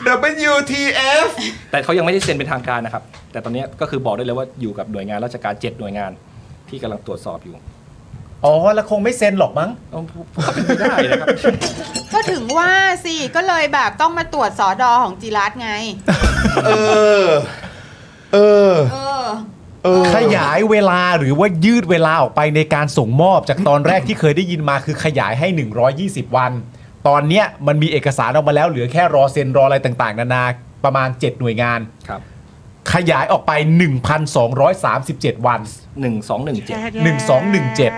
[SPEAKER 1] ดับเบิลยูทีเอฟ
[SPEAKER 5] แต่เขายังไม่ได้เซ็นเป็นทางการนะครับ แต่ตอนเนี้ยก็คือบอกได้เลยว่าอยู่กับหน่วยงานราชการเจ็ดหน่วยงานที่กำลังตรวจสอบอยู่
[SPEAKER 2] อ๋อ แล้วคงไม่เซ็นหรอกมั้ง
[SPEAKER 5] ก็เป็นไปได้นะครับ
[SPEAKER 3] ก็ ถึงว่าสิก็เลยแบบต้องมาตรวจสอดอของจิรัตไง
[SPEAKER 1] เออ เออ
[SPEAKER 3] เออ
[SPEAKER 1] เออ
[SPEAKER 2] ขยายเวลาหรือว่ายืดเวลาออกไปในการส่งมอบจากตอนแรกที่เคยได้ยินมาคือขยายให้ 120 วัน ตอนเนี้ยมันมีเอกสารออกมาแล้วเหลือแค่รอเซ็นรออะไรต่างๆ นานาประมาณ 7 หน่วยงาน
[SPEAKER 5] ครับ
[SPEAKER 2] ขยายออกไป 1,237 วัน
[SPEAKER 5] หนึ่งสองหนึ่งเจ็ด
[SPEAKER 2] 1217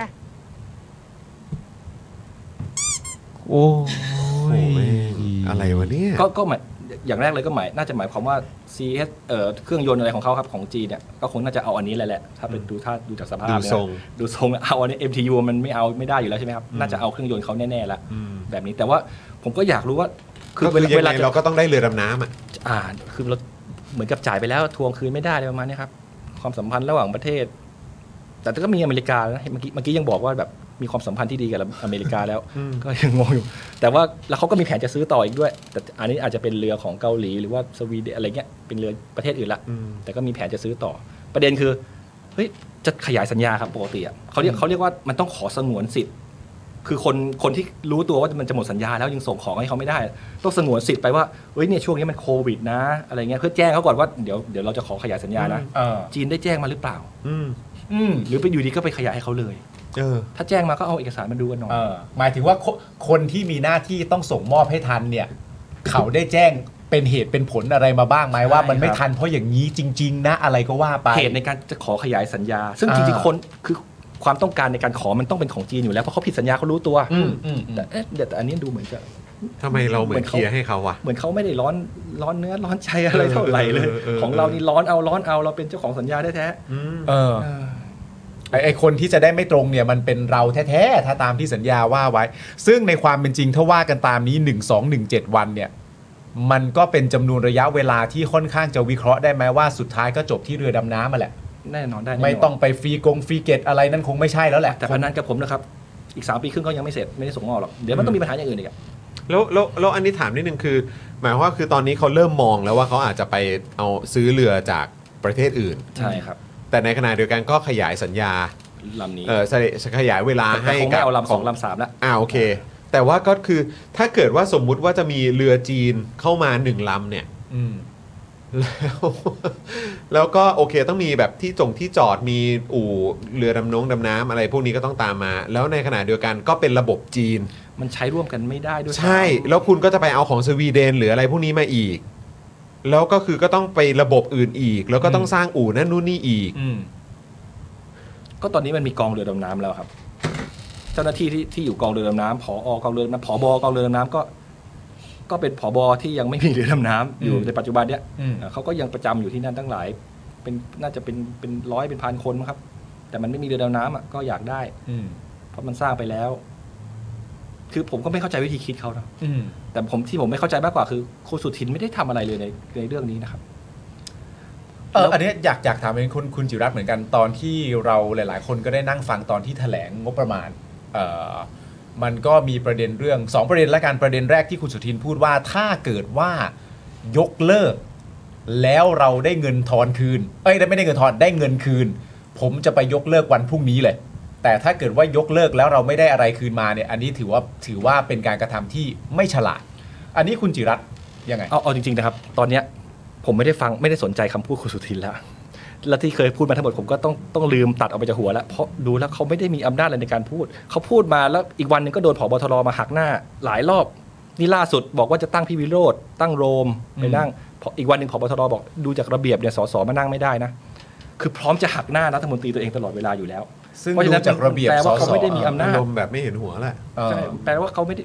[SPEAKER 2] โอ้ย
[SPEAKER 1] อะไรวะเนี่ย
[SPEAKER 5] ก็ก็หมายอย่างแรกเลยก็หมายน่าจะหมายความว่า CS เอ่อเครื่องยนต์อะไรของเขาครับของจีนเนี่ยก็คงน่าจะเอาอันนี้แหละแหละถ้าเป็นดูถ้าดูจากสภาพ
[SPEAKER 1] ดู
[SPEAKER 5] เนี่ย
[SPEAKER 1] ทรง
[SPEAKER 5] ดูทรง เอาอันนี้ MTU มันไม่เอาไม่ได้อยู่แล้วใช่ไหมครับน่าจะเอาเครื่องยนต์เขาแน่ๆละแบบนี้แต่ว่าผมก็อยากรู้ว่า
[SPEAKER 1] คือเวลา
[SPEAKER 5] เวลาจะ
[SPEAKER 1] เราก็ต้องได้เรือดำน้ำอ่ะ
[SPEAKER 5] อ่าคือเราเหมือนกับจ่ายไปแล้วทวงคืนไม่ได้อะไรประมาณเนี้ยครับ ความสัมพันธ์ระหว่างประเทศ แต่ก็มีอเมริกานะเมื่อกี้เมื่อกี้ยังบอกว่าแบบมีความสัมพันธ์ที่ดีกับอเมริกาแล้ว ก็ยังงงอยู่ แต่ว่าแล้วเขาก็มีแผนจะซื้อต่ออีกด้วย แต่อันนี้อาจจะเป็นเรือของเกาหลีหรือว่าสวีเดนอะไรเงี้ยเป็นเรือประเทศอื่นละแต่ก็มีแผนจะซื้อต่อ ประเด็นคือเฮ้ยจะขยายสัญญาครับปกติอะเขาเรียกเขาเรียกว่ามันต้องขอสงวนสิทธิ คือคนคนที่รู้ตัวว่ามันจะหมดสัญญาแล้วยังส่งของให้เขาไม่ได้ ต้องสงวนสิทธิ์ไปว่าเฮ้ยเนี่ยช่วงนี้มันโควิดนะ อะไรเงี้ยเพื่อแจ้งเขาก่อนว่าเดี๋ยวเดี๋ยวเราจะขอขยายสัญญานะจีนได้แจ้งมาหรือเปล่า
[SPEAKER 1] อืม
[SPEAKER 2] อืม
[SPEAKER 5] หรือไปอยู่ดีก็ไปขยายให้เขาเลย
[SPEAKER 1] เออ
[SPEAKER 5] ถ้าแจ้งมาก็เอาเอกสารมาดูกันหน่อย
[SPEAKER 2] เออหมายถึงว่าคคนที่มีหน้าที่ต้องส่งมอบให้ทันเนี่ย เขาได้แจ้งเป็นเหตุเป็นผลอะไรมาบ้างไหมว่ามันไม่ทันเพราะอย่างนี้จริง ๆ นะอะไรก็ว่าไป
[SPEAKER 5] เหตุในการจะขอขยายสัญญา ซึ่งจริง
[SPEAKER 2] อ่า
[SPEAKER 5] ๆคนคือความต้องการในการขอมันต้องเป็นของจีนอยู่แล้วเพราะเขาผิดสัญญาเขารู้ตัว
[SPEAKER 2] อืมอืมอืม
[SPEAKER 5] แต่เอ๊ะเดี๋ยวแต่อันนี้ดูเหมือนจะ
[SPEAKER 1] ทำไมเราเหมือนเคลียร์ให้เขาวะ
[SPEAKER 5] เหมือนเขาไม่ได้ร้อนร้อนเนื้อร้อนใจอะไรเท่าไหร่เลย
[SPEAKER 1] เออเออเออ
[SPEAKER 5] ของเรานี่ร้อนเอาร้อนเอาเราเป็นเจ้าของสัญญาแท้
[SPEAKER 2] เออ
[SPEAKER 5] ๆเออ
[SPEAKER 2] ไอ้ไอคนที่จะได้ไม่ตรงเนี่ยมันเป็นเราแท้ๆ ถ้าตามที่สัญญาว่าไว้ ซึ่งในความเป็นจริงถ้าว่ากันตามนี้ 1 2 1 7 วันเนี่ย มันก็เป็นจำนวนระยะเวลาที่ค่อนข้างจะวิเคราะห์ได้ไหมว่าสุดท้ายก็จบที่เรือดำน้ำมาแหละ
[SPEAKER 5] แน่นอนได้แน่นน
[SPEAKER 2] ไม่ต้องไปฟรีกงฟรีเกตอะไรนั่นคงไม่ใช่แล้วแหละ
[SPEAKER 5] แต่พนันกับผมนะครับ อีก 3 ปีครึ่งก็ยังไม่เสร็จ ไม่ได้ส่งมอบหรอก เดี๋ยวมันต้องมีปัญหาอย่างอื่นอีกอะ
[SPEAKER 1] แล้วแล้วแล้วอันนี้ถามนิดนึงคือ หมายความว่าคือตอนนี้เขาเริ่มมองแล้วว่าเขาอาจจะไปเอาซื้อเรือจากประเทศอื่น
[SPEAKER 5] ใช่ครับ
[SPEAKER 1] แต่ในขณะเดียวกันก็ขยายสัญญา
[SPEAKER 5] ลำนี้
[SPEAKER 1] เออขยายเวลา
[SPEAKER 5] แต่
[SPEAKER 1] ให้
[SPEAKER 5] คง
[SPEAKER 1] กั
[SPEAKER 5] ไม่
[SPEAKER 1] บ
[SPEAKER 5] เอาลำส
[SPEAKER 1] ข
[SPEAKER 5] อ
[SPEAKER 1] อง
[SPEAKER 5] งลำสามละ
[SPEAKER 1] อ่าโอเค แต่ว่าก็คือถ้าเกิดว่าสมมุติว่าจะมีเรือจีนเข้ามาหนึ่งลำเนี่ย
[SPEAKER 2] อืม
[SPEAKER 1] แล้ว แล้วก็โอเคต้องมีแบบที่จงที่จอดมีอู่เรือดำน้งดำน้ำอะไรพวกนี้ก็ต้องตามมา แล้วในขณะเดียวกันก็เป็นระบบจีน
[SPEAKER 5] มันใช้ร่วมกันไม่ได้ด้วย
[SPEAKER 1] ใช่ แล้วคุณก็จะไปเอาของสวีเดนหรืออะไรพวกนี้มาอีก แล้วก็คือก็ต้องไประบบอื่นอีก แล้วก็ต้องสร้างอู่นั่นนู่นนี่อีก
[SPEAKER 2] อืม
[SPEAKER 5] ก็ตอนนี้มันมีกองเรือดำน้ำแล้วครับ เจ้าหน้าที่ที่ที่อยู่กองเรือดำน้ำผอกองเรือดำน้ำผบกองเรือดำน้ำก็ ก็เป็นผบที่ยังไม่มีเรือดำน้ำอยู่
[SPEAKER 2] อืม
[SPEAKER 5] ในปัจจุบันเนี้ย
[SPEAKER 2] อืม
[SPEAKER 5] เอ่อเขาก็ยังประจำอยู่ที่นั่นตั้งหลาย เป็นน่าจะเป็นเป็นร้อยเป็นพันคนมั้งครับ แต่มันไม่มีเรือดำน้ำอะก็อยากได้
[SPEAKER 2] อืม
[SPEAKER 5] เพราะมันสร้างไปแล้ว คือผมก็ไม่เข้าใจวิธีคิดเขานะ
[SPEAKER 2] อืม
[SPEAKER 5] แต่ผมที่ผมไม่เข้าใจมากกว่าคือโคณสุทินไม่ได้ทำอะไรเลยในในเรื่องนี้นะครับ
[SPEAKER 2] เอออันเนี้ยอยากอยากถามเป็นคุณคุณจิรัตน์เหมือนกันตอนที่เราหลาย ๆ คนก็ได้นั่งฟังตอนที่แถลงงบประมาณเออมันก็มีประเด็นเรื่องสองประเด็นและกันประเด็นแรกที่คุณสุทินพูดว่าถ้าเกิดว่ายกเลิก แล้วเราได้เงินทอนคืน เอ้ยไม่ได้เงินทอนได้เงินคืน ผมจะไปยกเลิกวันพรุ่งนี้เลย แต่ถ้าเกิดว่ายกเลิกแล้วเราไม่ได้อะไรคืนมาเนี่ย อันนี้ถือว่าถือว่าเป็นการกระทำที่ไม่ฉลาด อันนี้คุณจิรัตน์ยังไง
[SPEAKER 5] เอาเอาจริงๆนะครับ ตอนเนี้ยผมไม่ได้ฟังไม่ได้สนใจคำพูดคุณสุทินแล้ว และที่เคยพูดมาทั้งหมดผมก็ต้องต้องลืมตัดออกไปจากหัวแล้ว เพราะดูแล้วเขาไม่ได้มีอำนาจอะไรในการพูด เขาพูดมาแล้วอีกวันหนึ่งก็โดนผบทรมาหักหน้าหลายรอบ นี่ล่าสุดบอกว่าจะตั้งพี่วิโรธตั้งโรมไปนั่งพออีกวันหนึ่งผบทรบอกดูจากระเบียบเนี่ยสสมานั่งไม่ได้นะ คือพร้อมจะหักหน้ารัฐมนตรีตัวเองตลอดเวลาอยู่แล้ว
[SPEAKER 2] ซึ่ง
[SPEAKER 5] เพราะ
[SPEAKER 2] ดู
[SPEAKER 5] ฉะนั้น
[SPEAKER 2] จากระเบียบ
[SPEAKER 5] แปล
[SPEAKER 2] ส
[SPEAKER 5] ว่า
[SPEAKER 2] ส
[SPEAKER 5] เขาไม่ได้มีอำนาจ
[SPEAKER 1] รมณ์แบบไม่เห็นหัวแหละ
[SPEAKER 2] เออ
[SPEAKER 5] ใช่แปลว่าเขาไม่ได้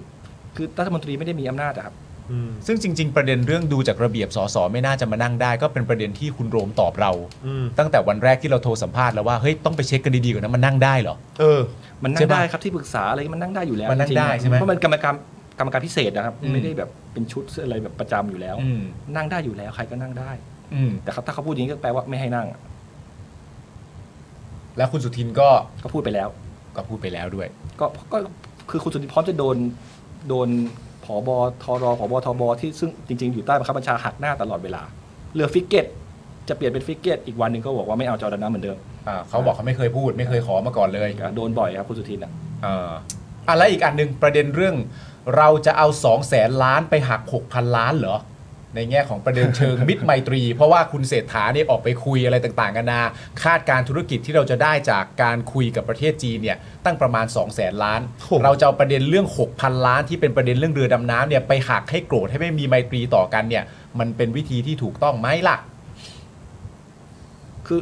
[SPEAKER 5] คือรัฐมนตรีไม่ได้มีอำนาจอะครับ
[SPEAKER 1] อืม
[SPEAKER 2] ซึ่งจริง ๆ ประเด็นเรื่องดูจากระเบียบสสไม่น่าจะมานั่งได้ ก็เป็นประเด็นที่คุณโรมตอบเรา
[SPEAKER 1] อืม
[SPEAKER 2] ตั้งแต่วันแรกที่เราโทรสัมภาษณ์แล้วว่า เฮ้ย ต้องไปเช็คกันดีๆก่อนนะมันนั่งได้เหรอ
[SPEAKER 1] เออ
[SPEAKER 5] มันนั่
[SPEAKER 2] ใช่
[SPEAKER 5] ง
[SPEAKER 2] ปะ
[SPEAKER 5] ได้ครับที่ปรึกษาอะไรมันนั่งได้อยู่แล้ว
[SPEAKER 2] มันนั่ง
[SPEAKER 5] จริๆ
[SPEAKER 2] ได้ใช่ไหม
[SPEAKER 5] เพราะมันกรรมการกรรมการพิเศษนะครับ
[SPEAKER 2] อืม
[SPEAKER 5] ไม่ได้แบบเป็นชุดอะไรแบบประจำอยู่แล้ว
[SPEAKER 2] อืม
[SPEAKER 5] นั่งได้อยู่แล้วใครก็นั่งได้
[SPEAKER 2] อืม
[SPEAKER 5] แต่เขาถ้าเขาพูดอย่างนี้ก็แปลว่าไม่ให้นั่งอะ
[SPEAKER 2] แล้วคุณสุทินก็
[SPEAKER 5] เขาพูดไปแล้ว
[SPEAKER 2] ก็พูดไปแล้วด้วย
[SPEAKER 5] ก็ก็คือคุณสุนินพร้อมจะโดนโดนผบทรผบทบที่ซึ่งจริง ๆ อยู่ใต้บังคับบัญชาหักหน้าตลอดเวลาเรือฟริเกต จะเปลี่ยนเป็นฟริเกตอีกวันหนึ่งก็บอกว่าไม่เอาจอร์แดนนะเหมือนเดิม
[SPEAKER 2] อ่าเขาบอกเขาไม่เคยพูด ไม่เคยขอมาก่อนเลย
[SPEAKER 5] โดนบ่อยครับคุณสุทินอะ
[SPEAKER 2] เอ่าอะไรอีกอันหนึ่งประเด็นเรื่อง เราจะเอา2องแสนล้านไปหัก 6,000 ล้านเหรอ ในแง่ของประเด็นเชิง มิตรไมตรี เพราะว่าคุณเศรษฐาเนี่ยออกไปคุยอะไรต่างๆกันานาคาดการธุรกิจที่เราจะได้จากการคุยกับประเทศจีนเนี่ยตั้งประมาณ 2 0 0แสนล้าน เราจะเอาประเด็นเรื่อง 6,000 ล้านที่เป็นประเด็นเรื่องเรือดำน้ำเนี่ยไปหักให้โกรธให้ไม่มีไมตรีต่อกันเนี่ยมันเป็นวิธีที่ถูกต้องไหมล่ะ
[SPEAKER 5] คือ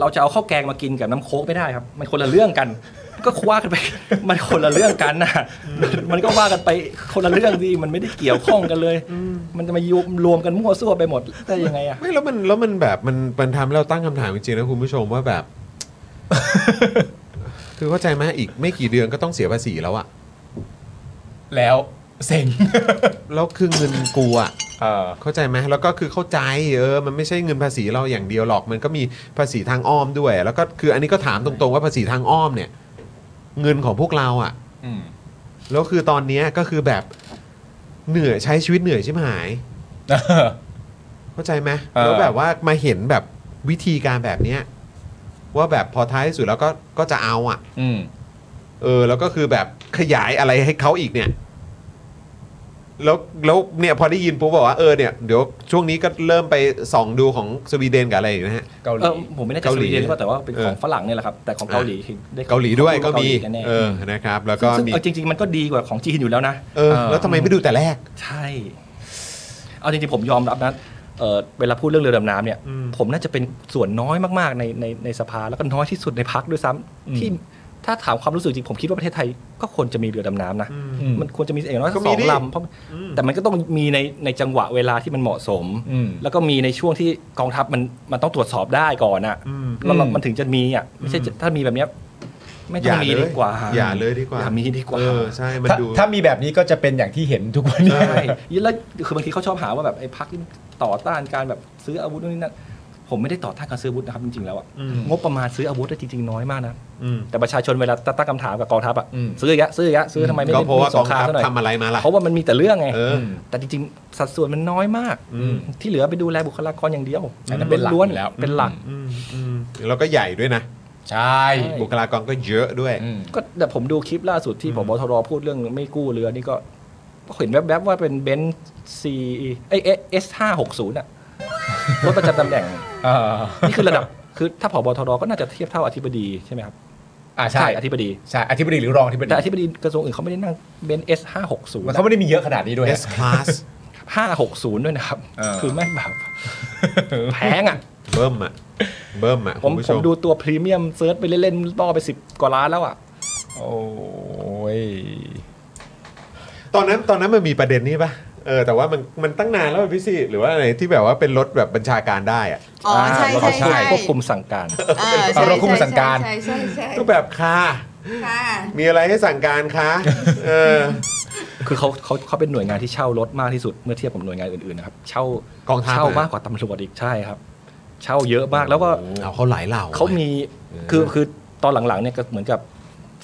[SPEAKER 5] เราจะเอาข้าวแกงมากินกับน้ำโค้กไม่ได้ครับ มันคนละเรื่องกัน ก็ว่ากันไป มันคนละเรื่องกันนะมันก็ว่ากันไปคนละเรื่องดีมันไม่ได้เกี่ยวข้องกันเลย มันจะมายมรวมกันมั่วซั่วไปหมดได้ยังไงอะ
[SPEAKER 1] ไม่แล้วมันแล้วมันแบบมันมันทำให้เราตั้งคำถามจริงๆนะคุณผู้ชมว่าแบบ คือเข้าใจไหมอีกไม่กี่เดือนก็ต้องเสียภาษีแล้วอะ
[SPEAKER 2] แล้วเซ็ง
[SPEAKER 1] แล้วคือเงินกูอะ
[SPEAKER 2] เออ
[SPEAKER 1] เข้าใจไหมแล้วก็คือเข้าใจเออมันไม่ใช่เงินภาษีเราอย่างเดียวหรอก มันก็มีภาษีทางอ้อมด้วย แล้วก็คืออันนี้ก็ถามตรงๆว่าภาษีทางอ้อมเนี่ย เงินของพวกเราอะ
[SPEAKER 2] อืม
[SPEAKER 1] แล้วคือตอนเนี้ยก็คือแบบเหนื่อยใช้ชีวิตเหนื่อยชิบหาย เข้าใจไหม
[SPEAKER 2] เออ
[SPEAKER 1] แล้วแบบว่ามาเห็นแบบวิธีการแบบเนี้ยว่าแบบพอท้ายที่สุดแล้วก็ก็จะเอาอ่ะ
[SPEAKER 2] อืม
[SPEAKER 1] เออแล้วก็คือแบบขยายอะไรให้เขาอีกเนี่ย แล้วแล้วเนี่ยพอได้ยินปุ๊บบอกว่าเออเนี่ยเดี๋ยวช่วงนี้ก็เริ่มไปส่องดูของสวีเดนกับอะไรอยู่นะฮะ
[SPEAKER 2] เกาห
[SPEAKER 5] เอ
[SPEAKER 2] ลี
[SPEAKER 5] อผมไม่แน่ใจ
[SPEAKER 1] เกา
[SPEAKER 5] ส
[SPEAKER 1] หลี
[SPEAKER 5] วีเดนหรือเปล่าแต่ว่าเป็น
[SPEAKER 1] เออ
[SPEAKER 5] ของฝรั่งเนี่ยแหละครับ แต่ของเกาหลีคือได้
[SPEAKER 1] เกาหลีด้วยก็มี
[SPEAKER 5] เาหลีแน่ๆ
[SPEAKER 1] เออนะครับ แล้วก็
[SPEAKER 5] ซึ่ง
[SPEAKER 1] มี
[SPEAKER 5] ซึ่งเอาจริง ๆ มันก็ดีกว่าของจีนอยู่แล้วนะ
[SPEAKER 1] เออแล้วทำไมไม่ดูแต่แรก
[SPEAKER 5] ใช่ เอาจริงๆผมยอมรับนะเออเวลาพูดเรื่องเรือดำน้ำเนี่ย ผมน่าจะเป็นส่วนน้อยมากๆในในในสภาแล้วก็น้อยที่สุดในพักด้วยซ้ำ
[SPEAKER 2] อืม
[SPEAKER 5] ที่ถ้าถามความรู้สึกจริงผมคิดว่าประเทศไทยก็ควรจะมีเรือดำน้ำนะ
[SPEAKER 2] อืม
[SPEAKER 5] มันควรจะมีอย่างน้อยสัก
[SPEAKER 1] ก็มี
[SPEAKER 5] สอง
[SPEAKER 1] ดิ
[SPEAKER 5] ลำเพราะแต่มันก็ต้องมีในในจังหวะเวลาที่มันเหมาะสม
[SPEAKER 2] อืม
[SPEAKER 5] แล้วก็มีในช่วงที่กองทัพมันมันต้องตรวจสอบได้ก่อนอะแล้วเรามันถึงจะมีอ่ะไม่ใช่จะถ้ามีแบบเนี้ยไม่ต้องมีดีกว่า
[SPEAKER 1] อย่าเลยดีกว่า
[SPEAKER 5] อย่ามีดีกว่า
[SPEAKER 1] เออใช่มัน
[SPEAKER 2] ถ้า
[SPEAKER 1] ดู
[SPEAKER 2] ถ้ามีแบบนี้ก็จะเป็นอย่างที่เห็นทุกวันนี้
[SPEAKER 5] ใช่แล้วคือบางทีเขาชอบหาว่าแบบไอ้พักที่ต่อต้านการแบบซื้ออาวุธนู่นนี่นั่นผมไม่ได้ต่อต้านการซื้ออาวุธนะครับจริงๆแล้วอะ
[SPEAKER 1] อืม
[SPEAKER 5] งบประมาณซื้ออาวุธได้จริงๆน้อยมากนะ
[SPEAKER 1] อืม
[SPEAKER 5] แต่ประชาชนเวลาตั้งคำถามกับกองทัพอะ
[SPEAKER 2] อืม
[SPEAKER 5] ซื้อเยอะซื้อเยอะซื้อทำไมไม่
[SPEAKER 1] ก็
[SPEAKER 5] ได้
[SPEAKER 1] เพราะว่าก
[SPEAKER 5] ส
[SPEAKER 1] อง ง
[SPEAKER 5] คราม
[SPEAKER 1] ทัพ
[SPEAKER 5] ซะหน่อย
[SPEAKER 1] ทำอะไรมาล่ะ
[SPEAKER 5] เพราะว่ามันมีแต่เรื่องไง
[SPEAKER 1] เออ
[SPEAKER 5] แต่จริงๆสัดส่วนมันน้อยมาก
[SPEAKER 1] อืม
[SPEAKER 5] ที่เหลือไปดูแลบุคลากรอย่างเดียว
[SPEAKER 2] อันนั้นเป็นหลัก
[SPEAKER 5] ล้วน
[SPEAKER 2] อยู่แล้ว
[SPEAKER 5] เป็นหลัก
[SPEAKER 1] อืมอืมแล้วก็ใหญ่ด้วยนะ
[SPEAKER 2] ใช่
[SPEAKER 5] ใช่
[SPEAKER 1] บุคลากรก็เยอะด้วย
[SPEAKER 2] อืม
[SPEAKER 5] ก็แต่ผมดูคลิปล่าสุดที่พบทรพูดเรื่องไม่กู้เรือนี่ก็ก็เห็นแวบๆว่าเป็นเบนซ์ซีเอเอสห้าหกศูนย์อะ รถประจำตำแหน่ง
[SPEAKER 2] เออ
[SPEAKER 5] นี่คือระดับ คือถ้าผบทรก็น่าจะเทียบเท่าอธิบดีใช่ไหมครับ
[SPEAKER 2] อ่าใช่
[SPEAKER 5] อธิบดี
[SPEAKER 2] ใช่อธิบดีหรือรองอธิบดี
[SPEAKER 5] แต่อธิบดีกระทรวงอื่นเขาไม่ได้นั่งเบนเอสห้าหกศูนย์
[SPEAKER 2] มันเขาไม่ได้มีเยอะขนาดนี้ด้วย
[SPEAKER 1] S class
[SPEAKER 5] ห้าหกศูนย์ด้วยนะครับ
[SPEAKER 2] เออ
[SPEAKER 5] คือแม่ง แบบแพงอ่ะ
[SPEAKER 1] เบิ่มอ่ะเบิ่มอ่ะ
[SPEAKER 5] ผ
[SPEAKER 1] คุ
[SPEAKER 5] ม
[SPEAKER 1] ณผู้
[SPEAKER 5] ผ
[SPEAKER 1] ช
[SPEAKER 5] ม
[SPEAKER 1] ม
[SPEAKER 5] ดูตัวพรีเมียมเซิร์ชไปเล่นๆล่อไปสิบกว่าล้านแล้วอ่ะ
[SPEAKER 2] โอ้ย
[SPEAKER 1] ตอนนั้นตอนนั้นมันมีประเด็นนี้ปะเออแต่ว่ามันมันตั้งนานแล้วอะพี่สิหรือว่าอะไรที่แบบว่าเป็นรถแบบบัญชาการได้อ่ะ
[SPEAKER 3] อ๋อใช่ใช่ใช่
[SPEAKER 5] ควบคุมสั่งการ
[SPEAKER 3] อ่าใช่
[SPEAKER 2] เอาเราควบคุมสั่งการ
[SPEAKER 3] ใช่ใช่ใช่
[SPEAKER 1] ก็แบบค่ะ
[SPEAKER 3] ค่ะ
[SPEAKER 1] มีอะไรให้สั่งการคะเอ อ
[SPEAKER 5] คือเขาเขาเขาเป็นหน่วยงานที่เช่ารถมากที่สุดเมื่อเทียบกับหน่วยงานอื่นๆนะครับ เช่าก
[SPEAKER 1] องทัพ
[SPEAKER 5] เช่า
[SPEAKER 1] อะ
[SPEAKER 5] มากกว่าตำรวจอีกใช่ครับ เช่าเยอะมากแล้วก็
[SPEAKER 1] เอาเขาหลายเหล่า
[SPEAKER 5] เขามี
[SPEAKER 1] เออ
[SPEAKER 5] คือคือตอนหลังๆเนี่ยก็เหมือนกับ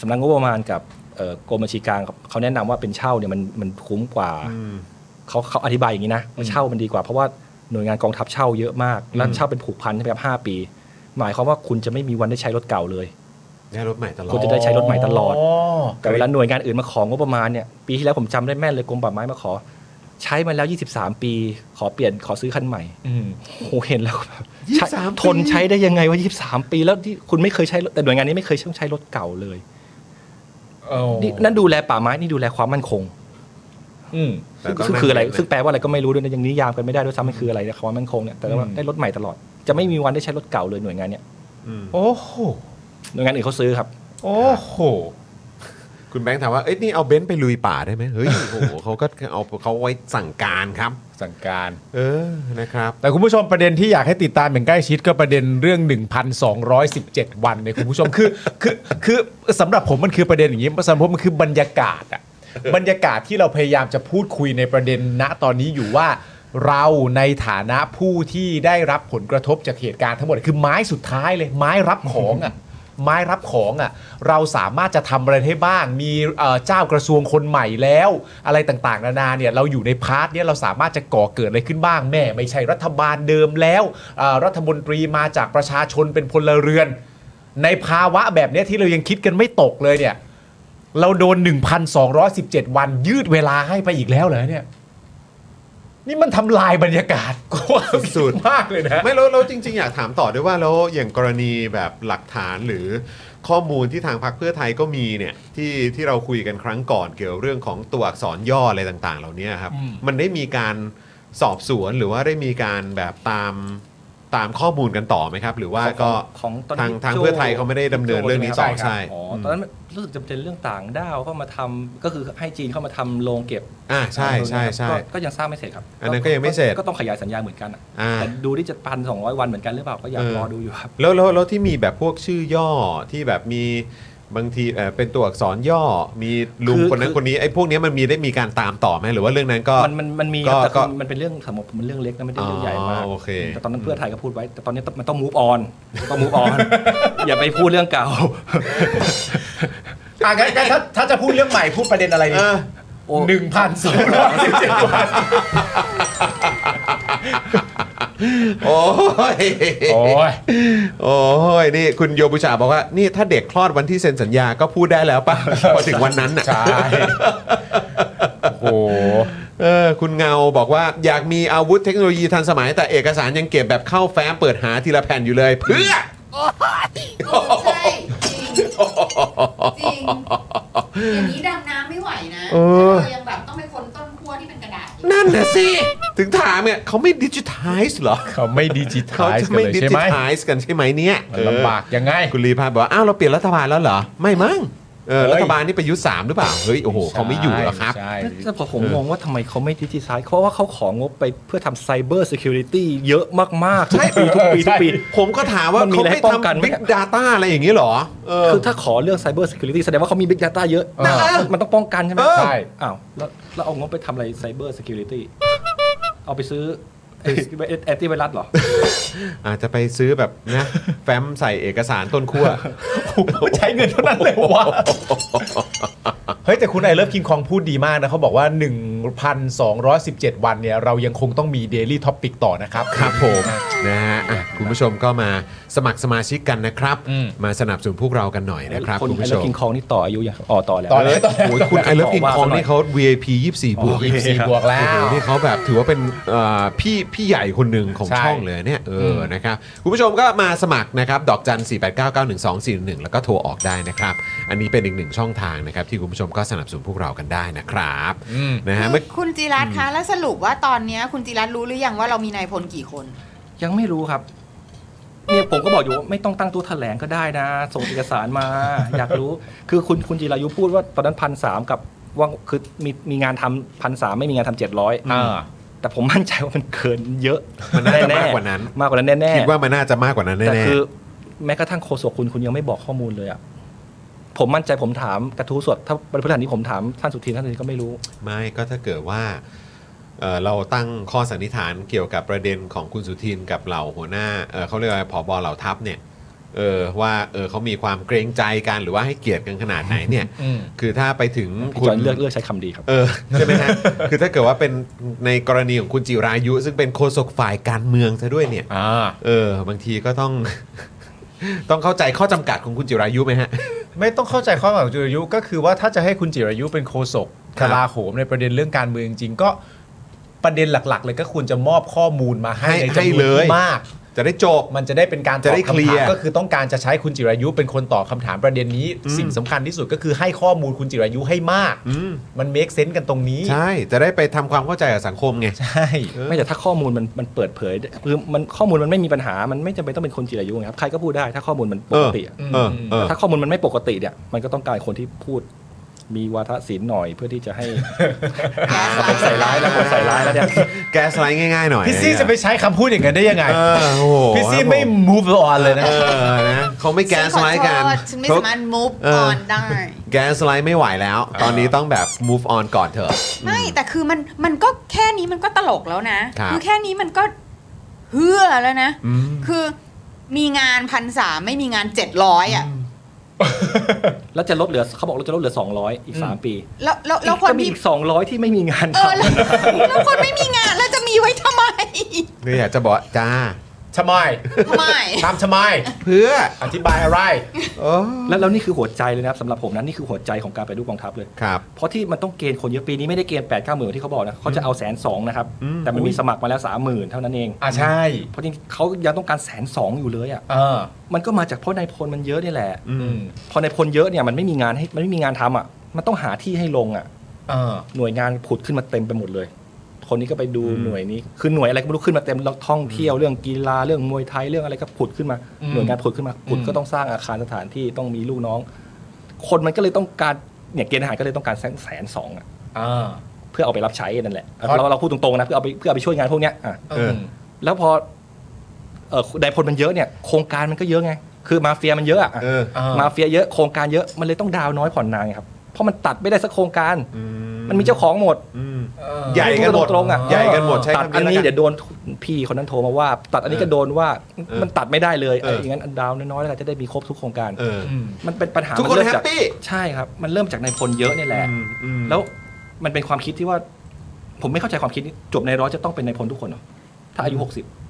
[SPEAKER 5] สำนักงบประมาณกับเอ่อกรมบัญชีกลางครับเขาแนะนำว่าเป็นเช่าเนี่ยมันมันคุ้มกว่า
[SPEAKER 1] อืม
[SPEAKER 5] เขาเขาอธิบายอย่างนี้นะว่าเช่ามันดีกว่า เพราะว่าหน่วยงานกองทัพเช่าเยอะมาก แล้วเช่าเป็นผูกพันใช่ไหมครับห้าปี หมายความว่าคุณจะไม่มีวันได้ใช้รถเก่าเลย
[SPEAKER 1] ได้รถใหม่ตลอ
[SPEAKER 5] คุ
[SPEAKER 1] ด
[SPEAKER 5] ณจะได้ใช้รถใหม่ตลอด แต่เวลาหน่วยงานอื่นมาของงบประมาณเนี่ยปีที่แล้วผมจำได้แม่นเลยกรมป่าไม้มาขอ ใช้มาแล้ว 23 ปี ขอเปลี่ยนขอซื้อคันใหม่
[SPEAKER 2] อืม
[SPEAKER 5] โอ้โหเห็นแล้วแบบ
[SPEAKER 1] ยี่
[SPEAKER 5] ใช้
[SPEAKER 1] สาม
[SPEAKER 5] ทนใช้ได้ยังไงว่า 23 ปีแล้วที่คุณไม่เคยใช้รถแต่หน่วยงานนี้ไม่เคยต้องใช้รถเก่าเลยนี่นั่นดูแลป่าไม้นี่ดูแลความมั่นคง
[SPEAKER 2] อืม
[SPEAKER 1] แต่ต้ง
[SPEAKER 5] ซึ่ง
[SPEAKER 1] นั่ง
[SPEAKER 5] คืออะไร
[SPEAKER 1] เน
[SPEAKER 5] ซึ่งแปลว่าอะไรก็ไม่รู้ด้วยนะยังนิยามกันไม่ได้ด้วยซ้ำมันคืออะไรนะความมั่นคงเนี่ยแต่ว่า
[SPEAKER 2] อืม
[SPEAKER 5] ได้รถใหม่ตลอดจะไม่มีวันได้ใช้รถเก่าเลยหน่วยงานเนี่ย
[SPEAKER 1] อืม
[SPEAKER 2] โอ้โห
[SPEAKER 5] หน่วยงานอื่นเขาซื้อครับ
[SPEAKER 2] โอ้โห
[SPEAKER 1] คุณแบงค์ถามว่าเอ้ยนี่เอาเบนซ์ไปลุยป่าได้ไหมเฮ้ยโอ้โหเขาก็เอาเขาไว้สั่งการครับ
[SPEAKER 2] สั่งการ
[SPEAKER 1] เออนะครับ
[SPEAKER 2] แต่คุณผู้ชมประเด็นที่อยากให้ติดตามอย่างใกล้ชิดก็ประเด็นเรื่อง 1,217 วันเนี่ยคุณผู้ชม คือคือคือสำหรับผมมันคือประเด็นอย่างนี้สำหรับผมมันคือบรรยากาศอะบรรยากาศที่เราพยายามจะพูดคุยในประเด็นณตอนนี้อยู่ว่าเราในฐานะผู้ที่ได้รับผลกระทบจากเหตุการณ์ทั้งหมดคือไม้สุดท้ายเลยไม้รับของอะ ไม้รับของอะ่ะเราสามารถจะทำอะไรให้บ้าง มีเอ่อเจ้ากระทรวงคนใหม่แล้ว อะไรต่างๆ นานาเนี่ยเราอยู่ในพาร์ทเนี่ยเราสามารถจะก่อเกิดอะไรขึ้นบ้างแม่ไม่ใช่รัฐบาลเดิมแล้วเอ่อรัฐมนตรีมาจากประชาชนเป็นพลเรือน ในภาวะแบบเนี้ยที่เรายังคิดกันไม่ตกเลยเนี่ย เราโดน 1,217 วันยืดเวลาให้ไปอีกแล้วเหรอเนี่ย นี่มันทำลายบรรยากาศ กว้าง
[SPEAKER 1] สุด
[SPEAKER 2] มากเลยนะ
[SPEAKER 1] ไม่แล้วแล้วจริง ๆ อยากถามต่อด้วยว่าแล้วอย่างกรณีแบบหลักฐานหรือข้อมูลที่ทางพรรคเพื่อไทยก็มีเนี่ยที่ที่เราคุยกันครั้งก่อนเกี่ยวเรื่องของตัวอักษรย่ออะไรต่างๆ เหล่านี้ครับ
[SPEAKER 2] อืม
[SPEAKER 1] มันได้มีการสอบสวนหรือว่าได้มีการแบบตามตามข้อมูลกันต่อไหมครับ หรือว่าก็
[SPEAKER 5] ของตอน
[SPEAKER 1] ทาง
[SPEAKER 5] ที่
[SPEAKER 1] ทาง
[SPEAKER 5] โจ้
[SPEAKER 1] เพื่อไทยเขาไม่ได้ดำเนินเรื่องนี้ต่อใช่
[SPEAKER 5] อ๋อตอนนั้นรู้สึกจะเป็นเรื่องต่างด้าวเข้ามาทำก็คือให้จีนเข้ามาทำโรงเก็บ
[SPEAKER 1] อ่าใช่ใช่ใช่
[SPEAKER 5] ก็ก็ยังสร้างไม่เสร็จครับ
[SPEAKER 1] อันนั้นก็ยังไม่เสร็จ
[SPEAKER 5] ก็ต้องขยายสัญญาเหมือนกันอะ
[SPEAKER 1] อ่า
[SPEAKER 5] แต่ดูที่จะพันสองร้อยวันเหมือนกันหรือเปล่าก็อยาก
[SPEAKER 1] เออ
[SPEAKER 5] รอดูอยู่ครับ
[SPEAKER 1] แล้วแล้วแล้วที่มีแบบพวกชื่อย่อที่แบบมีบางทีเอ่อเป็นตัวอักษรย่อมีลุง
[SPEAKER 5] คือ
[SPEAKER 1] คนนั้น
[SPEAKER 5] คือ
[SPEAKER 1] คนนี้ไอ้พวกเนี้ยมันมีได้มีการตามต่อไหมหรือว่าเรื่องนั้นก็
[SPEAKER 5] มันมันมันมีครับ
[SPEAKER 1] ก็
[SPEAKER 5] แต่
[SPEAKER 1] ก็
[SPEAKER 5] คือมันเป็นเรื่องสมมติมันเรื่องเล็กนะไม่ได้เรื่องใหญ่มาก
[SPEAKER 1] อ๋อโอเค
[SPEAKER 5] แต่ตอนนั้นเพื่อไทยก็พูดไว้ แต่ตอนนี้ต้องมันต้อง move on ต้อง move on อย่าไปพูดเรื่อง เก่า
[SPEAKER 2] อ่ะงั้นงั้นถ้าถ้าจะพูดเรื่องใหม่พูดประเด็นอะไรดี
[SPEAKER 1] เออ
[SPEAKER 5] โอ้
[SPEAKER 2] หนึ่งพันสองร้อยสิบเจ็ดวัน
[SPEAKER 1] โอ้ย
[SPEAKER 2] โอ้ย
[SPEAKER 1] โอ้ยนี่คุณโยบุชาบอกว่านี่ถ้าเด็กคลอดวันที่เซ็นสัญญาก็พูดได้แล้ว ป่ะ พอถึงวันนั้นน่ะ
[SPEAKER 2] ใช่ โอ้โห
[SPEAKER 1] เออคุณเงาบอกว่าอยากมีอาวุธเทคโนโลยีทันสมัย แต่เอกสารยังเก็บแบบเข้าแฟ้มเปิดหาทีละแผ่นอยู่เลย เพื่อ
[SPEAKER 3] ใช่จริงจริงอย่างนี้ดำน้ำไม่ไหวนะ
[SPEAKER 1] เออ
[SPEAKER 3] เรายังแบบต้องไปค้นต้นขั้วที่เป็นกระดาษอยู่
[SPEAKER 1] นั่นน่ะสิ ถึงถามเนี่ยเขาไม่ดิจิทัลเหรอ
[SPEAKER 2] เขาไม่ดิจิทั
[SPEAKER 1] เขา
[SPEAKER 2] ล
[SPEAKER 1] จะ
[SPEAKER 2] กัน
[SPEAKER 1] ไม่
[SPEAKER 2] เลย
[SPEAKER 1] ดิ
[SPEAKER 2] ใช่
[SPEAKER 1] จิ
[SPEAKER 2] ไหม
[SPEAKER 1] ทัลกันใช่ไหมเนี่ย
[SPEAKER 2] มันลำบากยังไง
[SPEAKER 1] เออคุณลีพายบอกว่า อ้าว เราเปลี่ยนรัฐบาลแล้วเหรอ ไม่มั้งเออ
[SPEAKER 2] เฮ้ย
[SPEAKER 1] รัฐบาลนี่ประยุทธ์สามหรือเปล่า เฮ้ย โอ้โห เขาไม่อยู่หรอกครับ
[SPEAKER 2] ใช่
[SPEAKER 5] แต่ผมงงว่าทำไมเขาไม่ดิจิทัลเพราะว่าเขาของงบไปเพื่อทำไซเบอร์ e c u r i t y เยอะมากๆ ทุกปีทุกปีทุกปี
[SPEAKER 1] ผมก็ถามว่าม
[SPEAKER 5] นมี
[SPEAKER 1] เขา
[SPEAKER 5] อะไรให้
[SPEAKER 1] ไม่
[SPEAKER 5] ป้องกัน
[SPEAKER 1] ทำ
[SPEAKER 5] ไหม
[SPEAKER 1] Big Data อะไรอย่างนี้เหรอ เออ
[SPEAKER 5] คือถ้าขอเรื่องไซเบอร์ e c u r i t y แสดงว่าเขามี Big Data เยอะ
[SPEAKER 1] นั่นแหละ
[SPEAKER 5] มันต้องป้องกันใช่ไหม
[SPEAKER 1] เออ
[SPEAKER 5] ใช่อ้าวแล้วแล้วเอางบไปทำอะไรไซเบอร์ e c u r i t y เอาไปซื้อแอนตี้ไวรัสเหรอ
[SPEAKER 1] อาจจะไปซื้อแบบนะ แฟ้มใส่เอกสารต้นขั้ว
[SPEAKER 2] ใช้เงินเท่านั้นเลยวะเฮ้ยแต่คุณไอเลิฟคิงคองพูดดีมากนะเขาบอกว่า 1,217 วันเนี่ย เรายังคงต้องมี Daily Topic ต่อนะครับ
[SPEAKER 1] ครับผมนะฮะอ่ะคุณผู้ชมก็มาสมัครสมาชิกกันนะครับ
[SPEAKER 2] อืม
[SPEAKER 1] มาสนับสนุนพวกเรากันหน่อยนะครับ
[SPEAKER 5] คน
[SPEAKER 1] คุณ
[SPEAKER 5] ไอ้
[SPEAKER 1] ผู้ช
[SPEAKER 5] เลิฟ
[SPEAKER 1] ม
[SPEAKER 5] กิงคองนี่ต่ออายุยังอ๋อต่อแล้ว
[SPEAKER 2] ต่อแล้ว
[SPEAKER 1] โอ้ยคุณไอเลิฟ
[SPEAKER 5] ขอ
[SPEAKER 1] กิง
[SPEAKER 5] ว่า
[SPEAKER 1] คอง
[SPEAKER 5] ซะหน่อย
[SPEAKER 1] นี่เขา VIP 24 บวก
[SPEAKER 2] ยี่สิบสี่
[SPEAKER 1] นะครับ
[SPEAKER 2] บวกแล้ว
[SPEAKER 1] โอ้โหนี่เขาแบบถือว่าเป็นเอ่อพี่พี่ใหญ่คนหนึ่งของ
[SPEAKER 2] ใช่
[SPEAKER 1] ช่องเลยเนี่ยเอออ
[SPEAKER 2] ม
[SPEAKER 1] นะครับคุณผู้ชมก็มาสมัครนะครับ ดอกจัน 4 8 9 9 1 2 4 1 แล้วก็โทรออกได้นะครับ อันนี้เป็นอีกหนึ่งช่องทางนะครับ ที่คุณผู้ชมก็สนับสนุนพวกเรากันได้นะครับ
[SPEAKER 2] อืม
[SPEAKER 1] นะฮะเมื่อ
[SPEAKER 3] คุณจีรัตน์คะ แล้วสรุปว่าตอนเนี้ยคุณจีรัตน์รู้หรือยังว่าเรามีนายพลกี่คน
[SPEAKER 5] ยังไม่รู้ครับเนี่ยผมก็บอกอยู่ว่าไม่ต้องตั้งตัวแถลงก็ได้นะ ส่งเอกสารมา อยากรู้ คือคุณคุณจิรายุพูดว่าตอนนั้นพันสามกับว่าคือมีมีงานทำพันสามไม่มีงานทำเจ็ดร้อย
[SPEAKER 2] อ่า
[SPEAKER 5] แต่ผมมั่นใจว่ามันเกินเยอะ
[SPEAKER 1] มันน่าจะ
[SPEAKER 5] แๆ
[SPEAKER 1] มากกว่านั้น
[SPEAKER 5] มากกว่านั้นแน่ๆ
[SPEAKER 1] คิดว่ามันน่าจะมากกว่านั้น
[SPEAKER 5] แต่
[SPEAKER 1] แน่
[SPEAKER 5] คือแม้กระทั่งโฆษกคุณคุณยังไม่บอกข้อมูลเลยอ่ะผมมั่นใจผมถามกระทู้สดถ้าวันพฤหัสนี้ผมถามท่านสุทินท่านสุทินก็ไม่รู้
[SPEAKER 1] ๆไม่ก็ถ้าเกิดว่าเอ่อเราตั้งข้อสันนิษฐานเกี่ยวกับประเด็นของคุณสุทินกับเหล่าหัวหน้าเอ่อเขาเรียกว่าผบเหล่าทัพเนี่ยเออว่าเออเขามีความเกรงใจกันหรือว่าให้เกียรติกันขนาดไหนเนี่ย
[SPEAKER 2] อืม
[SPEAKER 1] คือถ้าไปถึง
[SPEAKER 5] พี่
[SPEAKER 1] คุณ
[SPEAKER 5] จอยเลือกเลือกใช้คำดีครับ
[SPEAKER 1] เออใช่ไหมฮะ คือถ้าเกิดว่าเป็นในกรณีของคุณจิรายุ ซึ่งเป็นโฆษกฝ่ายการเมืองซะด้วยเนี่ย
[SPEAKER 2] อ่า
[SPEAKER 1] เออ บางทีก็ต้อง ต้องเข้าใจข้อจำกัดของคุณจิรายุไหมฮะ
[SPEAKER 2] ไม่ต้องเข้าใจข้อของจิรายุก็คือว่าถ้าจะให้คุณจิรายุเป็นโฆษก
[SPEAKER 1] ครั
[SPEAKER 2] ก
[SPEAKER 1] บ
[SPEAKER 2] ลาโหมในประเด็นเรื่องการเมืองจริงๆก็ประเด็นหลักๆ เลยก็ควรจะมอบข้อมูลมาให้
[SPEAKER 1] ให้
[SPEAKER 2] ใน
[SPEAKER 1] ให้
[SPEAKER 2] จำนวน
[SPEAKER 1] เลย
[SPEAKER 2] ที่มาก
[SPEAKER 1] จะได้จบ
[SPEAKER 2] มันจะได้เป็นการต
[SPEAKER 1] จะ
[SPEAKER 2] อบ
[SPEAKER 1] ได้เคลี
[SPEAKER 2] คำ
[SPEAKER 1] ย
[SPEAKER 2] ถา
[SPEAKER 1] ร์
[SPEAKER 2] มก็คือต้องการจะใช้คุณจิรายุเป็นคนตอบคำถามประเด็นนี้
[SPEAKER 1] อืม
[SPEAKER 2] สิ่งสำคัญที่สุดก็คือให้ข้อมูลคุณจิรายุให้มาก
[SPEAKER 1] อืม
[SPEAKER 2] มันเมคเซนส์กันตรงนี้
[SPEAKER 1] ใช่ จะได้ไปทำความเข้าใจกับสังคมไง
[SPEAKER 2] ใช่
[SPEAKER 5] ไม่แต่ถ้าข้อมูลมันมันเปิดเผยคือมันข้อมูลมันไม่มีปัญหา มันไม่จำเป็นต้องเป็นคนจิรายุไงครับใครก็พูดได้ถ้าข้อมูลมันปกติอะ
[SPEAKER 1] เออเออ
[SPEAKER 5] ถ้าข้อมูลมันไม่ปกติเนี่ยมันก็ต้องการคนที่พูด มีวาทศิลป์หน่อยเพื่อที่จะให้ ใส่ร้ายแล้วคนใส่ร้ายแล้วเนี่ย
[SPEAKER 1] แกสไลด์ง่ายๆหน่อย
[SPEAKER 2] พี่ซี่จะไปใช้คำพูดอย่างนั้นได้ยังไง
[SPEAKER 1] เออโอ้โห
[SPEAKER 2] พี่ซี่ไม่ move on เลยนะ
[SPEAKER 1] เออนะเขาไม่แกสไลด์กัน
[SPEAKER 3] ฉันไม่สามารถ move
[SPEAKER 1] เออ
[SPEAKER 3] on ได้
[SPEAKER 1] แกสไลด์ไม่ไหวแล้ว ตอนนี้ต้องแบบ move on ก่อนเถอะ
[SPEAKER 3] ไม่แต่คือมันมันก็แค่นี้มันก็ตลกแล้วนะครับ อแค่นี้มันก็เฮือแล้วนะ
[SPEAKER 1] อืม
[SPEAKER 3] คือมีงานพันสามไม่มีงานเจ็ดร้อยอ่ะ
[SPEAKER 5] แล้วจะลดเหลือเขาบอกเราจะลดเหลือ 200 อีก 3 ปี
[SPEAKER 3] แล้วแล้วแล้วคน
[SPEAKER 5] จะมี
[SPEAKER 3] ที่
[SPEAKER 5] อีก 200 ที่ไม่มีงาน
[SPEAKER 3] เอ
[SPEAKER 5] ท
[SPEAKER 3] อแล้วแล้วคนไม่มีงานแล้วจะมีไว้ทำไม
[SPEAKER 1] เลยอยากจะบอกว่าจ้า
[SPEAKER 2] ทำไม
[SPEAKER 3] ทำไม
[SPEAKER 2] ทำทำไม
[SPEAKER 1] เพื่อ
[SPEAKER 2] อธิบายอะไร
[SPEAKER 5] แล้วแล้วนี่คือหัวใจเลยนะครับสำหรับผมนะนี่คือหัวใจของการไปฏิรูปกองทัพเลย
[SPEAKER 1] ครับ
[SPEAKER 5] เพราะที่มันต้องเกณฑ์คนเยอะปีนี้ไม่ได้เกณฑ์8ปดเก้าหมื่นที่เขาบอกนะเขาจะเอาแสนสองนะครับแต่มันมีสมัครมาแล้วสามหมื่นเท่านั้นเอง
[SPEAKER 2] อ่าใช่
[SPEAKER 5] เพราะจริงๆเขายังต้องการแสนสองอยู่เลยอ่ะ
[SPEAKER 2] เออ
[SPEAKER 5] มันก็มาจากเพราะนายพลมันเยอะนี่แหละ
[SPEAKER 2] อืม
[SPEAKER 5] พอนายพลเยอะเนี่ยมันไม่มีงานให้มันไม่มีงานทำอ่ะมันต้องหาที่ให้ลงอ่ะ
[SPEAKER 2] เออ
[SPEAKER 5] หน่วยงานผุดขึ้นมาเต็มไปหมดเลย คนนี้ก็ไปดูหน่วยนี้ คือหน่วยอะไรก็ไม่รู้ขึ้นมาเต็มเราท่องเที่ยวเรื่องกีฬาเรื่องมวยไทยเรื่องอะไรก็ผุดขึ้นมา
[SPEAKER 2] อืม
[SPEAKER 5] หน่วยงานผุดขึ้นมาผุด
[SPEAKER 2] อืม
[SPEAKER 5] ก็ต้องสร้างอาคารสถานที่ต้องมีลูกน้อง คนมันก็เลยต้องการเนี่ยเกณฑ์ทหารก็เลยต้องการแสนสองอะ
[SPEAKER 2] เออ
[SPEAKER 5] เพื่อเอาไปรับใช้นั่นแหละ
[SPEAKER 2] ครับ
[SPEAKER 5] เราเราพูดตรงๆนะเพื่อเอาไปเพื่อเอาไปช่วยงานพวกเนี้ยอ่ะ
[SPEAKER 2] เอ
[SPEAKER 1] เอ
[SPEAKER 2] อ
[SPEAKER 1] อ
[SPEAKER 5] แล้วพอเอ่อนายพลมันเยอะเนี่ยโครงการมันก็เยอะไง คือมาเฟียมันเยอะอะ
[SPEAKER 1] เออ
[SPEAKER 2] เออ
[SPEAKER 5] มาเฟียเยอะโครงการเยอะมันเลยต้องดาวน้อยผ่อนนานไงครับเพราะมันตัดไม่ได้สักโครงการ มันมีเจ้าของหมด
[SPEAKER 1] อืม ใหญ่กันหมด
[SPEAKER 5] พูตรงๆอ่ะ
[SPEAKER 1] ใหญ่กันหมดใช้
[SPEAKER 5] ตัด
[SPEAKER 1] คำนี้
[SPEAKER 5] อันนี้
[SPEAKER 1] แล้วกัน
[SPEAKER 5] เดี๋ยวโดนพี่คนนั้นโทรมาว่า ตัดอันนี้ก็โดนว่ามันตัดไม่ได้เลย
[SPEAKER 1] เออ
[SPEAKER 5] ไอ้อย่างนั้นอันดาวน้อยๆแล้วกันจะได้มีครบทุกโครงการ
[SPEAKER 1] เออ
[SPEAKER 5] มันเป็นปัญหา
[SPEAKER 1] ทุกคน
[SPEAKER 5] มัเริ่มจาก
[SPEAKER 1] แฮปปี้
[SPEAKER 5] ใช่ครับ มันเริ่มจากในายพลเยอะเนี่ยแหละ
[SPEAKER 1] อืมอืม
[SPEAKER 5] แล้วมันเป็นความคิดที่ว่า ผมไม่เข้าใจความคิดนี้จบในร้อยจะต้องเป็นในายพลทุกคนเหรอถ้าอายุ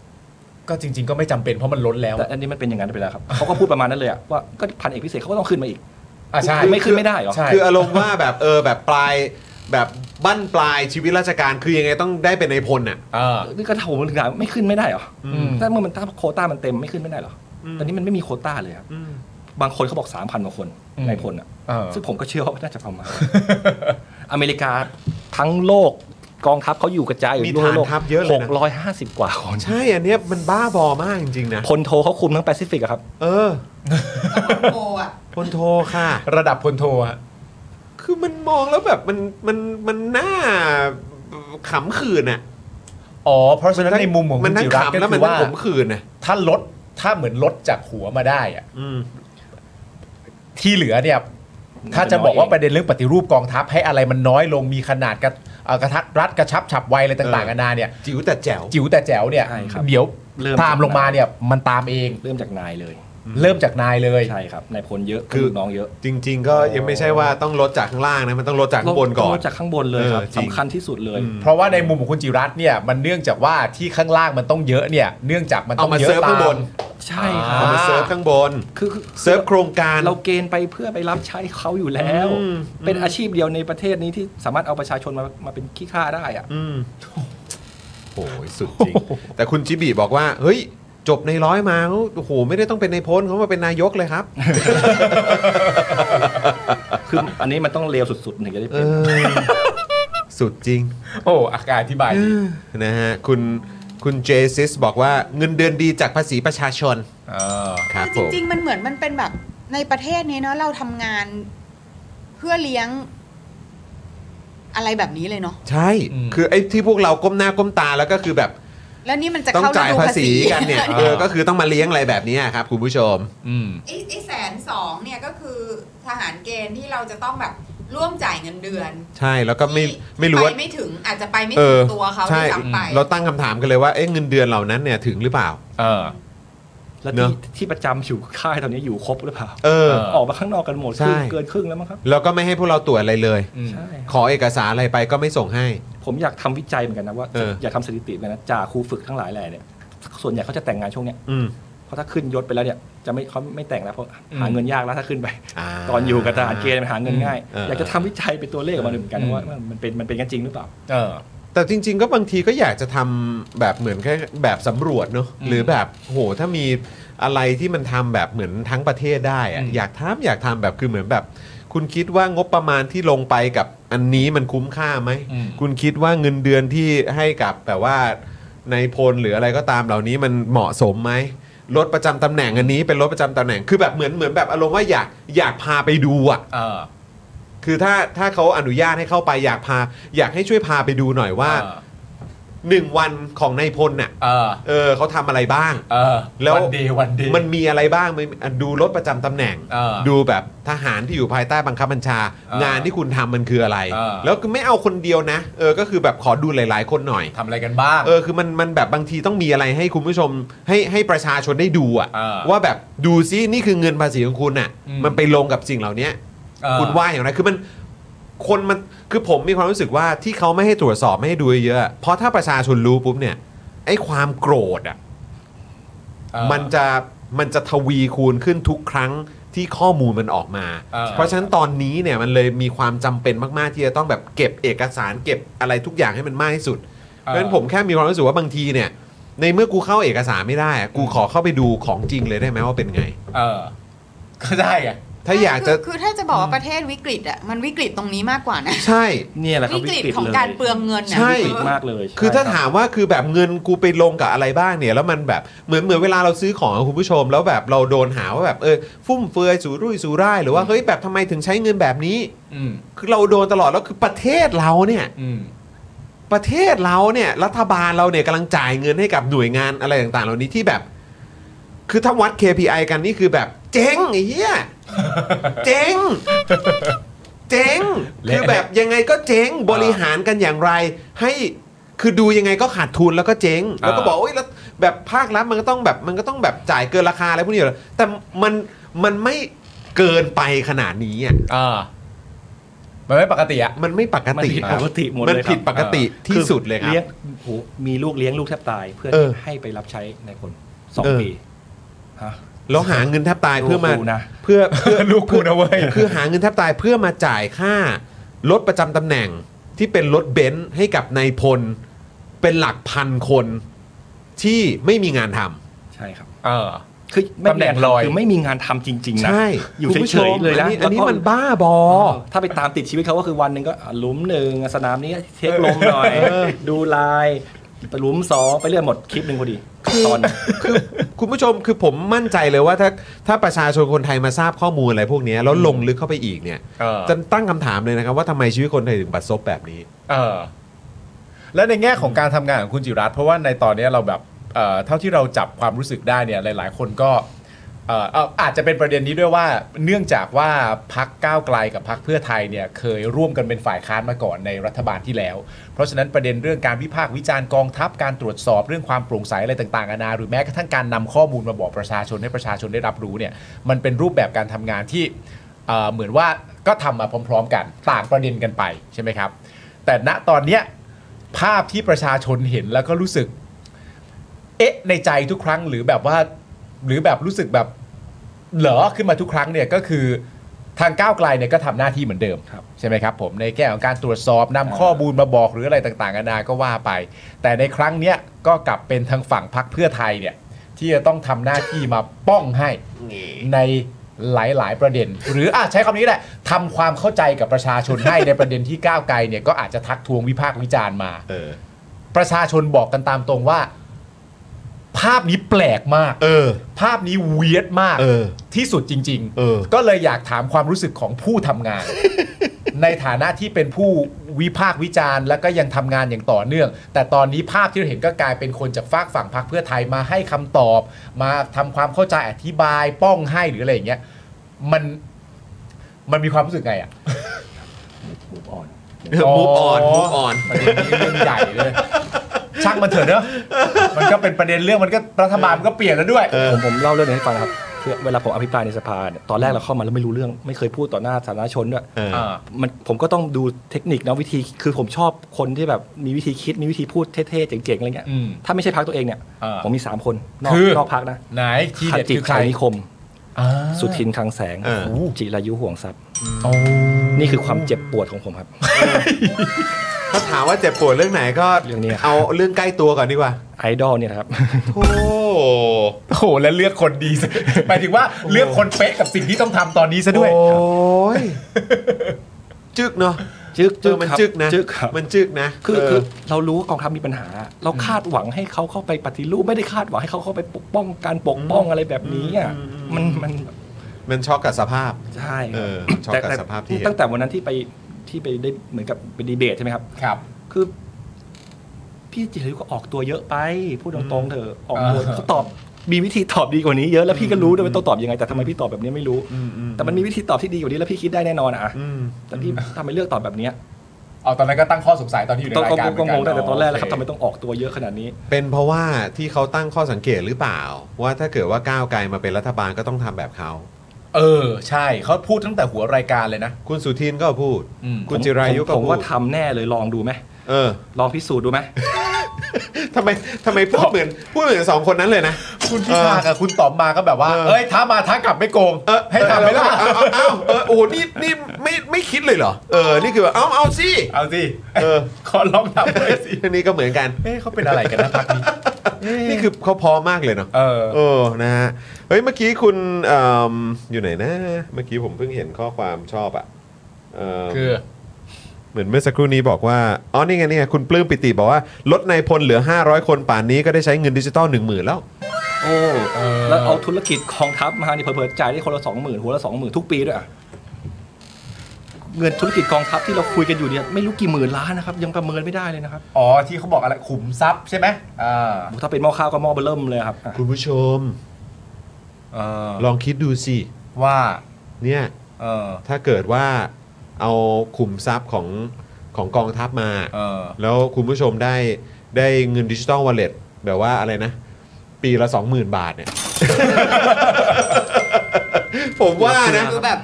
[SPEAKER 5] 60
[SPEAKER 2] ก็จริง ๆ ก็ไม่จำเป็นเพราะมันล้นแล้ว
[SPEAKER 5] แต่อันนี้มันเป็นอย่างนั้นไปแล้วครับ เขาก็พูดประมาณนั้นเลยอะว่าก็พันเอกพิเศษเขาก็ต้องขึ้นมาอีก
[SPEAKER 2] อ่ะใช่
[SPEAKER 5] คือไม่ขึ้นไม่ได้เหรอ
[SPEAKER 2] ใช่
[SPEAKER 1] คืออารมณ์ว่าแบบเออแบบปลายแบบบั้นปลายชีวิตราชการคือยังไงต้องได้เป็นในายพลน่ะ
[SPEAKER 2] เออ
[SPEAKER 5] นี่ก็ถามผมถึงถามไม่ขึ้นไม่ได้เหรอ
[SPEAKER 2] อืม
[SPEAKER 5] ถ้าเมื่อมันถ้าโควต้ามันเต็มไม่ขึ้นไม่ได้เหรอแต่นี่มันไม่มีโควต้าเลยครับ บางคนเขาบอก 3,000กว่าคน
[SPEAKER 2] อืม
[SPEAKER 5] ในพลอ่ะ
[SPEAKER 2] เออ
[SPEAKER 5] ซึ่งผมก็เชื่อว่าน่าจะประมาณ อเมริกาทั้งโลกกองทัพเขาอยู่กระจายอยู่
[SPEAKER 1] มี
[SPEAKER 5] ทั่วโลก
[SPEAKER 1] ฐานทัพเยอะเลยนะ
[SPEAKER 5] หกร้อยห้าสิบกว่าคน
[SPEAKER 1] ใช่อันเนี้ยมันบ้าบอมากจริงๆนะ
[SPEAKER 5] พลโทเขาคุมทั้งแปซิฟิกอะครับ
[SPEAKER 1] เออ
[SPEAKER 3] โกอ่ะ
[SPEAKER 1] พลโทค่ะ
[SPEAKER 2] ระดับพลโทฮะ
[SPEAKER 1] คือมันมองแล้วแบบมันมันมันน่าขำขื่นอ่ะ
[SPEAKER 2] อ๋อ เพราะฉะนั้นในมุมของ
[SPEAKER 1] มั
[SPEAKER 2] คุ
[SPEAKER 1] น
[SPEAKER 2] ณ
[SPEAKER 1] นั่ง
[SPEAKER 2] จิรัตน์
[SPEAKER 1] ขำแล้วมันนั่ง
[SPEAKER 2] ก็คือว่า
[SPEAKER 1] ขมขื่นนะ
[SPEAKER 2] ถ้าลดถ้าเหมือนลดจากหัวมาได้อะ
[SPEAKER 1] อืม
[SPEAKER 2] ที่เหลือเนี่ย ถ้าจะบอกว่าประเด็นเรื่องปฏิรูปกองทัพให้อะไรมันน้อยลงมีขนาดกระเอ่อกระทัดรัดกระชับฉับไวอะไรต่าง
[SPEAKER 1] เออ
[SPEAKER 2] ๆนานาเนี่ย
[SPEAKER 1] จิ๋วแต่แจ๋ว
[SPEAKER 2] จิ๋วแต่แจ๋วเนี่ย
[SPEAKER 5] ใช่ครับ
[SPEAKER 2] เดี๋ยว
[SPEAKER 5] เริ่ม
[SPEAKER 2] ตามลงมาเนี่ยมันตามเอง
[SPEAKER 5] เริ่มจากนายเลย
[SPEAKER 2] เริ่มจากนายเลย
[SPEAKER 5] ใช่ครับนายพลเยอะ
[SPEAKER 1] คือ
[SPEAKER 5] ลูกน้องเยอะ
[SPEAKER 1] จริง ๆ ก็ยังไม่ใช่ว่าต้องลดจากข้างล่างนะ มันต้องลดจากข้างบนก่อน
[SPEAKER 5] เริ่มจากข้างบนเลยครับ
[SPEAKER 1] เออจริง
[SPEAKER 5] สำคัญที่สุดเลย
[SPEAKER 1] อืม
[SPEAKER 2] เพราะว่าในมุมของคุณจิรัตน์เนี่ยมันเนื่องจากว่าที่ข้างล่างมันต้องเยอะเนี่ย เนื่องจากมันต้
[SPEAKER 1] เอา
[SPEAKER 2] อง
[SPEAKER 1] มา
[SPEAKER 2] เยอะ
[SPEAKER 1] เซิร์ฟ
[SPEAKER 2] ตา
[SPEAKER 1] ข้างบ
[SPEAKER 2] ม
[SPEAKER 1] น
[SPEAKER 5] ใช่ครั
[SPEAKER 1] เอา
[SPEAKER 5] บ
[SPEAKER 1] มาเซิร์ฟข้างบน
[SPEAKER 5] คือคือ
[SPEAKER 1] เซิร์ฟโครงการ
[SPEAKER 5] เราเกณฑ์ไปเพื่อไปรับใช้เขาอยู่แล้ว
[SPEAKER 1] อืม
[SPEAKER 5] เป็นอาชีพเดียวในประเทศนี้ที่สามารถเอาประชาชนมามาเป็นขี้ข้าได้อะ
[SPEAKER 1] อืมโอ้ยสุดจริง แต่คุณจิบีบอกว่า เฮ้ย จบในร้อยมาเขาโอ้โห ไม่ได้ต้องเป็นในายพลเขามาเป็นนายกเลยครับ
[SPEAKER 5] คืออันนี้มันต้องเลวสุดๆถึงจะได้
[SPEAKER 1] เอ
[SPEAKER 5] เป็น
[SPEAKER 1] อ สุดจริง
[SPEAKER 2] โอ้อาการอธิบายดี
[SPEAKER 1] นะฮะ คุณคุณเจซิสบอกว่าเงินเดือนดีจากภาษีประชาชน
[SPEAKER 2] เออ
[SPEAKER 1] ครับผ
[SPEAKER 3] คือ
[SPEAKER 1] ม
[SPEAKER 3] จริง ๆ มันเหมือนมันเป็นแบบในประเทศนี้เนาะเราทำงานเพื่อเลี้ยงอะไรแบบนี้เลยเนาะ
[SPEAKER 1] ใช่
[SPEAKER 2] อืม
[SPEAKER 1] คือไอ้ที่พวกเราก้มหน้าก้มตาแล้วก็คือแบบ
[SPEAKER 3] แล้วนี่มันจะ
[SPEAKER 1] ต้อง
[SPEAKER 3] เข้า
[SPEAKER 1] จ่าย
[SPEAKER 3] ฤดู
[SPEAKER 1] ภาษีกันเนี่ย เออ ก็คือต้องมาเลี้ยงอะไรแบบนี้ครับ คุณผู้ชม
[SPEAKER 2] อืม
[SPEAKER 3] ไอ้ไอ้แสนสองเนี่ยก็คือทหารเกณฑ์ที่เราจะต้องแบบร่วมจ่ายเงินเดือน
[SPEAKER 1] ใช่ แล้วก็ไม่
[SPEAKER 3] ที่
[SPEAKER 1] ไม่รู้ว่า
[SPEAKER 3] ปไม่ถึงอาจจะไปไม่
[SPEAKER 1] เอ
[SPEAKER 3] ถึง
[SPEAKER 1] อ
[SPEAKER 3] ตัวเขา
[SPEAKER 1] ใช่
[SPEAKER 3] ที่สั่งไป
[SPEAKER 1] เราตั้งคำถามกันเลยว่า เอ๊ะเงินเดือนเหล่านั้นเนี่ยถึงหรือเปล่า
[SPEAKER 2] เออ
[SPEAKER 5] แล้ว
[SPEAKER 1] เน
[SPEAKER 5] ที่
[SPEAKER 1] อะ
[SPEAKER 5] ที่ประจำอยู่ค่ายตอนนี้อยู่ครบหรือเปล่า
[SPEAKER 1] เออ
[SPEAKER 2] เอ
[SPEAKER 5] ออกมาข้างนอกกันหมด
[SPEAKER 1] ใช่
[SPEAKER 5] ครึ่งเกินครึ่งแล้วมั้งครับ
[SPEAKER 1] แล้วก็ไม่ให้พวกเราตรวจอะไรเลย
[SPEAKER 2] อืม
[SPEAKER 5] ใช่
[SPEAKER 1] ขอเอกสารอะไรไปก็ไม่ส่งให้
[SPEAKER 5] ผมอยากทำวิจัยเหมือนกันนะว่า
[SPEAKER 1] เอออ
[SPEAKER 5] อยากทำสถิติเหมือนกันนะจ่าครูฝึกทั้งหลายแหล่เนี่ย ส่วนใหญ่เขาจะแต่งงานช่วงเนี้ย
[SPEAKER 1] อืม
[SPEAKER 5] เพราะถ้าขึ้นยศไปแล้วเนี่ยจะไม่เขาไม่แต่งแล้วเพราะหา
[SPEAKER 2] อืม
[SPEAKER 5] เงินยากแล้วถ้าขึ้นไป
[SPEAKER 1] อ่า
[SPEAKER 5] ตอนอยู่กับทหารเกณฑ์มันหาเงินง่าย
[SPEAKER 1] เอออ
[SPEAKER 5] อยากจะทำวิจัยเป็นตัวเลขออกมาดูเหมือนกันว่าว่ามันเป็นมันเป็นกันจริงหรือเปล่า
[SPEAKER 2] เออ
[SPEAKER 1] แต่จริง ๆ ก็บางทีก็อยากจะทำแบบเหมือนแค่แบบสำรวจเนอะ
[SPEAKER 2] อืม
[SPEAKER 1] หรือแบบโหถ้ามีอะไรที่มันทำแบบเหมือนทั้งประเทศได้อะ
[SPEAKER 2] อืม
[SPEAKER 1] อยากทำอยากทำแบบคือเหมือนแบบ คุณคิดว่างบประมาณที่ลงไปกับอันนี้มันคุ้มค่าไหม
[SPEAKER 2] อืม
[SPEAKER 1] คุณคิดว่าเงินเดือนที่ให้กับแบบว่าในายพลหรืออะไรก็ตามเหล่านี้มันเหมาะสมไหมรถประจำตำแหน่งอันนี้เป็นรถประจำตำแหน่งคือแบบเหมือนเหมือนแบบอารมณ์ว่าอยากอยากพาไปดูอ่ะ
[SPEAKER 2] เออ
[SPEAKER 1] คือถ้าถ้าเขาอนุญาตให้เข้าไปอยากพา อยากให้ช่วยพาไปดูหน่อยว่าหนึ่งวันของนายพลน่ะ
[SPEAKER 2] เออ
[SPEAKER 1] เออเขาทำอะไรบ้าง
[SPEAKER 2] เออ
[SPEAKER 1] แล้ว
[SPEAKER 2] วันดีวันดี
[SPEAKER 1] มันมีอะไรบ้างมันอ่ะดูรถประจำตำแหน่ง
[SPEAKER 2] เออ
[SPEAKER 1] ดูแบบทหารที่อยู่ภายใต้บังคับบัญชา
[SPEAKER 2] เออง
[SPEAKER 1] งานที่คุณทำมันคืออะไร
[SPEAKER 2] เออ
[SPEAKER 1] แล้วก็ไม่เอาคนเดียวนะเออก็คือแบบขอดูหลาย ๆ คนหน่อย
[SPEAKER 2] ทำอะไรกันบ้าง
[SPEAKER 1] เออคือมันมันแบบบางทีต้องมีอะไรให้คุณผู้ชมให้ให้ประชาชนได้ดูอะ
[SPEAKER 2] เออ
[SPEAKER 1] ว่าแบบดูซินี่คือเงินภาษีของคุณอะ
[SPEAKER 2] อืม
[SPEAKER 1] มันไปลงกับสิ่งเหล่านี้
[SPEAKER 2] เออ
[SPEAKER 1] คุณว่าอย่างไรคือมันคนมันคือผมมีความรู้สึกว่าที่เขาไม่ให้ตรวจสอบไม่ให้ดูเยอะๆเพราะถ้าประชาชนรู้ปุ๊บเนี่ยไอ้ความโกรธอะ
[SPEAKER 2] เออ
[SPEAKER 1] มันจะมันจะทวีคูณขึ้นทุกครั้งที่ข้อมูลมันออกมา
[SPEAKER 2] เออ
[SPEAKER 1] เพราะฉะนั้นตอนนี้เนี่ยมันเลยมีความจำเป็นมากๆที่จะต้องแบบเก็บเอกสารเก็บอะไรทุกอย่างให้มันมากที่สุด เพราะฉะนั้นผมแค่มีความรู้สึกว่าบางทีเนี่ย ในเมื่อกูเข้าเอกสารไม่ได้อะกูขอเข้าไปดูของจริงเลยได้ไหมว่าเป็นไง
[SPEAKER 2] เออ ก็ได้ไง
[SPEAKER 1] ถ้าอยากจะ
[SPEAKER 3] คือคือถ้าจะบอกว่าประเทศวิกฤตอ่ะมันวิกฤตตรงนี้มากกว่านะ
[SPEAKER 1] ใช่
[SPEAKER 5] เนี่ยแหละครับ
[SPEAKER 3] วิ
[SPEAKER 5] วิ
[SPEAKER 3] กฤต
[SPEAKER 5] กฤต
[SPEAKER 3] ของ
[SPEAKER 5] เลย
[SPEAKER 3] การเปลืองเงินนะ
[SPEAKER 1] ใช่
[SPEAKER 5] วิกฤต
[SPEAKER 3] เออ
[SPEAKER 5] มากเลยใช่
[SPEAKER 1] คือถ้า
[SPEAKER 5] รับ
[SPEAKER 1] ถามว่าคือแบบเงินกูไปลงกับอะไรบ้างเนี่ย แล้วมันแบบเหมือนเหมือนเวลาเราซื้อของอะคุณผู้ชม แล้วแบบเราโดนหาว่าแบบเออฟุ่มเฟือยสูรุ่ยสูร่ายหรือว่าเฮ้ยแบบทำไมถึงใช้เงินแบบนี้
[SPEAKER 2] อืม
[SPEAKER 1] คือเราโดนตลอดแล้วคือประเทศเราเนี่ย
[SPEAKER 2] อืม
[SPEAKER 1] ประเทศเราเนี่ยรัฐบาลเราเนี่ยกำลังจ่ายเงินให้กับหน่วยงานอะไรต่างๆ เหล่านี้ที่แบบ คือถ้าวัด KPI กันนี่คือแบบเจ๊งไอ้เหี้ยเจ๊งเจ๊ ง
[SPEAKER 2] เละ
[SPEAKER 1] คือแบบยังไงก็เจ๊งบริหารกันอย่างไร ให้คือดูยังไงก็ขาดทุนแล้วก็เจ๊งแล้วก็บอกโอ้ยแล้วแบบภาครัฐมันก็ต้องแบบมันก็ต้องแบบจ่ายเกินราคาอะไรพวกนี้อยู่แล้วแต่มันมันไม่เกินไปขนาดนี้อ่ะ
[SPEAKER 2] อ่ามันไม่ปกติอ่ะ
[SPEAKER 1] มันไม่ปกติ
[SPEAKER 5] มัน
[SPEAKER 1] ค
[SPEAKER 5] ผิด
[SPEAKER 1] รับ
[SPEAKER 5] ปกติหมดเลย
[SPEAKER 1] มันผิด
[SPEAKER 5] ครับ
[SPEAKER 1] ปกติที่สุดเลยครับ
[SPEAKER 5] เลี้ยงโหมีลูกเลี้ยงลูกแทบตาย เพื่อ
[SPEAKER 1] เออ
[SPEAKER 5] ให้ไปรับใช้ในคนสอง
[SPEAKER 1] เออ
[SPEAKER 5] ปีฮะ
[SPEAKER 1] แล้วหาเงินแทบตายเพื่อมา
[SPEAKER 5] ลูกกูนะ
[SPEAKER 1] เพื่อ เพื่อ
[SPEAKER 2] ลูกกูนะเว้ย
[SPEAKER 1] คือหาเงินแทบตายเพื่อมาจ่ายค่ารถประจำตำแหน่งที่เป็นรถเบนซ์ให้กับนายพล เป็นหลักพันคนที่ไม่มีงานทำ
[SPEAKER 5] ใช่ครับ
[SPEAKER 2] เออ
[SPEAKER 5] คือไม่มี
[SPEAKER 2] ตำแหน่
[SPEAKER 5] งาง นทำ
[SPEAKER 2] ลอย
[SPEAKER 5] คือไม่มีงานทำจริง ๆ นะ
[SPEAKER 1] ใช่
[SPEAKER 5] อยู่
[SPEAKER 1] คุณผู้ช
[SPEAKER 5] เฉ
[SPEAKER 1] ม
[SPEAKER 5] ยๆเลย
[SPEAKER 1] อัน
[SPEAKER 5] นะ
[SPEAKER 1] นี้
[SPEAKER 5] แล้วก็
[SPEAKER 1] อันนี้มันบ้าบอ
[SPEAKER 5] ถ้าไปตามติดชีวิตเขาก็คือวันหนึ่งก็อ่ะหลุมหนึ่งสนามนี้เทคลมหน่อย ดูลายหลุมสองไปเรื่อยหมดคลิปหนึ่งพอดีตอนหนึ่ง
[SPEAKER 1] คุณผู้ชมคือผมมั่นใจเลยว่าถ้าถ้าประชาชนคนไทยมาทราบข้อมูลอะไรพวกนี้แล้วลงลึกเข้าไปอีกเนี่ย
[SPEAKER 2] เออ
[SPEAKER 1] จะตั้งคำถามเลยนะครับว่าทำไมชีวิตคนไทยถึงบัดซบแบบนี้
[SPEAKER 2] เออและในแง่ของการทำงานของคุณจิรัตน์เพราะว่าในตอนนี้เราแบบเอ่อเท่าที่เราจับความรู้สึกได้เนี่ยหลาย ๆ คนก็เอ่อเอาอาจจะเป็นประเด็นนี้ด้วยว่า เนื่องจากว่าพักก้าวไกลกับพักเพื่อไทยเนี่ยเคยร่วมกันเป็นฝ่ายค้านมาก่อนในรัฐบาลที่แล้ว เพราะฉะนั้นประเด็นเรื่องการวิพากษ์วิจารณ์กองทัพการตรวจสอบเรื่องความโปร่งใสอะไรต่างๆนานาหรือแม้กระทั่งการนำข้อมูลมาบอกประชาชนให้ประชาชนได้รับรู้เนี่ยมันเป็นรูปแบบการทำงานที่เอ่อเหมือนว่าก็ทำมาพร้อม ๆ กันต่างประเด็นกันไปใช่ไหมครับ แต่ณตอนเนี้ยภาพที่ประชาชนเห็นแล้วก็รู้สึก เอ๊ะ ในใจทุกครั้งหรือแบบว่า หรือแบบรู้สึกแบบเหรอขึ้นมาทุกครั้งเนี่ยก็คือทางก้าวไกลเนี่ยก็ทำหน้าที่เหมือนเดิม
[SPEAKER 5] ครับ
[SPEAKER 2] ใช่ไหมครับผมในแง่ของการตรวจสอบนำข้อมูลมาบอกหรืออะไรต่างๆนานาก็ว่าไป แต่ในครั้งเนี้ยก็กลับเป็นทางฝั่งพรรคเพื่อไทยเนี่ย ที่จะต้องทำหน้าที่มาป้องให้ในหลาย ๆ ประเด็น หรืออ่ะใช้คำนี้แหละทำความเข้าใจกับประชาชนให้ ในประเด็นที่ก้าวไกลเนี่ยก็อาจจะทักทวงวิพากษ์วิจารณ์มา
[SPEAKER 1] เออ
[SPEAKER 2] ประชาชนบอกกันตามตรงว่า ภาพนี้แปลกมาก
[SPEAKER 1] เออ
[SPEAKER 2] ภาพนี้เวียดมาก
[SPEAKER 1] เออ
[SPEAKER 2] ที่สุดจริง
[SPEAKER 1] เออ
[SPEAKER 2] ก็เลยอยากถามความรู้สึกของผู้ทำงาน ในฐานะที่เป็นผู้วิพากษ์วิจารณ์ แล้วก็ยังทำงานอย่างต่อเนื่อง แต่ตอนนี้ภาพที่เราเห็นก็กลายเป็นคนจากฝากฝั่งพรรคเพื่อไทยมาให้คำตอบ มาทำความเข้าใจอธิบาย ป้องให้หรืออะไรอย่างเงี้ยมันมันมีความรู้สึกไงอ่ะ
[SPEAKER 5] Move on
[SPEAKER 1] มูฟออนมูฟออน
[SPEAKER 2] ประเด็นนี้เรื่องใหญ่เลยช่างมันเถอะเนอะมันก็เป็นประเด็นเรื่องมันก็รัฐบาลมันก็เปลี่ยนแล้วด้วย
[SPEAKER 5] ผมผมเล่าเรื่องนี้ให้ฟังนะครับคือเวลาผมอภิปรายในสภาเนี่ยตอนแรกเราเข้ามาแล้วไม่รู้เรื่องไม่เคยพูดต่อหน้าสาธารณชนด้วย
[SPEAKER 1] เออ
[SPEAKER 2] อ่า
[SPEAKER 5] มันผมก็ต้องดูเทคนิคนะวิธีคือผมชอบคนที่แบบมีวิธีคิดมีวิธีพูดเท่ๆเจ๋งๆอะไรเงี้ย
[SPEAKER 2] อืม
[SPEAKER 5] ถ้าไม่ใช่พักตัวเองเนี่ย
[SPEAKER 2] อ่า
[SPEAKER 5] ผมมี 3 คนนอก
[SPEAKER 2] คือ
[SPEAKER 5] นอกพักนะ
[SPEAKER 2] ไหนที่
[SPEAKER 5] ขั
[SPEAKER 2] เด็ด
[SPEAKER 5] จิต
[SPEAKER 2] คือใคร
[SPEAKER 5] ชัยนิคม
[SPEAKER 2] อ่า
[SPEAKER 5] สุทินคลังแสง
[SPEAKER 1] เออ
[SPEAKER 5] จิรายุห่วงทรัพย์
[SPEAKER 2] โอ้
[SPEAKER 5] นี่คือความเจ็บปวดของผมครับ
[SPEAKER 1] ถ้าถามว่าเจ็บปวดเรื่องไหนก็
[SPEAKER 5] เรื่องนี้ครับ
[SPEAKER 1] เอาเรื่องใกล้ตัวก่อนดีกว่า
[SPEAKER 5] ไอดอลเนี่ยนะครับ
[SPEAKER 1] โอ้
[SPEAKER 2] โหแล้วเลือกคนดี ซะหมายถึงว่าเลือกคนเป๊ะกับสิ่งที่ต้องทำตอนนี้ซะด้วย
[SPEAKER 1] โอ้ย จึกเนาะ
[SPEAKER 5] จึก
[SPEAKER 1] เออมัน
[SPEAKER 5] ครับ
[SPEAKER 1] จึกนะ
[SPEAKER 5] จึกครับ
[SPEAKER 1] มันจึกนะ
[SPEAKER 5] คือ
[SPEAKER 1] เ
[SPEAKER 5] คือเรารู้ว่ากองทัพมีปัญหา เราคาดหวังให้เขาเข้าไปปฏิรูปไม่ได้คาดหวังให้เขาเข้าไปปกป้องการปกป้องอะไรแบบนี้อ่ะมันมัน
[SPEAKER 1] มันช็อกกับสภาพ
[SPEAKER 5] ใช่
[SPEAKER 1] เออช็อกกับสภาพที่เห็น
[SPEAKER 5] ตั้งแต่วันนั้นที่ไปที่ไปได้เหมือนกับไปดีเบตใช่ไหมครับ
[SPEAKER 2] ครับ
[SPEAKER 5] คือ พี่จิรายุก็ออกตัวเยอะไป พูดตรงๆเถอะออกตัว
[SPEAKER 2] อ่า
[SPEAKER 5] เขาตอบมีวิธีตอบดีกว่านี้เยอะแล้วพี่ก็รู้ด้วยว่าต้องตอบยังไงแต่ทำไมพี่ตอบแบบนี้ไม่รู้ แต่มันมีวิธีตอบที่ดีกว่านี้แล้วพี่คิดได้แน่นอนอ่ะ
[SPEAKER 1] อืม
[SPEAKER 5] แต่พี่ทำไมเลือกตอบแบบเนี้ย
[SPEAKER 2] เอาตอนนั้นก็ตั้งข้อสงสัยตอนที่อยู่ใน
[SPEAKER 5] ต้อง
[SPEAKER 2] รายการเหมื
[SPEAKER 5] ก็
[SPEAKER 2] อน
[SPEAKER 5] ง
[SPEAKER 2] กัน
[SPEAKER 5] งตั้งแต่ตอนแรกแล้วครับ
[SPEAKER 2] โ
[SPEAKER 5] ทำไมต้องออกตัวเยอะขนาดนี้
[SPEAKER 1] เป็นเพราะว่าที่เขาตั้งข้อสังเกตหรือเปล่า ว่าถ้าเกิดว่าก้าวไกลมาเป็นรัฐบาลก็ต้องทำแบบเขา
[SPEAKER 2] เออ ใช่เขาพูดตั้งแต่หัวรายการเลยนะ
[SPEAKER 1] คุณสุทินก็พูด
[SPEAKER 2] อืม
[SPEAKER 1] คุณจิรายุก็
[SPEAKER 5] ผม
[SPEAKER 1] พูด
[SPEAKER 5] ว่าทำแน่เลยลองดูไหม
[SPEAKER 1] เออ
[SPEAKER 5] ลองพิสูจน์ดูไหม
[SPEAKER 1] ทำไมทำไมพูดเหมือนพูดเหมือนสองคนนั้นเลยนะ
[SPEAKER 2] คุณพิธากับคุณตอบมาก็แบบว่า
[SPEAKER 1] เออ
[SPEAKER 2] เอ้ยท้ามาท้ากลับไม่โกง
[SPEAKER 1] เออ
[SPEAKER 2] ให้ทำไหมล่ะ
[SPEAKER 1] เออเอาเอาเออโอ้โหนี่นี่ไม่ไม่คิดเลยเหรอ เออ นี่คือแบบเอาเอาสิ
[SPEAKER 2] เอาสิ
[SPEAKER 1] เออ
[SPEAKER 2] ขอลองทำเลยสิ
[SPEAKER 1] อันนี้ก็เหมือนกัน
[SPEAKER 2] เอ้เขาเป็นอะไรกันนะพักนี้
[SPEAKER 1] นี่คือเขาพร้อมมากเลยเนาะ
[SPEAKER 2] เออ
[SPEAKER 1] เออ นะฮะ เฮ้ย เมื่อกี้คุณเอิ่มอยู่ไหนนะ เมื่อกี้ผมเพิ่งเห็นข้อความชอบอ่ะเม
[SPEAKER 2] คือ
[SPEAKER 1] เหมือนเมื่อสักครู่นี้บอกว่า อ๋อ นี่ไงนี่ไง คุณปลื้มปิติบอกว่า ลดในายพลเหลือ 500 คนป่านนี้ก็ได้ใช้เงินดิจิตอล10,000 แล้ว
[SPEAKER 5] โอ้แล้วเอาธุรกิจกองทัพมานี่เผลอๆจ่ายได้คนละสองหมื่นหัวละสองหมื่นทุกปีด้วยอะเงินธุรกิจกองทัพที่เราคุยกันอยู่เนี่ยไม่รู้กี่หมื่นล้านนะครับ ยังประเมินไม่ได้เลยนะครับ
[SPEAKER 2] อ๋อที่เขาบอกอะไรขุมทรัพย์ใช่ไหมอ่า
[SPEAKER 5] โอ้ถ้าเป็นหม้อข้าวก็หม้อเบอเริ่มเลยครับอ่ะ
[SPEAKER 1] คุณผู้ชม
[SPEAKER 2] เออ
[SPEAKER 1] ลองคิดดูสิ
[SPEAKER 2] ว่า
[SPEAKER 1] เนี่ย
[SPEAKER 2] เออ
[SPEAKER 1] ถ้าเกิดว่าเอาขุมทรัพย์ของของกองทัพมา
[SPEAKER 2] เออ
[SPEAKER 1] แล้วคุณผู้ชมได้ได้เงินดิจิตอลวอลเล็ตแบบว่าอะไรนะ ปีละ 20,000 บาทเนี่ย ผมว่านะ
[SPEAKER 3] คือแบบ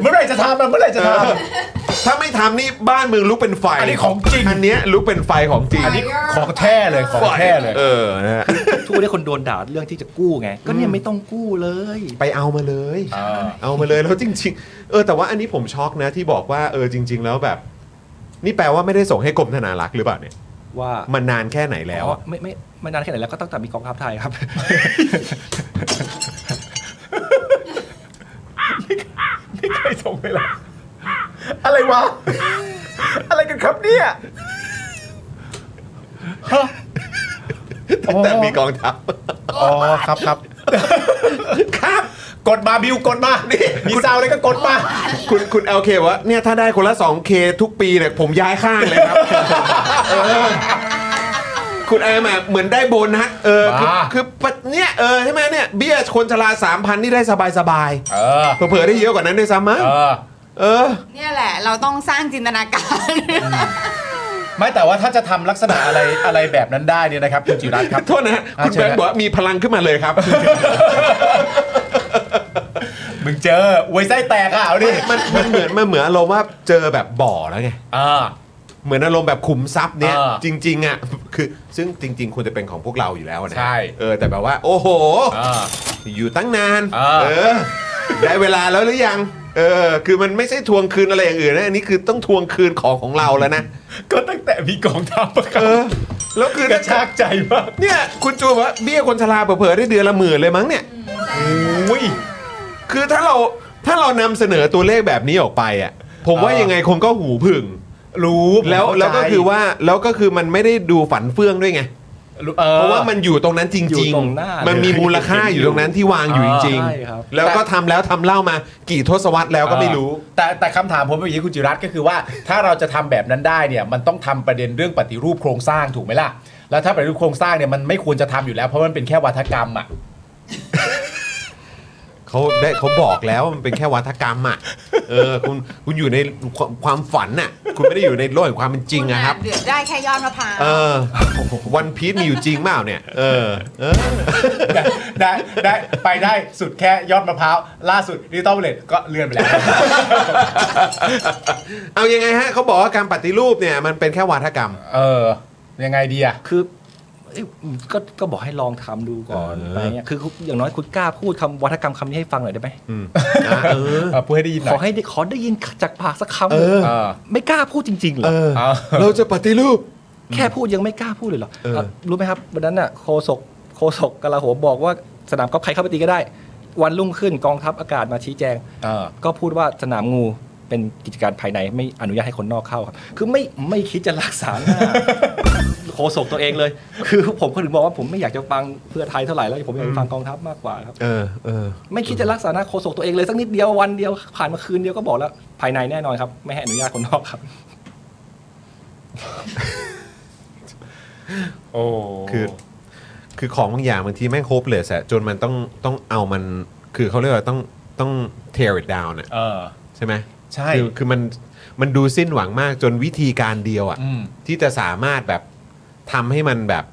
[SPEAKER 2] เมื่อไหร่จะทำมันเมื่อไหร่จะทำ
[SPEAKER 1] ถ้าไม่ทำนี่บ้านเมืองลุกเป็นไฟ
[SPEAKER 2] อันนี้ของจริง
[SPEAKER 1] อันเนี้ยลุกเป็นไฟของจริง
[SPEAKER 3] อันนี้
[SPEAKER 2] ของแท้เลยของแท้เลย
[SPEAKER 1] เออนะฮะ
[SPEAKER 5] ทุกวันนี้คนโดนด่าเรื่องที่จะกู้ไง ก็เนี่ยไม่ต้องกู้เลย
[SPEAKER 1] ไปเอามาเลย
[SPEAKER 2] อ่า
[SPEAKER 1] เอามาเลยแล้วจริง ๆ เออ แต่ว่าอันนี้ผมช็อกนะที่บอกว่าเออจริง ๆ แล้วแบบ นี่แปลว่าไม่ได้ส่งให้กรมธนารักษ์หรือเปล่าเนี่ย
[SPEAKER 5] ว่า
[SPEAKER 1] มันนานแค่ไหนแล้วอะ
[SPEAKER 5] ไม่ไม่ไม่นานแค่ไหนแล้วก็ตั้งแต่มีกองทัพไทยครับ
[SPEAKER 2] ไม่เคยส่งเลยล่ะอะไรวะ อะไรกันครับเนี่ยฮะ
[SPEAKER 1] ตั้งแต่มีกองทัพ
[SPEAKER 2] อ๋อครับครับ ครับ กดมาบิวกดมานี่มีซาวอะไรก็กดมา
[SPEAKER 1] คุณคุณเอลเคว่าเนี่ยถ้าได้คนละ 2K ทุกปีเนี่ยผมย้ายข้างเลยครับ เออคุณไอ้มาเหมือนได้โบนัสเออคือ
[SPEAKER 2] บ้า
[SPEAKER 1] คือปะเนี่ยเออใช่ไหมเนี่ยเบี้ยคนชรา3,000 นี่ได้สบายสบาย
[SPEAKER 2] เออ
[SPEAKER 1] ๆเผลอๆได้เยอะกว่านั้นด้วยซ้ำมั้ง
[SPEAKER 2] เออ
[SPEAKER 1] เออ
[SPEAKER 3] เนี่ยแหละ เราต้องสร้างจินตนาการ
[SPEAKER 2] ไม่แต่ว่าถ้าจะทำลักษณะอะไรอะไรแบบนั้นได้เนี่ยนะครับคุณจิรัตน์ครับ
[SPEAKER 1] โทษนะฮะ
[SPEAKER 2] อ่ะ
[SPEAKER 1] คุณ
[SPEAKER 2] เชิ
[SPEAKER 1] แบ
[SPEAKER 2] ญ
[SPEAKER 1] งค์
[SPEAKER 2] ฮะ
[SPEAKER 1] บอกว่ามีพลังขึ้นมาเลยครับ
[SPEAKER 2] มึงเจออวยไส้แตกอ่ะเอาดิ
[SPEAKER 1] มันมันเหมือนมันเหมือนอารมณ์ว่าเจอแบบบ่อแล้วไง
[SPEAKER 2] อ่า
[SPEAKER 1] เหมือนอารมณ์แบบขุมทรัพย์เนี่ย
[SPEAKER 2] เออ
[SPEAKER 1] จริง ๆ อ่ะ คือซึ่งจริง ๆควรจะเป็นของพวกเราอยู่แล้วนะ
[SPEAKER 2] ใช่
[SPEAKER 1] เออแต่แบบว่า โอ้โห
[SPEAKER 2] อ่า
[SPEAKER 1] อยู่ตั้งนาน
[SPEAKER 2] เออ
[SPEAKER 1] อได้เวลาแล้วหรือยัง เออ คือมันไม่ใช่ทวงคืนอะไรอย่างอื่นนะอันนี้คือต้องทวงคืนของของเราแล้วนะ
[SPEAKER 2] ก็ตั้งแต่มีกองทัพมาครั
[SPEAKER 1] เอบ อ แล้วคือก
[SPEAKER 2] ระชากใจมาก
[SPEAKER 1] เนี่ย คุณจูนบอกว่าเบี้ยคนชราเผลอๆได้เดือนละหมื่นเลยมั้งเนี่ย
[SPEAKER 2] อุ้ย
[SPEAKER 1] คือถ้าเราถ้าเรานำเสนอตัวเลขแบบนี้ออกไปอ่ะ ผมว่า
[SPEAKER 2] เออ
[SPEAKER 1] ยังไงคงก็หูผึ่ง
[SPEAKER 2] รู้ผม
[SPEAKER 1] แล้ว
[SPEAKER 2] เข้าใจ
[SPEAKER 1] แล้วก็คือว่าแล้วก็คือมันไม่ได้ดูฝันเฟื่องด้วยไง
[SPEAKER 2] เออ
[SPEAKER 1] เพราะว่ามันอยู่ตรงนั้นจ
[SPEAKER 5] อยู่
[SPEAKER 1] ริง
[SPEAKER 5] ตรงหน้า
[SPEAKER 1] มันมีมูลค่าอยู่ตรงนั้นที่วางอยู่
[SPEAKER 2] เอ
[SPEAKER 1] จ
[SPEAKER 2] อ
[SPEAKER 1] ริง
[SPEAKER 5] ใช่ครับ
[SPEAKER 1] ๆแล้วก็ทำแล้วทำเล่ามากี่ทศวรรษแล้วก็ไม่รู้
[SPEAKER 2] แต่แต่คำถามผมเป็นอย่างนี้คุณจิรัตน์ก็คือว่า ถ้าเราจะทำแบบนั้นได้เนี่ยมันต้องทำประเด็นเรื่องปฏิรูปโครงสร้างถูกไหมล่ะ แล้วถ้าปฏิรูปโครงสร้างเนี่ยมันไม่ควรจะทำอยู่แล้วเพราะมันเป็นแค่วัฒกรรมอ่ะ
[SPEAKER 1] เขาได้เขาบอกแล้วว่ามันเป็นแค่วัฒกรรมอ่ะ เออคุณคุณอยู่ในความความฝันน่ะ คุณไม่ได้อยู่ในโลกแห่งความเป็นจริงอะครับ
[SPEAKER 3] เดือดได้แค่ยอดมะพร้าว
[SPEAKER 1] เออวันพีซมีอยู่จริงเปล่าเนี่ย เออ เออ
[SPEAKER 2] ได้ได้ได้ไปได้สุดแค่ยอดมะพร้าวล่าสุดดิจิตอลเลตก็เลื่อนไปแล้ว
[SPEAKER 1] เอายังไงฮะเขาบอกว่าการปฏิรูปเนี่ยมันเป็นแค่วัฒกรรม
[SPEAKER 2] เออ ยังไงดีอ่ะ
[SPEAKER 5] คือเอ้ยก็ก็บอกให้ลองทำดูก่อน
[SPEAKER 1] เอออ
[SPEAKER 5] อะไรเงี้ยคืออย่างน้อยคุณกล้าพูดคำวัฒกรรมคำนี้ให้ฟังหน่อยได้ไหม
[SPEAKER 1] อืมนะเออ
[SPEAKER 2] เออพูดให้ได้ยินหน่
[SPEAKER 5] ขอ
[SPEAKER 2] อย
[SPEAKER 5] ให้ได้ขอได้ยินจากปากสักคำ
[SPEAKER 1] เออ
[SPEAKER 2] เออ
[SPEAKER 5] ไม่กล้าพูดจริงๆเหร
[SPEAKER 1] เอ
[SPEAKER 5] อ
[SPEAKER 1] อ
[SPEAKER 2] เอา
[SPEAKER 1] เราจะปฏิรูป
[SPEAKER 5] แค่พูดยังไม่กล้าพูดเลยเหรอ
[SPEAKER 1] เออ
[SPEAKER 5] เอ่อรู้ไหมครับวันนั้นน่ะโคศกโคศกกลาโหมบอกว่าสนามกอล์ฟใครเข้าไปตีก็ได้ วันรุ่งขึ้นกองทัพอากาศมาชี้แจง
[SPEAKER 2] เออ
[SPEAKER 5] ก็พูดว่าสนามงูเป็นกิจการภายในไม่อนุญาตให้คนนอกเข้าครับคือไม่ไม่คิดจะรักษาหน้า โคศกตัวเองเลย คือผมก็ถึงบอกว่าผมไม่อยากจะฟังเพื่อไทยเท่าไหร่แล้วผมอยากจะฟังกองทัพมากกว่าครับ
[SPEAKER 1] เออเออ
[SPEAKER 5] ไม่คิดจะรักษาหน้าโคศกตัวเองเลยสักนิดเดียววันเดียวผ่านมาคืนเดียวก็บอกแล้วภายในแน่นอนครับไม่ให้อนุญาตคนนอกครับ
[SPEAKER 2] โอ้
[SPEAKER 1] คือ คือของบางอย่างบางทีแม่งโฮปเลสอะจนมันต้องต้องเอามัน คือเขาเรียกว่าต้องต้อง tear it down อะ
[SPEAKER 2] เออ
[SPEAKER 1] ใช่ไหม
[SPEAKER 2] ใช่
[SPEAKER 1] คือคือมันมันดูสิ้นหวังมากจนวิธีการเดียวอะ
[SPEAKER 2] อืม
[SPEAKER 1] ที่จะสามารถแบบทำให้มันแบบ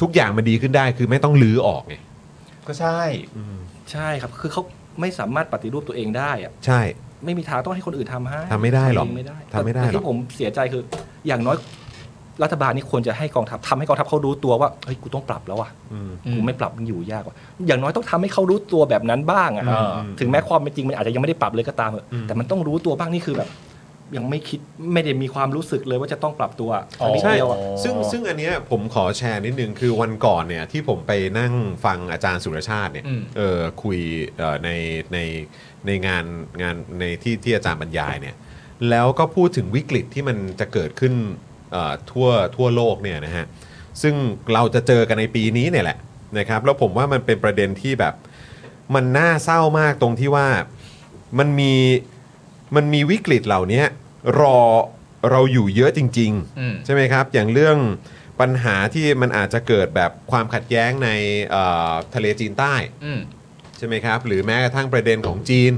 [SPEAKER 1] ทุกอย่างมันดีขึ้นได้คือไม่ต้องลื้อออกไง
[SPEAKER 2] ก็ใช่
[SPEAKER 5] ใช่ครับ คือเขาไม่สามารถปฏิรูปตัวเองได้อะ
[SPEAKER 1] ใช่
[SPEAKER 5] ไม่มีทางต้องให้คนอื่นทำให้
[SPEAKER 1] ทำไม่ได้หรอก
[SPEAKER 5] ทำเองไม่ได้
[SPEAKER 1] ทำไม่ได้หรอก
[SPEAKER 5] แต่ที่ผมเสียใจคือ อย่างน้อย รัฐบาลนี่ควรจะให้กองทัพทำให้กองทัพเขารู้ตัวว่าเฮ้ยกูต้องปรับแล้วว่ะกูไม่ปรับมันอยู่ยากว่ะอย่างน้อยต้องทำให้เขารู้ตัวแบบนั้นบ้างอะ
[SPEAKER 2] อ่า
[SPEAKER 5] ถึงแม้ความเป็นจริงมันอาจจะยังไม่ได้ปรับเลยก็ตามเถอะแต่มันต้องรู้ตัวบ้างนี่คือแบบ ยังไม่คิดไม่ได้มีความรู้สึกเลยว่าจะต้องปรับตัวอันนี้
[SPEAKER 1] ใช่
[SPEAKER 5] เดียวอะ
[SPEAKER 1] ซึ่งซึ่งอันเนี้ยผมขอแชร์นิดนึงคือวันก่อนเนี่ยที่ผมไปนั่งฟังอาจารย์สุรชาติเนี่ย
[SPEAKER 2] อืม
[SPEAKER 1] เออคุยเอ่อในในในงานงานในที่ที่อาจารย์บรรยายเนี่ยแล้วก็พูดถึงวิกฤตที่มันจะเกิดขึ้นเอ่อทั่วทั่วโลกเนี่ยนะฮะซึ่งเราจะเจอกันในปีนี้เนี่ยแหละนะครับแล้วผมว่ามันเป็นประเด็นที่แบบมันน่าเศร้ามากตรงที่ว่ามันมี มันมีวิกฤตเหล่านี้รอเราอยู่เยอะจริง
[SPEAKER 2] อืม
[SPEAKER 1] ๆ ใช่ไหมครับ อย่างเรื่องปัญหาที่มันอาจจะเกิดแบบความขัดแย้งในเอ่อทะเลจีนใต้
[SPEAKER 2] อืม
[SPEAKER 1] ใช่ไหมครับ หรือแม้กระทั่งประเด็นของจีน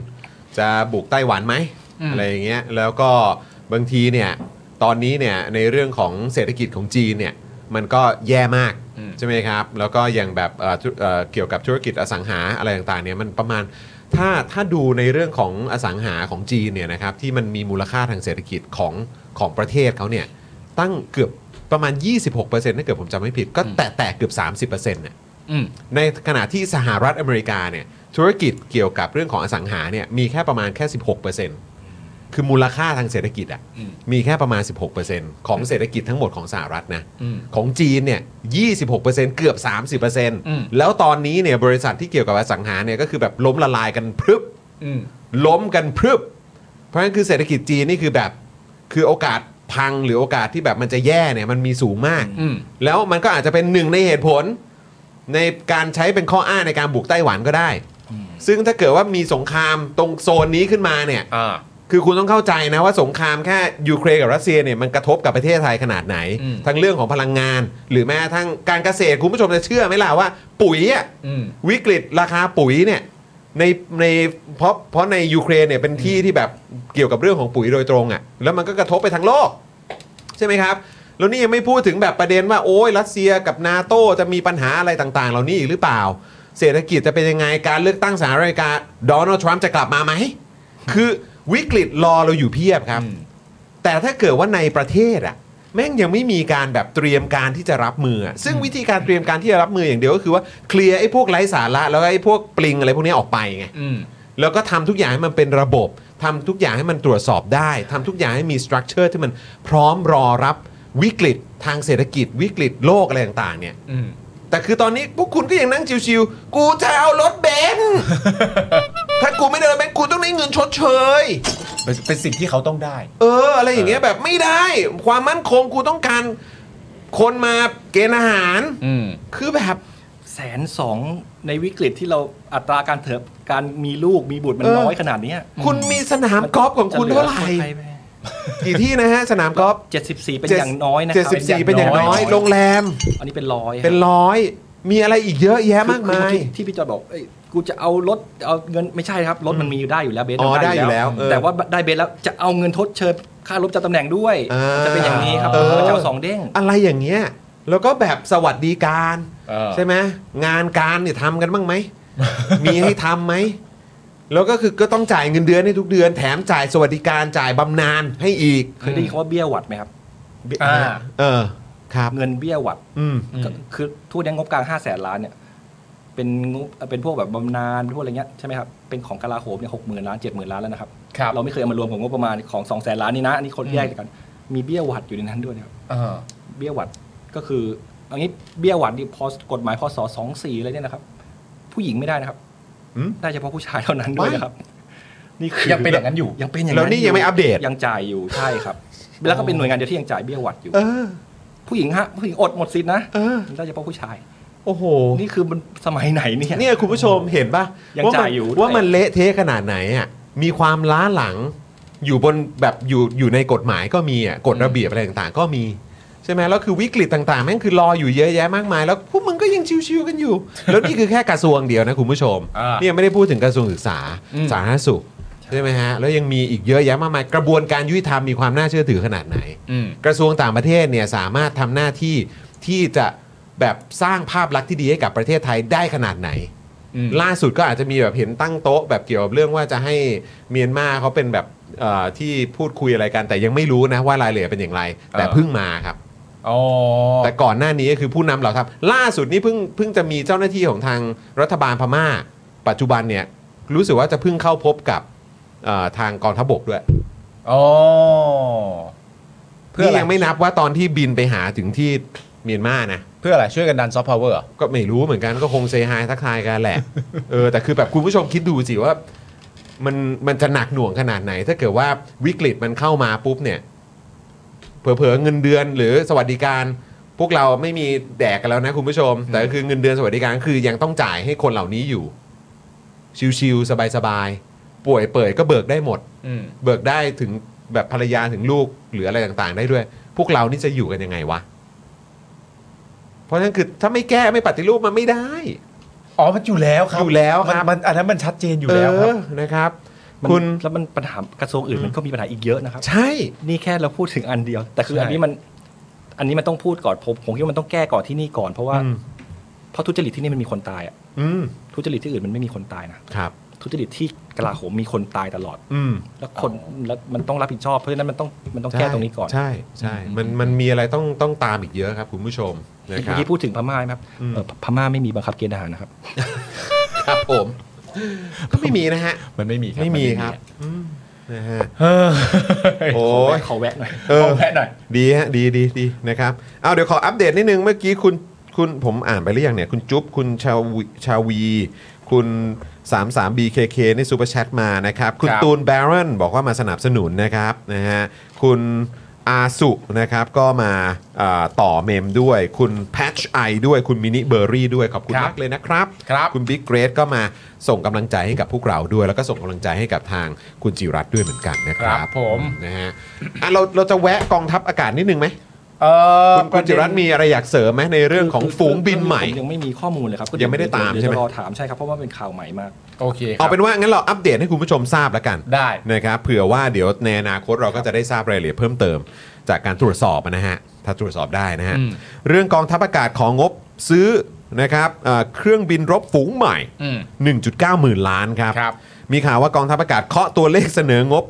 [SPEAKER 1] จะบุกไต้หวันไหม
[SPEAKER 2] อืม
[SPEAKER 1] อะไรอย่างเงี้ยแล้วก็บางทีเนี่ยตอนนี้เนี่ยในเรื่องของเศรษฐกิจของจีนเนี่ยมันก็แย่มากใช่ไหมครับ แล้วก็อย่างแบบเอ่อธุเอ่อเกี่ยวกับธุรกิจอสังหาอะไรต่างๆเนี่ยมันประมาณถ้าถ้าดูในเรื่องของอสังหาของจีนเนี่ยนะครับที่มันมีมูลค่าทางเศรษฐกิจของของประเทศเขาเนี่ยตั้งเกือบประมาณ 26%ถ้าเกิดผมจำไม่ผิด ก็แตะแตะเกือบ30%เนี่ย
[SPEAKER 2] อืม
[SPEAKER 1] ในขณะที่สหรัฐอเมริกาเนี่ยธุรกิจเกี่ยวกับเรื่องของอสังหาเนี่ยมีแค่ประมาณแค่ 16%คือมูลค่าทางเศรษฐกิจอะ่ะ
[SPEAKER 2] อืม
[SPEAKER 1] มีแค่ประมาณ 16%ของเศรษฐกิจทั้งหมดของสหรัฐนะ
[SPEAKER 2] อืม
[SPEAKER 1] ของจีนเนี่ย 26%เกือบ
[SPEAKER 2] ม
[SPEAKER 1] 30%แล้วตอนนี้เนี่ยบริษัทที่เกี่ยวกับอสังหาเนี่ยก็คือแบบล้มละลายกันพรึบ
[SPEAKER 2] อืม
[SPEAKER 1] ล้มกันพรึบ เพราะฉะนั้นคือเศรษฐกิจจีนนี่คือแบบ คือโอกาสพังหรือโอกาสที่แบบมันจะแย่เนี่ยมันมีสูงมาก
[SPEAKER 2] อืม
[SPEAKER 1] แล้วมันก็อาจจะเป็นหนึ่งในเหตุผล ในการใช้เป็นข้ออ้างในการบุกไต้หวันก็ได้ ซึ่งถ้าเกิดว่ามีสงครามตรงโซนนี้ขึ้นมาเนี่ย
[SPEAKER 2] อ่า
[SPEAKER 1] คือคุณต้องเข้าใจนะว่าสงครามแค่ยูเครนกับรัสเซียเนี่ยมันกระทบกับประเทศไทยขนาดไหน
[SPEAKER 2] อืม
[SPEAKER 1] ทั้งเรื่องของพลังงาน หรือแม้ทั้งการเกษตรคุณผู้ชมจะเชื่อไหมล่ะว่า ปุ๋ยอะ
[SPEAKER 2] อืม
[SPEAKER 1] วิกฤตราคาปุ๋ยเนี่ยในในเพราะเพราะในยูเครนเนี่ยเป็นที่ที่แบบเกี่ยวกับเรื่องของปุ๋ยโดยตรงอะ่ะแล้วมันก็กระทบไปทั้งโลก ใช่ไหมครับ แล้วนี่ยังไม่พูดถึงแบบประเด็นว่าโอ้ยรัสเซียกับนาโตจะมีปัญหาอะไรต่างๆ เหล่านี้อีกหรือเปล่า เศรษฐกิจจะเป็นยังไงการเลือกตั้งสหรัฐอเมริกาโดนัลด์ทรัมป์จะกลับมาไหม คือวิกฤตรอเราอยู่เพียบครับ
[SPEAKER 2] อืม
[SPEAKER 1] แต่ถ้าเกิดว่าในประเทศอะแม่งยังไม่มีการแบบเตรียมการที่จะรับมืออะซึ่งวิธีการเตรียมการที่จะรับมืออย่างเดียวก็คือว่าเคลียร์ไอ้พวกไร้สาระแล้วก็ไอ้พวกปลิงอะไรพวกนี้ออกไปไง
[SPEAKER 2] อืม
[SPEAKER 1] แล้วก็ทำทุกอย่างให้มันเป็นระบบทำทุกอย่างให้มันตรวจสอบได้ทำทุกอย่างให้มีสตรัคเจอร์ที่มันพร้อมรอรับวิกฤตทางเศรษฐกิจ วิกฤตโลกอะไรต่างๆเนี่ย
[SPEAKER 2] อืม
[SPEAKER 1] แต่คือตอนนี้พวกคุณก็ยังนั่งชิวๆ กูจะเอารถเบนซ์ ถ้ากูไม่ได้รถเบนซ์กูต้องได้เงินชดเชย
[SPEAKER 2] เป็นเป็นสิ่งที่เขาต้องได้
[SPEAKER 1] เออ อะไรอย่างเงี้ยแบบไม่ได้ ความมั่นคงกูต้องการคนมาเกณฑ์อาหาร
[SPEAKER 2] อืม
[SPEAKER 1] คือแบบ
[SPEAKER 5] แสนสองในวิกฤตที่เราอัตราการเถิบการมีลูกมีบุตรมัน
[SPEAKER 1] เออ
[SPEAKER 5] น้อยขนาดเนี้ย
[SPEAKER 1] คุณมีสนามกอล์ฟของคุณเท่าไหร่ กี่ที่นะฮะ สนามกอล์ฟ
[SPEAKER 5] เจ็ดสิบสี่เป็นอย่างน้อยนะค
[SPEAKER 1] เจ็ด
[SPEAKER 5] รั
[SPEAKER 1] สิบสี่เป็นอย่างน้
[SPEAKER 2] น้
[SPEAKER 1] อ
[SPEAKER 2] อย ย
[SPEAKER 1] โรงแรม
[SPEAKER 5] อันนี้เป็นร้อย
[SPEAKER 1] เป็นร้อย มีอะไรอีกเยอะแยะ
[SPEAKER 5] คือ
[SPEAKER 1] มากมาย
[SPEAKER 5] คือที่ที่พี่จอยบอกเอ้ยกูจะเอารถเอาเงินไม่ใช่ครับรถมันมีอยู่ได้อยู่แล้วเบส
[SPEAKER 1] อ๋อ
[SPEAKER 5] มัน
[SPEAKER 1] ได้อยู่แล้วเออ
[SPEAKER 5] แต่ว่าได้เบสแล้วจะเอาเงินทดเชยค่ารถจำตำแหน่งด้วย
[SPEAKER 1] อ่า
[SPEAKER 5] จะเป็นอย่างนี้ครับ
[SPEAKER 1] เออ
[SPEAKER 5] มันจะเอาสองเด้ง
[SPEAKER 1] อะไรอย่างเงี้ย แล้วก็แบบสวัสดิการ
[SPEAKER 2] เออ
[SPEAKER 1] ใช่ไหมงานการเนี่ยทำกันบ้างไหม มีให้ทำไหม แล้วก็คือก็ต้องจ่ายเงินเดือนให้ทุกเดือน แถมจ่ายสวัสดิการจ่ายบำนาญให้อีก
[SPEAKER 5] เคยได้ยินคำว่าเบี้ยหวัดไหมครับ
[SPEAKER 2] อ่า
[SPEAKER 1] เออครับ
[SPEAKER 5] เงินเบี้ยหวัด
[SPEAKER 1] อืม
[SPEAKER 5] ก็คือทุกวันนี้งบกลางห้าแสนล้านเนี่ยเป็นงบเป็นพวกแบบบำนาญเป็นพวกอะไรเงี้ยใช่ไหมครับเป็นของกลาโหมเนี่ยหกหมื่นล้านเจ็ดหมื่นล้านแล้วนะครับ
[SPEAKER 2] ครับ
[SPEAKER 5] เราไม่เคยเอามารวมของงบประมาณของสองแสนล้านนี่นะอันนี้คน
[SPEAKER 2] อืม
[SPEAKER 5] แยกกันมีเบี้ยหวัดอยู่ในนั้นด้วยนะครับ
[SPEAKER 2] อ่า
[SPEAKER 5] เบี้ยหวัดก็คือเอันนี้เบี้ยหวัดนี่พอกฎหมายพศสองสี่อะไรเนี่ยนะครับ ผู้หญิงไม่ได้นะครับ
[SPEAKER 1] อืม
[SPEAKER 5] ได้เฉพาะผู้ชายเท่านั้นด้วยนะครับนี่คือ
[SPEAKER 2] ยังเป็นอย่างนั้นอยู่
[SPEAKER 5] ยังเป็นอย่าง
[SPEAKER 1] แล้วนี่ยังไม่อัปเดต
[SPEAKER 5] ยังจ่ายอยู่ใช่ครับ แล้วก็เป็นหน่วยงานเดียวที่ยังจ่ายเบี้ยหวัดอยู่
[SPEAKER 1] เออ
[SPEAKER 5] ผู้หญิงฮะผู้หญิงอดหมดสิทธินะ
[SPEAKER 1] เออ
[SPEAKER 5] ได้เฉพาะผู้ชาย
[SPEAKER 1] โอ้โห
[SPEAKER 5] นี่คือมันสมัยไหนเนี่ย
[SPEAKER 1] เนี่ยคุณผู้ชมเห็นปะ
[SPEAKER 5] ยัง
[SPEAKER 1] ว่ามั
[SPEAKER 5] จ่ายอยู่ด้วย
[SPEAKER 1] ว่ามันเละเทะขนาดไหนอ่ะมีความล้าหลังอยู่บนแบบอยู่อยู่ในกฎหมายก็มีอ่ะกฎระเบียบอะไรต่างๆ ก็มี ใช่ไหมแล้วคือวิกฤตต่างๆแม่งคือรออยู่เยอะแยะมากมาย แล้วพวกมึงก็ยังชิวๆกัน อยู่ แล้วนี่คือแค่กระทรวงเดียวนะคุณผู้ชม
[SPEAKER 2] อ่า
[SPEAKER 1] เนี่ยไม่ได้พูดถึงกระทรวงศึกษา
[SPEAKER 2] อืม
[SPEAKER 1] สาธารณสุขใช่ไหมฮะแล้วยังมีอีกเยอะแยะมากมายกระบวนการยุติธรรมมีความน่าเชื่อถือขนาดไหน
[SPEAKER 2] อืม
[SPEAKER 1] กระทรวงต่างประเทศเนี่ยสามารถทำหน้าที่ที่จะแบบสร้างภาพลักษณ์ที่ดีให้กับประเทศไทยได้ขนาดไหน
[SPEAKER 2] อืม
[SPEAKER 1] ล่าสุดก็อาจจะมีแบบเห็นตั้งโต๊ะ แบบเกี่ยวกับเรื่องว่าจะให้เมียนมาเขาเป็นแบบเอ่อที่พูดคุยอะไรกัน แต่ยังไม่รู้นะว่ารายละเอียดเป็นอย่างไร แต่
[SPEAKER 2] เออ
[SPEAKER 1] เพิ่งมาครับ
[SPEAKER 2] อ๋อ
[SPEAKER 1] แต่ก่อนหน้านี้ก็คือผู้นำเหล่าทัพล่าสุดนี่เพิ่งเพิ่งจะมีเจ้าหน้าที่ของทางรัฐบาลพม่า ปัจจุบันเนี่ยรู้สึกว่าจะเพิ่งเข้าพบกับเอ่อทางกองทัพบกด้วย
[SPEAKER 2] อ๋อ เพื่อ
[SPEAKER 1] นี่
[SPEAKER 2] อะไร
[SPEAKER 1] ยังไม่นับว่าตอนที่บินไปหาถึงที่เมียนมานะ
[SPEAKER 2] เพื่ออะไรช่วยกันดันซอฟต์พาวเวอร์เหรอ
[SPEAKER 1] ก็ไม่รู้เหมือนกันก็คงเซฮายทักทายกันแหละ เออแต่คือแบบคุณผู้ชมคิดดูสิว่ามันมันจะหนักหน่วงขนาดไหน ถ้าเกิดว่าวิกฤตมันเข้ามาปุ๊บเนี่ยเผลอๆเงินเดือนหรือสวัสดิการ พวกเราไม่มีแดกกันแล้วนะคุณผู้ชม แต่ก็คือเงินเดือนสวัสดิการคือยังต้องจ่ายให้คนเหล่านี้อยู่ ชิวๆสบายๆป่วยเปิดก็เบิกได้หมด
[SPEAKER 2] อืม
[SPEAKER 1] เบิกได้ถึงแบบภรรยาถึงลูกหรืออะไรต่างๆ ได้ด้วย พวกเรานี่จะอยู่กันยังไงวะ เพราะฉะนั้นคือถ้าไม่แก้ไม่ปฏิรูปมันไม่ได้
[SPEAKER 2] อ๋อ มันอยู่แล้วครับ
[SPEAKER 1] อยู่แล้วครับ
[SPEAKER 2] มันมันอันนั้นมันชัดเจนอยู่แล้วครับ
[SPEAKER 1] เอนะครับ
[SPEAKER 5] มัน
[SPEAKER 1] คุณ
[SPEAKER 5] แล้วมันปัญหากระทรวงอื่นมันก็มีปัญหาอีกเยอะนะครับ
[SPEAKER 1] ใช่
[SPEAKER 5] นี่แค่เราพูดถึงอันเดียว แต่คือ
[SPEAKER 1] ใช่
[SPEAKER 5] อันนี้มัน อันนี้มันต้องพูดก่อนผมผมคิดว่ามันต้องแก้ก่อนที่นี่ก่อนเพราะว่า
[SPEAKER 1] อืม
[SPEAKER 5] เพราะทุจริตที่นี่มันมีคนตายอ่ะ
[SPEAKER 1] อืม
[SPEAKER 5] ทุจริตที่อื่นมันไม่มีคนตายนะครับ ทุจริตที่กลาโหมมีคนตายตลอด
[SPEAKER 1] อืม
[SPEAKER 5] แล้วคนแล้วมันต้องรับผิดชอบเพราะฉะนั้นมันต้องมันต้องแก้ตรงนี้ก่อน
[SPEAKER 1] ใช่ใช่
[SPEAKER 2] อืม
[SPEAKER 1] มันมันมีอะไรต้องต้องตามอีกเยอะครับ คุณผู้ชมนะค
[SPEAKER 5] เมื่
[SPEAKER 1] รั
[SPEAKER 5] อบ กี้พูดถึงพม่าไหมครับ
[SPEAKER 1] อืม
[SPEAKER 5] เอ่อพม่าไม่มีบังคับเกณฑ์ทหารนะครับ
[SPEAKER 1] ครับผม ก็ไม่มีนะฮะ
[SPEAKER 2] มันไม่มี
[SPEAKER 1] ไม่มีครับอืมนะฮะ
[SPEAKER 2] เออ
[SPEAKER 1] โอ้ย
[SPEAKER 5] ขอแวะหน่อย
[SPEAKER 1] เออ
[SPEAKER 2] แวะหน่อย
[SPEAKER 1] ดีฮะดีดีดีนะครับเอาเดี๋ยวขออัปเดตนิดนึง เมื่อกี้คุณคุณผมอ่านไปหรือยังเนี่ย คุณจุ๊บคุณชาวีชาวี คุณ 33BKK นี่ซูเปอร์แชทมานะครับ คุณ
[SPEAKER 2] ครับ
[SPEAKER 1] ตูนแบรอนบอกว่ามาสนับสนุนนะครับนะฮะคุณอาสุนะครับก็มาอ่าต่อเมมด้วย คุณแพทช์ไอด้วยคุณมินิเบอร์รี่ด้วย ขอบคุณมากเลยนะครับ
[SPEAKER 2] ครับ
[SPEAKER 1] คุณบิ๊กเกรดก็มาส่งกำลังใจให้กับพวกเราด้วย แล้วก็ส่งกำลังใจให้กับทางคุณจิรัตน์ด้วยเหมือนกันนะครั
[SPEAKER 2] ครับ บผม
[SPEAKER 1] นะฮะอ่ะเราเราจะแวะกองทัพอากาศนิดนึงไหม
[SPEAKER 2] เออ
[SPEAKER 1] คุณคุณจิรัตน์มีอะไรอยากเสริมไหมในเรื่องของฝูงบินใหม่
[SPEAKER 5] ผยังไม่มีข้อมูลเลยครับก็
[SPEAKER 1] ยังไม่ได้ตาม
[SPEAKER 5] เยว
[SPEAKER 1] ใช่ไหม
[SPEAKER 5] รอถามใช่ครับเพราะว่าเป็นข่าวใหม่มาก
[SPEAKER 2] โอเคครับ
[SPEAKER 1] เอาเป็นว่างั้นเราอัปเดตให้คุณผู้ชมทราบแล้วกัน
[SPEAKER 2] ได้
[SPEAKER 1] นะครับเผื่อว่าเดี๋ยวในอนาคตเราก็จะได้ทราบรายละเอียดเพิ่มเติม จากการตรวจสอบนะฮะถ้าตรวจสอบได้นะฮะ
[SPEAKER 2] อืม
[SPEAKER 1] เรื่องกองทัพอากาศของงบซื้อนะครับเอ่อเครื่องบินรบฝูงใหม่
[SPEAKER 2] อืม
[SPEAKER 1] 1.9 หมื่นล้านครับ
[SPEAKER 2] ครับ
[SPEAKER 1] มีข่าวว่ากองทัพอากาศเคาะตัวเลขเสนองบ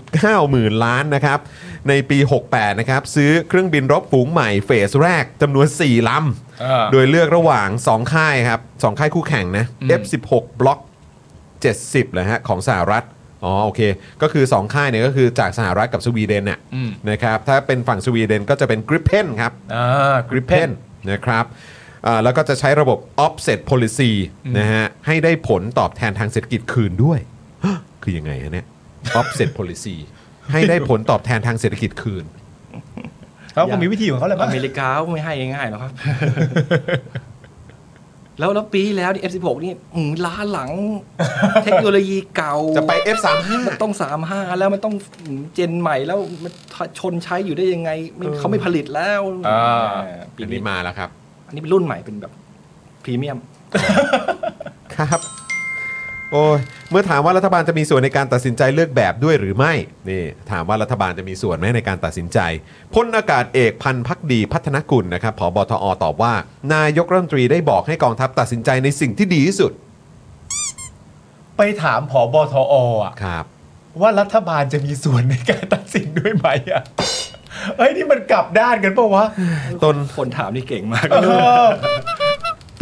[SPEAKER 1] 1.9 หมื่นล้านนะครับ ในปี 68 นะครับ ซื้อเครื่องบินรบฝูงใหม่เฟสแรกจำนวน 4 ล
[SPEAKER 2] เออ
[SPEAKER 1] ำ โดยเลือกระหว่าง 2 ค่ายครับ 2 ค่ายคู่แข่งนะ
[SPEAKER 2] อืม
[SPEAKER 1] F16 บล็อก 70เลยฮะของสหรัฐ อ๋อโอเค ก็คือ 2 ค่ายเนี่ยก็คือจากสหรัฐกับสวีเดนน่ะ
[SPEAKER 2] อืม
[SPEAKER 1] นะครับ ถ้าเป็นฝั่งสวีเดนก็จะเป็นกริปเพนครับ
[SPEAKER 2] อ่ากริปเพ
[SPEAKER 1] Gripen
[SPEAKER 2] น
[SPEAKER 1] นะครับอ่าแล้วก็จะใช้ระบบ offset policy นะฮะ ให้ได้ผลตอบแทนทางเศรษฐกิจคืนด้วย คือยังไงฮะเนี่ย offset policy ให้ได้ผลตอบแทนทางเศรษฐกิจคืน
[SPEAKER 2] เขาคงมีวิธีของเขาแหละมั้ง
[SPEAKER 5] อเมริกาก็ไม่ให้ง่ายๆหรอกครับ แล้วแล้วปีที่แล้วนี่ F16 นี่อืมล้าหลัง เทคโนโลยีเก่า
[SPEAKER 1] จะไป F35
[SPEAKER 5] มันต้องสามห้าแล้วมันต้องอืมเจนใหม่แล้วมันชนใช้อยู่ได้ยังไงไม่เขาไม่ผลิตแล้ว
[SPEAKER 2] อ่า
[SPEAKER 5] อ่าปี
[SPEAKER 1] อัน
[SPEAKER 5] นี้
[SPEAKER 1] นี้มาแล้วครับ
[SPEAKER 5] อันนี้เป็นรุ่นใหม่เป็นแบบพรีเมียม
[SPEAKER 1] ครับ โอ้ยเมื่อถามว่ารัฐบาลจะมีส่วนในการตัดสินใจเลือกแบบด้วยหรือไม่นี่ถามว่ารัฐบาลจะมีส่วนไหมในการตัดสินใจพลอากาศเอกพันธ์พักดีพัฒนกุลนะครับผบทอตอบว่า นายกรัฐมนตรีได้บอกให้กองทัพตัดสินใจในสิ่งที่ดีที่สุด
[SPEAKER 2] ไปถามผอบทออ่ะ
[SPEAKER 1] ครับ
[SPEAKER 2] ว่ารัฐบาลจะมีส่วนในการตัดสินด้วยไหมอ่ะเอ้ยนี่มันกลับด้านกันปะวะ
[SPEAKER 1] ตน
[SPEAKER 5] คนถามนี่เก่งมาก
[SPEAKER 2] เออ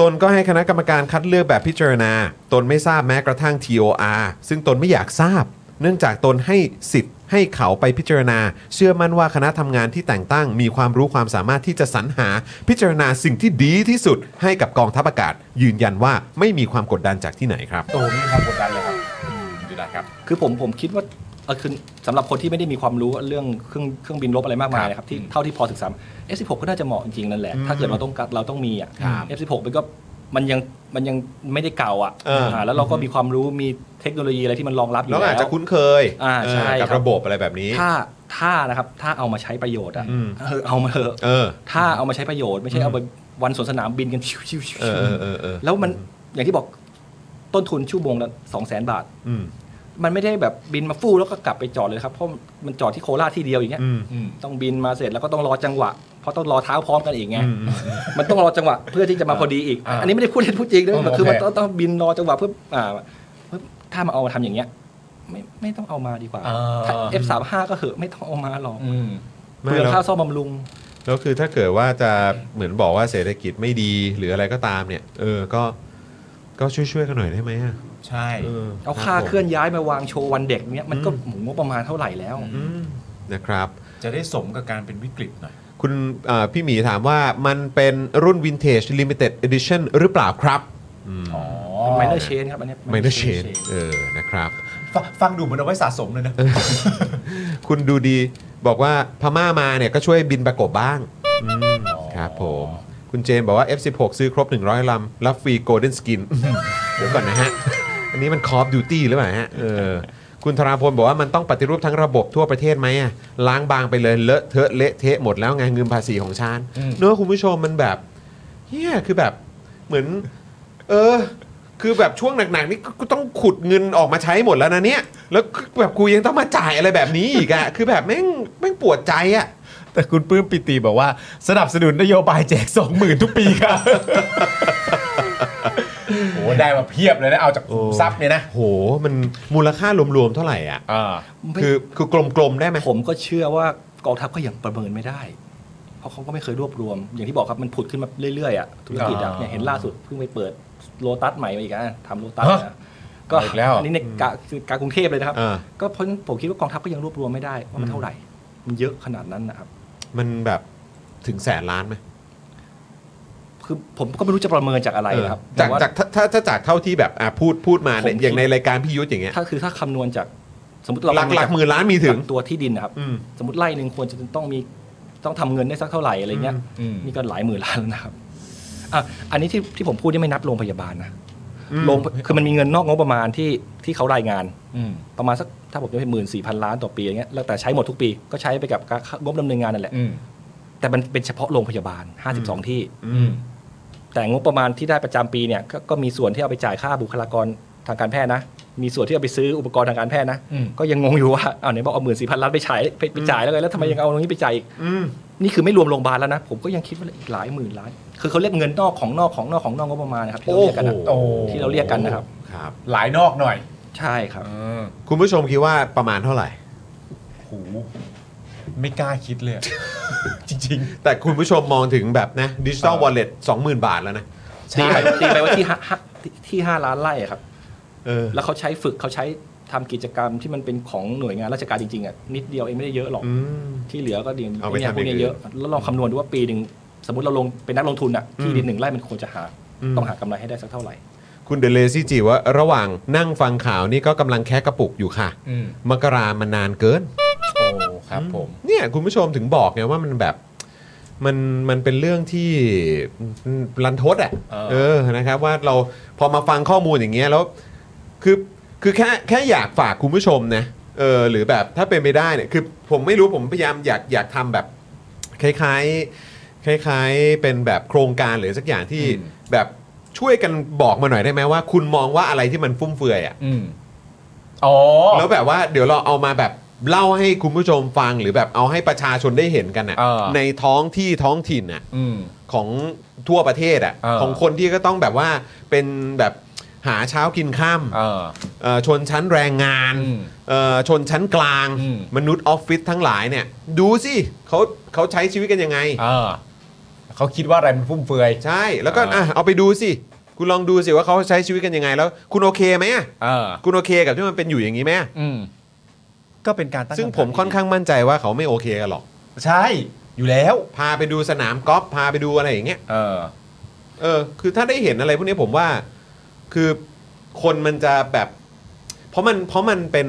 [SPEAKER 1] ตนก็ให้คณะกรรมการคัดเลือกแบบพิจารณา ตนไม่ทราบแม้กระทั่ง TOR ซึ่งตนไม่อยากทราบ เนื่องจากตนให้สิทธิ์ให้เขาไปพิจารณา เชื่อมั่นว่าคณะทำงานที่แต่งตั้ง มีความรู้ความสามารถที่จะสรรหา พิจารณาสิ่งที่ดีที่สุด ให้กับกองทัพอากาศ ยืนยันว่าไม่มีความกดดันจากที่ไหนครับ
[SPEAKER 2] โตนี่ครับกดดันเลยครับอืมดูได้ครับ
[SPEAKER 5] คือผมผมคิดว่าเออคือสำหรับคนที่ไม่ได้มีความรู้เรื่องเครื่องเครื่องบินรบอะไรมากมายนะครับที่
[SPEAKER 2] อืม
[SPEAKER 5] เท่าที่พอศึกษา F16 ก็น่าจะเหมาะจริงๆนั่นแหละ ถ้าเกิดเราต้องการเราต้องมีอ่ะ
[SPEAKER 2] ครับ
[SPEAKER 5] F16 มันก็มันยังมันยังไม่ได้เก่าอ่ะ
[SPEAKER 1] เอออ่
[SPEAKER 5] าแล้วเราก็มีความรู้มีเทคโนโลยีอะไรที่มันรองรับอยู่
[SPEAKER 1] แล้ว
[SPEAKER 5] แล้
[SPEAKER 1] อาจจะ
[SPEAKER 5] ว
[SPEAKER 1] คุ้นเคย
[SPEAKER 5] อ่าใช่
[SPEAKER 1] เออกับ
[SPEAKER 5] ครับ
[SPEAKER 1] ระบบอะไรแบบนี้
[SPEAKER 5] ถ้าถ้านะครับถ้าเอามาใช้ประโยชน์อ่ะ
[SPEAKER 1] อืม
[SPEAKER 5] เออเอามาเถอะ
[SPEAKER 1] เออ
[SPEAKER 5] ถ้าเอามาใช้ประโยชน์ไม่ใช่เอาไปวันสวนสนามบินกันชิวๆชิว
[SPEAKER 1] เออเออเออเออ
[SPEAKER 5] ๆแล้วมันอย่างที่บอกต้นทุนชั่วโมงละสองแสนบาท
[SPEAKER 1] อืม
[SPEAKER 5] มันไม่ได้แบบบินมาฟู่แล้วก็กลับไปจอดเลยครับเพราะมันจอดที่โคราชที่เดียวอย่างเงี้ย
[SPEAKER 1] อืม
[SPEAKER 2] อืม
[SPEAKER 5] ต้องบินมาเสร็จแล้วก็ต้องรอจังหวะ เพราะต้องรอเท้าพร้อมกันอีกไง
[SPEAKER 1] อืมอืม
[SPEAKER 5] มันต้องรอจังหวะเพื่อที่จะมาพอดีอีก
[SPEAKER 2] อ่า
[SPEAKER 5] อันนี้ไม่ได้พูดเล่นพูดจริงด้วย
[SPEAKER 2] อ๋อ
[SPEAKER 5] แต่คือ
[SPEAKER 2] โอเค
[SPEAKER 5] มันต้องต้องบินรอจังหวะเพื่ออ่าเพื่อถ้ามาเอามาทำอย่างเงี้ย ไม่ไม่ต้องเอามาดีกว่า
[SPEAKER 2] อ่า
[SPEAKER 5] ถ้า F35 ก็เหอะไม่ต้องเอามาหรอก
[SPEAKER 2] อืม
[SPEAKER 1] ไม่
[SPEAKER 5] เปลือ
[SPEAKER 1] ห
[SPEAKER 5] ง
[SPEAKER 1] รอก
[SPEAKER 5] ค่าซ่อมบำรุง
[SPEAKER 1] แล้วคือถ้าเกิดว่าจะเหมือนบอกว่าเศรษฐกิจไม่ดีหรืออะไรก็ตามเนี่ย เออก็ก็ช่วยๆกันหน่อยได้ไหมอะ
[SPEAKER 2] ใช่
[SPEAKER 1] เออ
[SPEAKER 5] เอาค่า
[SPEAKER 1] รับผม
[SPEAKER 5] เคลื่อนย้ายมาวางโชว์วันเด็กเนี้ยมันก็หมูงบประมาณเท่าไหร่แล้ว
[SPEAKER 1] อืมนะครับ
[SPEAKER 2] จะได้สมกับการเป็นวิกฤตหน่อย
[SPEAKER 1] คุณเอ่อพี่หมีถามว่ามันเป็นรุ่นวินเทจ Limited Edition หรือเปล่าครับ
[SPEAKER 2] อ๋อ
[SPEAKER 5] ไมเนอร์เชนครับอันเนี้ย
[SPEAKER 1] ไม่ได้เชน
[SPEAKER 5] Chain
[SPEAKER 1] เออนะครับ
[SPEAKER 2] ฟฟังดูเหมือนเอาไว้สะสมเลยนะ
[SPEAKER 1] คุณดูดีบอกว่าพม่ามาเนี่ยก็ช่วยบินประกบบ้างอืมครับผม คุณเจมส์บอกว่า F16 ซื้อครบ 100 ลำ รับฟรีโกลเด้นสกิน เดี๋ยวก่อนนะฮะ อันนี้มันคอฟดิวตี้หรือเปล่าฮะเออคุณธราพลบอกว่ามันต้องปฏิรูปทั้งระบบทั่วประเทศไหมอะล้างบางไปเลยเลอะเทอะเละเทะหมดแล้วไงเงินภาษีของชาญเนอะคุณผู้ชมมันแบบเฮียคือแบบเหมือน เออ คือแบบช่วงหนักๆนี่ก็ต้องขุดเงินออกมาใช้หมดแล้วนะเนี่ย แล้วแบบกูยังต้องมาจ่ายอะไรแบบนี้อีกอะคือแบบแม่งแม่งปวดใจอะ
[SPEAKER 2] แต่คุณปลื้มปิติบอกว่า สนับสนุนนโยบายแจกสองหมื่นทุกปีครับ โอ้ได้มาเพียบเลยนะ เอาจากขุมทรัพย์เนี่ยนะ
[SPEAKER 1] โห มันมูลค่ารวมๆเท่าไหร่อ่ะ
[SPEAKER 2] อ่า
[SPEAKER 5] ไม่
[SPEAKER 1] คือคือกลมๆได้ไหม
[SPEAKER 5] ผมก็เชื่อว่ากองทัพก็ยังประเมินไม่ได้ เพราะเขาก็ไม่เคยรวบรวม อย่างที่บอกครับมันผุดขึ้นมาเรื่อยๆอ่ะธุรกิจอ่ะ
[SPEAKER 2] อ่า
[SPEAKER 5] เนี่ยเห็นล่าสุดเพิ่งไปเปิดโลตัสใหม่มาอีกอ่ะทำโลตัส
[SPEAKER 2] ฮะ
[SPEAKER 5] นะก็
[SPEAKER 2] อีกแล้ว
[SPEAKER 5] อันนี้ในกะคือกากรุงเทพเลยนะครับ
[SPEAKER 1] อ่า
[SPEAKER 5] ก็เพราะฉะนั้นผมคิดว่ากองทัพก็ยังรวบรวมไม่ได้ว่ามันเท่าไหร่ มันเยอะขนาดนั้นนะครับ
[SPEAKER 1] มันแบบถึงแสนล้านไหม
[SPEAKER 5] คือผมก็ไม่รู้จะประเมินจากอะไรนะครับ
[SPEAKER 1] เออจาก
[SPEAKER 5] แต่ว่
[SPEAKER 1] จากถ้าถ้าถ้าจากเท่าที่แบบอ่ะพูดพูดมาเนี่ยอย่างในรายการพี่ยุทธอย่างเงี้ย
[SPEAKER 5] ถ้าคือถ้าคำนวณจาก สมมติเรา
[SPEAKER 1] หลัก
[SPEAKER 5] คำวณ
[SPEAKER 1] หลัก
[SPEAKER 5] จาก
[SPEAKER 1] หมื่นล้านมีถึง
[SPEAKER 5] จากตัวที่ดินนะครับ
[SPEAKER 1] อืม
[SPEAKER 5] สมมติไร่หนึ่งควรจะต้องมีต้องทำเงินได้สักเท่าไหร่อะไรเงี้ย
[SPEAKER 2] อืม
[SPEAKER 5] นี่ก็หลายหมื่นล้านแล้วนะครับอ่ะอันนี้ที่ที่ผมพูดนี่ไม่นับโรงพยาบาลนะโรงคือมันมีเงินนอกงบประมาณที่ที่เขารายงาน
[SPEAKER 2] อืม
[SPEAKER 5] ประมาณสักถ้าผมจะเป็นหมื่นสี่พันล้านต่อปีอย่างเงี้ยแล้วแต่ใช้หมดทุกปีก็ใช้ไปกับการงบดำเนินงานนั่นแหละ
[SPEAKER 2] อืม
[SPEAKER 5] แต่มันเป็นเฉพาะโรงพยาบาล 52 ที่
[SPEAKER 2] อืม
[SPEAKER 5] แต่งบประมาณที่ได้ประจำปีเนี่ยกก็มีส่วนที่เอาไปจ่ายค่าบุคลากรทางการแพทย์นะ มีส่วนที่เอาไปซื้ออุปกรณ์ทางการแพทย์นะ
[SPEAKER 2] อืม
[SPEAKER 5] ก็ยังงงอยู่ว่าอ้าวไหนบอกเอาหมื่นสี่พันล้านไปใช้ไปไปจ่ายแล้วไงแล้วทำไมยังเอาตรงนี้ไปจ่ายอีกนี่คือไม่รวมโรงพยาบาลแล้วนะผมก็ยังคิดว่าอีกหลายหมื่นล้านคือเขาเรียกเงินนอกของนอกของนอกของนอกงบประมาณนะครับที่เราเรียกกันนะ
[SPEAKER 2] โอ้โห
[SPEAKER 5] ที่เราเรียกกันนะครับ
[SPEAKER 1] ครับ
[SPEAKER 2] หลายนอกหน่อย
[SPEAKER 5] ใช่ครับ
[SPEAKER 1] คุณผู้ชมคิดว่าประมาณเท่าไหร่
[SPEAKER 2] โหไม่กล้าคิดเลยอะ จริง
[SPEAKER 1] แต่คุณผู้ชมมองถึงแบบนะดิจิตอลวอลเล็ตสองหมื่นบาทแล้วนะ
[SPEAKER 2] ๆ
[SPEAKER 5] ตี
[SPEAKER 2] ใช่
[SPEAKER 5] ไปตีไปว่าที่ ห้าห้าที่ที่ห้าล้านไร่อะครับ
[SPEAKER 1] เออ
[SPEAKER 5] แล้วเขาใช้ฝึกเขาใช้ทำกิจกรรมที่มันเป็นของหน่วยงานราชการจริงๆอ่ะนิดเดียวเองไม่ได้เยอะหรอก
[SPEAKER 1] อืม
[SPEAKER 5] ที่เหลือก็ดี
[SPEAKER 1] เอาไป
[SPEAKER 5] เนี่ย
[SPEAKER 1] ทำ
[SPEAKER 5] พวก
[SPEAKER 1] อ
[SPEAKER 5] เนี้
[SPEAKER 1] ย่างอื่น
[SPEAKER 5] เยอะ แล้วลองคำนวณดูว่าปีหนึ่งสมมติเราลงเป็นนักลงทุนอ่ะที่ดินหนึ่งไร่มันควรจะหา
[SPEAKER 1] อืม
[SPEAKER 5] ต้องหากำไรให้ได้สักเท่าไหร่
[SPEAKER 1] คุณเดเลซี่จีว่าระหว่างนั่งฟังข่าวนี่ก็กำลังแคะกระปุกอยู่ค่ะ
[SPEAKER 2] อืม
[SPEAKER 1] มกรามันนานเกิน
[SPEAKER 2] โอ้ครับผม
[SPEAKER 1] เนี่ยคุณผู้ชมถึงบอกไงว่ามันแบบมันมันเป็นเรื่องที่รันทดอ่ะ
[SPEAKER 2] เออ
[SPEAKER 1] เออนะครับว่าเราพอมาฟังข้อมูลอย่างเงี้ยแล้วคือคือแค่แค่อยากฝากคุณผู้ชมนะเออหรือแบบถ้าเป็นไปได้เนี่ยคือผมไม่รู้ผมพยายามอยากอยากทำแบบคล้ายๆ คล้ายๆ เป็นแบบโครงการหรือสักอย่างที่แบบช่วยกันบอกมาหน่อยได้ไหมว่า คุณมองว่าอะไรที่มันฟุ่มเฟือยอ่ะ
[SPEAKER 2] อืม อ๋อ
[SPEAKER 1] แล้วแบบว่าเดี๋ยวเราเอามาแบบเล่าให้คุณผู้ชมฟังหรือแบบเอาให้ประชาชนได้เห็นกัน
[SPEAKER 2] เอ
[SPEAKER 1] น่ะ
[SPEAKER 2] อ
[SPEAKER 1] ในท้องที่ท้องถิ่นน่ะ
[SPEAKER 2] อืม
[SPEAKER 1] ของทั่วประเทศอ่ะ
[SPEAKER 2] เออ
[SPEAKER 1] ของคนที่ก็ต้องแบบว่าเป็นแบบหาเช้ากินข้าม
[SPEAKER 2] เออ
[SPEAKER 1] ชนชั้นแรงงาน
[SPEAKER 2] อืม
[SPEAKER 1] เอ่อชนชั้นกลาง
[SPEAKER 2] อืม
[SPEAKER 1] มนุษย์ออฟฟิศทั้งหลายเนี่ย ดูสิเขาเขาใช้ชีวิตกันยังไง
[SPEAKER 2] เออเขาคิดว่าอะไรมันฟุ่มเฟือย
[SPEAKER 1] ใช่แล้วก็
[SPEAKER 2] เอออ่
[SPEAKER 1] อ่ะเอาไปดูสิคุณลองดูสิว่าเขาใช้ชีวิตกันยังไง แล้วคุณโอเคไหมอ่ะ
[SPEAKER 2] เออ
[SPEAKER 1] คุณโอเคกับที่มันเป็นอยู่อย่างนี้ไหมอ่ะ
[SPEAKER 2] อืม ก็เป็นการตั้ง
[SPEAKER 1] ซึ่ง
[SPEAKER 2] คำถ
[SPEAKER 1] ผมค่อนข้างมั่นใจว่าเขาไม่โอเคกันหรอก
[SPEAKER 2] ใช่ อยู่แล้ว
[SPEAKER 1] พาไปดูสนามกอล์ฟพาไปดูอะไรอย่างเงี้ย
[SPEAKER 2] เออ
[SPEAKER 1] เออคือถ้าได้เห็นอะไรพวกนี้ผมว่าคือคนมันจะแบบ เพราะมันเพราะมันเป็น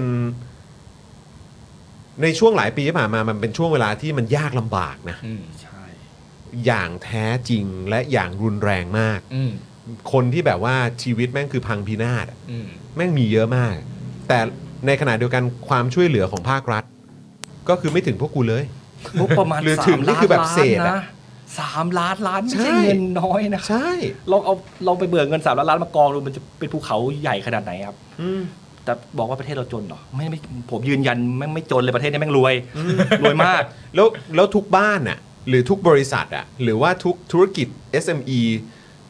[SPEAKER 1] ในช่วงหลายปีที่ผ่านมามันเป็นช่วงเวลาที่มันยากลำบากนะ
[SPEAKER 2] อืม
[SPEAKER 5] ใช่
[SPEAKER 1] อย่างแท้จริงและอย่างรุนแรงมาก
[SPEAKER 2] อืม
[SPEAKER 1] คนที่แบบว่าชีวิตแม่งคือพังพินาศอะ
[SPEAKER 2] อืม
[SPEAKER 1] แม่งมีเยอะมาก แต่ในขณะเดียวกันความช่วยเหลือของภาครัฐ ก็คือไม่ถึงพวกกูเลย
[SPEAKER 5] งบประมาณ
[SPEAKER 1] หรือ
[SPEAKER 5] สา
[SPEAKER 1] ถึ
[SPEAKER 5] ม
[SPEAKER 1] งนี่
[SPEAKER 5] ล้าน
[SPEAKER 1] คือแบบ
[SPEAKER 5] ล้าน
[SPEAKER 1] เศษอะ
[SPEAKER 5] นะสามล้านล้านไม่
[SPEAKER 1] ใช่
[SPEAKER 5] ใช่เงินน้อยนะ
[SPEAKER 1] ใช่
[SPEAKER 5] เราเอาเราไปเบื่อเงินสามล้านล้านมากองดูมันจะเป็นภูเขาใหญ่ขนาดไหนครับ
[SPEAKER 1] อืม
[SPEAKER 5] แต่บอกว่าประเทศเราจนเหรอไม่ไม่ผมยืนยันแม่งไม่จนเลยประเทศนี้แม่งรวยรวยมาก
[SPEAKER 1] แล้วแล้วทุกบ้านน่ะหรือทุกบริษัทอ่ะหรือว่าทุกธุรกิจ SME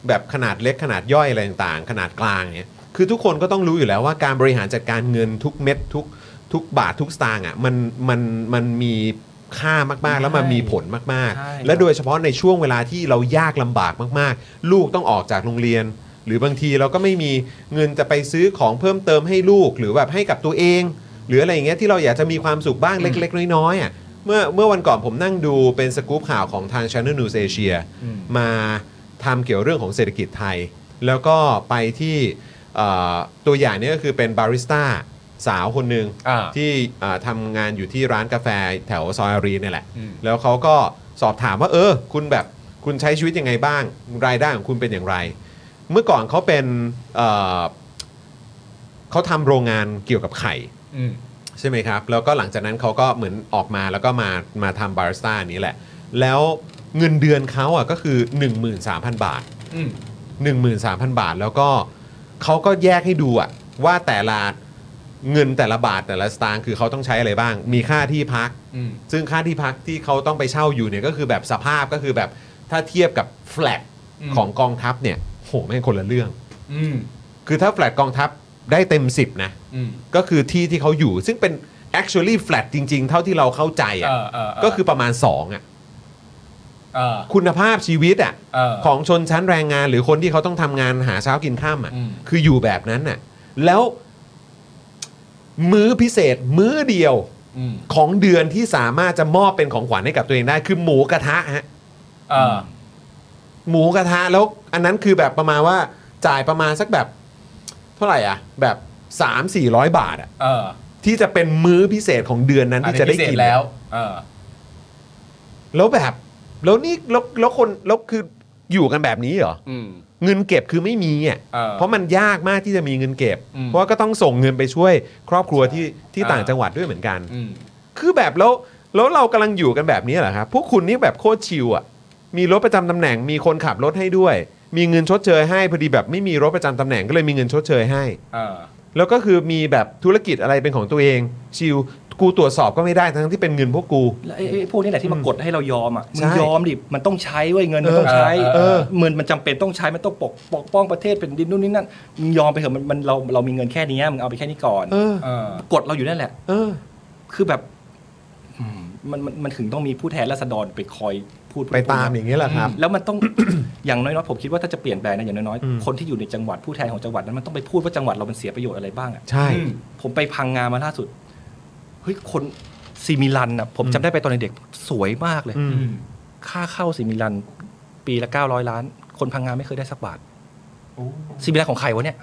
[SPEAKER 1] แบบขนาดเล็กขนาดย่อยอะไรต่างๆ ขนาดกลางเนี่ยคือทุกคนก็ต้องรู้อยู่แล้วว่าการบริหารจัดการเงินทุกเม็ดทุกทุกบาททุกสตางค์อ่ะมันมันมันมี ค่ามากๆ แล้วมัน
[SPEAKER 2] ใช่
[SPEAKER 1] มีผลมาก
[SPEAKER 2] ใช่
[SPEAKER 1] ๆ และโดยเฉพาะในช่วงเวลาที่เรายากลำบากมากๆ ลูกต้องออกจากโรงเรียน หรือบางทีเราก็ไม่มีเงินจะไปซื้อของเพิ่มเติมให้ลูกหรือแบบให้กับตัวเอง หรืออะไรอย่างเงี้ยที่เราอยากจะมีความสุขบ้างเล็ก ๆ น้อยๆอ่ะเมื่อเมื่อวันก่อนผมนั่งดูเป็นสกู๊ปข่าวของทาง Channel News Asia มาทำเกี่ยวเรื่องของเศรษฐกิจไทย แล้วก็ไปที่เอ่อตัวอย่างเนี้ก็คือเป็นบาริสต้าสาวคนหนึ่ง
[SPEAKER 2] อ่า
[SPEAKER 1] ที่เอ่อทำงานอยู่ที่ร้านกาแฟแถวซอยอารีเนี่ยแหละ แล้วเขาก็สอบถามว่า เออ คุณแบบคุณใช้ชีวิตยังไงบ้าง รายได้ของคุณเป็นอย่างไร เมื่อก่อนเขาเป็นเอ่อเขาทำโรงงานเกี่ยวกับไข่
[SPEAKER 2] อืม
[SPEAKER 1] ใช่ไหมครับ แล้วก็หลังจากนั้นเขาก็เหมือนออกมาแล้วก็มามาทำบาริสต้านี้แหละ แล้วเงินเดือนเขาอ่ะก็คือ 13,000 บาท
[SPEAKER 2] อืม
[SPEAKER 1] 13,000 บาทแล้วก็เขาก็แยกให้ดูอ่ะว่าแต่ละเงินแต่ละบาทแต่ละสตางค์คือเขาต้องใช้อะไรบ้าง มีค่าที่พัก
[SPEAKER 2] อืม
[SPEAKER 1] ซึ่งค่าที่พักที่เขาต้องไปเช่าอยู่เนี่ยก็คือแบบสภาพก็คือแบบถ้าเทียบกับแฟลต
[SPEAKER 2] อืม
[SPEAKER 1] ของกองทัพเนี่ยโหแม่งคนละเรื่อง
[SPEAKER 2] อืม
[SPEAKER 1] คือถ้าแฟลตกองทัพได้เต็ม 10 นะ
[SPEAKER 2] อืม
[SPEAKER 1] ก็คือที่ที่เขาอยู่ ซึ่งเป็น actually flat จริง ๆ เท่าที่เราเข้าใจ
[SPEAKER 2] เอ
[SPEAKER 1] อ่ะ
[SPEAKER 2] อเเ
[SPEAKER 1] ก็คือประมาณ 2 อ่ะ
[SPEAKER 2] เออ
[SPEAKER 1] คุณภาพชีวิตอ่ะ
[SPEAKER 2] เออ
[SPEAKER 1] ของชนชั้นแรงงานหรือคนที่เขาต้องทำงานหาเช้ากินข้ามอ่ะ
[SPEAKER 2] อืม
[SPEAKER 1] คืออยู่แบบนั้นน่ะแล้วมื้อพิเศษมื้อเดียว
[SPEAKER 2] อืม
[SPEAKER 1] ของเดือนที่สามารถจะมอบเป็นของขวัญให้กับตัวเองได้ คือหมูกระทะฮะ
[SPEAKER 2] เออ
[SPEAKER 1] หมูกระทะแล้วอันนั้นคือแบบประมาณว่าจ่ายประมาณสักแบบ เท่าไหร่อ่ะ แบบ 3 4 0 0 บาทอ่ะ
[SPEAKER 2] เออ
[SPEAKER 1] ที่จะเป็นมื้อพิเศษของเดือนนั้นที่จะได้
[SPEAKER 2] อัพิเศ
[SPEAKER 1] กิน
[SPEAKER 2] ษแล้ว เออ
[SPEAKER 1] แล้วแบบแล้วนี่แล้วแล้วคนแล้วคืออยู่กันแบบนี้เหรอ
[SPEAKER 2] อืม
[SPEAKER 1] เงินเก็บคือไม่มีอ่ะ
[SPEAKER 2] เออ
[SPEAKER 1] เพราะมันยากมากที่จะมีเงินเก็บ
[SPEAKER 2] อืม
[SPEAKER 1] เพราะว่าก็ต้องส่งเงินไปช่วยครอบครัวที่ที่
[SPEAKER 2] เออ
[SPEAKER 1] ต่างจังหวัดด้วยเหมือนกัน
[SPEAKER 2] อืม
[SPEAKER 1] คือแบบแล้วแล้วเรากำลังอยู่กันแบบนี้เหรอครับพวกคุณนี่แบบโคตรชิวอ่ะมีรถประจำตำแหน่งมีคนขับรถให้ด้วย มีเงินชดเชยให้พอดีแบบไม่มีรถประจำตำแหน่งก็เลยมีเงินชดเชยให้
[SPEAKER 2] เออ
[SPEAKER 1] แล้วก็คือมีแบบธุรกิจอะไรเป็นของตัวเอง ชิวกูตรวจสอบก็ไม่ได้ทั้งที่เป็นเงินพวกกู
[SPEAKER 5] แล้วไอ้ไอ้พวกนี้แหละที่มากดให้เรายอมอ่ะมึ
[SPEAKER 1] ใช่
[SPEAKER 5] งยอมดิมันต้องใช้เว้ยเงินมั
[SPEAKER 1] เอ
[SPEAKER 5] น
[SPEAKER 1] อ
[SPEAKER 5] ต้องใช้
[SPEAKER 1] เออ
[SPEAKER 5] เงินมันจำเป็นต้องใช้มันต้องปกปกป้องประเทศเป็นดินนู่นนี่นั่นมึงยอมไปเถอะมันมันเราเรามีเงินแค่นี้มึงเอาไปแค่นี้ก่อน
[SPEAKER 1] เออ
[SPEAKER 2] เออ
[SPEAKER 5] กดเราอยู่นั่นแหละ
[SPEAKER 1] เออ
[SPEAKER 5] คือแบบอืมมันมันมันถึงต้องมีผู้แทนราษฎรไปคอยพูด
[SPEAKER 1] ไปตาม
[SPEAKER 5] พูด
[SPEAKER 1] อย่างนี้แหละครับ
[SPEAKER 5] แล้วมันต้อง อย่างน้อยๆผมคิดว่าถ้าจะเปลี่ยนแปลงนะอย่างน้อย
[SPEAKER 1] อืม
[SPEAKER 5] ๆคนที่อยู่ในจังหวัดผู้แทนของจังหวัดนั้นมันต้องไปพูดว่าจังหวัดเรามันเสียประโยชน์อะไรบ้างอะ
[SPEAKER 1] ใช่
[SPEAKER 2] อืม
[SPEAKER 5] ผมไปพังงามาล่าสุด เฮ้ย คนซีมิลันอ่ะ ผม
[SPEAKER 1] อืม
[SPEAKER 5] จำได้ไปตอนเด็กๆสวยมากเลย
[SPEAKER 1] อืม
[SPEAKER 2] อืม
[SPEAKER 5] ค่าเข้าซีมิลัน ปีละ 900 ล้าน คนพังงาไม่เคยได้สักบาท
[SPEAKER 2] โอ้
[SPEAKER 5] ซีมิลันของใครวะเนี่ย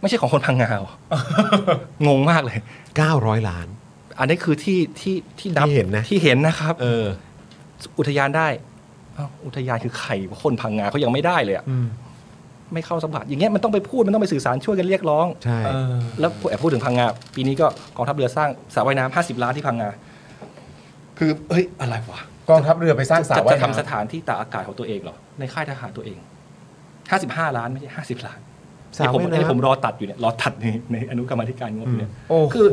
[SPEAKER 5] ไม่ใช่ของคนพังงาเหร อ งงมากเลย
[SPEAKER 1] 900 ล้าน
[SPEAKER 5] อันนี้คือที่ที่ที่นับ
[SPEAKER 1] ที่เห็นนะ
[SPEAKER 5] ที่เห็นนะครับ
[SPEAKER 1] เออ
[SPEAKER 5] อุทยานได้อ้าวอุทยานคือใครวะคนพังงาเขายังไม่ได้เลยอะ
[SPEAKER 1] อืม
[SPEAKER 5] ไม่เข้าสักบาทอย่างเงี้ยมันต้องไปพูดมันต้องไปสื่อสารช่วยกันเรียกร้อง
[SPEAKER 1] ใช่
[SPEAKER 2] เออ
[SPEAKER 5] แล้วแอบพูดถึงพังงาปีนี้ก็กองทัพเรือสร้างสระว่ายน้ำห้าสิบล้านที่พังงา คือเอ้ยอะไรวะ
[SPEAKER 2] กองทัพเรือไปสร้างสระ
[SPEAKER 5] จะ
[SPEAKER 2] ว่า
[SPEAKER 5] จะ
[SPEAKER 2] ย
[SPEAKER 5] ทำส
[SPEAKER 2] น้ำ
[SPEAKER 5] ถานที่ตากอากาศของตัวเองเหรอ ในค่ายทหารตัวเองห้าสิบห้าล้านไม่ใช่ห้าสิบล้าน
[SPEAKER 1] สระ
[SPEAKER 5] นี่ผม
[SPEAKER 1] ว่ายน้ำ
[SPEAKER 5] นี่ผมรอตัดอยู่เนี่ยรอตัดในในอนุกรรมาธิการงบอยู่เนี่ย
[SPEAKER 2] โอ้โห
[SPEAKER 5] คือ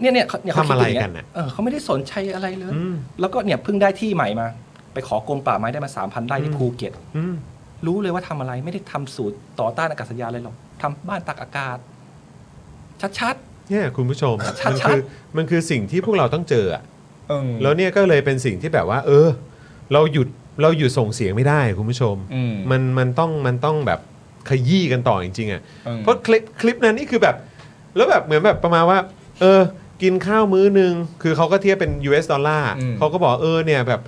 [SPEAKER 5] เนี่ยเนี่ยเขาเนี่ยเขา
[SPEAKER 1] ทำอะไร
[SPEAKER 5] คิดย่างเงี้ย
[SPEAKER 1] กันน่ะ
[SPEAKER 5] เออเขาไม่ได้สนใจอะไรเลย
[SPEAKER 1] อืม
[SPEAKER 5] แล้วก็เนี่ยเพิ่งได้ที่ใหม่มา ไปขอกรมป่าไม้ได้มาสามพันไร่ที่
[SPEAKER 1] อืม
[SPEAKER 5] ภูเก็ต
[SPEAKER 1] อืม
[SPEAKER 5] รู้เลยว่าทำอะไรไม่ได้ทำสูตรต่อต้านอากาศยานเลยหรอกทำบ้านตากอากาศ ชัด
[SPEAKER 1] เนี่ยคุณผู้ชม
[SPEAKER 5] ชั
[SPEAKER 1] มัน
[SPEAKER 5] ดๆ
[SPEAKER 1] คือมันคือสิ่งที่พวกเราต้องเจออะ
[SPEAKER 2] เออ
[SPEAKER 1] แล้วเนี่ยก็เลยเป็นสิ่งที่แบบว่า เออ เราหยุดเราหยุดส่งเสียงไม่ได้คุณผู้ชม
[SPEAKER 2] อืม
[SPEAKER 1] มันมันต้องมันต้องแบบขยี้กันต่อจริงๆอ่ะ
[SPEAKER 2] ออ
[SPEAKER 1] เพราะคลิปคลิปนั้นนี่คือแบบ แล้วแบบเหมือนแบบประมาณว่า เออ กินข้าวมื้อหนึ่งคือเขาก็เทียบเป็น US ดอลลาร์เขาก็บอกเออเนี่ยแบบ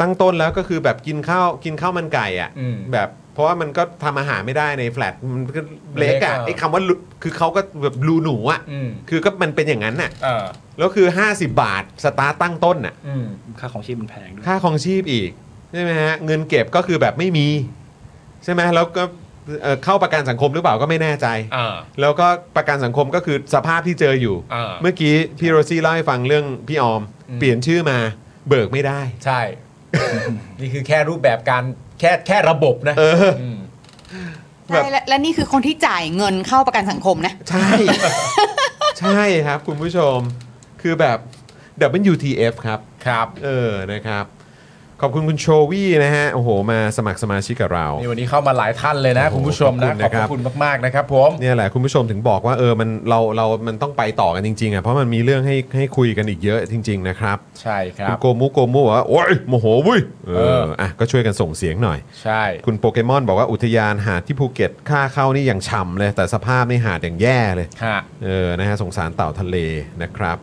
[SPEAKER 1] ตั้งต้นแล้วก็คือแบบกินข้าวกินข้าวมันไก่อ่ะ
[SPEAKER 2] อืม
[SPEAKER 1] แบบเพราะว่ามันก็ทำอาหารไม่ได้ในแฟลตมันก็เล็กอ่ะ
[SPEAKER 2] เล็กอะ
[SPEAKER 1] ไอ้คำว่าลุคือเขาก็แบบรูหนูอ่ะ
[SPEAKER 2] อืม
[SPEAKER 1] คือก็มันเป็นอย่างนั้นน่ะ
[SPEAKER 2] เออ
[SPEAKER 1] แล้วคือ 50 บาทสตาร์ตตั้งต้นน่ะ
[SPEAKER 2] อืม
[SPEAKER 5] ๆค่าของชีพมันแพงด้วย
[SPEAKER 1] ค่าของชีพอีกใช่ไหมฮะเงินเก็บก็คือแบบไม่มี ใช่ไหมแล้วก็เอ่อเข้าประกันสังคมหรือเปล่าก็ไม่แน่ใจ
[SPEAKER 2] อ่า
[SPEAKER 1] แล้วก็ประกันสังคมก็คือสภาพที่เจออยู่
[SPEAKER 2] อ่า
[SPEAKER 1] เมื่อกี้พี่โรซี่เล่าให้ฟังเรื่องพี่ออม
[SPEAKER 2] อืม
[SPEAKER 1] เปลี่ยนชื่อมาเบิกไม่ได้
[SPEAKER 2] ใช่ นี่คือแค่รูปแบบการแค่แค่ระบบนะ
[SPEAKER 1] เออ
[SPEAKER 2] ม
[SPEAKER 1] แบบ
[SPEAKER 3] ใช่และและนี่คือคนที่จ่ายเงินเข้าประกันสังคมนะ
[SPEAKER 1] ใช่ ใช่ครับคุณผู้ชมคือแบบ WTF ครับ
[SPEAKER 2] ครับ
[SPEAKER 1] เออนะครับ ขอบคุณคุณโชวี่นะฮะ โอ้โห มาสมัครสมาชิกกับเรา
[SPEAKER 2] นี่วันนี้เข้ามาหลายท่านเลยนะ
[SPEAKER 1] โอ้โห
[SPEAKER 2] คุณผู้ชมนะ
[SPEAKER 1] ขอบคุณนะค
[SPEAKER 2] ขอบพ
[SPEAKER 1] รับ
[SPEAKER 2] ระคุณมากๆนะครับผม
[SPEAKER 1] เนี่ยแหละคุณผู้ชมถึงบอกว่าเออมันเราเรามันต้องไปต่อกันจริงๆอ่ะเพราะมันมีเรื่องให้ให้คุยกันอีกเยอะจริง ๆ นะครับ
[SPEAKER 2] ใช่ครั
[SPEAKER 1] คุณ
[SPEAKER 2] บ
[SPEAKER 1] โกมุโกมุบอกว่าโอ้ยโมโหเวุ้ยเอ
[SPEAKER 2] เอ
[SPEAKER 1] อ
[SPEAKER 2] อ
[SPEAKER 1] อ่ะก็ช่วยกันส่งเสียงหน่อย
[SPEAKER 2] ใช่
[SPEAKER 1] คุณโปเกมอนบอกว่าอุทยานหาดที่ภูเก็ตค่าเข้านี่อย่างฉ่ำเลย แต่สภาพนี่หาดอย่างแย่เลย
[SPEAKER 2] ฮะ
[SPEAKER 1] เออ นะฮะสงสารเต่าทะเลนะครับ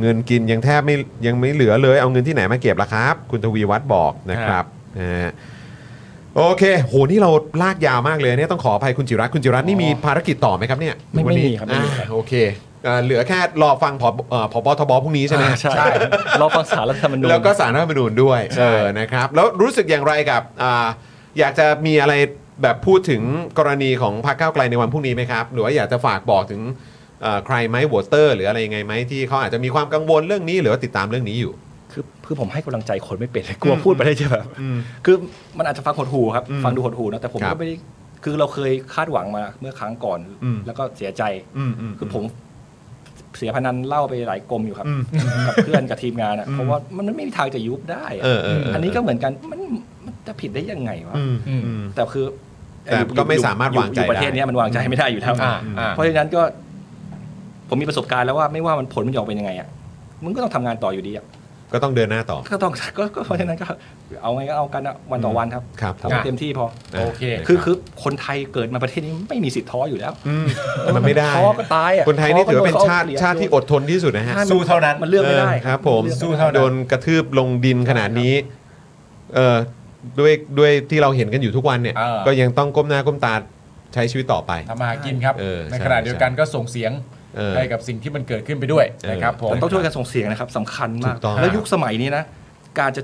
[SPEAKER 1] เงินกินยังแทบไม่ยังไม่เหลือเลย เอาเงินที่ไหนมาเก็บล่ะครับ คุณทวีวัฒน์บอกนะครับนะฮะโอเค โห นี่เราลากยาวมากเลยเนี่ยต้องขออภัยคุณจิรัตน์คุณจิรัตน์นี่มีภารกิจต่อไหมครับเนี่ย
[SPEAKER 5] ไม่
[SPEAKER 1] วันนี้
[SPEAKER 5] ไม่มีครับไม่มีครับ
[SPEAKER 1] อ่าโอเคเอ่อเหลือแค่รอฟังผอเอ่อผบทบพรุ่งนี้ใช่ไหม
[SPEAKER 5] ใช่ รอฟังสารรัฐธรรมนูญ
[SPEAKER 1] แล้วก็สารรัฐธรรมนูญด้วยเออนะครับ แล้วรู้สึกอย่างไรกับอ่าอยากจะมีอะไรแบบพูดถึงกรณีของพรรคก้าวไกลในวันพรุ่งนี้ไหมครับ หรือว่าอยากจะฝากบอกถึงเอ่อใครไหมวอเตอร์ หรืออะไรยังไงไหมที่เขาอาจจะมีความกังวลเรื่องนี้ หรือว่าติดตามเรื่องนี้อยู่
[SPEAKER 5] คือคือผมให้กำลังใจคนไม่เป็นเลยกลัวพูดไปได้จะแบบคือมันอาจจะฟังหดหูครับ
[SPEAKER 1] อืม
[SPEAKER 5] ฟังดูหดหูนะแต่ผม
[SPEAKER 1] ครั
[SPEAKER 5] ก็
[SPEAKER 1] บ
[SPEAKER 5] ไม่ได้คือเราเคยคาดหวังมาเมื่อครั้งก่อน
[SPEAKER 1] อืม
[SPEAKER 5] แล้วก็เสียใจ
[SPEAKER 1] อืมอืม
[SPEAKER 5] คือผมเสียพนันเหล่าไปหลายกลมอยู่ครับ
[SPEAKER 1] อืม
[SPEAKER 5] กับ เพื่อนกับทีมงานอะ
[SPEAKER 1] อืม
[SPEAKER 5] เพราะว่ามันไม่มีทางจะยุบได้อะ
[SPEAKER 1] เออเออเอออั
[SPEAKER 5] นนี้ก็เหมือนกันมันมันจะผิดได้ยังไงวะ
[SPEAKER 1] อืมอืมอืม
[SPEAKER 5] แต่คือ
[SPEAKER 1] แต่ก็ไม่สามารถวางใจ
[SPEAKER 5] อยู่ประเทศ
[SPEAKER 1] ได้
[SPEAKER 5] เนี้ยมันวางใจไม่ได้อยู่แล้ว
[SPEAKER 2] อ่าอ่า
[SPEAKER 5] เพราะฉะนั้นก็ผมมีประสบการณ์แล้วว่าไม่ว่ามันผลมันจะออกเป็นยังไงอ่ะมึงก็ต้องทำงานต่ออยู่ดีอ่ะ
[SPEAKER 1] ก็ต้องเดินหน้าต่อ
[SPEAKER 5] ก็ต้อง ก็ก็เพราะฉะนั้นก็เอาไงก็เอากันอะวันต่อวันครับ
[SPEAKER 1] ครับ
[SPEAKER 5] ทำให้เต็มที่พอ
[SPEAKER 1] นะ
[SPEAKER 2] โอเค
[SPEAKER 5] คือคือคนไทยเกิดมาประเทศนี้ไม่มีสิทธิ์ท้ออยู่แล้ว
[SPEAKER 1] มมันไม่ได้
[SPEAKER 5] ท้อก็ตายอ่ะ
[SPEAKER 1] คนไทยนี่ถือว่าเป็น
[SPEAKER 5] ท้ก็
[SPEAKER 1] ชาติ
[SPEAKER 5] โดนเข
[SPEAKER 1] ชาติที่อดทนที่สุดนะฮะ
[SPEAKER 2] สู้เท่านั้น
[SPEAKER 5] มันเลือกไม่ได้
[SPEAKER 1] เออครับผม
[SPEAKER 5] นเลือกไได้
[SPEAKER 2] สู้เท่านั้น
[SPEAKER 1] โดนกระทืบลงดินขนาดนี้เออด้วยด้วยที่เราเห็นกันอยู่ทุกวันเนี่ย
[SPEAKER 2] เออ
[SPEAKER 1] ก็ยังต้องก้มหน้าก้มตาใช้ชีวิตต่อไป
[SPEAKER 2] ทำมาหากินครับ
[SPEAKER 1] เออ
[SPEAKER 2] ใน
[SPEAKER 1] ใช่
[SPEAKER 2] ขณะเดียวกันก็ส่งเสียง
[SPEAKER 1] เออ
[SPEAKER 2] ให้กับสิ่งที่มันเกิดขึ้นไปด้วยนะครับผม
[SPEAKER 5] ต้องช่วยกันส่งเสียงนะครับสำคัญ
[SPEAKER 1] ถู
[SPEAKER 5] มาก
[SPEAKER 1] กต้อง
[SPEAKER 5] แล้วยุคสมัยนี้นะ การจะ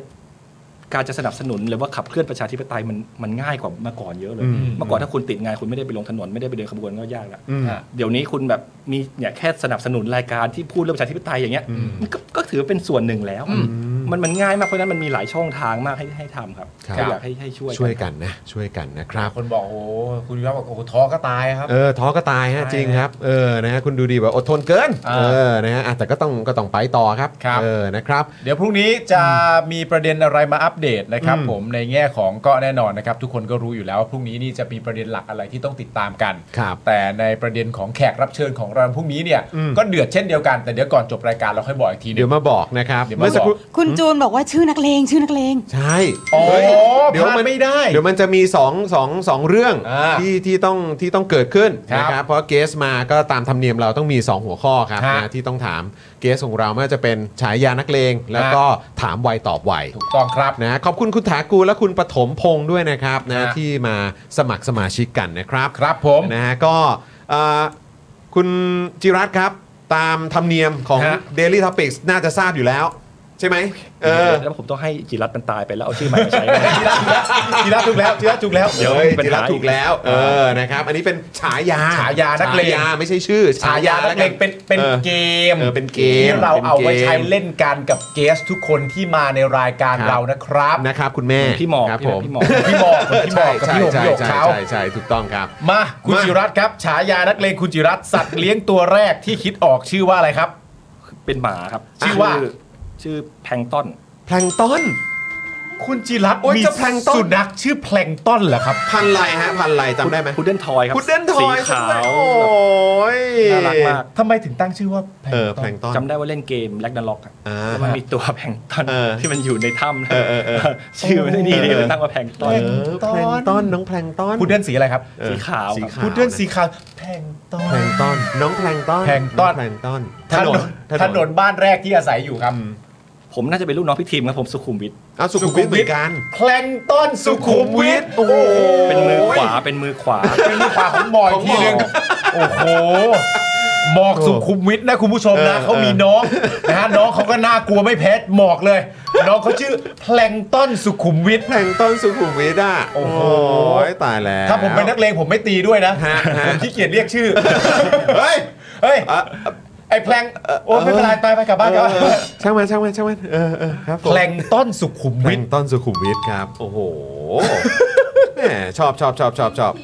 [SPEAKER 5] การจะสนับสนุนหรือว่าขับเคลื่อนประชาธิปไตยมันมันง่ายกว่าเมื่อก่อนเยอะเลย
[SPEAKER 1] อืม
[SPEAKER 5] เมื่อก่อนถ้าคุณติดงานคุณไม่ได้ไปลงถนนไม่ได้ไปเดินขบวนก็ยากละ
[SPEAKER 1] อืม
[SPEAKER 2] อ่ะ
[SPEAKER 5] เดี๋ยวนี้คุณแบบมีเนี่ยแค่สนับสนุนรายการที่พูดเรื่องประชาธิปไตยอย่างเงี้ยมันก็ก็ถือเป็นส่วนหนึ่งแล้ว มันมันง่ายมากเพราะฉะนั้นมันมีหลายช่องทางมากให้ให้ทำครับ
[SPEAKER 1] ครับ
[SPEAKER 5] ก็อยากให้ให้ช่วย
[SPEAKER 1] ช่วย
[SPEAKER 5] กัน
[SPEAKER 1] กันนะ ช่วยกันนะครับ
[SPEAKER 2] คนบอกโอ้โหคุณยอดบอกโอ้โหท้อก็ตายครับ
[SPEAKER 1] เออท้อก็ตายฮะ
[SPEAKER 2] ใช่
[SPEAKER 1] จริงครับ เออนะฮะคุณดูดีแบบอดทนเกิน
[SPEAKER 2] อ่า
[SPEAKER 1] เออนะฮะอ่ะแต่ก็ต้องก็ต้องไปต่อครับ
[SPEAKER 2] ครับ
[SPEAKER 1] เออนะครับ
[SPEAKER 2] เดี๋ยวพรุ่งนี้จะมีประเด็นอะไรมาอัปเดตนะครับ
[SPEAKER 1] อืม
[SPEAKER 2] ผมในแง่ของก็แน่นอนนะครับ ทุกคนก็รู้อยู่แล้วว่าพรุ่งนี้นี่จะมีประเด็นหลักอะไรที่ต้องติดตามกัน
[SPEAKER 1] ครับ
[SPEAKER 2] แต่ในประเด็นของแขกรับเชิญของเราพรุ่งนี้เนี่ย
[SPEAKER 1] อืม
[SPEAKER 2] ก็เดือดเช่นเดียวกันแต่เดี๋ยวก่อนจบรายการเราค่อยบอกอีกทีหนึ
[SPEAKER 1] เดี๋ยว
[SPEAKER 2] ง
[SPEAKER 1] มาบอกนะครับ
[SPEAKER 2] เดี๋ยวมา
[SPEAKER 1] เมื่อสักครู่
[SPEAKER 6] คุณจูนบอกว่าชื่อนักเลงชื่อนักเลง
[SPEAKER 1] ใช่
[SPEAKER 2] อ๋อ
[SPEAKER 1] เฮ้ย
[SPEAKER 2] เดี๋ยวมันไม่ได้
[SPEAKER 1] เดี๋ยวมันจะมีสองสองสองเรื่อง
[SPEAKER 2] อ่า
[SPEAKER 1] ที่ที่ต้องที่ต้องเกิดขึ้น
[SPEAKER 2] ครับ
[SPEAKER 1] นะครับ เพราะเกสมาก็ตามธรรมเนียมเราต้องมี 2 หัวข้อครับ
[SPEAKER 2] ฮะ
[SPEAKER 1] นะที่ต้องถามเกสของเราไม่ว่าจะเป็นฉายานักเลง แล้ว
[SPEAKER 2] ฮะ
[SPEAKER 1] ก็ถามไวตอบไว
[SPEAKER 2] ถูกต้องครับ
[SPEAKER 1] นะขอบคุณคุณถากูลและคุณปฐมพงศ์ด้วยนะครับนะ
[SPEAKER 2] ฮะ
[SPEAKER 1] ที่มาสมัครสมาชิกกันนะครับ
[SPEAKER 2] ครับผม
[SPEAKER 1] นะฮะก็เอ่อคุณจิรัตน์ครับ ตามธรรมเนียมของ
[SPEAKER 2] ฮะ
[SPEAKER 1] Daily Topics น่าจะทราบอยู่แล้ว ใช่ไหมเออ
[SPEAKER 5] แล้วผมต้องให้จิรัตน์มันตายไปแล้วเอาชื่อใหม่มาใช้
[SPEAKER 2] ทีละถูกแล้วทีละถูกแล้ว
[SPEAKER 5] เดี๋ยว
[SPEAKER 1] อ้
[SPEAKER 5] มีปัญ
[SPEAKER 1] จิรัต
[SPEAKER 5] หา
[SPEAKER 1] น์
[SPEAKER 5] อีก
[SPEAKER 1] ถูกแล้วเออนะครับอันนี้เป็นฉายา
[SPEAKER 2] ฉายานักเลง
[SPEAKER 1] ฉายาไม่ใช่ชื่อ
[SPEAKER 2] ฉายานักเลง
[SPEAKER 1] แว
[SPEAKER 2] เป็นเป็น
[SPEAKER 1] เออ
[SPEAKER 2] เกม
[SPEAKER 1] เออเป็นเกม
[SPEAKER 2] ที่เรา
[SPEAKER 1] เป็นเกม
[SPEAKER 2] เอาไว้ใช้เล่นกันกับเกสทุกคนที่มาในรายการเรานะครับ
[SPEAKER 1] นะครับคุณแม่
[SPEAKER 5] พี่หมอก
[SPEAKER 1] ครับ
[SPEAKER 5] พี่
[SPEAKER 1] ผม
[SPEAKER 5] พี่หมอก
[SPEAKER 2] พี่บอกกับพี่บ
[SPEAKER 1] ใช่
[SPEAKER 2] อกกั
[SPEAKER 1] ใช่
[SPEAKER 2] บพี่หง
[SPEAKER 1] ใช่
[SPEAKER 2] พี่หยก
[SPEAKER 1] ใช่
[SPEAKER 2] เขา
[SPEAKER 1] ใช่ใช่ถูกต้องครับ
[SPEAKER 2] มาคุณ
[SPEAKER 1] มา
[SPEAKER 2] จิรัตน์ครับฉายานักเลงคุณจิรัตน์สัตว์เลี้ยงตัวแรกที่คิดออกชื่อว่าอะไรครับ
[SPEAKER 5] เป็นหมาครับ
[SPEAKER 2] ชื่อว่า
[SPEAKER 5] ชื่อแพลงก์ต้น
[SPEAKER 1] แพลงก์ต้น
[SPEAKER 2] คุณจิรัตน์
[SPEAKER 1] โอ๊ย
[SPEAKER 2] มี
[SPEAKER 1] จะแพลงก์ต้น
[SPEAKER 2] สุนัขชื่อแพลงก์ต้นเหรอครับ
[SPEAKER 1] พันไรฮะพันไรจำได้ไหม
[SPEAKER 5] พุดเดิ้ลทอยครับ
[SPEAKER 1] พุดเดิ้ลทอย
[SPEAKER 5] สีขา
[SPEAKER 1] ใช่ไหม
[SPEAKER 5] ว
[SPEAKER 1] โอ้ย
[SPEAKER 5] น่ารักมาก
[SPEAKER 2] ทำไมถึงตั้งชื่อว่าแพลง
[SPEAKER 1] เออ
[SPEAKER 2] ก์ต้
[SPEAKER 1] แพลง
[SPEAKER 2] น
[SPEAKER 1] ก์ต้น
[SPEAKER 5] จำได้ว่าเล่นเกมแลกนันล็อกอะ
[SPEAKER 1] อ่า
[SPEAKER 5] แล้วมันมีตัวแพลงก์ต้น
[SPEAKER 1] เออ
[SPEAKER 5] ที่มันอยู่ในถ้ำนะ
[SPEAKER 1] เออเออเออ
[SPEAKER 5] ชื่อไม่ได้นี่เลยมันตั้งว่าแพลงก์ต้น
[SPEAKER 2] เอ
[SPEAKER 1] เออแพลงก์ต้นน้องแพลงก์ต้น
[SPEAKER 2] พุดเดิ้ลสีอะไรครับ
[SPEAKER 1] เออ
[SPEAKER 5] สีขาว
[SPEAKER 1] สี
[SPEAKER 5] ครับ
[SPEAKER 1] ขาว
[SPEAKER 2] พุดเดิ้ลสีขาวแพลงก์ต้น
[SPEAKER 1] แพลงก์ต้นน้องแพลงก์ต้น
[SPEAKER 2] แพลงก์ต้
[SPEAKER 1] อ
[SPEAKER 2] น
[SPEAKER 1] งแพลงก์ต้น
[SPEAKER 2] ถนนถนนบ้านแรกที่อาศัยอยู่ครับ
[SPEAKER 5] ผมน่าจะเป็นลูกน้องพี่ทีมครับผมสุขุมวิท
[SPEAKER 1] เอาสุขุมวิทเหมือนกัน
[SPEAKER 2] แพลงก์ต้นสุขุมวิท
[SPEAKER 1] โอ้โห
[SPEAKER 5] เป็นมือขวาเป็นมือขวา
[SPEAKER 2] เป็นลูกควาของหมอย
[SPEAKER 1] ของหมอ
[SPEAKER 2] ทีนึงโอ้โหหมอกสุขุมวิทนะคุณผู้ชมนะ
[SPEAKER 1] เออ
[SPEAKER 2] เขามีน้องนะฮะน้องเขาก็น่ากลัวไม่แพ้หมอกเลย น้องเขาชื่อแพลงก์ต้นสุขุมวิท
[SPEAKER 1] แพลงก์ต้นสุขุมวิทอ่ะ
[SPEAKER 2] โอ้โห
[SPEAKER 1] ยตายแล้ว
[SPEAKER 2] ถ้าผมเป็นนักเลงผมไม่ตีด้วยนะ
[SPEAKER 1] ฮะฮะ
[SPEAKER 2] ผมขี้เกียจเรียกชื่อ เฮ้ย เฮ้ย
[SPEAKER 1] อ่ะ
[SPEAKER 2] ไอ้แพลง โอ้ไม่เป็นไรไปไปกลับบ้านกลับบ้าน
[SPEAKER 1] เออช่างมันช่างมันช่างมันเออเออครับผม
[SPEAKER 2] แพลงต้นสุขุม
[SPEAKER 1] แพล
[SPEAKER 2] วิท
[SPEAKER 1] งก์ต้นสุขุมวิทครับ โอ้โห แหมชอบชอบชอบชอบชอบ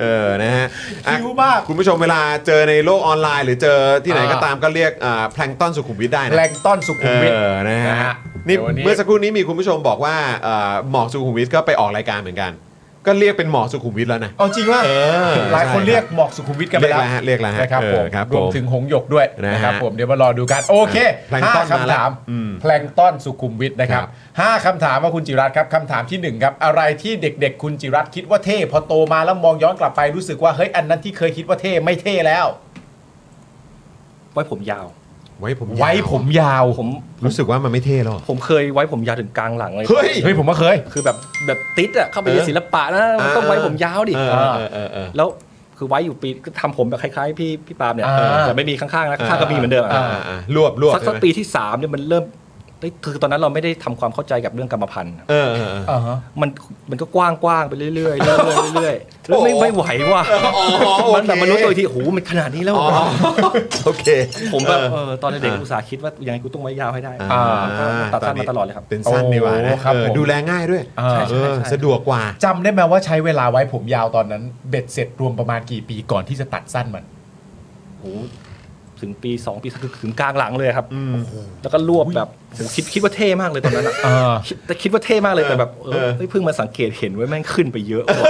[SPEAKER 1] เออนะฮะอ่ะ
[SPEAKER 2] หิวมาก
[SPEAKER 1] คุณผู้ชมเวลาเจอในโลกออนไลน์ หรือเจอที่ไหนก็ตามก็เรียกแพลงต้อนสุขุมวิทได้นะ
[SPEAKER 2] แรงต้อนสุ
[SPEAKER 1] เอ
[SPEAKER 2] ขุมวิท
[SPEAKER 1] อนะ
[SPEAKER 2] นะ
[SPEAKER 1] ฮะ
[SPEAKER 2] ฮะ
[SPEAKER 1] นี่
[SPEAKER 2] เดี๋ยววันนี้
[SPEAKER 1] เมื่อสักครู่นี้มีคุณผู้ชมบอกว่าเอ่อหมอกสุขุมวิทก็ไปออกรายการเหมือนกัน ก็เรียกเป็นหมอกสุขุมวิทแล้วนะ
[SPEAKER 2] เอาจริงว่า
[SPEAKER 1] เออ
[SPEAKER 2] หลายคน
[SPEAKER 1] ใช่
[SPEAKER 2] เรียกหมอกสุขุมวิทกันไปแล้ว
[SPEAKER 1] เรียกแล้วฮะเรียกแล้วฮะ
[SPEAKER 2] นะครับผม
[SPEAKER 1] เออครับผม
[SPEAKER 2] รวมถึงหงหยกด้วย
[SPEAKER 1] นะฮะ
[SPEAKER 2] นะครับผมเดี๋ยวมารอดูกันโอเค
[SPEAKER 1] แพลง
[SPEAKER 2] ห้า
[SPEAKER 1] ต้อนมา
[SPEAKER 2] คำ
[SPEAKER 1] แล้ว
[SPEAKER 2] ถาม
[SPEAKER 1] อืม
[SPEAKER 2] แพลงต้อนสุขุมวิทนะครั
[SPEAKER 1] ค
[SPEAKER 2] บ
[SPEAKER 1] รับ
[SPEAKER 2] ห้าคำถามว่าคุณจิรัตน์ครับคำถามที่หนึ่งครับอะไรที่เด็กๆ คุณจิรัตน์คิดว่าเท่พอโตมาแล้วมองย้อนกลับไปรู้สึกว่าเฮ้ยอันนั้นที่เคยคิดว่าเท่ไม่เท่แล้ว
[SPEAKER 5] ไว้ผมยาว
[SPEAKER 1] ไว้ผมยาว
[SPEAKER 2] ไว้ผมยาว
[SPEAKER 5] ผม
[SPEAKER 1] รู้สึกว่ามันไม่เท่หรอก
[SPEAKER 5] ผมเคยไว้ผมยาวถึงกลางหลังเลย
[SPEAKER 1] เฮ้ย
[SPEAKER 2] เฮ้ยผมก็เคย
[SPEAKER 5] คือแบบแบบติดอะเข้าไปเรียน
[SPEAKER 1] เออ
[SPEAKER 5] ศิลปะนะมันต้อง
[SPEAKER 1] เออ
[SPEAKER 5] ไว้ผมยาวดิ
[SPEAKER 1] เออ
[SPEAKER 5] อ่า
[SPEAKER 1] เออเออเออ
[SPEAKER 5] แล้วคือไว้อยู่ปีก็ทำผมแบบคล้ายๆ พี่พี่ปาล์มเนี่ย
[SPEAKER 2] อ่า
[SPEAKER 5] แต่ไม่มีข้างๆนะ
[SPEAKER 1] อ่า
[SPEAKER 5] ข้างๆก็มีเหมือนเดิมอะ
[SPEAKER 2] อ่า
[SPEAKER 1] อ่ะอ่ะรวบรวบ
[SPEAKER 5] สักสั
[SPEAKER 1] ใช่
[SPEAKER 5] ก
[SPEAKER 1] ไหม
[SPEAKER 5] ปีที่สามเนี่ยมันเริ่มเอ้ยคือตอนนั้นเราไม่ได้ทำความเข้าใจกับเรื่องกรรมพันธุ์
[SPEAKER 1] เออเออเออ
[SPEAKER 2] อ่าฮะ
[SPEAKER 5] มันมันก็กว้างกว้างๆไปเรื่อยๆเรื่อยๆเรื่อยๆแล้ว ไม่
[SPEAKER 1] โอ้
[SPEAKER 5] ไม่ไหวว่ะ
[SPEAKER 1] อ๋อโอเค
[SPEAKER 5] มันแบบมันรู้ตัวอีกทีโอ้โหมันขนาดนี้แล้วเหร
[SPEAKER 1] อ๋อ
[SPEAKER 5] อ
[SPEAKER 1] โอเค
[SPEAKER 5] ผมแบบ
[SPEAKER 1] เออ
[SPEAKER 5] เออตอนเด็ก
[SPEAKER 1] เออ
[SPEAKER 5] ๆอุตส่าห์คิดว่ายังไงกูต้องไว้ยาวให้ได้
[SPEAKER 1] อ่า
[SPEAKER 5] ตัดสั้นมาตลอดเลยครับ
[SPEAKER 1] เป็นสั้นดีกว่านะ
[SPEAKER 2] โอ้ครับ
[SPEAKER 1] เออ
[SPEAKER 2] ผม
[SPEAKER 1] ดูแลง่ายด้วย
[SPEAKER 2] อ่า
[SPEAKER 1] เออสะดวกกว่า
[SPEAKER 2] จำได้ไหมว่าใช้เวลาไว้ผมยาวตอนนั้นเบ็ดเสร็จรวมประมาณกี่ปีก่อนที่จะตัดสั้นมัน
[SPEAKER 5] โอ้โหถึงปีสองปีถึงกลางหลังเลยครับแล้วก็รวบแบบโหคิดคิดว่าเท่มากเลยตอนนั้นอะคิดแต่คิดว่าเท่มากเลยแต่แบบเออ
[SPEAKER 1] เออ
[SPEAKER 5] เฮ้ยเพิ่งมาสังเกตเห็นเว่าแม่งขึ้นไปเยอะ ว่ะ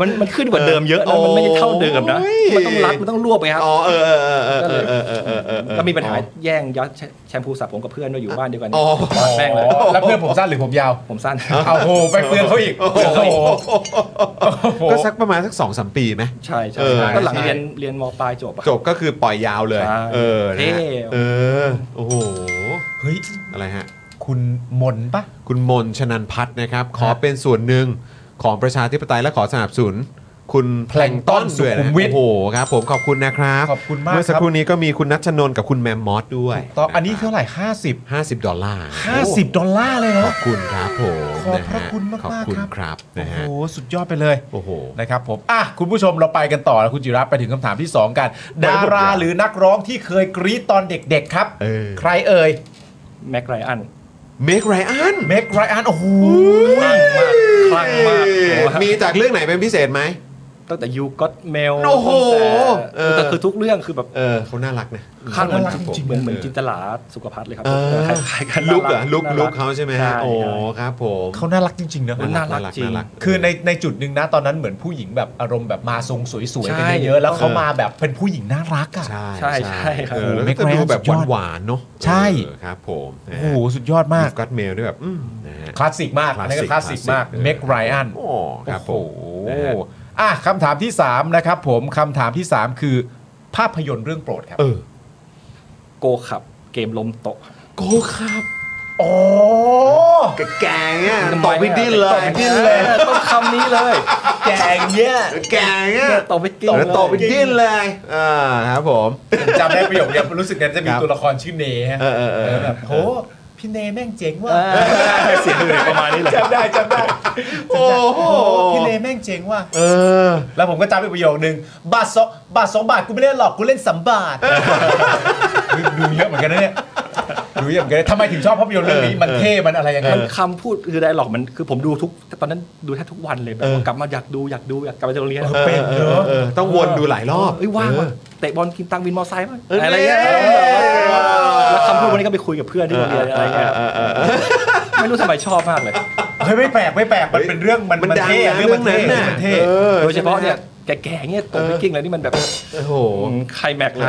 [SPEAKER 5] มันมันขึ้นกว่าเดิมเยอะนะมันไม่ได้เท่าเดิมนะ
[SPEAKER 1] โอ้ย
[SPEAKER 5] มันต้องรัดมันต้องรวบไปครับ
[SPEAKER 1] อ๋อเออเออเออเออเออเออเออเออเออ
[SPEAKER 5] ก็มีปัญหาแย่งย้อนแชมพูสระผมกับเพื่อนด้วยอยู่บ้านเดียวกัน
[SPEAKER 1] อ๋อ
[SPEAKER 5] ปาดแม่งเลย
[SPEAKER 2] แล้วเพื่อนผมสั้นหรือผมยาว
[SPEAKER 5] ผมสั้น
[SPEAKER 2] เอาโหไปเปลือนเขาอีก
[SPEAKER 1] โอ้โห
[SPEAKER 2] เปลือนเขาอีก
[SPEAKER 1] ก็สักประมาณสักสองสามปีไหม
[SPEAKER 5] ใช่
[SPEAKER 1] เออ
[SPEAKER 5] ใช่ก็หลังเรียนเรียนมปลายจบอะ
[SPEAKER 1] จบก็คือปล่อยยาวเลย
[SPEAKER 5] ใช่
[SPEAKER 1] เออนะฮะ
[SPEAKER 5] เท่
[SPEAKER 1] เออ โอ้โห
[SPEAKER 2] เฮ้ย
[SPEAKER 1] อะไรฮะ
[SPEAKER 2] คุณมนปะ
[SPEAKER 1] คุณมนชนันพัฒน์นะครับ ขอเป็นส่วนหนึ่งของประชาธิปไตยและขอสนับสนุนคุณแพลงต้น
[SPEAKER 2] แพลงต้น
[SPEAKER 1] ด้วย
[SPEAKER 2] สุขุ
[SPEAKER 1] นะ
[SPEAKER 2] มวิท
[SPEAKER 1] โอ้โหครับผมขอบคุณนะครับ
[SPEAKER 2] ขอบคุณมาก
[SPEAKER 1] เมื่อสัก
[SPEAKER 2] ครับ
[SPEAKER 1] ครู่นี้ก็มีคุณนัชชนนกับคุณแมมมอสด้วย
[SPEAKER 2] ตอนอันนี้เท่าไหร่ 50
[SPEAKER 1] 50 ดอลลาร์
[SPEAKER 2] 50 ดอลลาร์เลย
[SPEAKER 1] ขอ
[SPEAKER 2] นะ
[SPEAKER 1] บคุณครับผม
[SPEAKER 2] ขอบ
[SPEAKER 1] นฮ
[SPEAKER 2] พระคุณมากๆ
[SPEAKER 1] ขอบคุณ
[SPEAKER 2] ครับ
[SPEAKER 1] ครับ
[SPEAKER 2] โอ้
[SPEAKER 1] นะ
[SPEAKER 2] โห
[SPEAKER 1] ฮะ
[SPEAKER 2] สุดยอดไปเลย
[SPEAKER 1] โอ้โห
[SPEAKER 2] นะครับผมอ่ะคุณผู้ชมเราไปกันต่อนะคุณจิรัตน์ไปถึงคำถามที่ 2 กัน ดาราหรือนักร้องที่เคยกรี๊ดตอนเด็กๆ ครับ
[SPEAKER 1] เออ
[SPEAKER 2] ใครเอ่ย
[SPEAKER 5] แม็กไรอัน
[SPEAKER 1] เมกไรอัน
[SPEAKER 2] เมกไรอันโอ้โห
[SPEAKER 5] คลั่งมากคลั่งมาก
[SPEAKER 1] มีจากเรื่องไหนเป็นพิเศษไหม
[SPEAKER 5] ตั้งแต่ยูก็ t เมล
[SPEAKER 1] โอ้โหเออ
[SPEAKER 5] แต่คือทุกเรื่องคือแบบ
[SPEAKER 1] เออเขาน่ารักนะ
[SPEAKER 5] คลั่งเหมือน
[SPEAKER 2] น่ารักจริงๆ
[SPEAKER 5] เหมือนเหมือนจินตลาสุขภัทรเลยครับ
[SPEAKER 1] เออ
[SPEAKER 5] คล้ายๆกัน
[SPEAKER 1] ลุกเหรอ
[SPEAKER 5] น่า
[SPEAKER 1] ลุก
[SPEAKER 5] น่รั
[SPEAKER 1] ลุกเขาใช่ไหมฮะ
[SPEAKER 5] ใช่
[SPEAKER 1] โอ้
[SPEAKER 5] ใช่
[SPEAKER 1] ครับผม
[SPEAKER 2] เขาน่ารักจริงๆเนอะ
[SPEAKER 5] น่ารักจริง
[SPEAKER 2] คือในในจุดหนึ่งนะตอนนั้นเหมือนผู้หญิงแบบอารมณ์แบบมาทรงสวยๆกันเยอะๆแล้วเขามาแบบเป็นผู้หญิงน่ารักอ่ะ
[SPEAKER 1] ใช่
[SPEAKER 5] ใช่ใช่ครับ
[SPEAKER 1] เออแล้ว
[SPEAKER 2] โอ้โห Mac
[SPEAKER 1] ก็ดู
[SPEAKER 2] Ryan
[SPEAKER 1] แบบ
[SPEAKER 2] สุดยอด
[SPEAKER 1] หวานๆเนาะ
[SPEAKER 2] ใช่
[SPEAKER 1] เออครับผม
[SPEAKER 2] โอ้โหสุดยอดมาก
[SPEAKER 1] กัตเมลด้วยแบบอืมนะฮะ
[SPEAKER 2] คลาสสิกมาก
[SPEAKER 1] คลาสสิก
[SPEAKER 2] อันนั่นก็คลาสสิกมาก
[SPEAKER 1] คลาสสิก
[SPEAKER 2] เมกไรอัน
[SPEAKER 1] โอ้ครับผ
[SPEAKER 2] โอ้
[SPEAKER 1] ม
[SPEAKER 2] โห
[SPEAKER 1] นะฮะ
[SPEAKER 2] อ่ะคำถามที่ 3 นะครับผมคำถามที่ 3 คือ ภาพยนตร์เรื่องโปรดครับ
[SPEAKER 1] เออ
[SPEAKER 5] โกขับเกมลมโตะ
[SPEAKER 1] โกครับ
[SPEAKER 2] โอ้
[SPEAKER 1] แกงเนี่ย
[SPEAKER 5] ทำไม
[SPEAKER 1] ต่อยไปดิ้นเล
[SPEAKER 5] ต่อย ยไปดิ้นเลย
[SPEAKER 1] ต้องคำนี้เลย
[SPEAKER 2] แกงเนี่ย
[SPEAKER 1] แกงเนี่ย
[SPEAKER 5] ต่อยไปกิ้งเลย
[SPEAKER 1] แล้วต่อยไปดิ้นเลยอ่าครับผม
[SPEAKER 2] ผมจำได้ประโยคเดียวรู้สึกนั้นจะมี
[SPEAKER 1] ครับ
[SPEAKER 2] ตัวละครชื่อเนฮะ
[SPEAKER 1] เออเออเออ
[SPEAKER 2] เออแบบโหพี่เนแม่งเจ๋งว่ะ
[SPEAKER 5] เสียงเลยประมาณนี้เลย
[SPEAKER 2] จำได้จำได้
[SPEAKER 1] โอ้โห
[SPEAKER 2] พี่เนแม่งเจ๋งว่ะ
[SPEAKER 1] เออ
[SPEAKER 2] แล้วผมก็จำเป็นประโยคนึงบาทสองบาทสองบาทกูไม่เล่นหรอกกูเล่นสัมบาทดูเยอะเหมือนกันนะเนี่ยดูเยอะเหมือนกันนะทำไมถึงชอบภาพยนตร์เรื่องนี้มันเท่มันอะไรยังไง
[SPEAKER 5] มันคำพูดคือไดร์ล็อกมันคือผมดูทุกตอนนั้นดูแทบทุกวันเลยแบบ
[SPEAKER 1] เออ
[SPEAKER 5] ว่ากลับมาอยากดูอยากดูอยากกลับมาจากโรงเรียน
[SPEAKER 2] ออเป็นเนอะ
[SPEAKER 1] เออต้องวนดูหลายรอบ
[SPEAKER 5] เอ้ยว่างว่ะเตะบอลกินตังค์วินมอไซค์ป่ะ
[SPEAKER 1] เออ
[SPEAKER 5] อะไรเงี้ย
[SPEAKER 1] เออ
[SPEAKER 5] แล้วคำพูดวันนี้ก็ไปคุยกับเพื่อนที่โรงเรียนอะไรเงี้ยไม่รู้ทำไมชอบมากเลย
[SPEAKER 2] เฮ้ยไม่แปลกไม่แปลกมันเป็นเรื่องมัน
[SPEAKER 1] มันดัง
[SPEAKER 2] เท่
[SPEAKER 1] นะ
[SPEAKER 2] เรื่
[SPEAKER 1] เรื่
[SPEAKER 2] อ
[SPEAKER 1] อง ง
[SPEAKER 2] มัน
[SPEAKER 1] นั้
[SPEAKER 2] เท่
[SPEAKER 1] นน่ะ
[SPEAKER 2] มันเท่
[SPEAKER 1] ออ
[SPEAKER 5] โดยเฉพาะเนี่ยแก่ๆเงี้ยตกไปกิ้งแล้วนี่มันแบบ
[SPEAKER 1] โอ้โห
[SPEAKER 5] ใครแม็กซ์เลย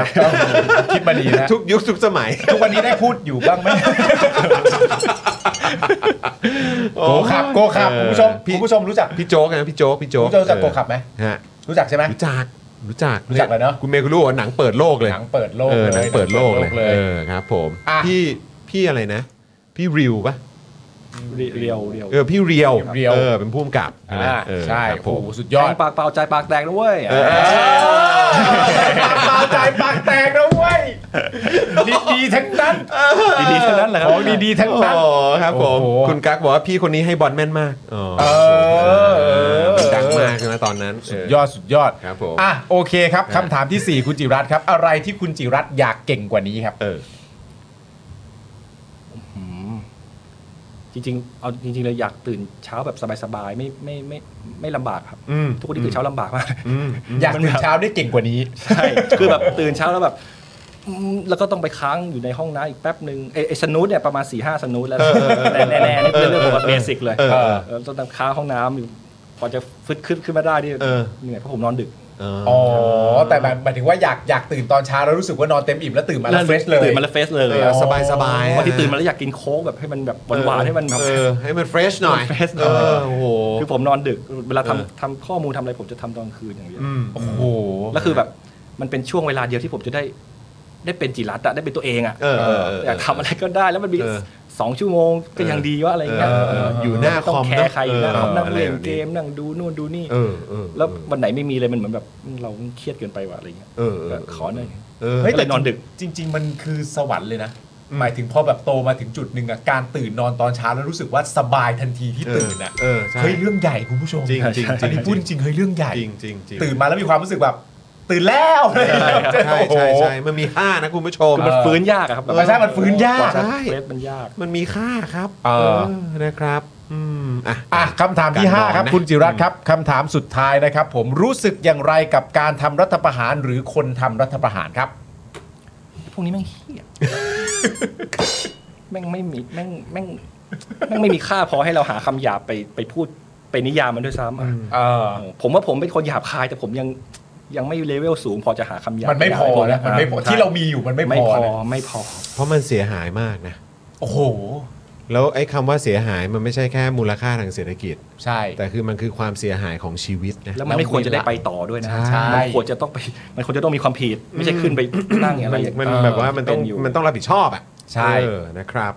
[SPEAKER 2] คิดมาดีนะ
[SPEAKER 1] ทุกยุคทุกสมัย
[SPEAKER 2] ทุกวันนี้ได้พูดอยู่บ้างไหมโกขับโกขับ
[SPEAKER 1] เออ
[SPEAKER 2] คุณผู้ชม
[SPEAKER 1] พี่
[SPEAKER 2] คุณผู้ชมรู้จัก
[SPEAKER 1] พี่โจ๊กนะพี่โจ๊กพี่โจ๊ก
[SPEAKER 2] พี่โจ๊กรู้จักโกขับไหม
[SPEAKER 1] ฮะ
[SPEAKER 2] รู้จักใช่ไหม
[SPEAKER 1] รู้จักรู้จัก
[SPEAKER 2] รู้จักเลยเนอะ
[SPEAKER 1] คุณเมย์คุณรู้ว่าหนังเปิดโลกเลย
[SPEAKER 2] หนังเปิดโลก
[SPEAKER 1] เออหนังเปิดโลก
[SPEAKER 2] ห
[SPEAKER 1] เลย
[SPEAKER 2] นังปิด
[SPEAKER 1] เออครับผม
[SPEAKER 2] อ่ะ
[SPEAKER 1] พี่พี่อะไรนะ พี่ริวปะ
[SPEAKER 5] เรียวเรียว
[SPEAKER 1] เออพี่เรียว
[SPEAKER 2] เรียว
[SPEAKER 1] เออเป็นผู้กำกับ
[SPEAKER 2] อ่า
[SPEAKER 1] นะเออ
[SPEAKER 2] ใช่
[SPEAKER 1] ครับผ
[SPEAKER 2] โอ้
[SPEAKER 1] ม
[SPEAKER 2] โหสุด
[SPEAKER 5] ย
[SPEAKER 2] ย
[SPEAKER 5] อ
[SPEAKER 2] อ
[SPEAKER 5] ด
[SPEAKER 2] ด
[SPEAKER 5] ปากเปล่าใจปากแตกนะเว้ย
[SPEAKER 1] เออเออ
[SPEAKER 2] ปากใจปากแตกนะเว้ยดีๆทั้งนั้น
[SPEAKER 5] ดีๆเท่านั้นแหละครั
[SPEAKER 2] ข
[SPEAKER 5] บ
[SPEAKER 2] องดีๆทั้ง
[SPEAKER 1] โอ้
[SPEAKER 2] นั้น
[SPEAKER 1] โหครับผม
[SPEAKER 2] โอ้โห
[SPEAKER 1] คุณกั๊กบอกว่าพี่คนนี้ให้บอลแม่นมากอ๋อ
[SPEAKER 2] เออเออ
[SPEAKER 1] มันดังมากใช่ไหมตอนนั้น
[SPEAKER 2] สุดยอดสุดยอด
[SPEAKER 1] ครับผม
[SPEAKER 2] อ่ะโอเคครับ
[SPEAKER 1] ครับ
[SPEAKER 2] คำถามที่ 4 คุณจิรัตน์ครับ อะไรที่คุณจิรัตน์อยากเก่งกว่านี้ครับ
[SPEAKER 1] เออ
[SPEAKER 5] อืมจ จริงๆเอาจริงๆเลยอยากตื่นเช้าแบบสบายๆไม่ไม่ไม่ไม่ลำบากครับ
[SPEAKER 1] อืม
[SPEAKER 5] ทุกวันนี้ตื่นเช้าลำบากมาก
[SPEAKER 1] อืมอืม
[SPEAKER 2] อยากตื่นเช้าได้เก่งกว่านี้
[SPEAKER 5] ใช่คือแบบตื่นเช้าแล้วแบบอืมแล้วก็ต้องไปค้างอยู่ในห้องน้ำอีกแป๊บหนึ่งไอ้ไอ้สนุดเนี่ยประมาณ4ี่ห้าสนุดแล้วแต่แน่ๆนี่เป็นเรื่องของแบบเบสิกเลย
[SPEAKER 1] เออเออ
[SPEAKER 5] เออต้องนั่งค้างห้องน้ำอยู่กว่าจะฟึดขึ้นขึ้นมาได้นี่
[SPEAKER 1] เออ
[SPEAKER 5] เหนื่อยเพราะผมนอนดึก
[SPEAKER 1] เออ
[SPEAKER 2] อ๋อ แต่แบบหมายถึงว่าอยากอยากตื่นตอนเช้าแล้วรู้สึกว่านอนเต็มอิ่มแล้วตื่นมาแล้วเฟรชเลย
[SPEAKER 5] ตื่นมาแล้วเฟสเลย
[SPEAKER 1] เออสบายสบาย
[SPEAKER 5] บางทีตื่นมาแล้วอยากกินโค้กแบบให้มันแบบหวานๆให้มันแบบ
[SPEAKER 1] เออให้มันเฟรชหน่อย
[SPEAKER 5] มัน fresh หน่
[SPEAKER 1] เอ
[SPEAKER 5] อย
[SPEAKER 1] อโอ้โห
[SPEAKER 5] คือผมนอนดึกเวลา
[SPEAKER 1] เออ
[SPEAKER 5] ทำทำข้อมูลทำอะไรผมจะทำตอนคืนอย่างเดียว
[SPEAKER 1] อืม
[SPEAKER 2] โอ้โห
[SPEAKER 5] แล้วคือแบบมันเป็นช่วงเวลาเดียวที่ผมจะได้ ได้เป็นจิรัตน์อะได้เป็นตัวเองอะ
[SPEAKER 1] เออเออเออ
[SPEAKER 5] อยากทำอะไรก็ได้แล้วมันมี
[SPEAKER 1] เออ
[SPEAKER 5] สองชั่วโมงก็ยังดีว่าอะไรเงี้ย
[SPEAKER 1] เออเออเอออยู่หน้า
[SPEAKER 5] ต้ง
[SPEAKER 1] คอม
[SPEAKER 5] แคร์ใครอยู่หน้าคอ
[SPEAKER 1] เอ
[SPEAKER 5] ม
[SPEAKER 1] อ
[SPEAKER 5] นั่งเล่
[SPEAKER 1] อะ
[SPEAKER 5] น
[SPEAKER 1] ไรแบบนี้
[SPEAKER 5] เกมนั่งดูนู่นดูนี่
[SPEAKER 1] เออเออ
[SPEAKER 5] แล้ววันไหนไม่มีเลยมันเหมือนแบบเราเครียดเกินไปว่ะอะไรเงี้ย
[SPEAKER 1] เออเอ
[SPEAKER 5] ก็
[SPEAKER 1] อ
[SPEAKER 5] ขอหน่อย
[SPEAKER 1] เออ
[SPEAKER 2] เฮ้ยแต่
[SPEAKER 5] ก็เลยนอนดึก
[SPEAKER 2] จริงจริง ๆ มันคือสวรรค์เลยนะ หมายถึงพอแบบโตมาถึงจุดหนึ่งอะการตื่นนอนตอนเช้าแล้วรู้สึกว่าสบายทันทีที่
[SPEAKER 1] เออ
[SPEAKER 2] ตื่นอะ
[SPEAKER 1] เออใช่
[SPEAKER 2] เฮ้ยเรื่องใหญ่คุณผู้ชม
[SPEAKER 1] จริงจริงจริง
[SPEAKER 2] อันนี้พูดจริงเฮ้ยเรื่องใหญ่
[SPEAKER 1] จริงจริงจริง
[SPEAKER 2] ตื่นมาแล้วมีความรู้สึกแบบ ตื่นแล้วอะไรอย่าง
[SPEAKER 1] ใช่
[SPEAKER 2] เงี้ย
[SPEAKER 1] ใช่ใช่ใช่มันมีค่านะคุณผู้ชม
[SPEAKER 5] คือมันฟื้นยากอะครับแบบ
[SPEAKER 2] แต่ใช่มันฟื้นยาก
[SPEAKER 5] ว่
[SPEAKER 2] ก
[SPEAKER 5] จะ
[SPEAKER 1] ใช่
[SPEAKER 5] เฟสมันยาก
[SPEAKER 1] มันมีค่าครับ
[SPEAKER 2] เออ
[SPEAKER 1] นะครับ อืมอ่ะ
[SPEAKER 2] อ่ะคำถามที่
[SPEAKER 1] การนอน
[SPEAKER 2] 5 ครับ
[SPEAKER 1] นะ
[SPEAKER 2] คุณจิรัตน์ครับคำถามสุดท้ายนะครับ ผมรู้สึกอย่างไรกับการทำรัฐประหารหรือคนทำรัฐประหารครับ
[SPEAKER 5] พวกนี้แม่งเฮี้ ย แม่งไม่มีแม่งแม่งแม่งไม่มีค่าพอให้เราหาคำหยาบไปไปพูดไปนิยามมันด้วยซ้ำอ่ะ
[SPEAKER 2] เออ
[SPEAKER 5] เออผมว่าผมเป็นคนหยาบคาย แต่ผมยังยังไม่เลเวลสูง พอจะหาคำหยาบ
[SPEAKER 2] มันไม่พอนะมันไม่พอที่เรามีอยู่มันไม่
[SPEAKER 5] ไม่
[SPEAKER 2] พอ
[SPEAKER 5] พอ
[SPEAKER 2] นะ
[SPEAKER 5] ไม่พอ
[SPEAKER 1] เพราะมันเสียหายมากนะ
[SPEAKER 2] โอ้โห
[SPEAKER 1] แล้วไอ้คำว่าเสียหายมันไม่ใช่แค่มูลค่าทางเศรษฐกิจ
[SPEAKER 2] ใช่
[SPEAKER 1] แต่คือมันคือความเสียหายของชีวิตนะ
[SPEAKER 5] แล้วมันไม่ควรจะได้ไปต่อด้วยนะ
[SPEAKER 2] ใช่
[SPEAKER 5] มันควรจะต้องไป มันควรจะต้องมีความผิด ไม่ใช่ขึ้นไปนั่งอะไร
[SPEAKER 1] มัน
[SPEAKER 5] อย่าง
[SPEAKER 1] มัน
[SPEAKER 5] เออ
[SPEAKER 1] แบบว่ามันต้อง
[SPEAKER 5] เป็อยู่
[SPEAKER 1] มันต้องรับผิดชอบอ่ะ
[SPEAKER 2] ใช่
[SPEAKER 1] เออนะครับ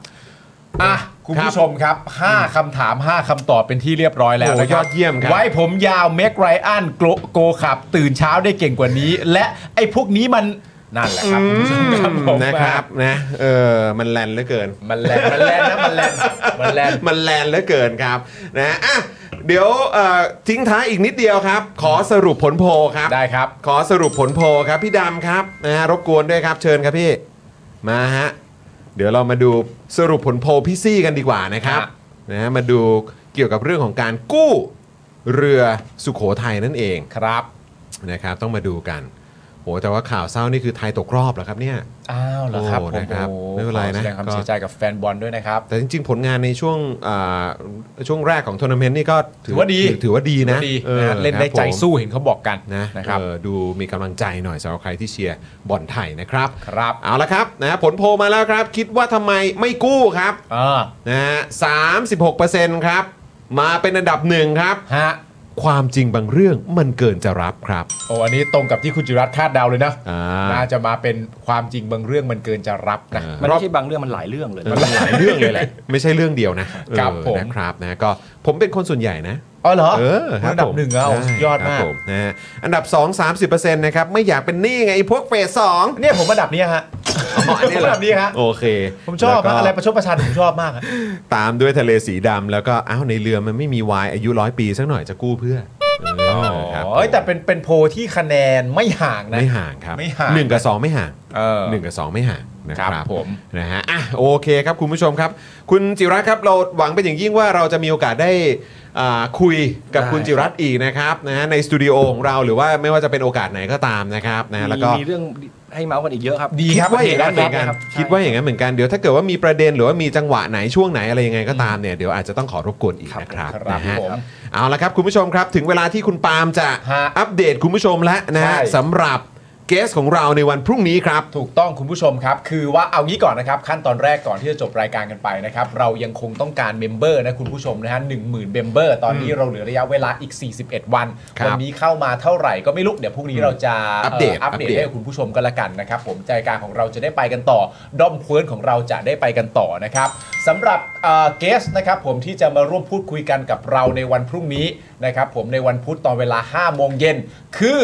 [SPEAKER 2] อ่ะคุณ
[SPEAKER 1] ครับ
[SPEAKER 2] ผู้ชมครับ 5คำถาม 5คำตอบเป็นที่เรียบร้อยแล้ว
[SPEAKER 1] โอ้
[SPEAKER 2] นะครั
[SPEAKER 1] ยอดเยี่ยมครับ
[SPEAKER 2] ไว้ผมยาวเมกไรอันโกโกขับ ตื่นเช้าได้เก่งกว่านี้ และไอ้พวกนี้มันนั่นแหละครับคุณผู้ชมครับผม
[SPEAKER 1] นะครับนะเออมันแลนเหลือเกิน
[SPEAKER 2] มันแลนมันแลนนะมันแลน มันแลน
[SPEAKER 1] มันแลนเหลือเกินครับนะอ่ะเดี๋ยวเอ่อทิ้งท้ายอีกนิดเดียวครับ ขอสรุปผลโพลครับ
[SPEAKER 2] ได้ครับ
[SPEAKER 1] ขอสรุปผลโพลครับพี่ดำครับนะฮะรบกวนด้วยครับเชิญครับพี่มาฮะเดี๋ยวเรามาดูสรุปผลโพลพี่ซี่กันดีกว่านะครับ
[SPEAKER 2] ฮะ
[SPEAKER 1] นะฮะมาดูเกี่ยวกับเรื่องของการกู้เรือสุโขทัยนั่นเอง
[SPEAKER 2] ครับ
[SPEAKER 1] นะครับ ต้องมาดูกันโหแต่ว่าข่าวเศร้านี่คือไทยตกรอบแล้วครับเนี่ย
[SPEAKER 2] อ้าวเหรอครับ
[SPEAKER 1] โอ้
[SPEAKER 2] ผม
[SPEAKER 1] นะครับ
[SPEAKER 2] โอ้
[SPEAKER 1] ไม่เป็นไรนะ
[SPEAKER 2] ขอแสดงความ
[SPEAKER 1] ก็
[SPEAKER 2] เสียใจกับแฟนบอลด้วยนะครับ
[SPEAKER 1] แต่จริงๆ ผลงานในช่วงอ่าช่วงแรกของทัวร์นาเมนต์นี่ก็
[SPEAKER 2] ถือว่าดี
[SPEAKER 1] ถือว่าดีนะ
[SPEAKER 2] ดี
[SPEAKER 1] ออ
[SPEAKER 2] นะเล่นได้
[SPEAKER 1] ครับผม
[SPEAKER 2] ใจสู้เห็นเขาบอกกัน
[SPEAKER 1] นะ
[SPEAKER 2] นะครับ
[SPEAKER 1] เออดูมีกำลังใจหน่อยสำหรับใครที่เชียร์บอลไทยนะครับ
[SPEAKER 2] ครับ
[SPEAKER 1] เอาละครับนะผลโพลมาแล้วครับ คิดว่าทำไมไม่กู้ครับ
[SPEAKER 2] เออ
[SPEAKER 1] นะฮะสามสิบหกเปอร์เซ็นต์ครับ มาเป็นอันดับหนึ่งครับ
[SPEAKER 2] ฮะ
[SPEAKER 1] ความจริงบางเรื่องมันเกินจะรับครับ
[SPEAKER 2] โอ้อันนี้ตรงกับที่คุณจิรัตน์คาดเดาเลยนะ
[SPEAKER 1] อ่า
[SPEAKER 2] น่าจะมาเป็นความจริงบางเรื่องมันเกินจะรับนะ
[SPEAKER 5] มันไม่ใช่บางเรื่องมันหลายเรื่องเลย
[SPEAKER 1] มันหลายเรื่องเลยแหละ ไม่ใช่เรื่องเดียวนะครับ เออ
[SPEAKER 2] ผม
[SPEAKER 1] นะครับนะก็ผมเป็นคนส่วนใหญ่นะ
[SPEAKER 2] อ๋อเหรอ
[SPEAKER 1] เออครับ
[SPEAKER 2] อันดับ
[SPEAKER 1] ผม
[SPEAKER 2] หนึ่งอะโอ้
[SPEAKER 1] ใช่
[SPEAKER 2] สุดยอด
[SPEAKER 1] ครับ
[SPEAKER 2] มาก
[SPEAKER 1] ผนะฮะอันดับ 2 30%นะครับไม่อยากเป็นหนี้ไงไอ้พวกเฟสสอง
[SPEAKER 2] เนี่ยผมอันดับเนี้ยฮะ ผมอันดับนี้ฮะ
[SPEAKER 1] โอเค
[SPEAKER 2] ผมชอบ
[SPEAKER 1] แล้ว
[SPEAKER 2] มาก
[SPEAKER 1] ก็
[SPEAKER 2] อะไรประชดประชันผมชอบมากอะ
[SPEAKER 1] ตามด้วยทะเลสีดำแล้วก็อ้าวในเรือมันไม่มีวายอายุร้อยปีสักหน่อยจะกู้เพื่อเออครับ
[SPEAKER 2] โอ้ยแต่เป็นเป็นโพลที่คะแนนไม่ห่างนะ
[SPEAKER 1] ไม่ห่างครับ
[SPEAKER 2] ไม่ห่าง
[SPEAKER 1] หนึ่งกับสองไม่ห่าง
[SPEAKER 2] เออ
[SPEAKER 1] หนึ่งกับสองไม่ห่างนะค
[SPEAKER 2] ครั
[SPEAKER 1] รับบ
[SPEAKER 2] ผม
[SPEAKER 1] นะฮะอ่ะโอเคครับคุณผู้ชมครับ คุณจิรัตน์ครับเราหวังเป็นอย่างยิ่งว่าเราจะมีโอกาสได้อ่าคุยกับ
[SPEAKER 5] ได้
[SPEAKER 1] คุณจิรัตน์อีกนะครับนะฮะในสตูดิโอของเราหรือว่าไม่ว่าจะเป็นโอกาสไหนก็ตามนะครับนะฮะแล้วก็
[SPEAKER 5] มีมีเรื่องให้เมาส์กันอีกเยอะครับ
[SPEAKER 2] ดี
[SPEAKER 1] คิด
[SPEAKER 2] ครับ
[SPEAKER 1] ว่าอย่างนั้นเหมือนกัน
[SPEAKER 5] ครับ
[SPEAKER 1] คิดว่าอย่างนั้นเหมือนกันเดี๋ยวถ้าเกิดว่ามีประเด็นหรือว่ามีจังหวะไหนช่วงไหนอะไรยังไงก็ตามเนี่ยเดี๋ยวอาจจะต้องขอรบกวนอีกนะครับ
[SPEAKER 2] ครับ
[SPEAKER 1] นะฮะ
[SPEAKER 2] ผม
[SPEAKER 1] เอาละครับคุณผู้ชมครับ ถึงเวลาที่คุณปาล์มจะ
[SPEAKER 2] ฮะ
[SPEAKER 1] อัปเดตคุณผู้ชมแล้วนะฮะ
[SPEAKER 2] ใช่
[SPEAKER 1] สำหรับเกสของเราในวันพรุ่งนี้ครับ
[SPEAKER 2] ถูกต้องคุณผู้ชมครับ คือว่าเอางี้ก่อนนะครับ ขั้นตอนแรกก่อนที่จะจบรายการกันไปนะครับ เรายังคงต้องการเมมเบอร์นะคุณผู้ชมนะฮะหนึ่งหมื่นเมมเบอร์ตอนนี้เราเหลือระยะเวลาอีก 41 วัน
[SPEAKER 1] ครับ
[SPEAKER 2] วันี้เข้ามาเท่าไหร่ก็ไม่รู้ เดี๋ยวพรุ่งนี้เราจะ
[SPEAKER 1] อัปเดต
[SPEAKER 2] อัปเดต
[SPEAKER 1] อัปเดต
[SPEAKER 2] ให้คุณผู้ชมกันละกันนะครับ ผมใจกลารของเราจะได้ไปกันต่อด้อมควนของเราจะได้ไปกันต่อนะครับสำหรับเกสนะครับผมที่จะมาร่วมพูดคุยกันกับเราในวันพรุ่งนี้นะครับผมในวันพุธตอนเวลา5โมงเย็นคือ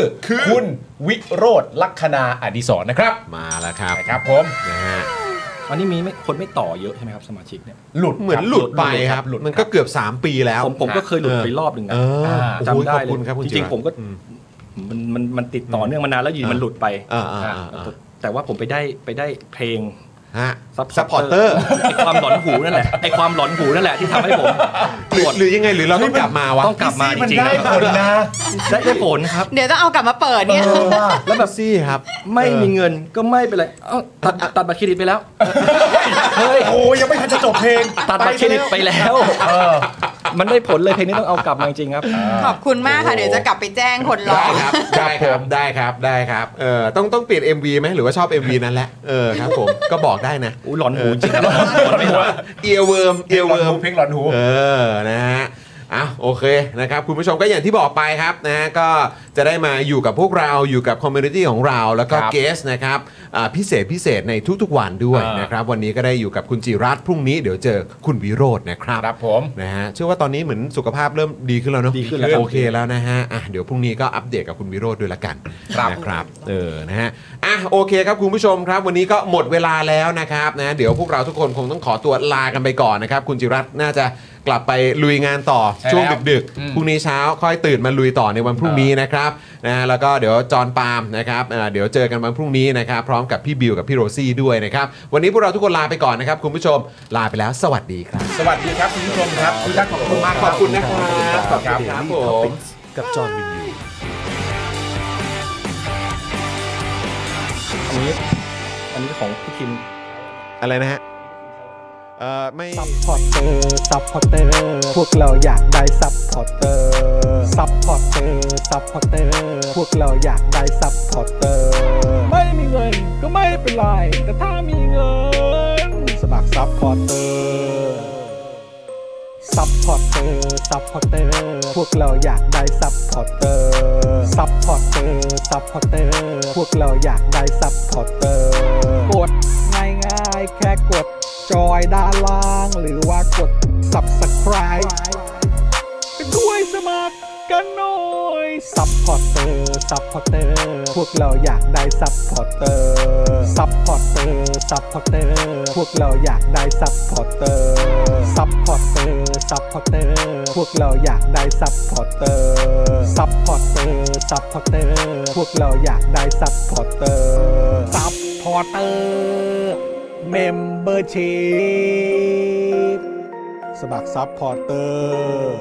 [SPEAKER 2] คุณวิโรธลัคนาอดิศรนะครับ
[SPEAKER 1] มาแล้วครับ
[SPEAKER 2] นะครับผม
[SPEAKER 1] นะฮะ
[SPEAKER 5] อันนี้มีไม่คนไม่ต่อเยอะใช่ไหมครับสมาชิกเนี่ย
[SPEAKER 2] หลุด
[SPEAKER 1] เหมือนหลุดไปครับ
[SPEAKER 2] หลุด
[SPEAKER 1] มันก็เกือบ 3 ปีแล้ว
[SPEAKER 5] ผมผมก็เคยหลุดไปรอบหนึ่ง
[SPEAKER 1] เอ
[SPEAKER 5] นะ
[SPEAKER 1] อ
[SPEAKER 5] จำได้
[SPEAKER 1] โอ้โหขอบ
[SPEAKER 5] เล
[SPEAKER 1] คุณ
[SPEAKER 5] ย
[SPEAKER 1] ครับคุณ
[SPEAKER 5] จริง
[SPEAKER 1] ต
[SPEAKER 5] ๆผมก็
[SPEAKER 1] อื
[SPEAKER 5] มันมันมันติดต่อเนื่องมานานแล้วอยู่ดีมันหลุดไป
[SPEAKER 1] อ่าๆๆ
[SPEAKER 5] แต่ว่าผมไปได้ไปได้เพลง
[SPEAKER 1] ฮะ
[SPEAKER 5] Supporter
[SPEAKER 1] ซัพพอร์เตอร์
[SPEAKER 5] ไอความหลอนหูนั่นแหละไอความหลอนหูนั่นแหละที่ทำให้ผม
[SPEAKER 1] หรือหรือยังไงหรือเราต้องกลับมาวะ
[SPEAKER 5] ต้องกลับมาจริงๆ
[SPEAKER 2] ผลนะ
[SPEAKER 5] ได้ได้ผลครับ
[SPEAKER 3] เดี๋ยวต้องเอากลับมาเปิดเนี่ย
[SPEAKER 1] แล้วแบบซี่ครับ
[SPEAKER 5] ไม่มีเงินก็ไม่เป็นไรเอ้าตัดตัดบัตรเครดิตไปแล้ว เฮ้ย
[SPEAKER 2] โอ้ยยังไม่ทันจะจบเพลง
[SPEAKER 5] ตัดบัตรเครดิตไปแล้วมันได้ผลเลยเพลงนี้ต้องเอากลับมาจริงๆครับ
[SPEAKER 3] ขอบคุณมากค่ะ เดี๋ยวจะกลับไปแจ้งคนร้อ
[SPEAKER 1] ได้
[SPEAKER 3] ง
[SPEAKER 1] ครับ ได้ครับ ได้ครับ ได้ครับเออต้องต้องเปลี่ยน MV ไหมหรือว่าชอบ MV นั้นแหละ เออครับผม ก็บอกได้นะ
[SPEAKER 5] อู้หลอนหูจริงครับหลอนไม่หลอน
[SPEAKER 1] เอียเวิร์มเอียเวิร์ม
[SPEAKER 2] เพลงหลอนหู
[SPEAKER 1] เออ นะฮะอ่ะโอเคนะครับ คุณผู้ชมก็อย่างที่บอกไปครับนะฮะก็จะได้มาอยู่กับพวกเราอยู่กับคอมมูนิตี้ของเรา แล้วก็
[SPEAKER 2] ครับ
[SPEAKER 1] เกสนะครับอ่าพิเศษพิเศษในทุกๆวันด้วย
[SPEAKER 2] อ่าน
[SPEAKER 1] นะครับ วันนี้ก็ได้อยู่กับคุณจิรัตน์พรุ่งนี้เดี๋ยวเจอคุณวิโรจน์นะครับ
[SPEAKER 2] ครับผม
[SPEAKER 1] นะฮะเชื่อว่าตอนนี้เหมือนสุขภาพเริ่มดีขึ้นแล้วเนาะ
[SPEAKER 2] ดีขึ้นแล้วครับ
[SPEAKER 1] โอเคแล้วนะฮะอ่ะเดี๋ยวพรุ่งนี้ก็อัปเดตกับคุณวิโรจน์ด้วยละกัน
[SPEAKER 2] ครับ
[SPEAKER 1] นะครับเออนะฮะอ่ะโอเคครับคุณผู้ชมครับ วันนี้ก็หมดเวลาแล้วนะครับนะเดี๋ยวพวกเราทุกคนคงต้องขอตัวลากันไปก่อนนะครับ คุณจิรัตน์น่าจะกลับไปลุยงานต่อ
[SPEAKER 2] ใช่
[SPEAKER 1] ช่วง
[SPEAKER 2] แล้ว
[SPEAKER 1] ดึก
[SPEAKER 2] อืม
[SPEAKER 1] ๆพรุ่งนี้เช้าค่อยตื่นมาลุยต่อในวันพรุ่งนี้นะครับนะฮะแล้วก็เดี๋ยวจอห์นปาล์มนะครับอ่าเดี๋ยวเจอกันวันพรุ่งนี้นะครับ พร้อมกับพี่บิวกับพี่โรซี่ด้วยนะครับวันนี้พวกเราทุกคนลาไปก่อนนะครับคุณผู้ชมลาไปแล้ว สวัสดีครับ
[SPEAKER 2] สวัสดีครับคุณผู้ชมครับคุณทักขอบคุณมาก
[SPEAKER 1] ขอบคุณนะครับ ขอบคุณครับผม
[SPEAKER 4] กับจอห์นวินยู
[SPEAKER 5] อันนี้อันนี้ของพี่คิม
[SPEAKER 1] อะไรนะฮะ เอ่อ ไม่
[SPEAKER 7] ซัพพอร์เตอร์ ซัพพอร์เตอร์ พวกเราอยากได้ซัพพอร์เตอร์ ซัพพอร์เตอร์ ซัพพอร์เตอร์ พวกเราอยากได้ซัพพอร์เตอร์ ไม่มีเงินก็ไม่เป็นไร แต่ถ้ามีเงิน สมัครซัพพอร์เตอร์ ซัพพอร์เตอร์ ซัพพอร์เตอร์ พวกเราอยากได้ซัพพอร์เตอร์ ซัพพอร์เตอร์ ซัพพอร์เตอร์ พวกเราอยากได้ซัพพอร์เตอร์ กดง่ายง่ายๆแค่กดจอยด้านล่าง หรือว่ากด subscribe ไปด้วยสมัครกันหน่อย ซัพพอร์เตอร์ ซัพพอร์เตอร์ พวกเราอยากได้ซัพพอร์เตอร์ ซัพพอร์เตอร์ ซัพพอร์เตอร์ พวกเราอยากได้ซัพพอร์เตอร์ ซัพพอร์เตอร์ ซัพพอร์เตอร์ พวกเราอยากได้ซัพพอร์เตอร์ ซัพพอร์เตอร์ ซัพพอร์เตอร์ พวกเราอยากได้ซัพพอร์เตอร์ ซัพพอร์เตอร์ เมมเบอร์ชีพสมัครซัพพอร์เตอร์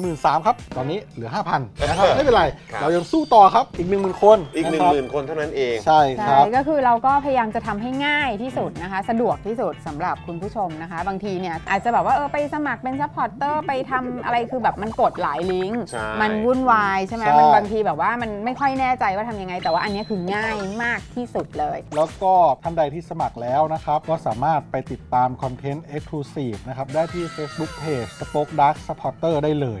[SPEAKER 7] หมื่นสามครับ ตอนนี้เหลือ 5,000นะครับ ไม่เป็นไร
[SPEAKER 1] ครับ
[SPEAKER 7] เรายังสู้ต่อครับ อีก 1 0,000 คน
[SPEAKER 1] อีก1
[SPEAKER 7] ะครับ
[SPEAKER 1] 0,000 คนเท่านั้นเอง
[SPEAKER 7] ใช่ค
[SPEAKER 8] ใช่
[SPEAKER 7] รับ
[SPEAKER 8] ก็คือเราก็พยายามจะทำให้ง่ายที่สุดนะคะ สะดวกที่สุดสำหรับคุณผู้ชมนะคะ บางทีเนี่ยอาจจะแบบว่าเออไปสมัครเป็นซัพพอร์ตเตอร์ไปทำอะไรคือแบบมันกดหลายลิงก์
[SPEAKER 1] ใช่
[SPEAKER 8] มันวุ่นวายใช่ไหม
[SPEAKER 7] ใช่
[SPEAKER 8] มันบางทีแบบว่ามันไม่ค่อยแน่ใจว่าทำยังไง แต่ว่าอันเนี้ยคือง่ายมากที่สุดเลย
[SPEAKER 7] แล้วก็ท่านใดที่สมัครแล้วนะครับ ก็สามารถไปติดตามคอนเทนต์ Exclusive นะครับ ได้ที่ Facebook Page Spoke Dark Supporter ได้เลย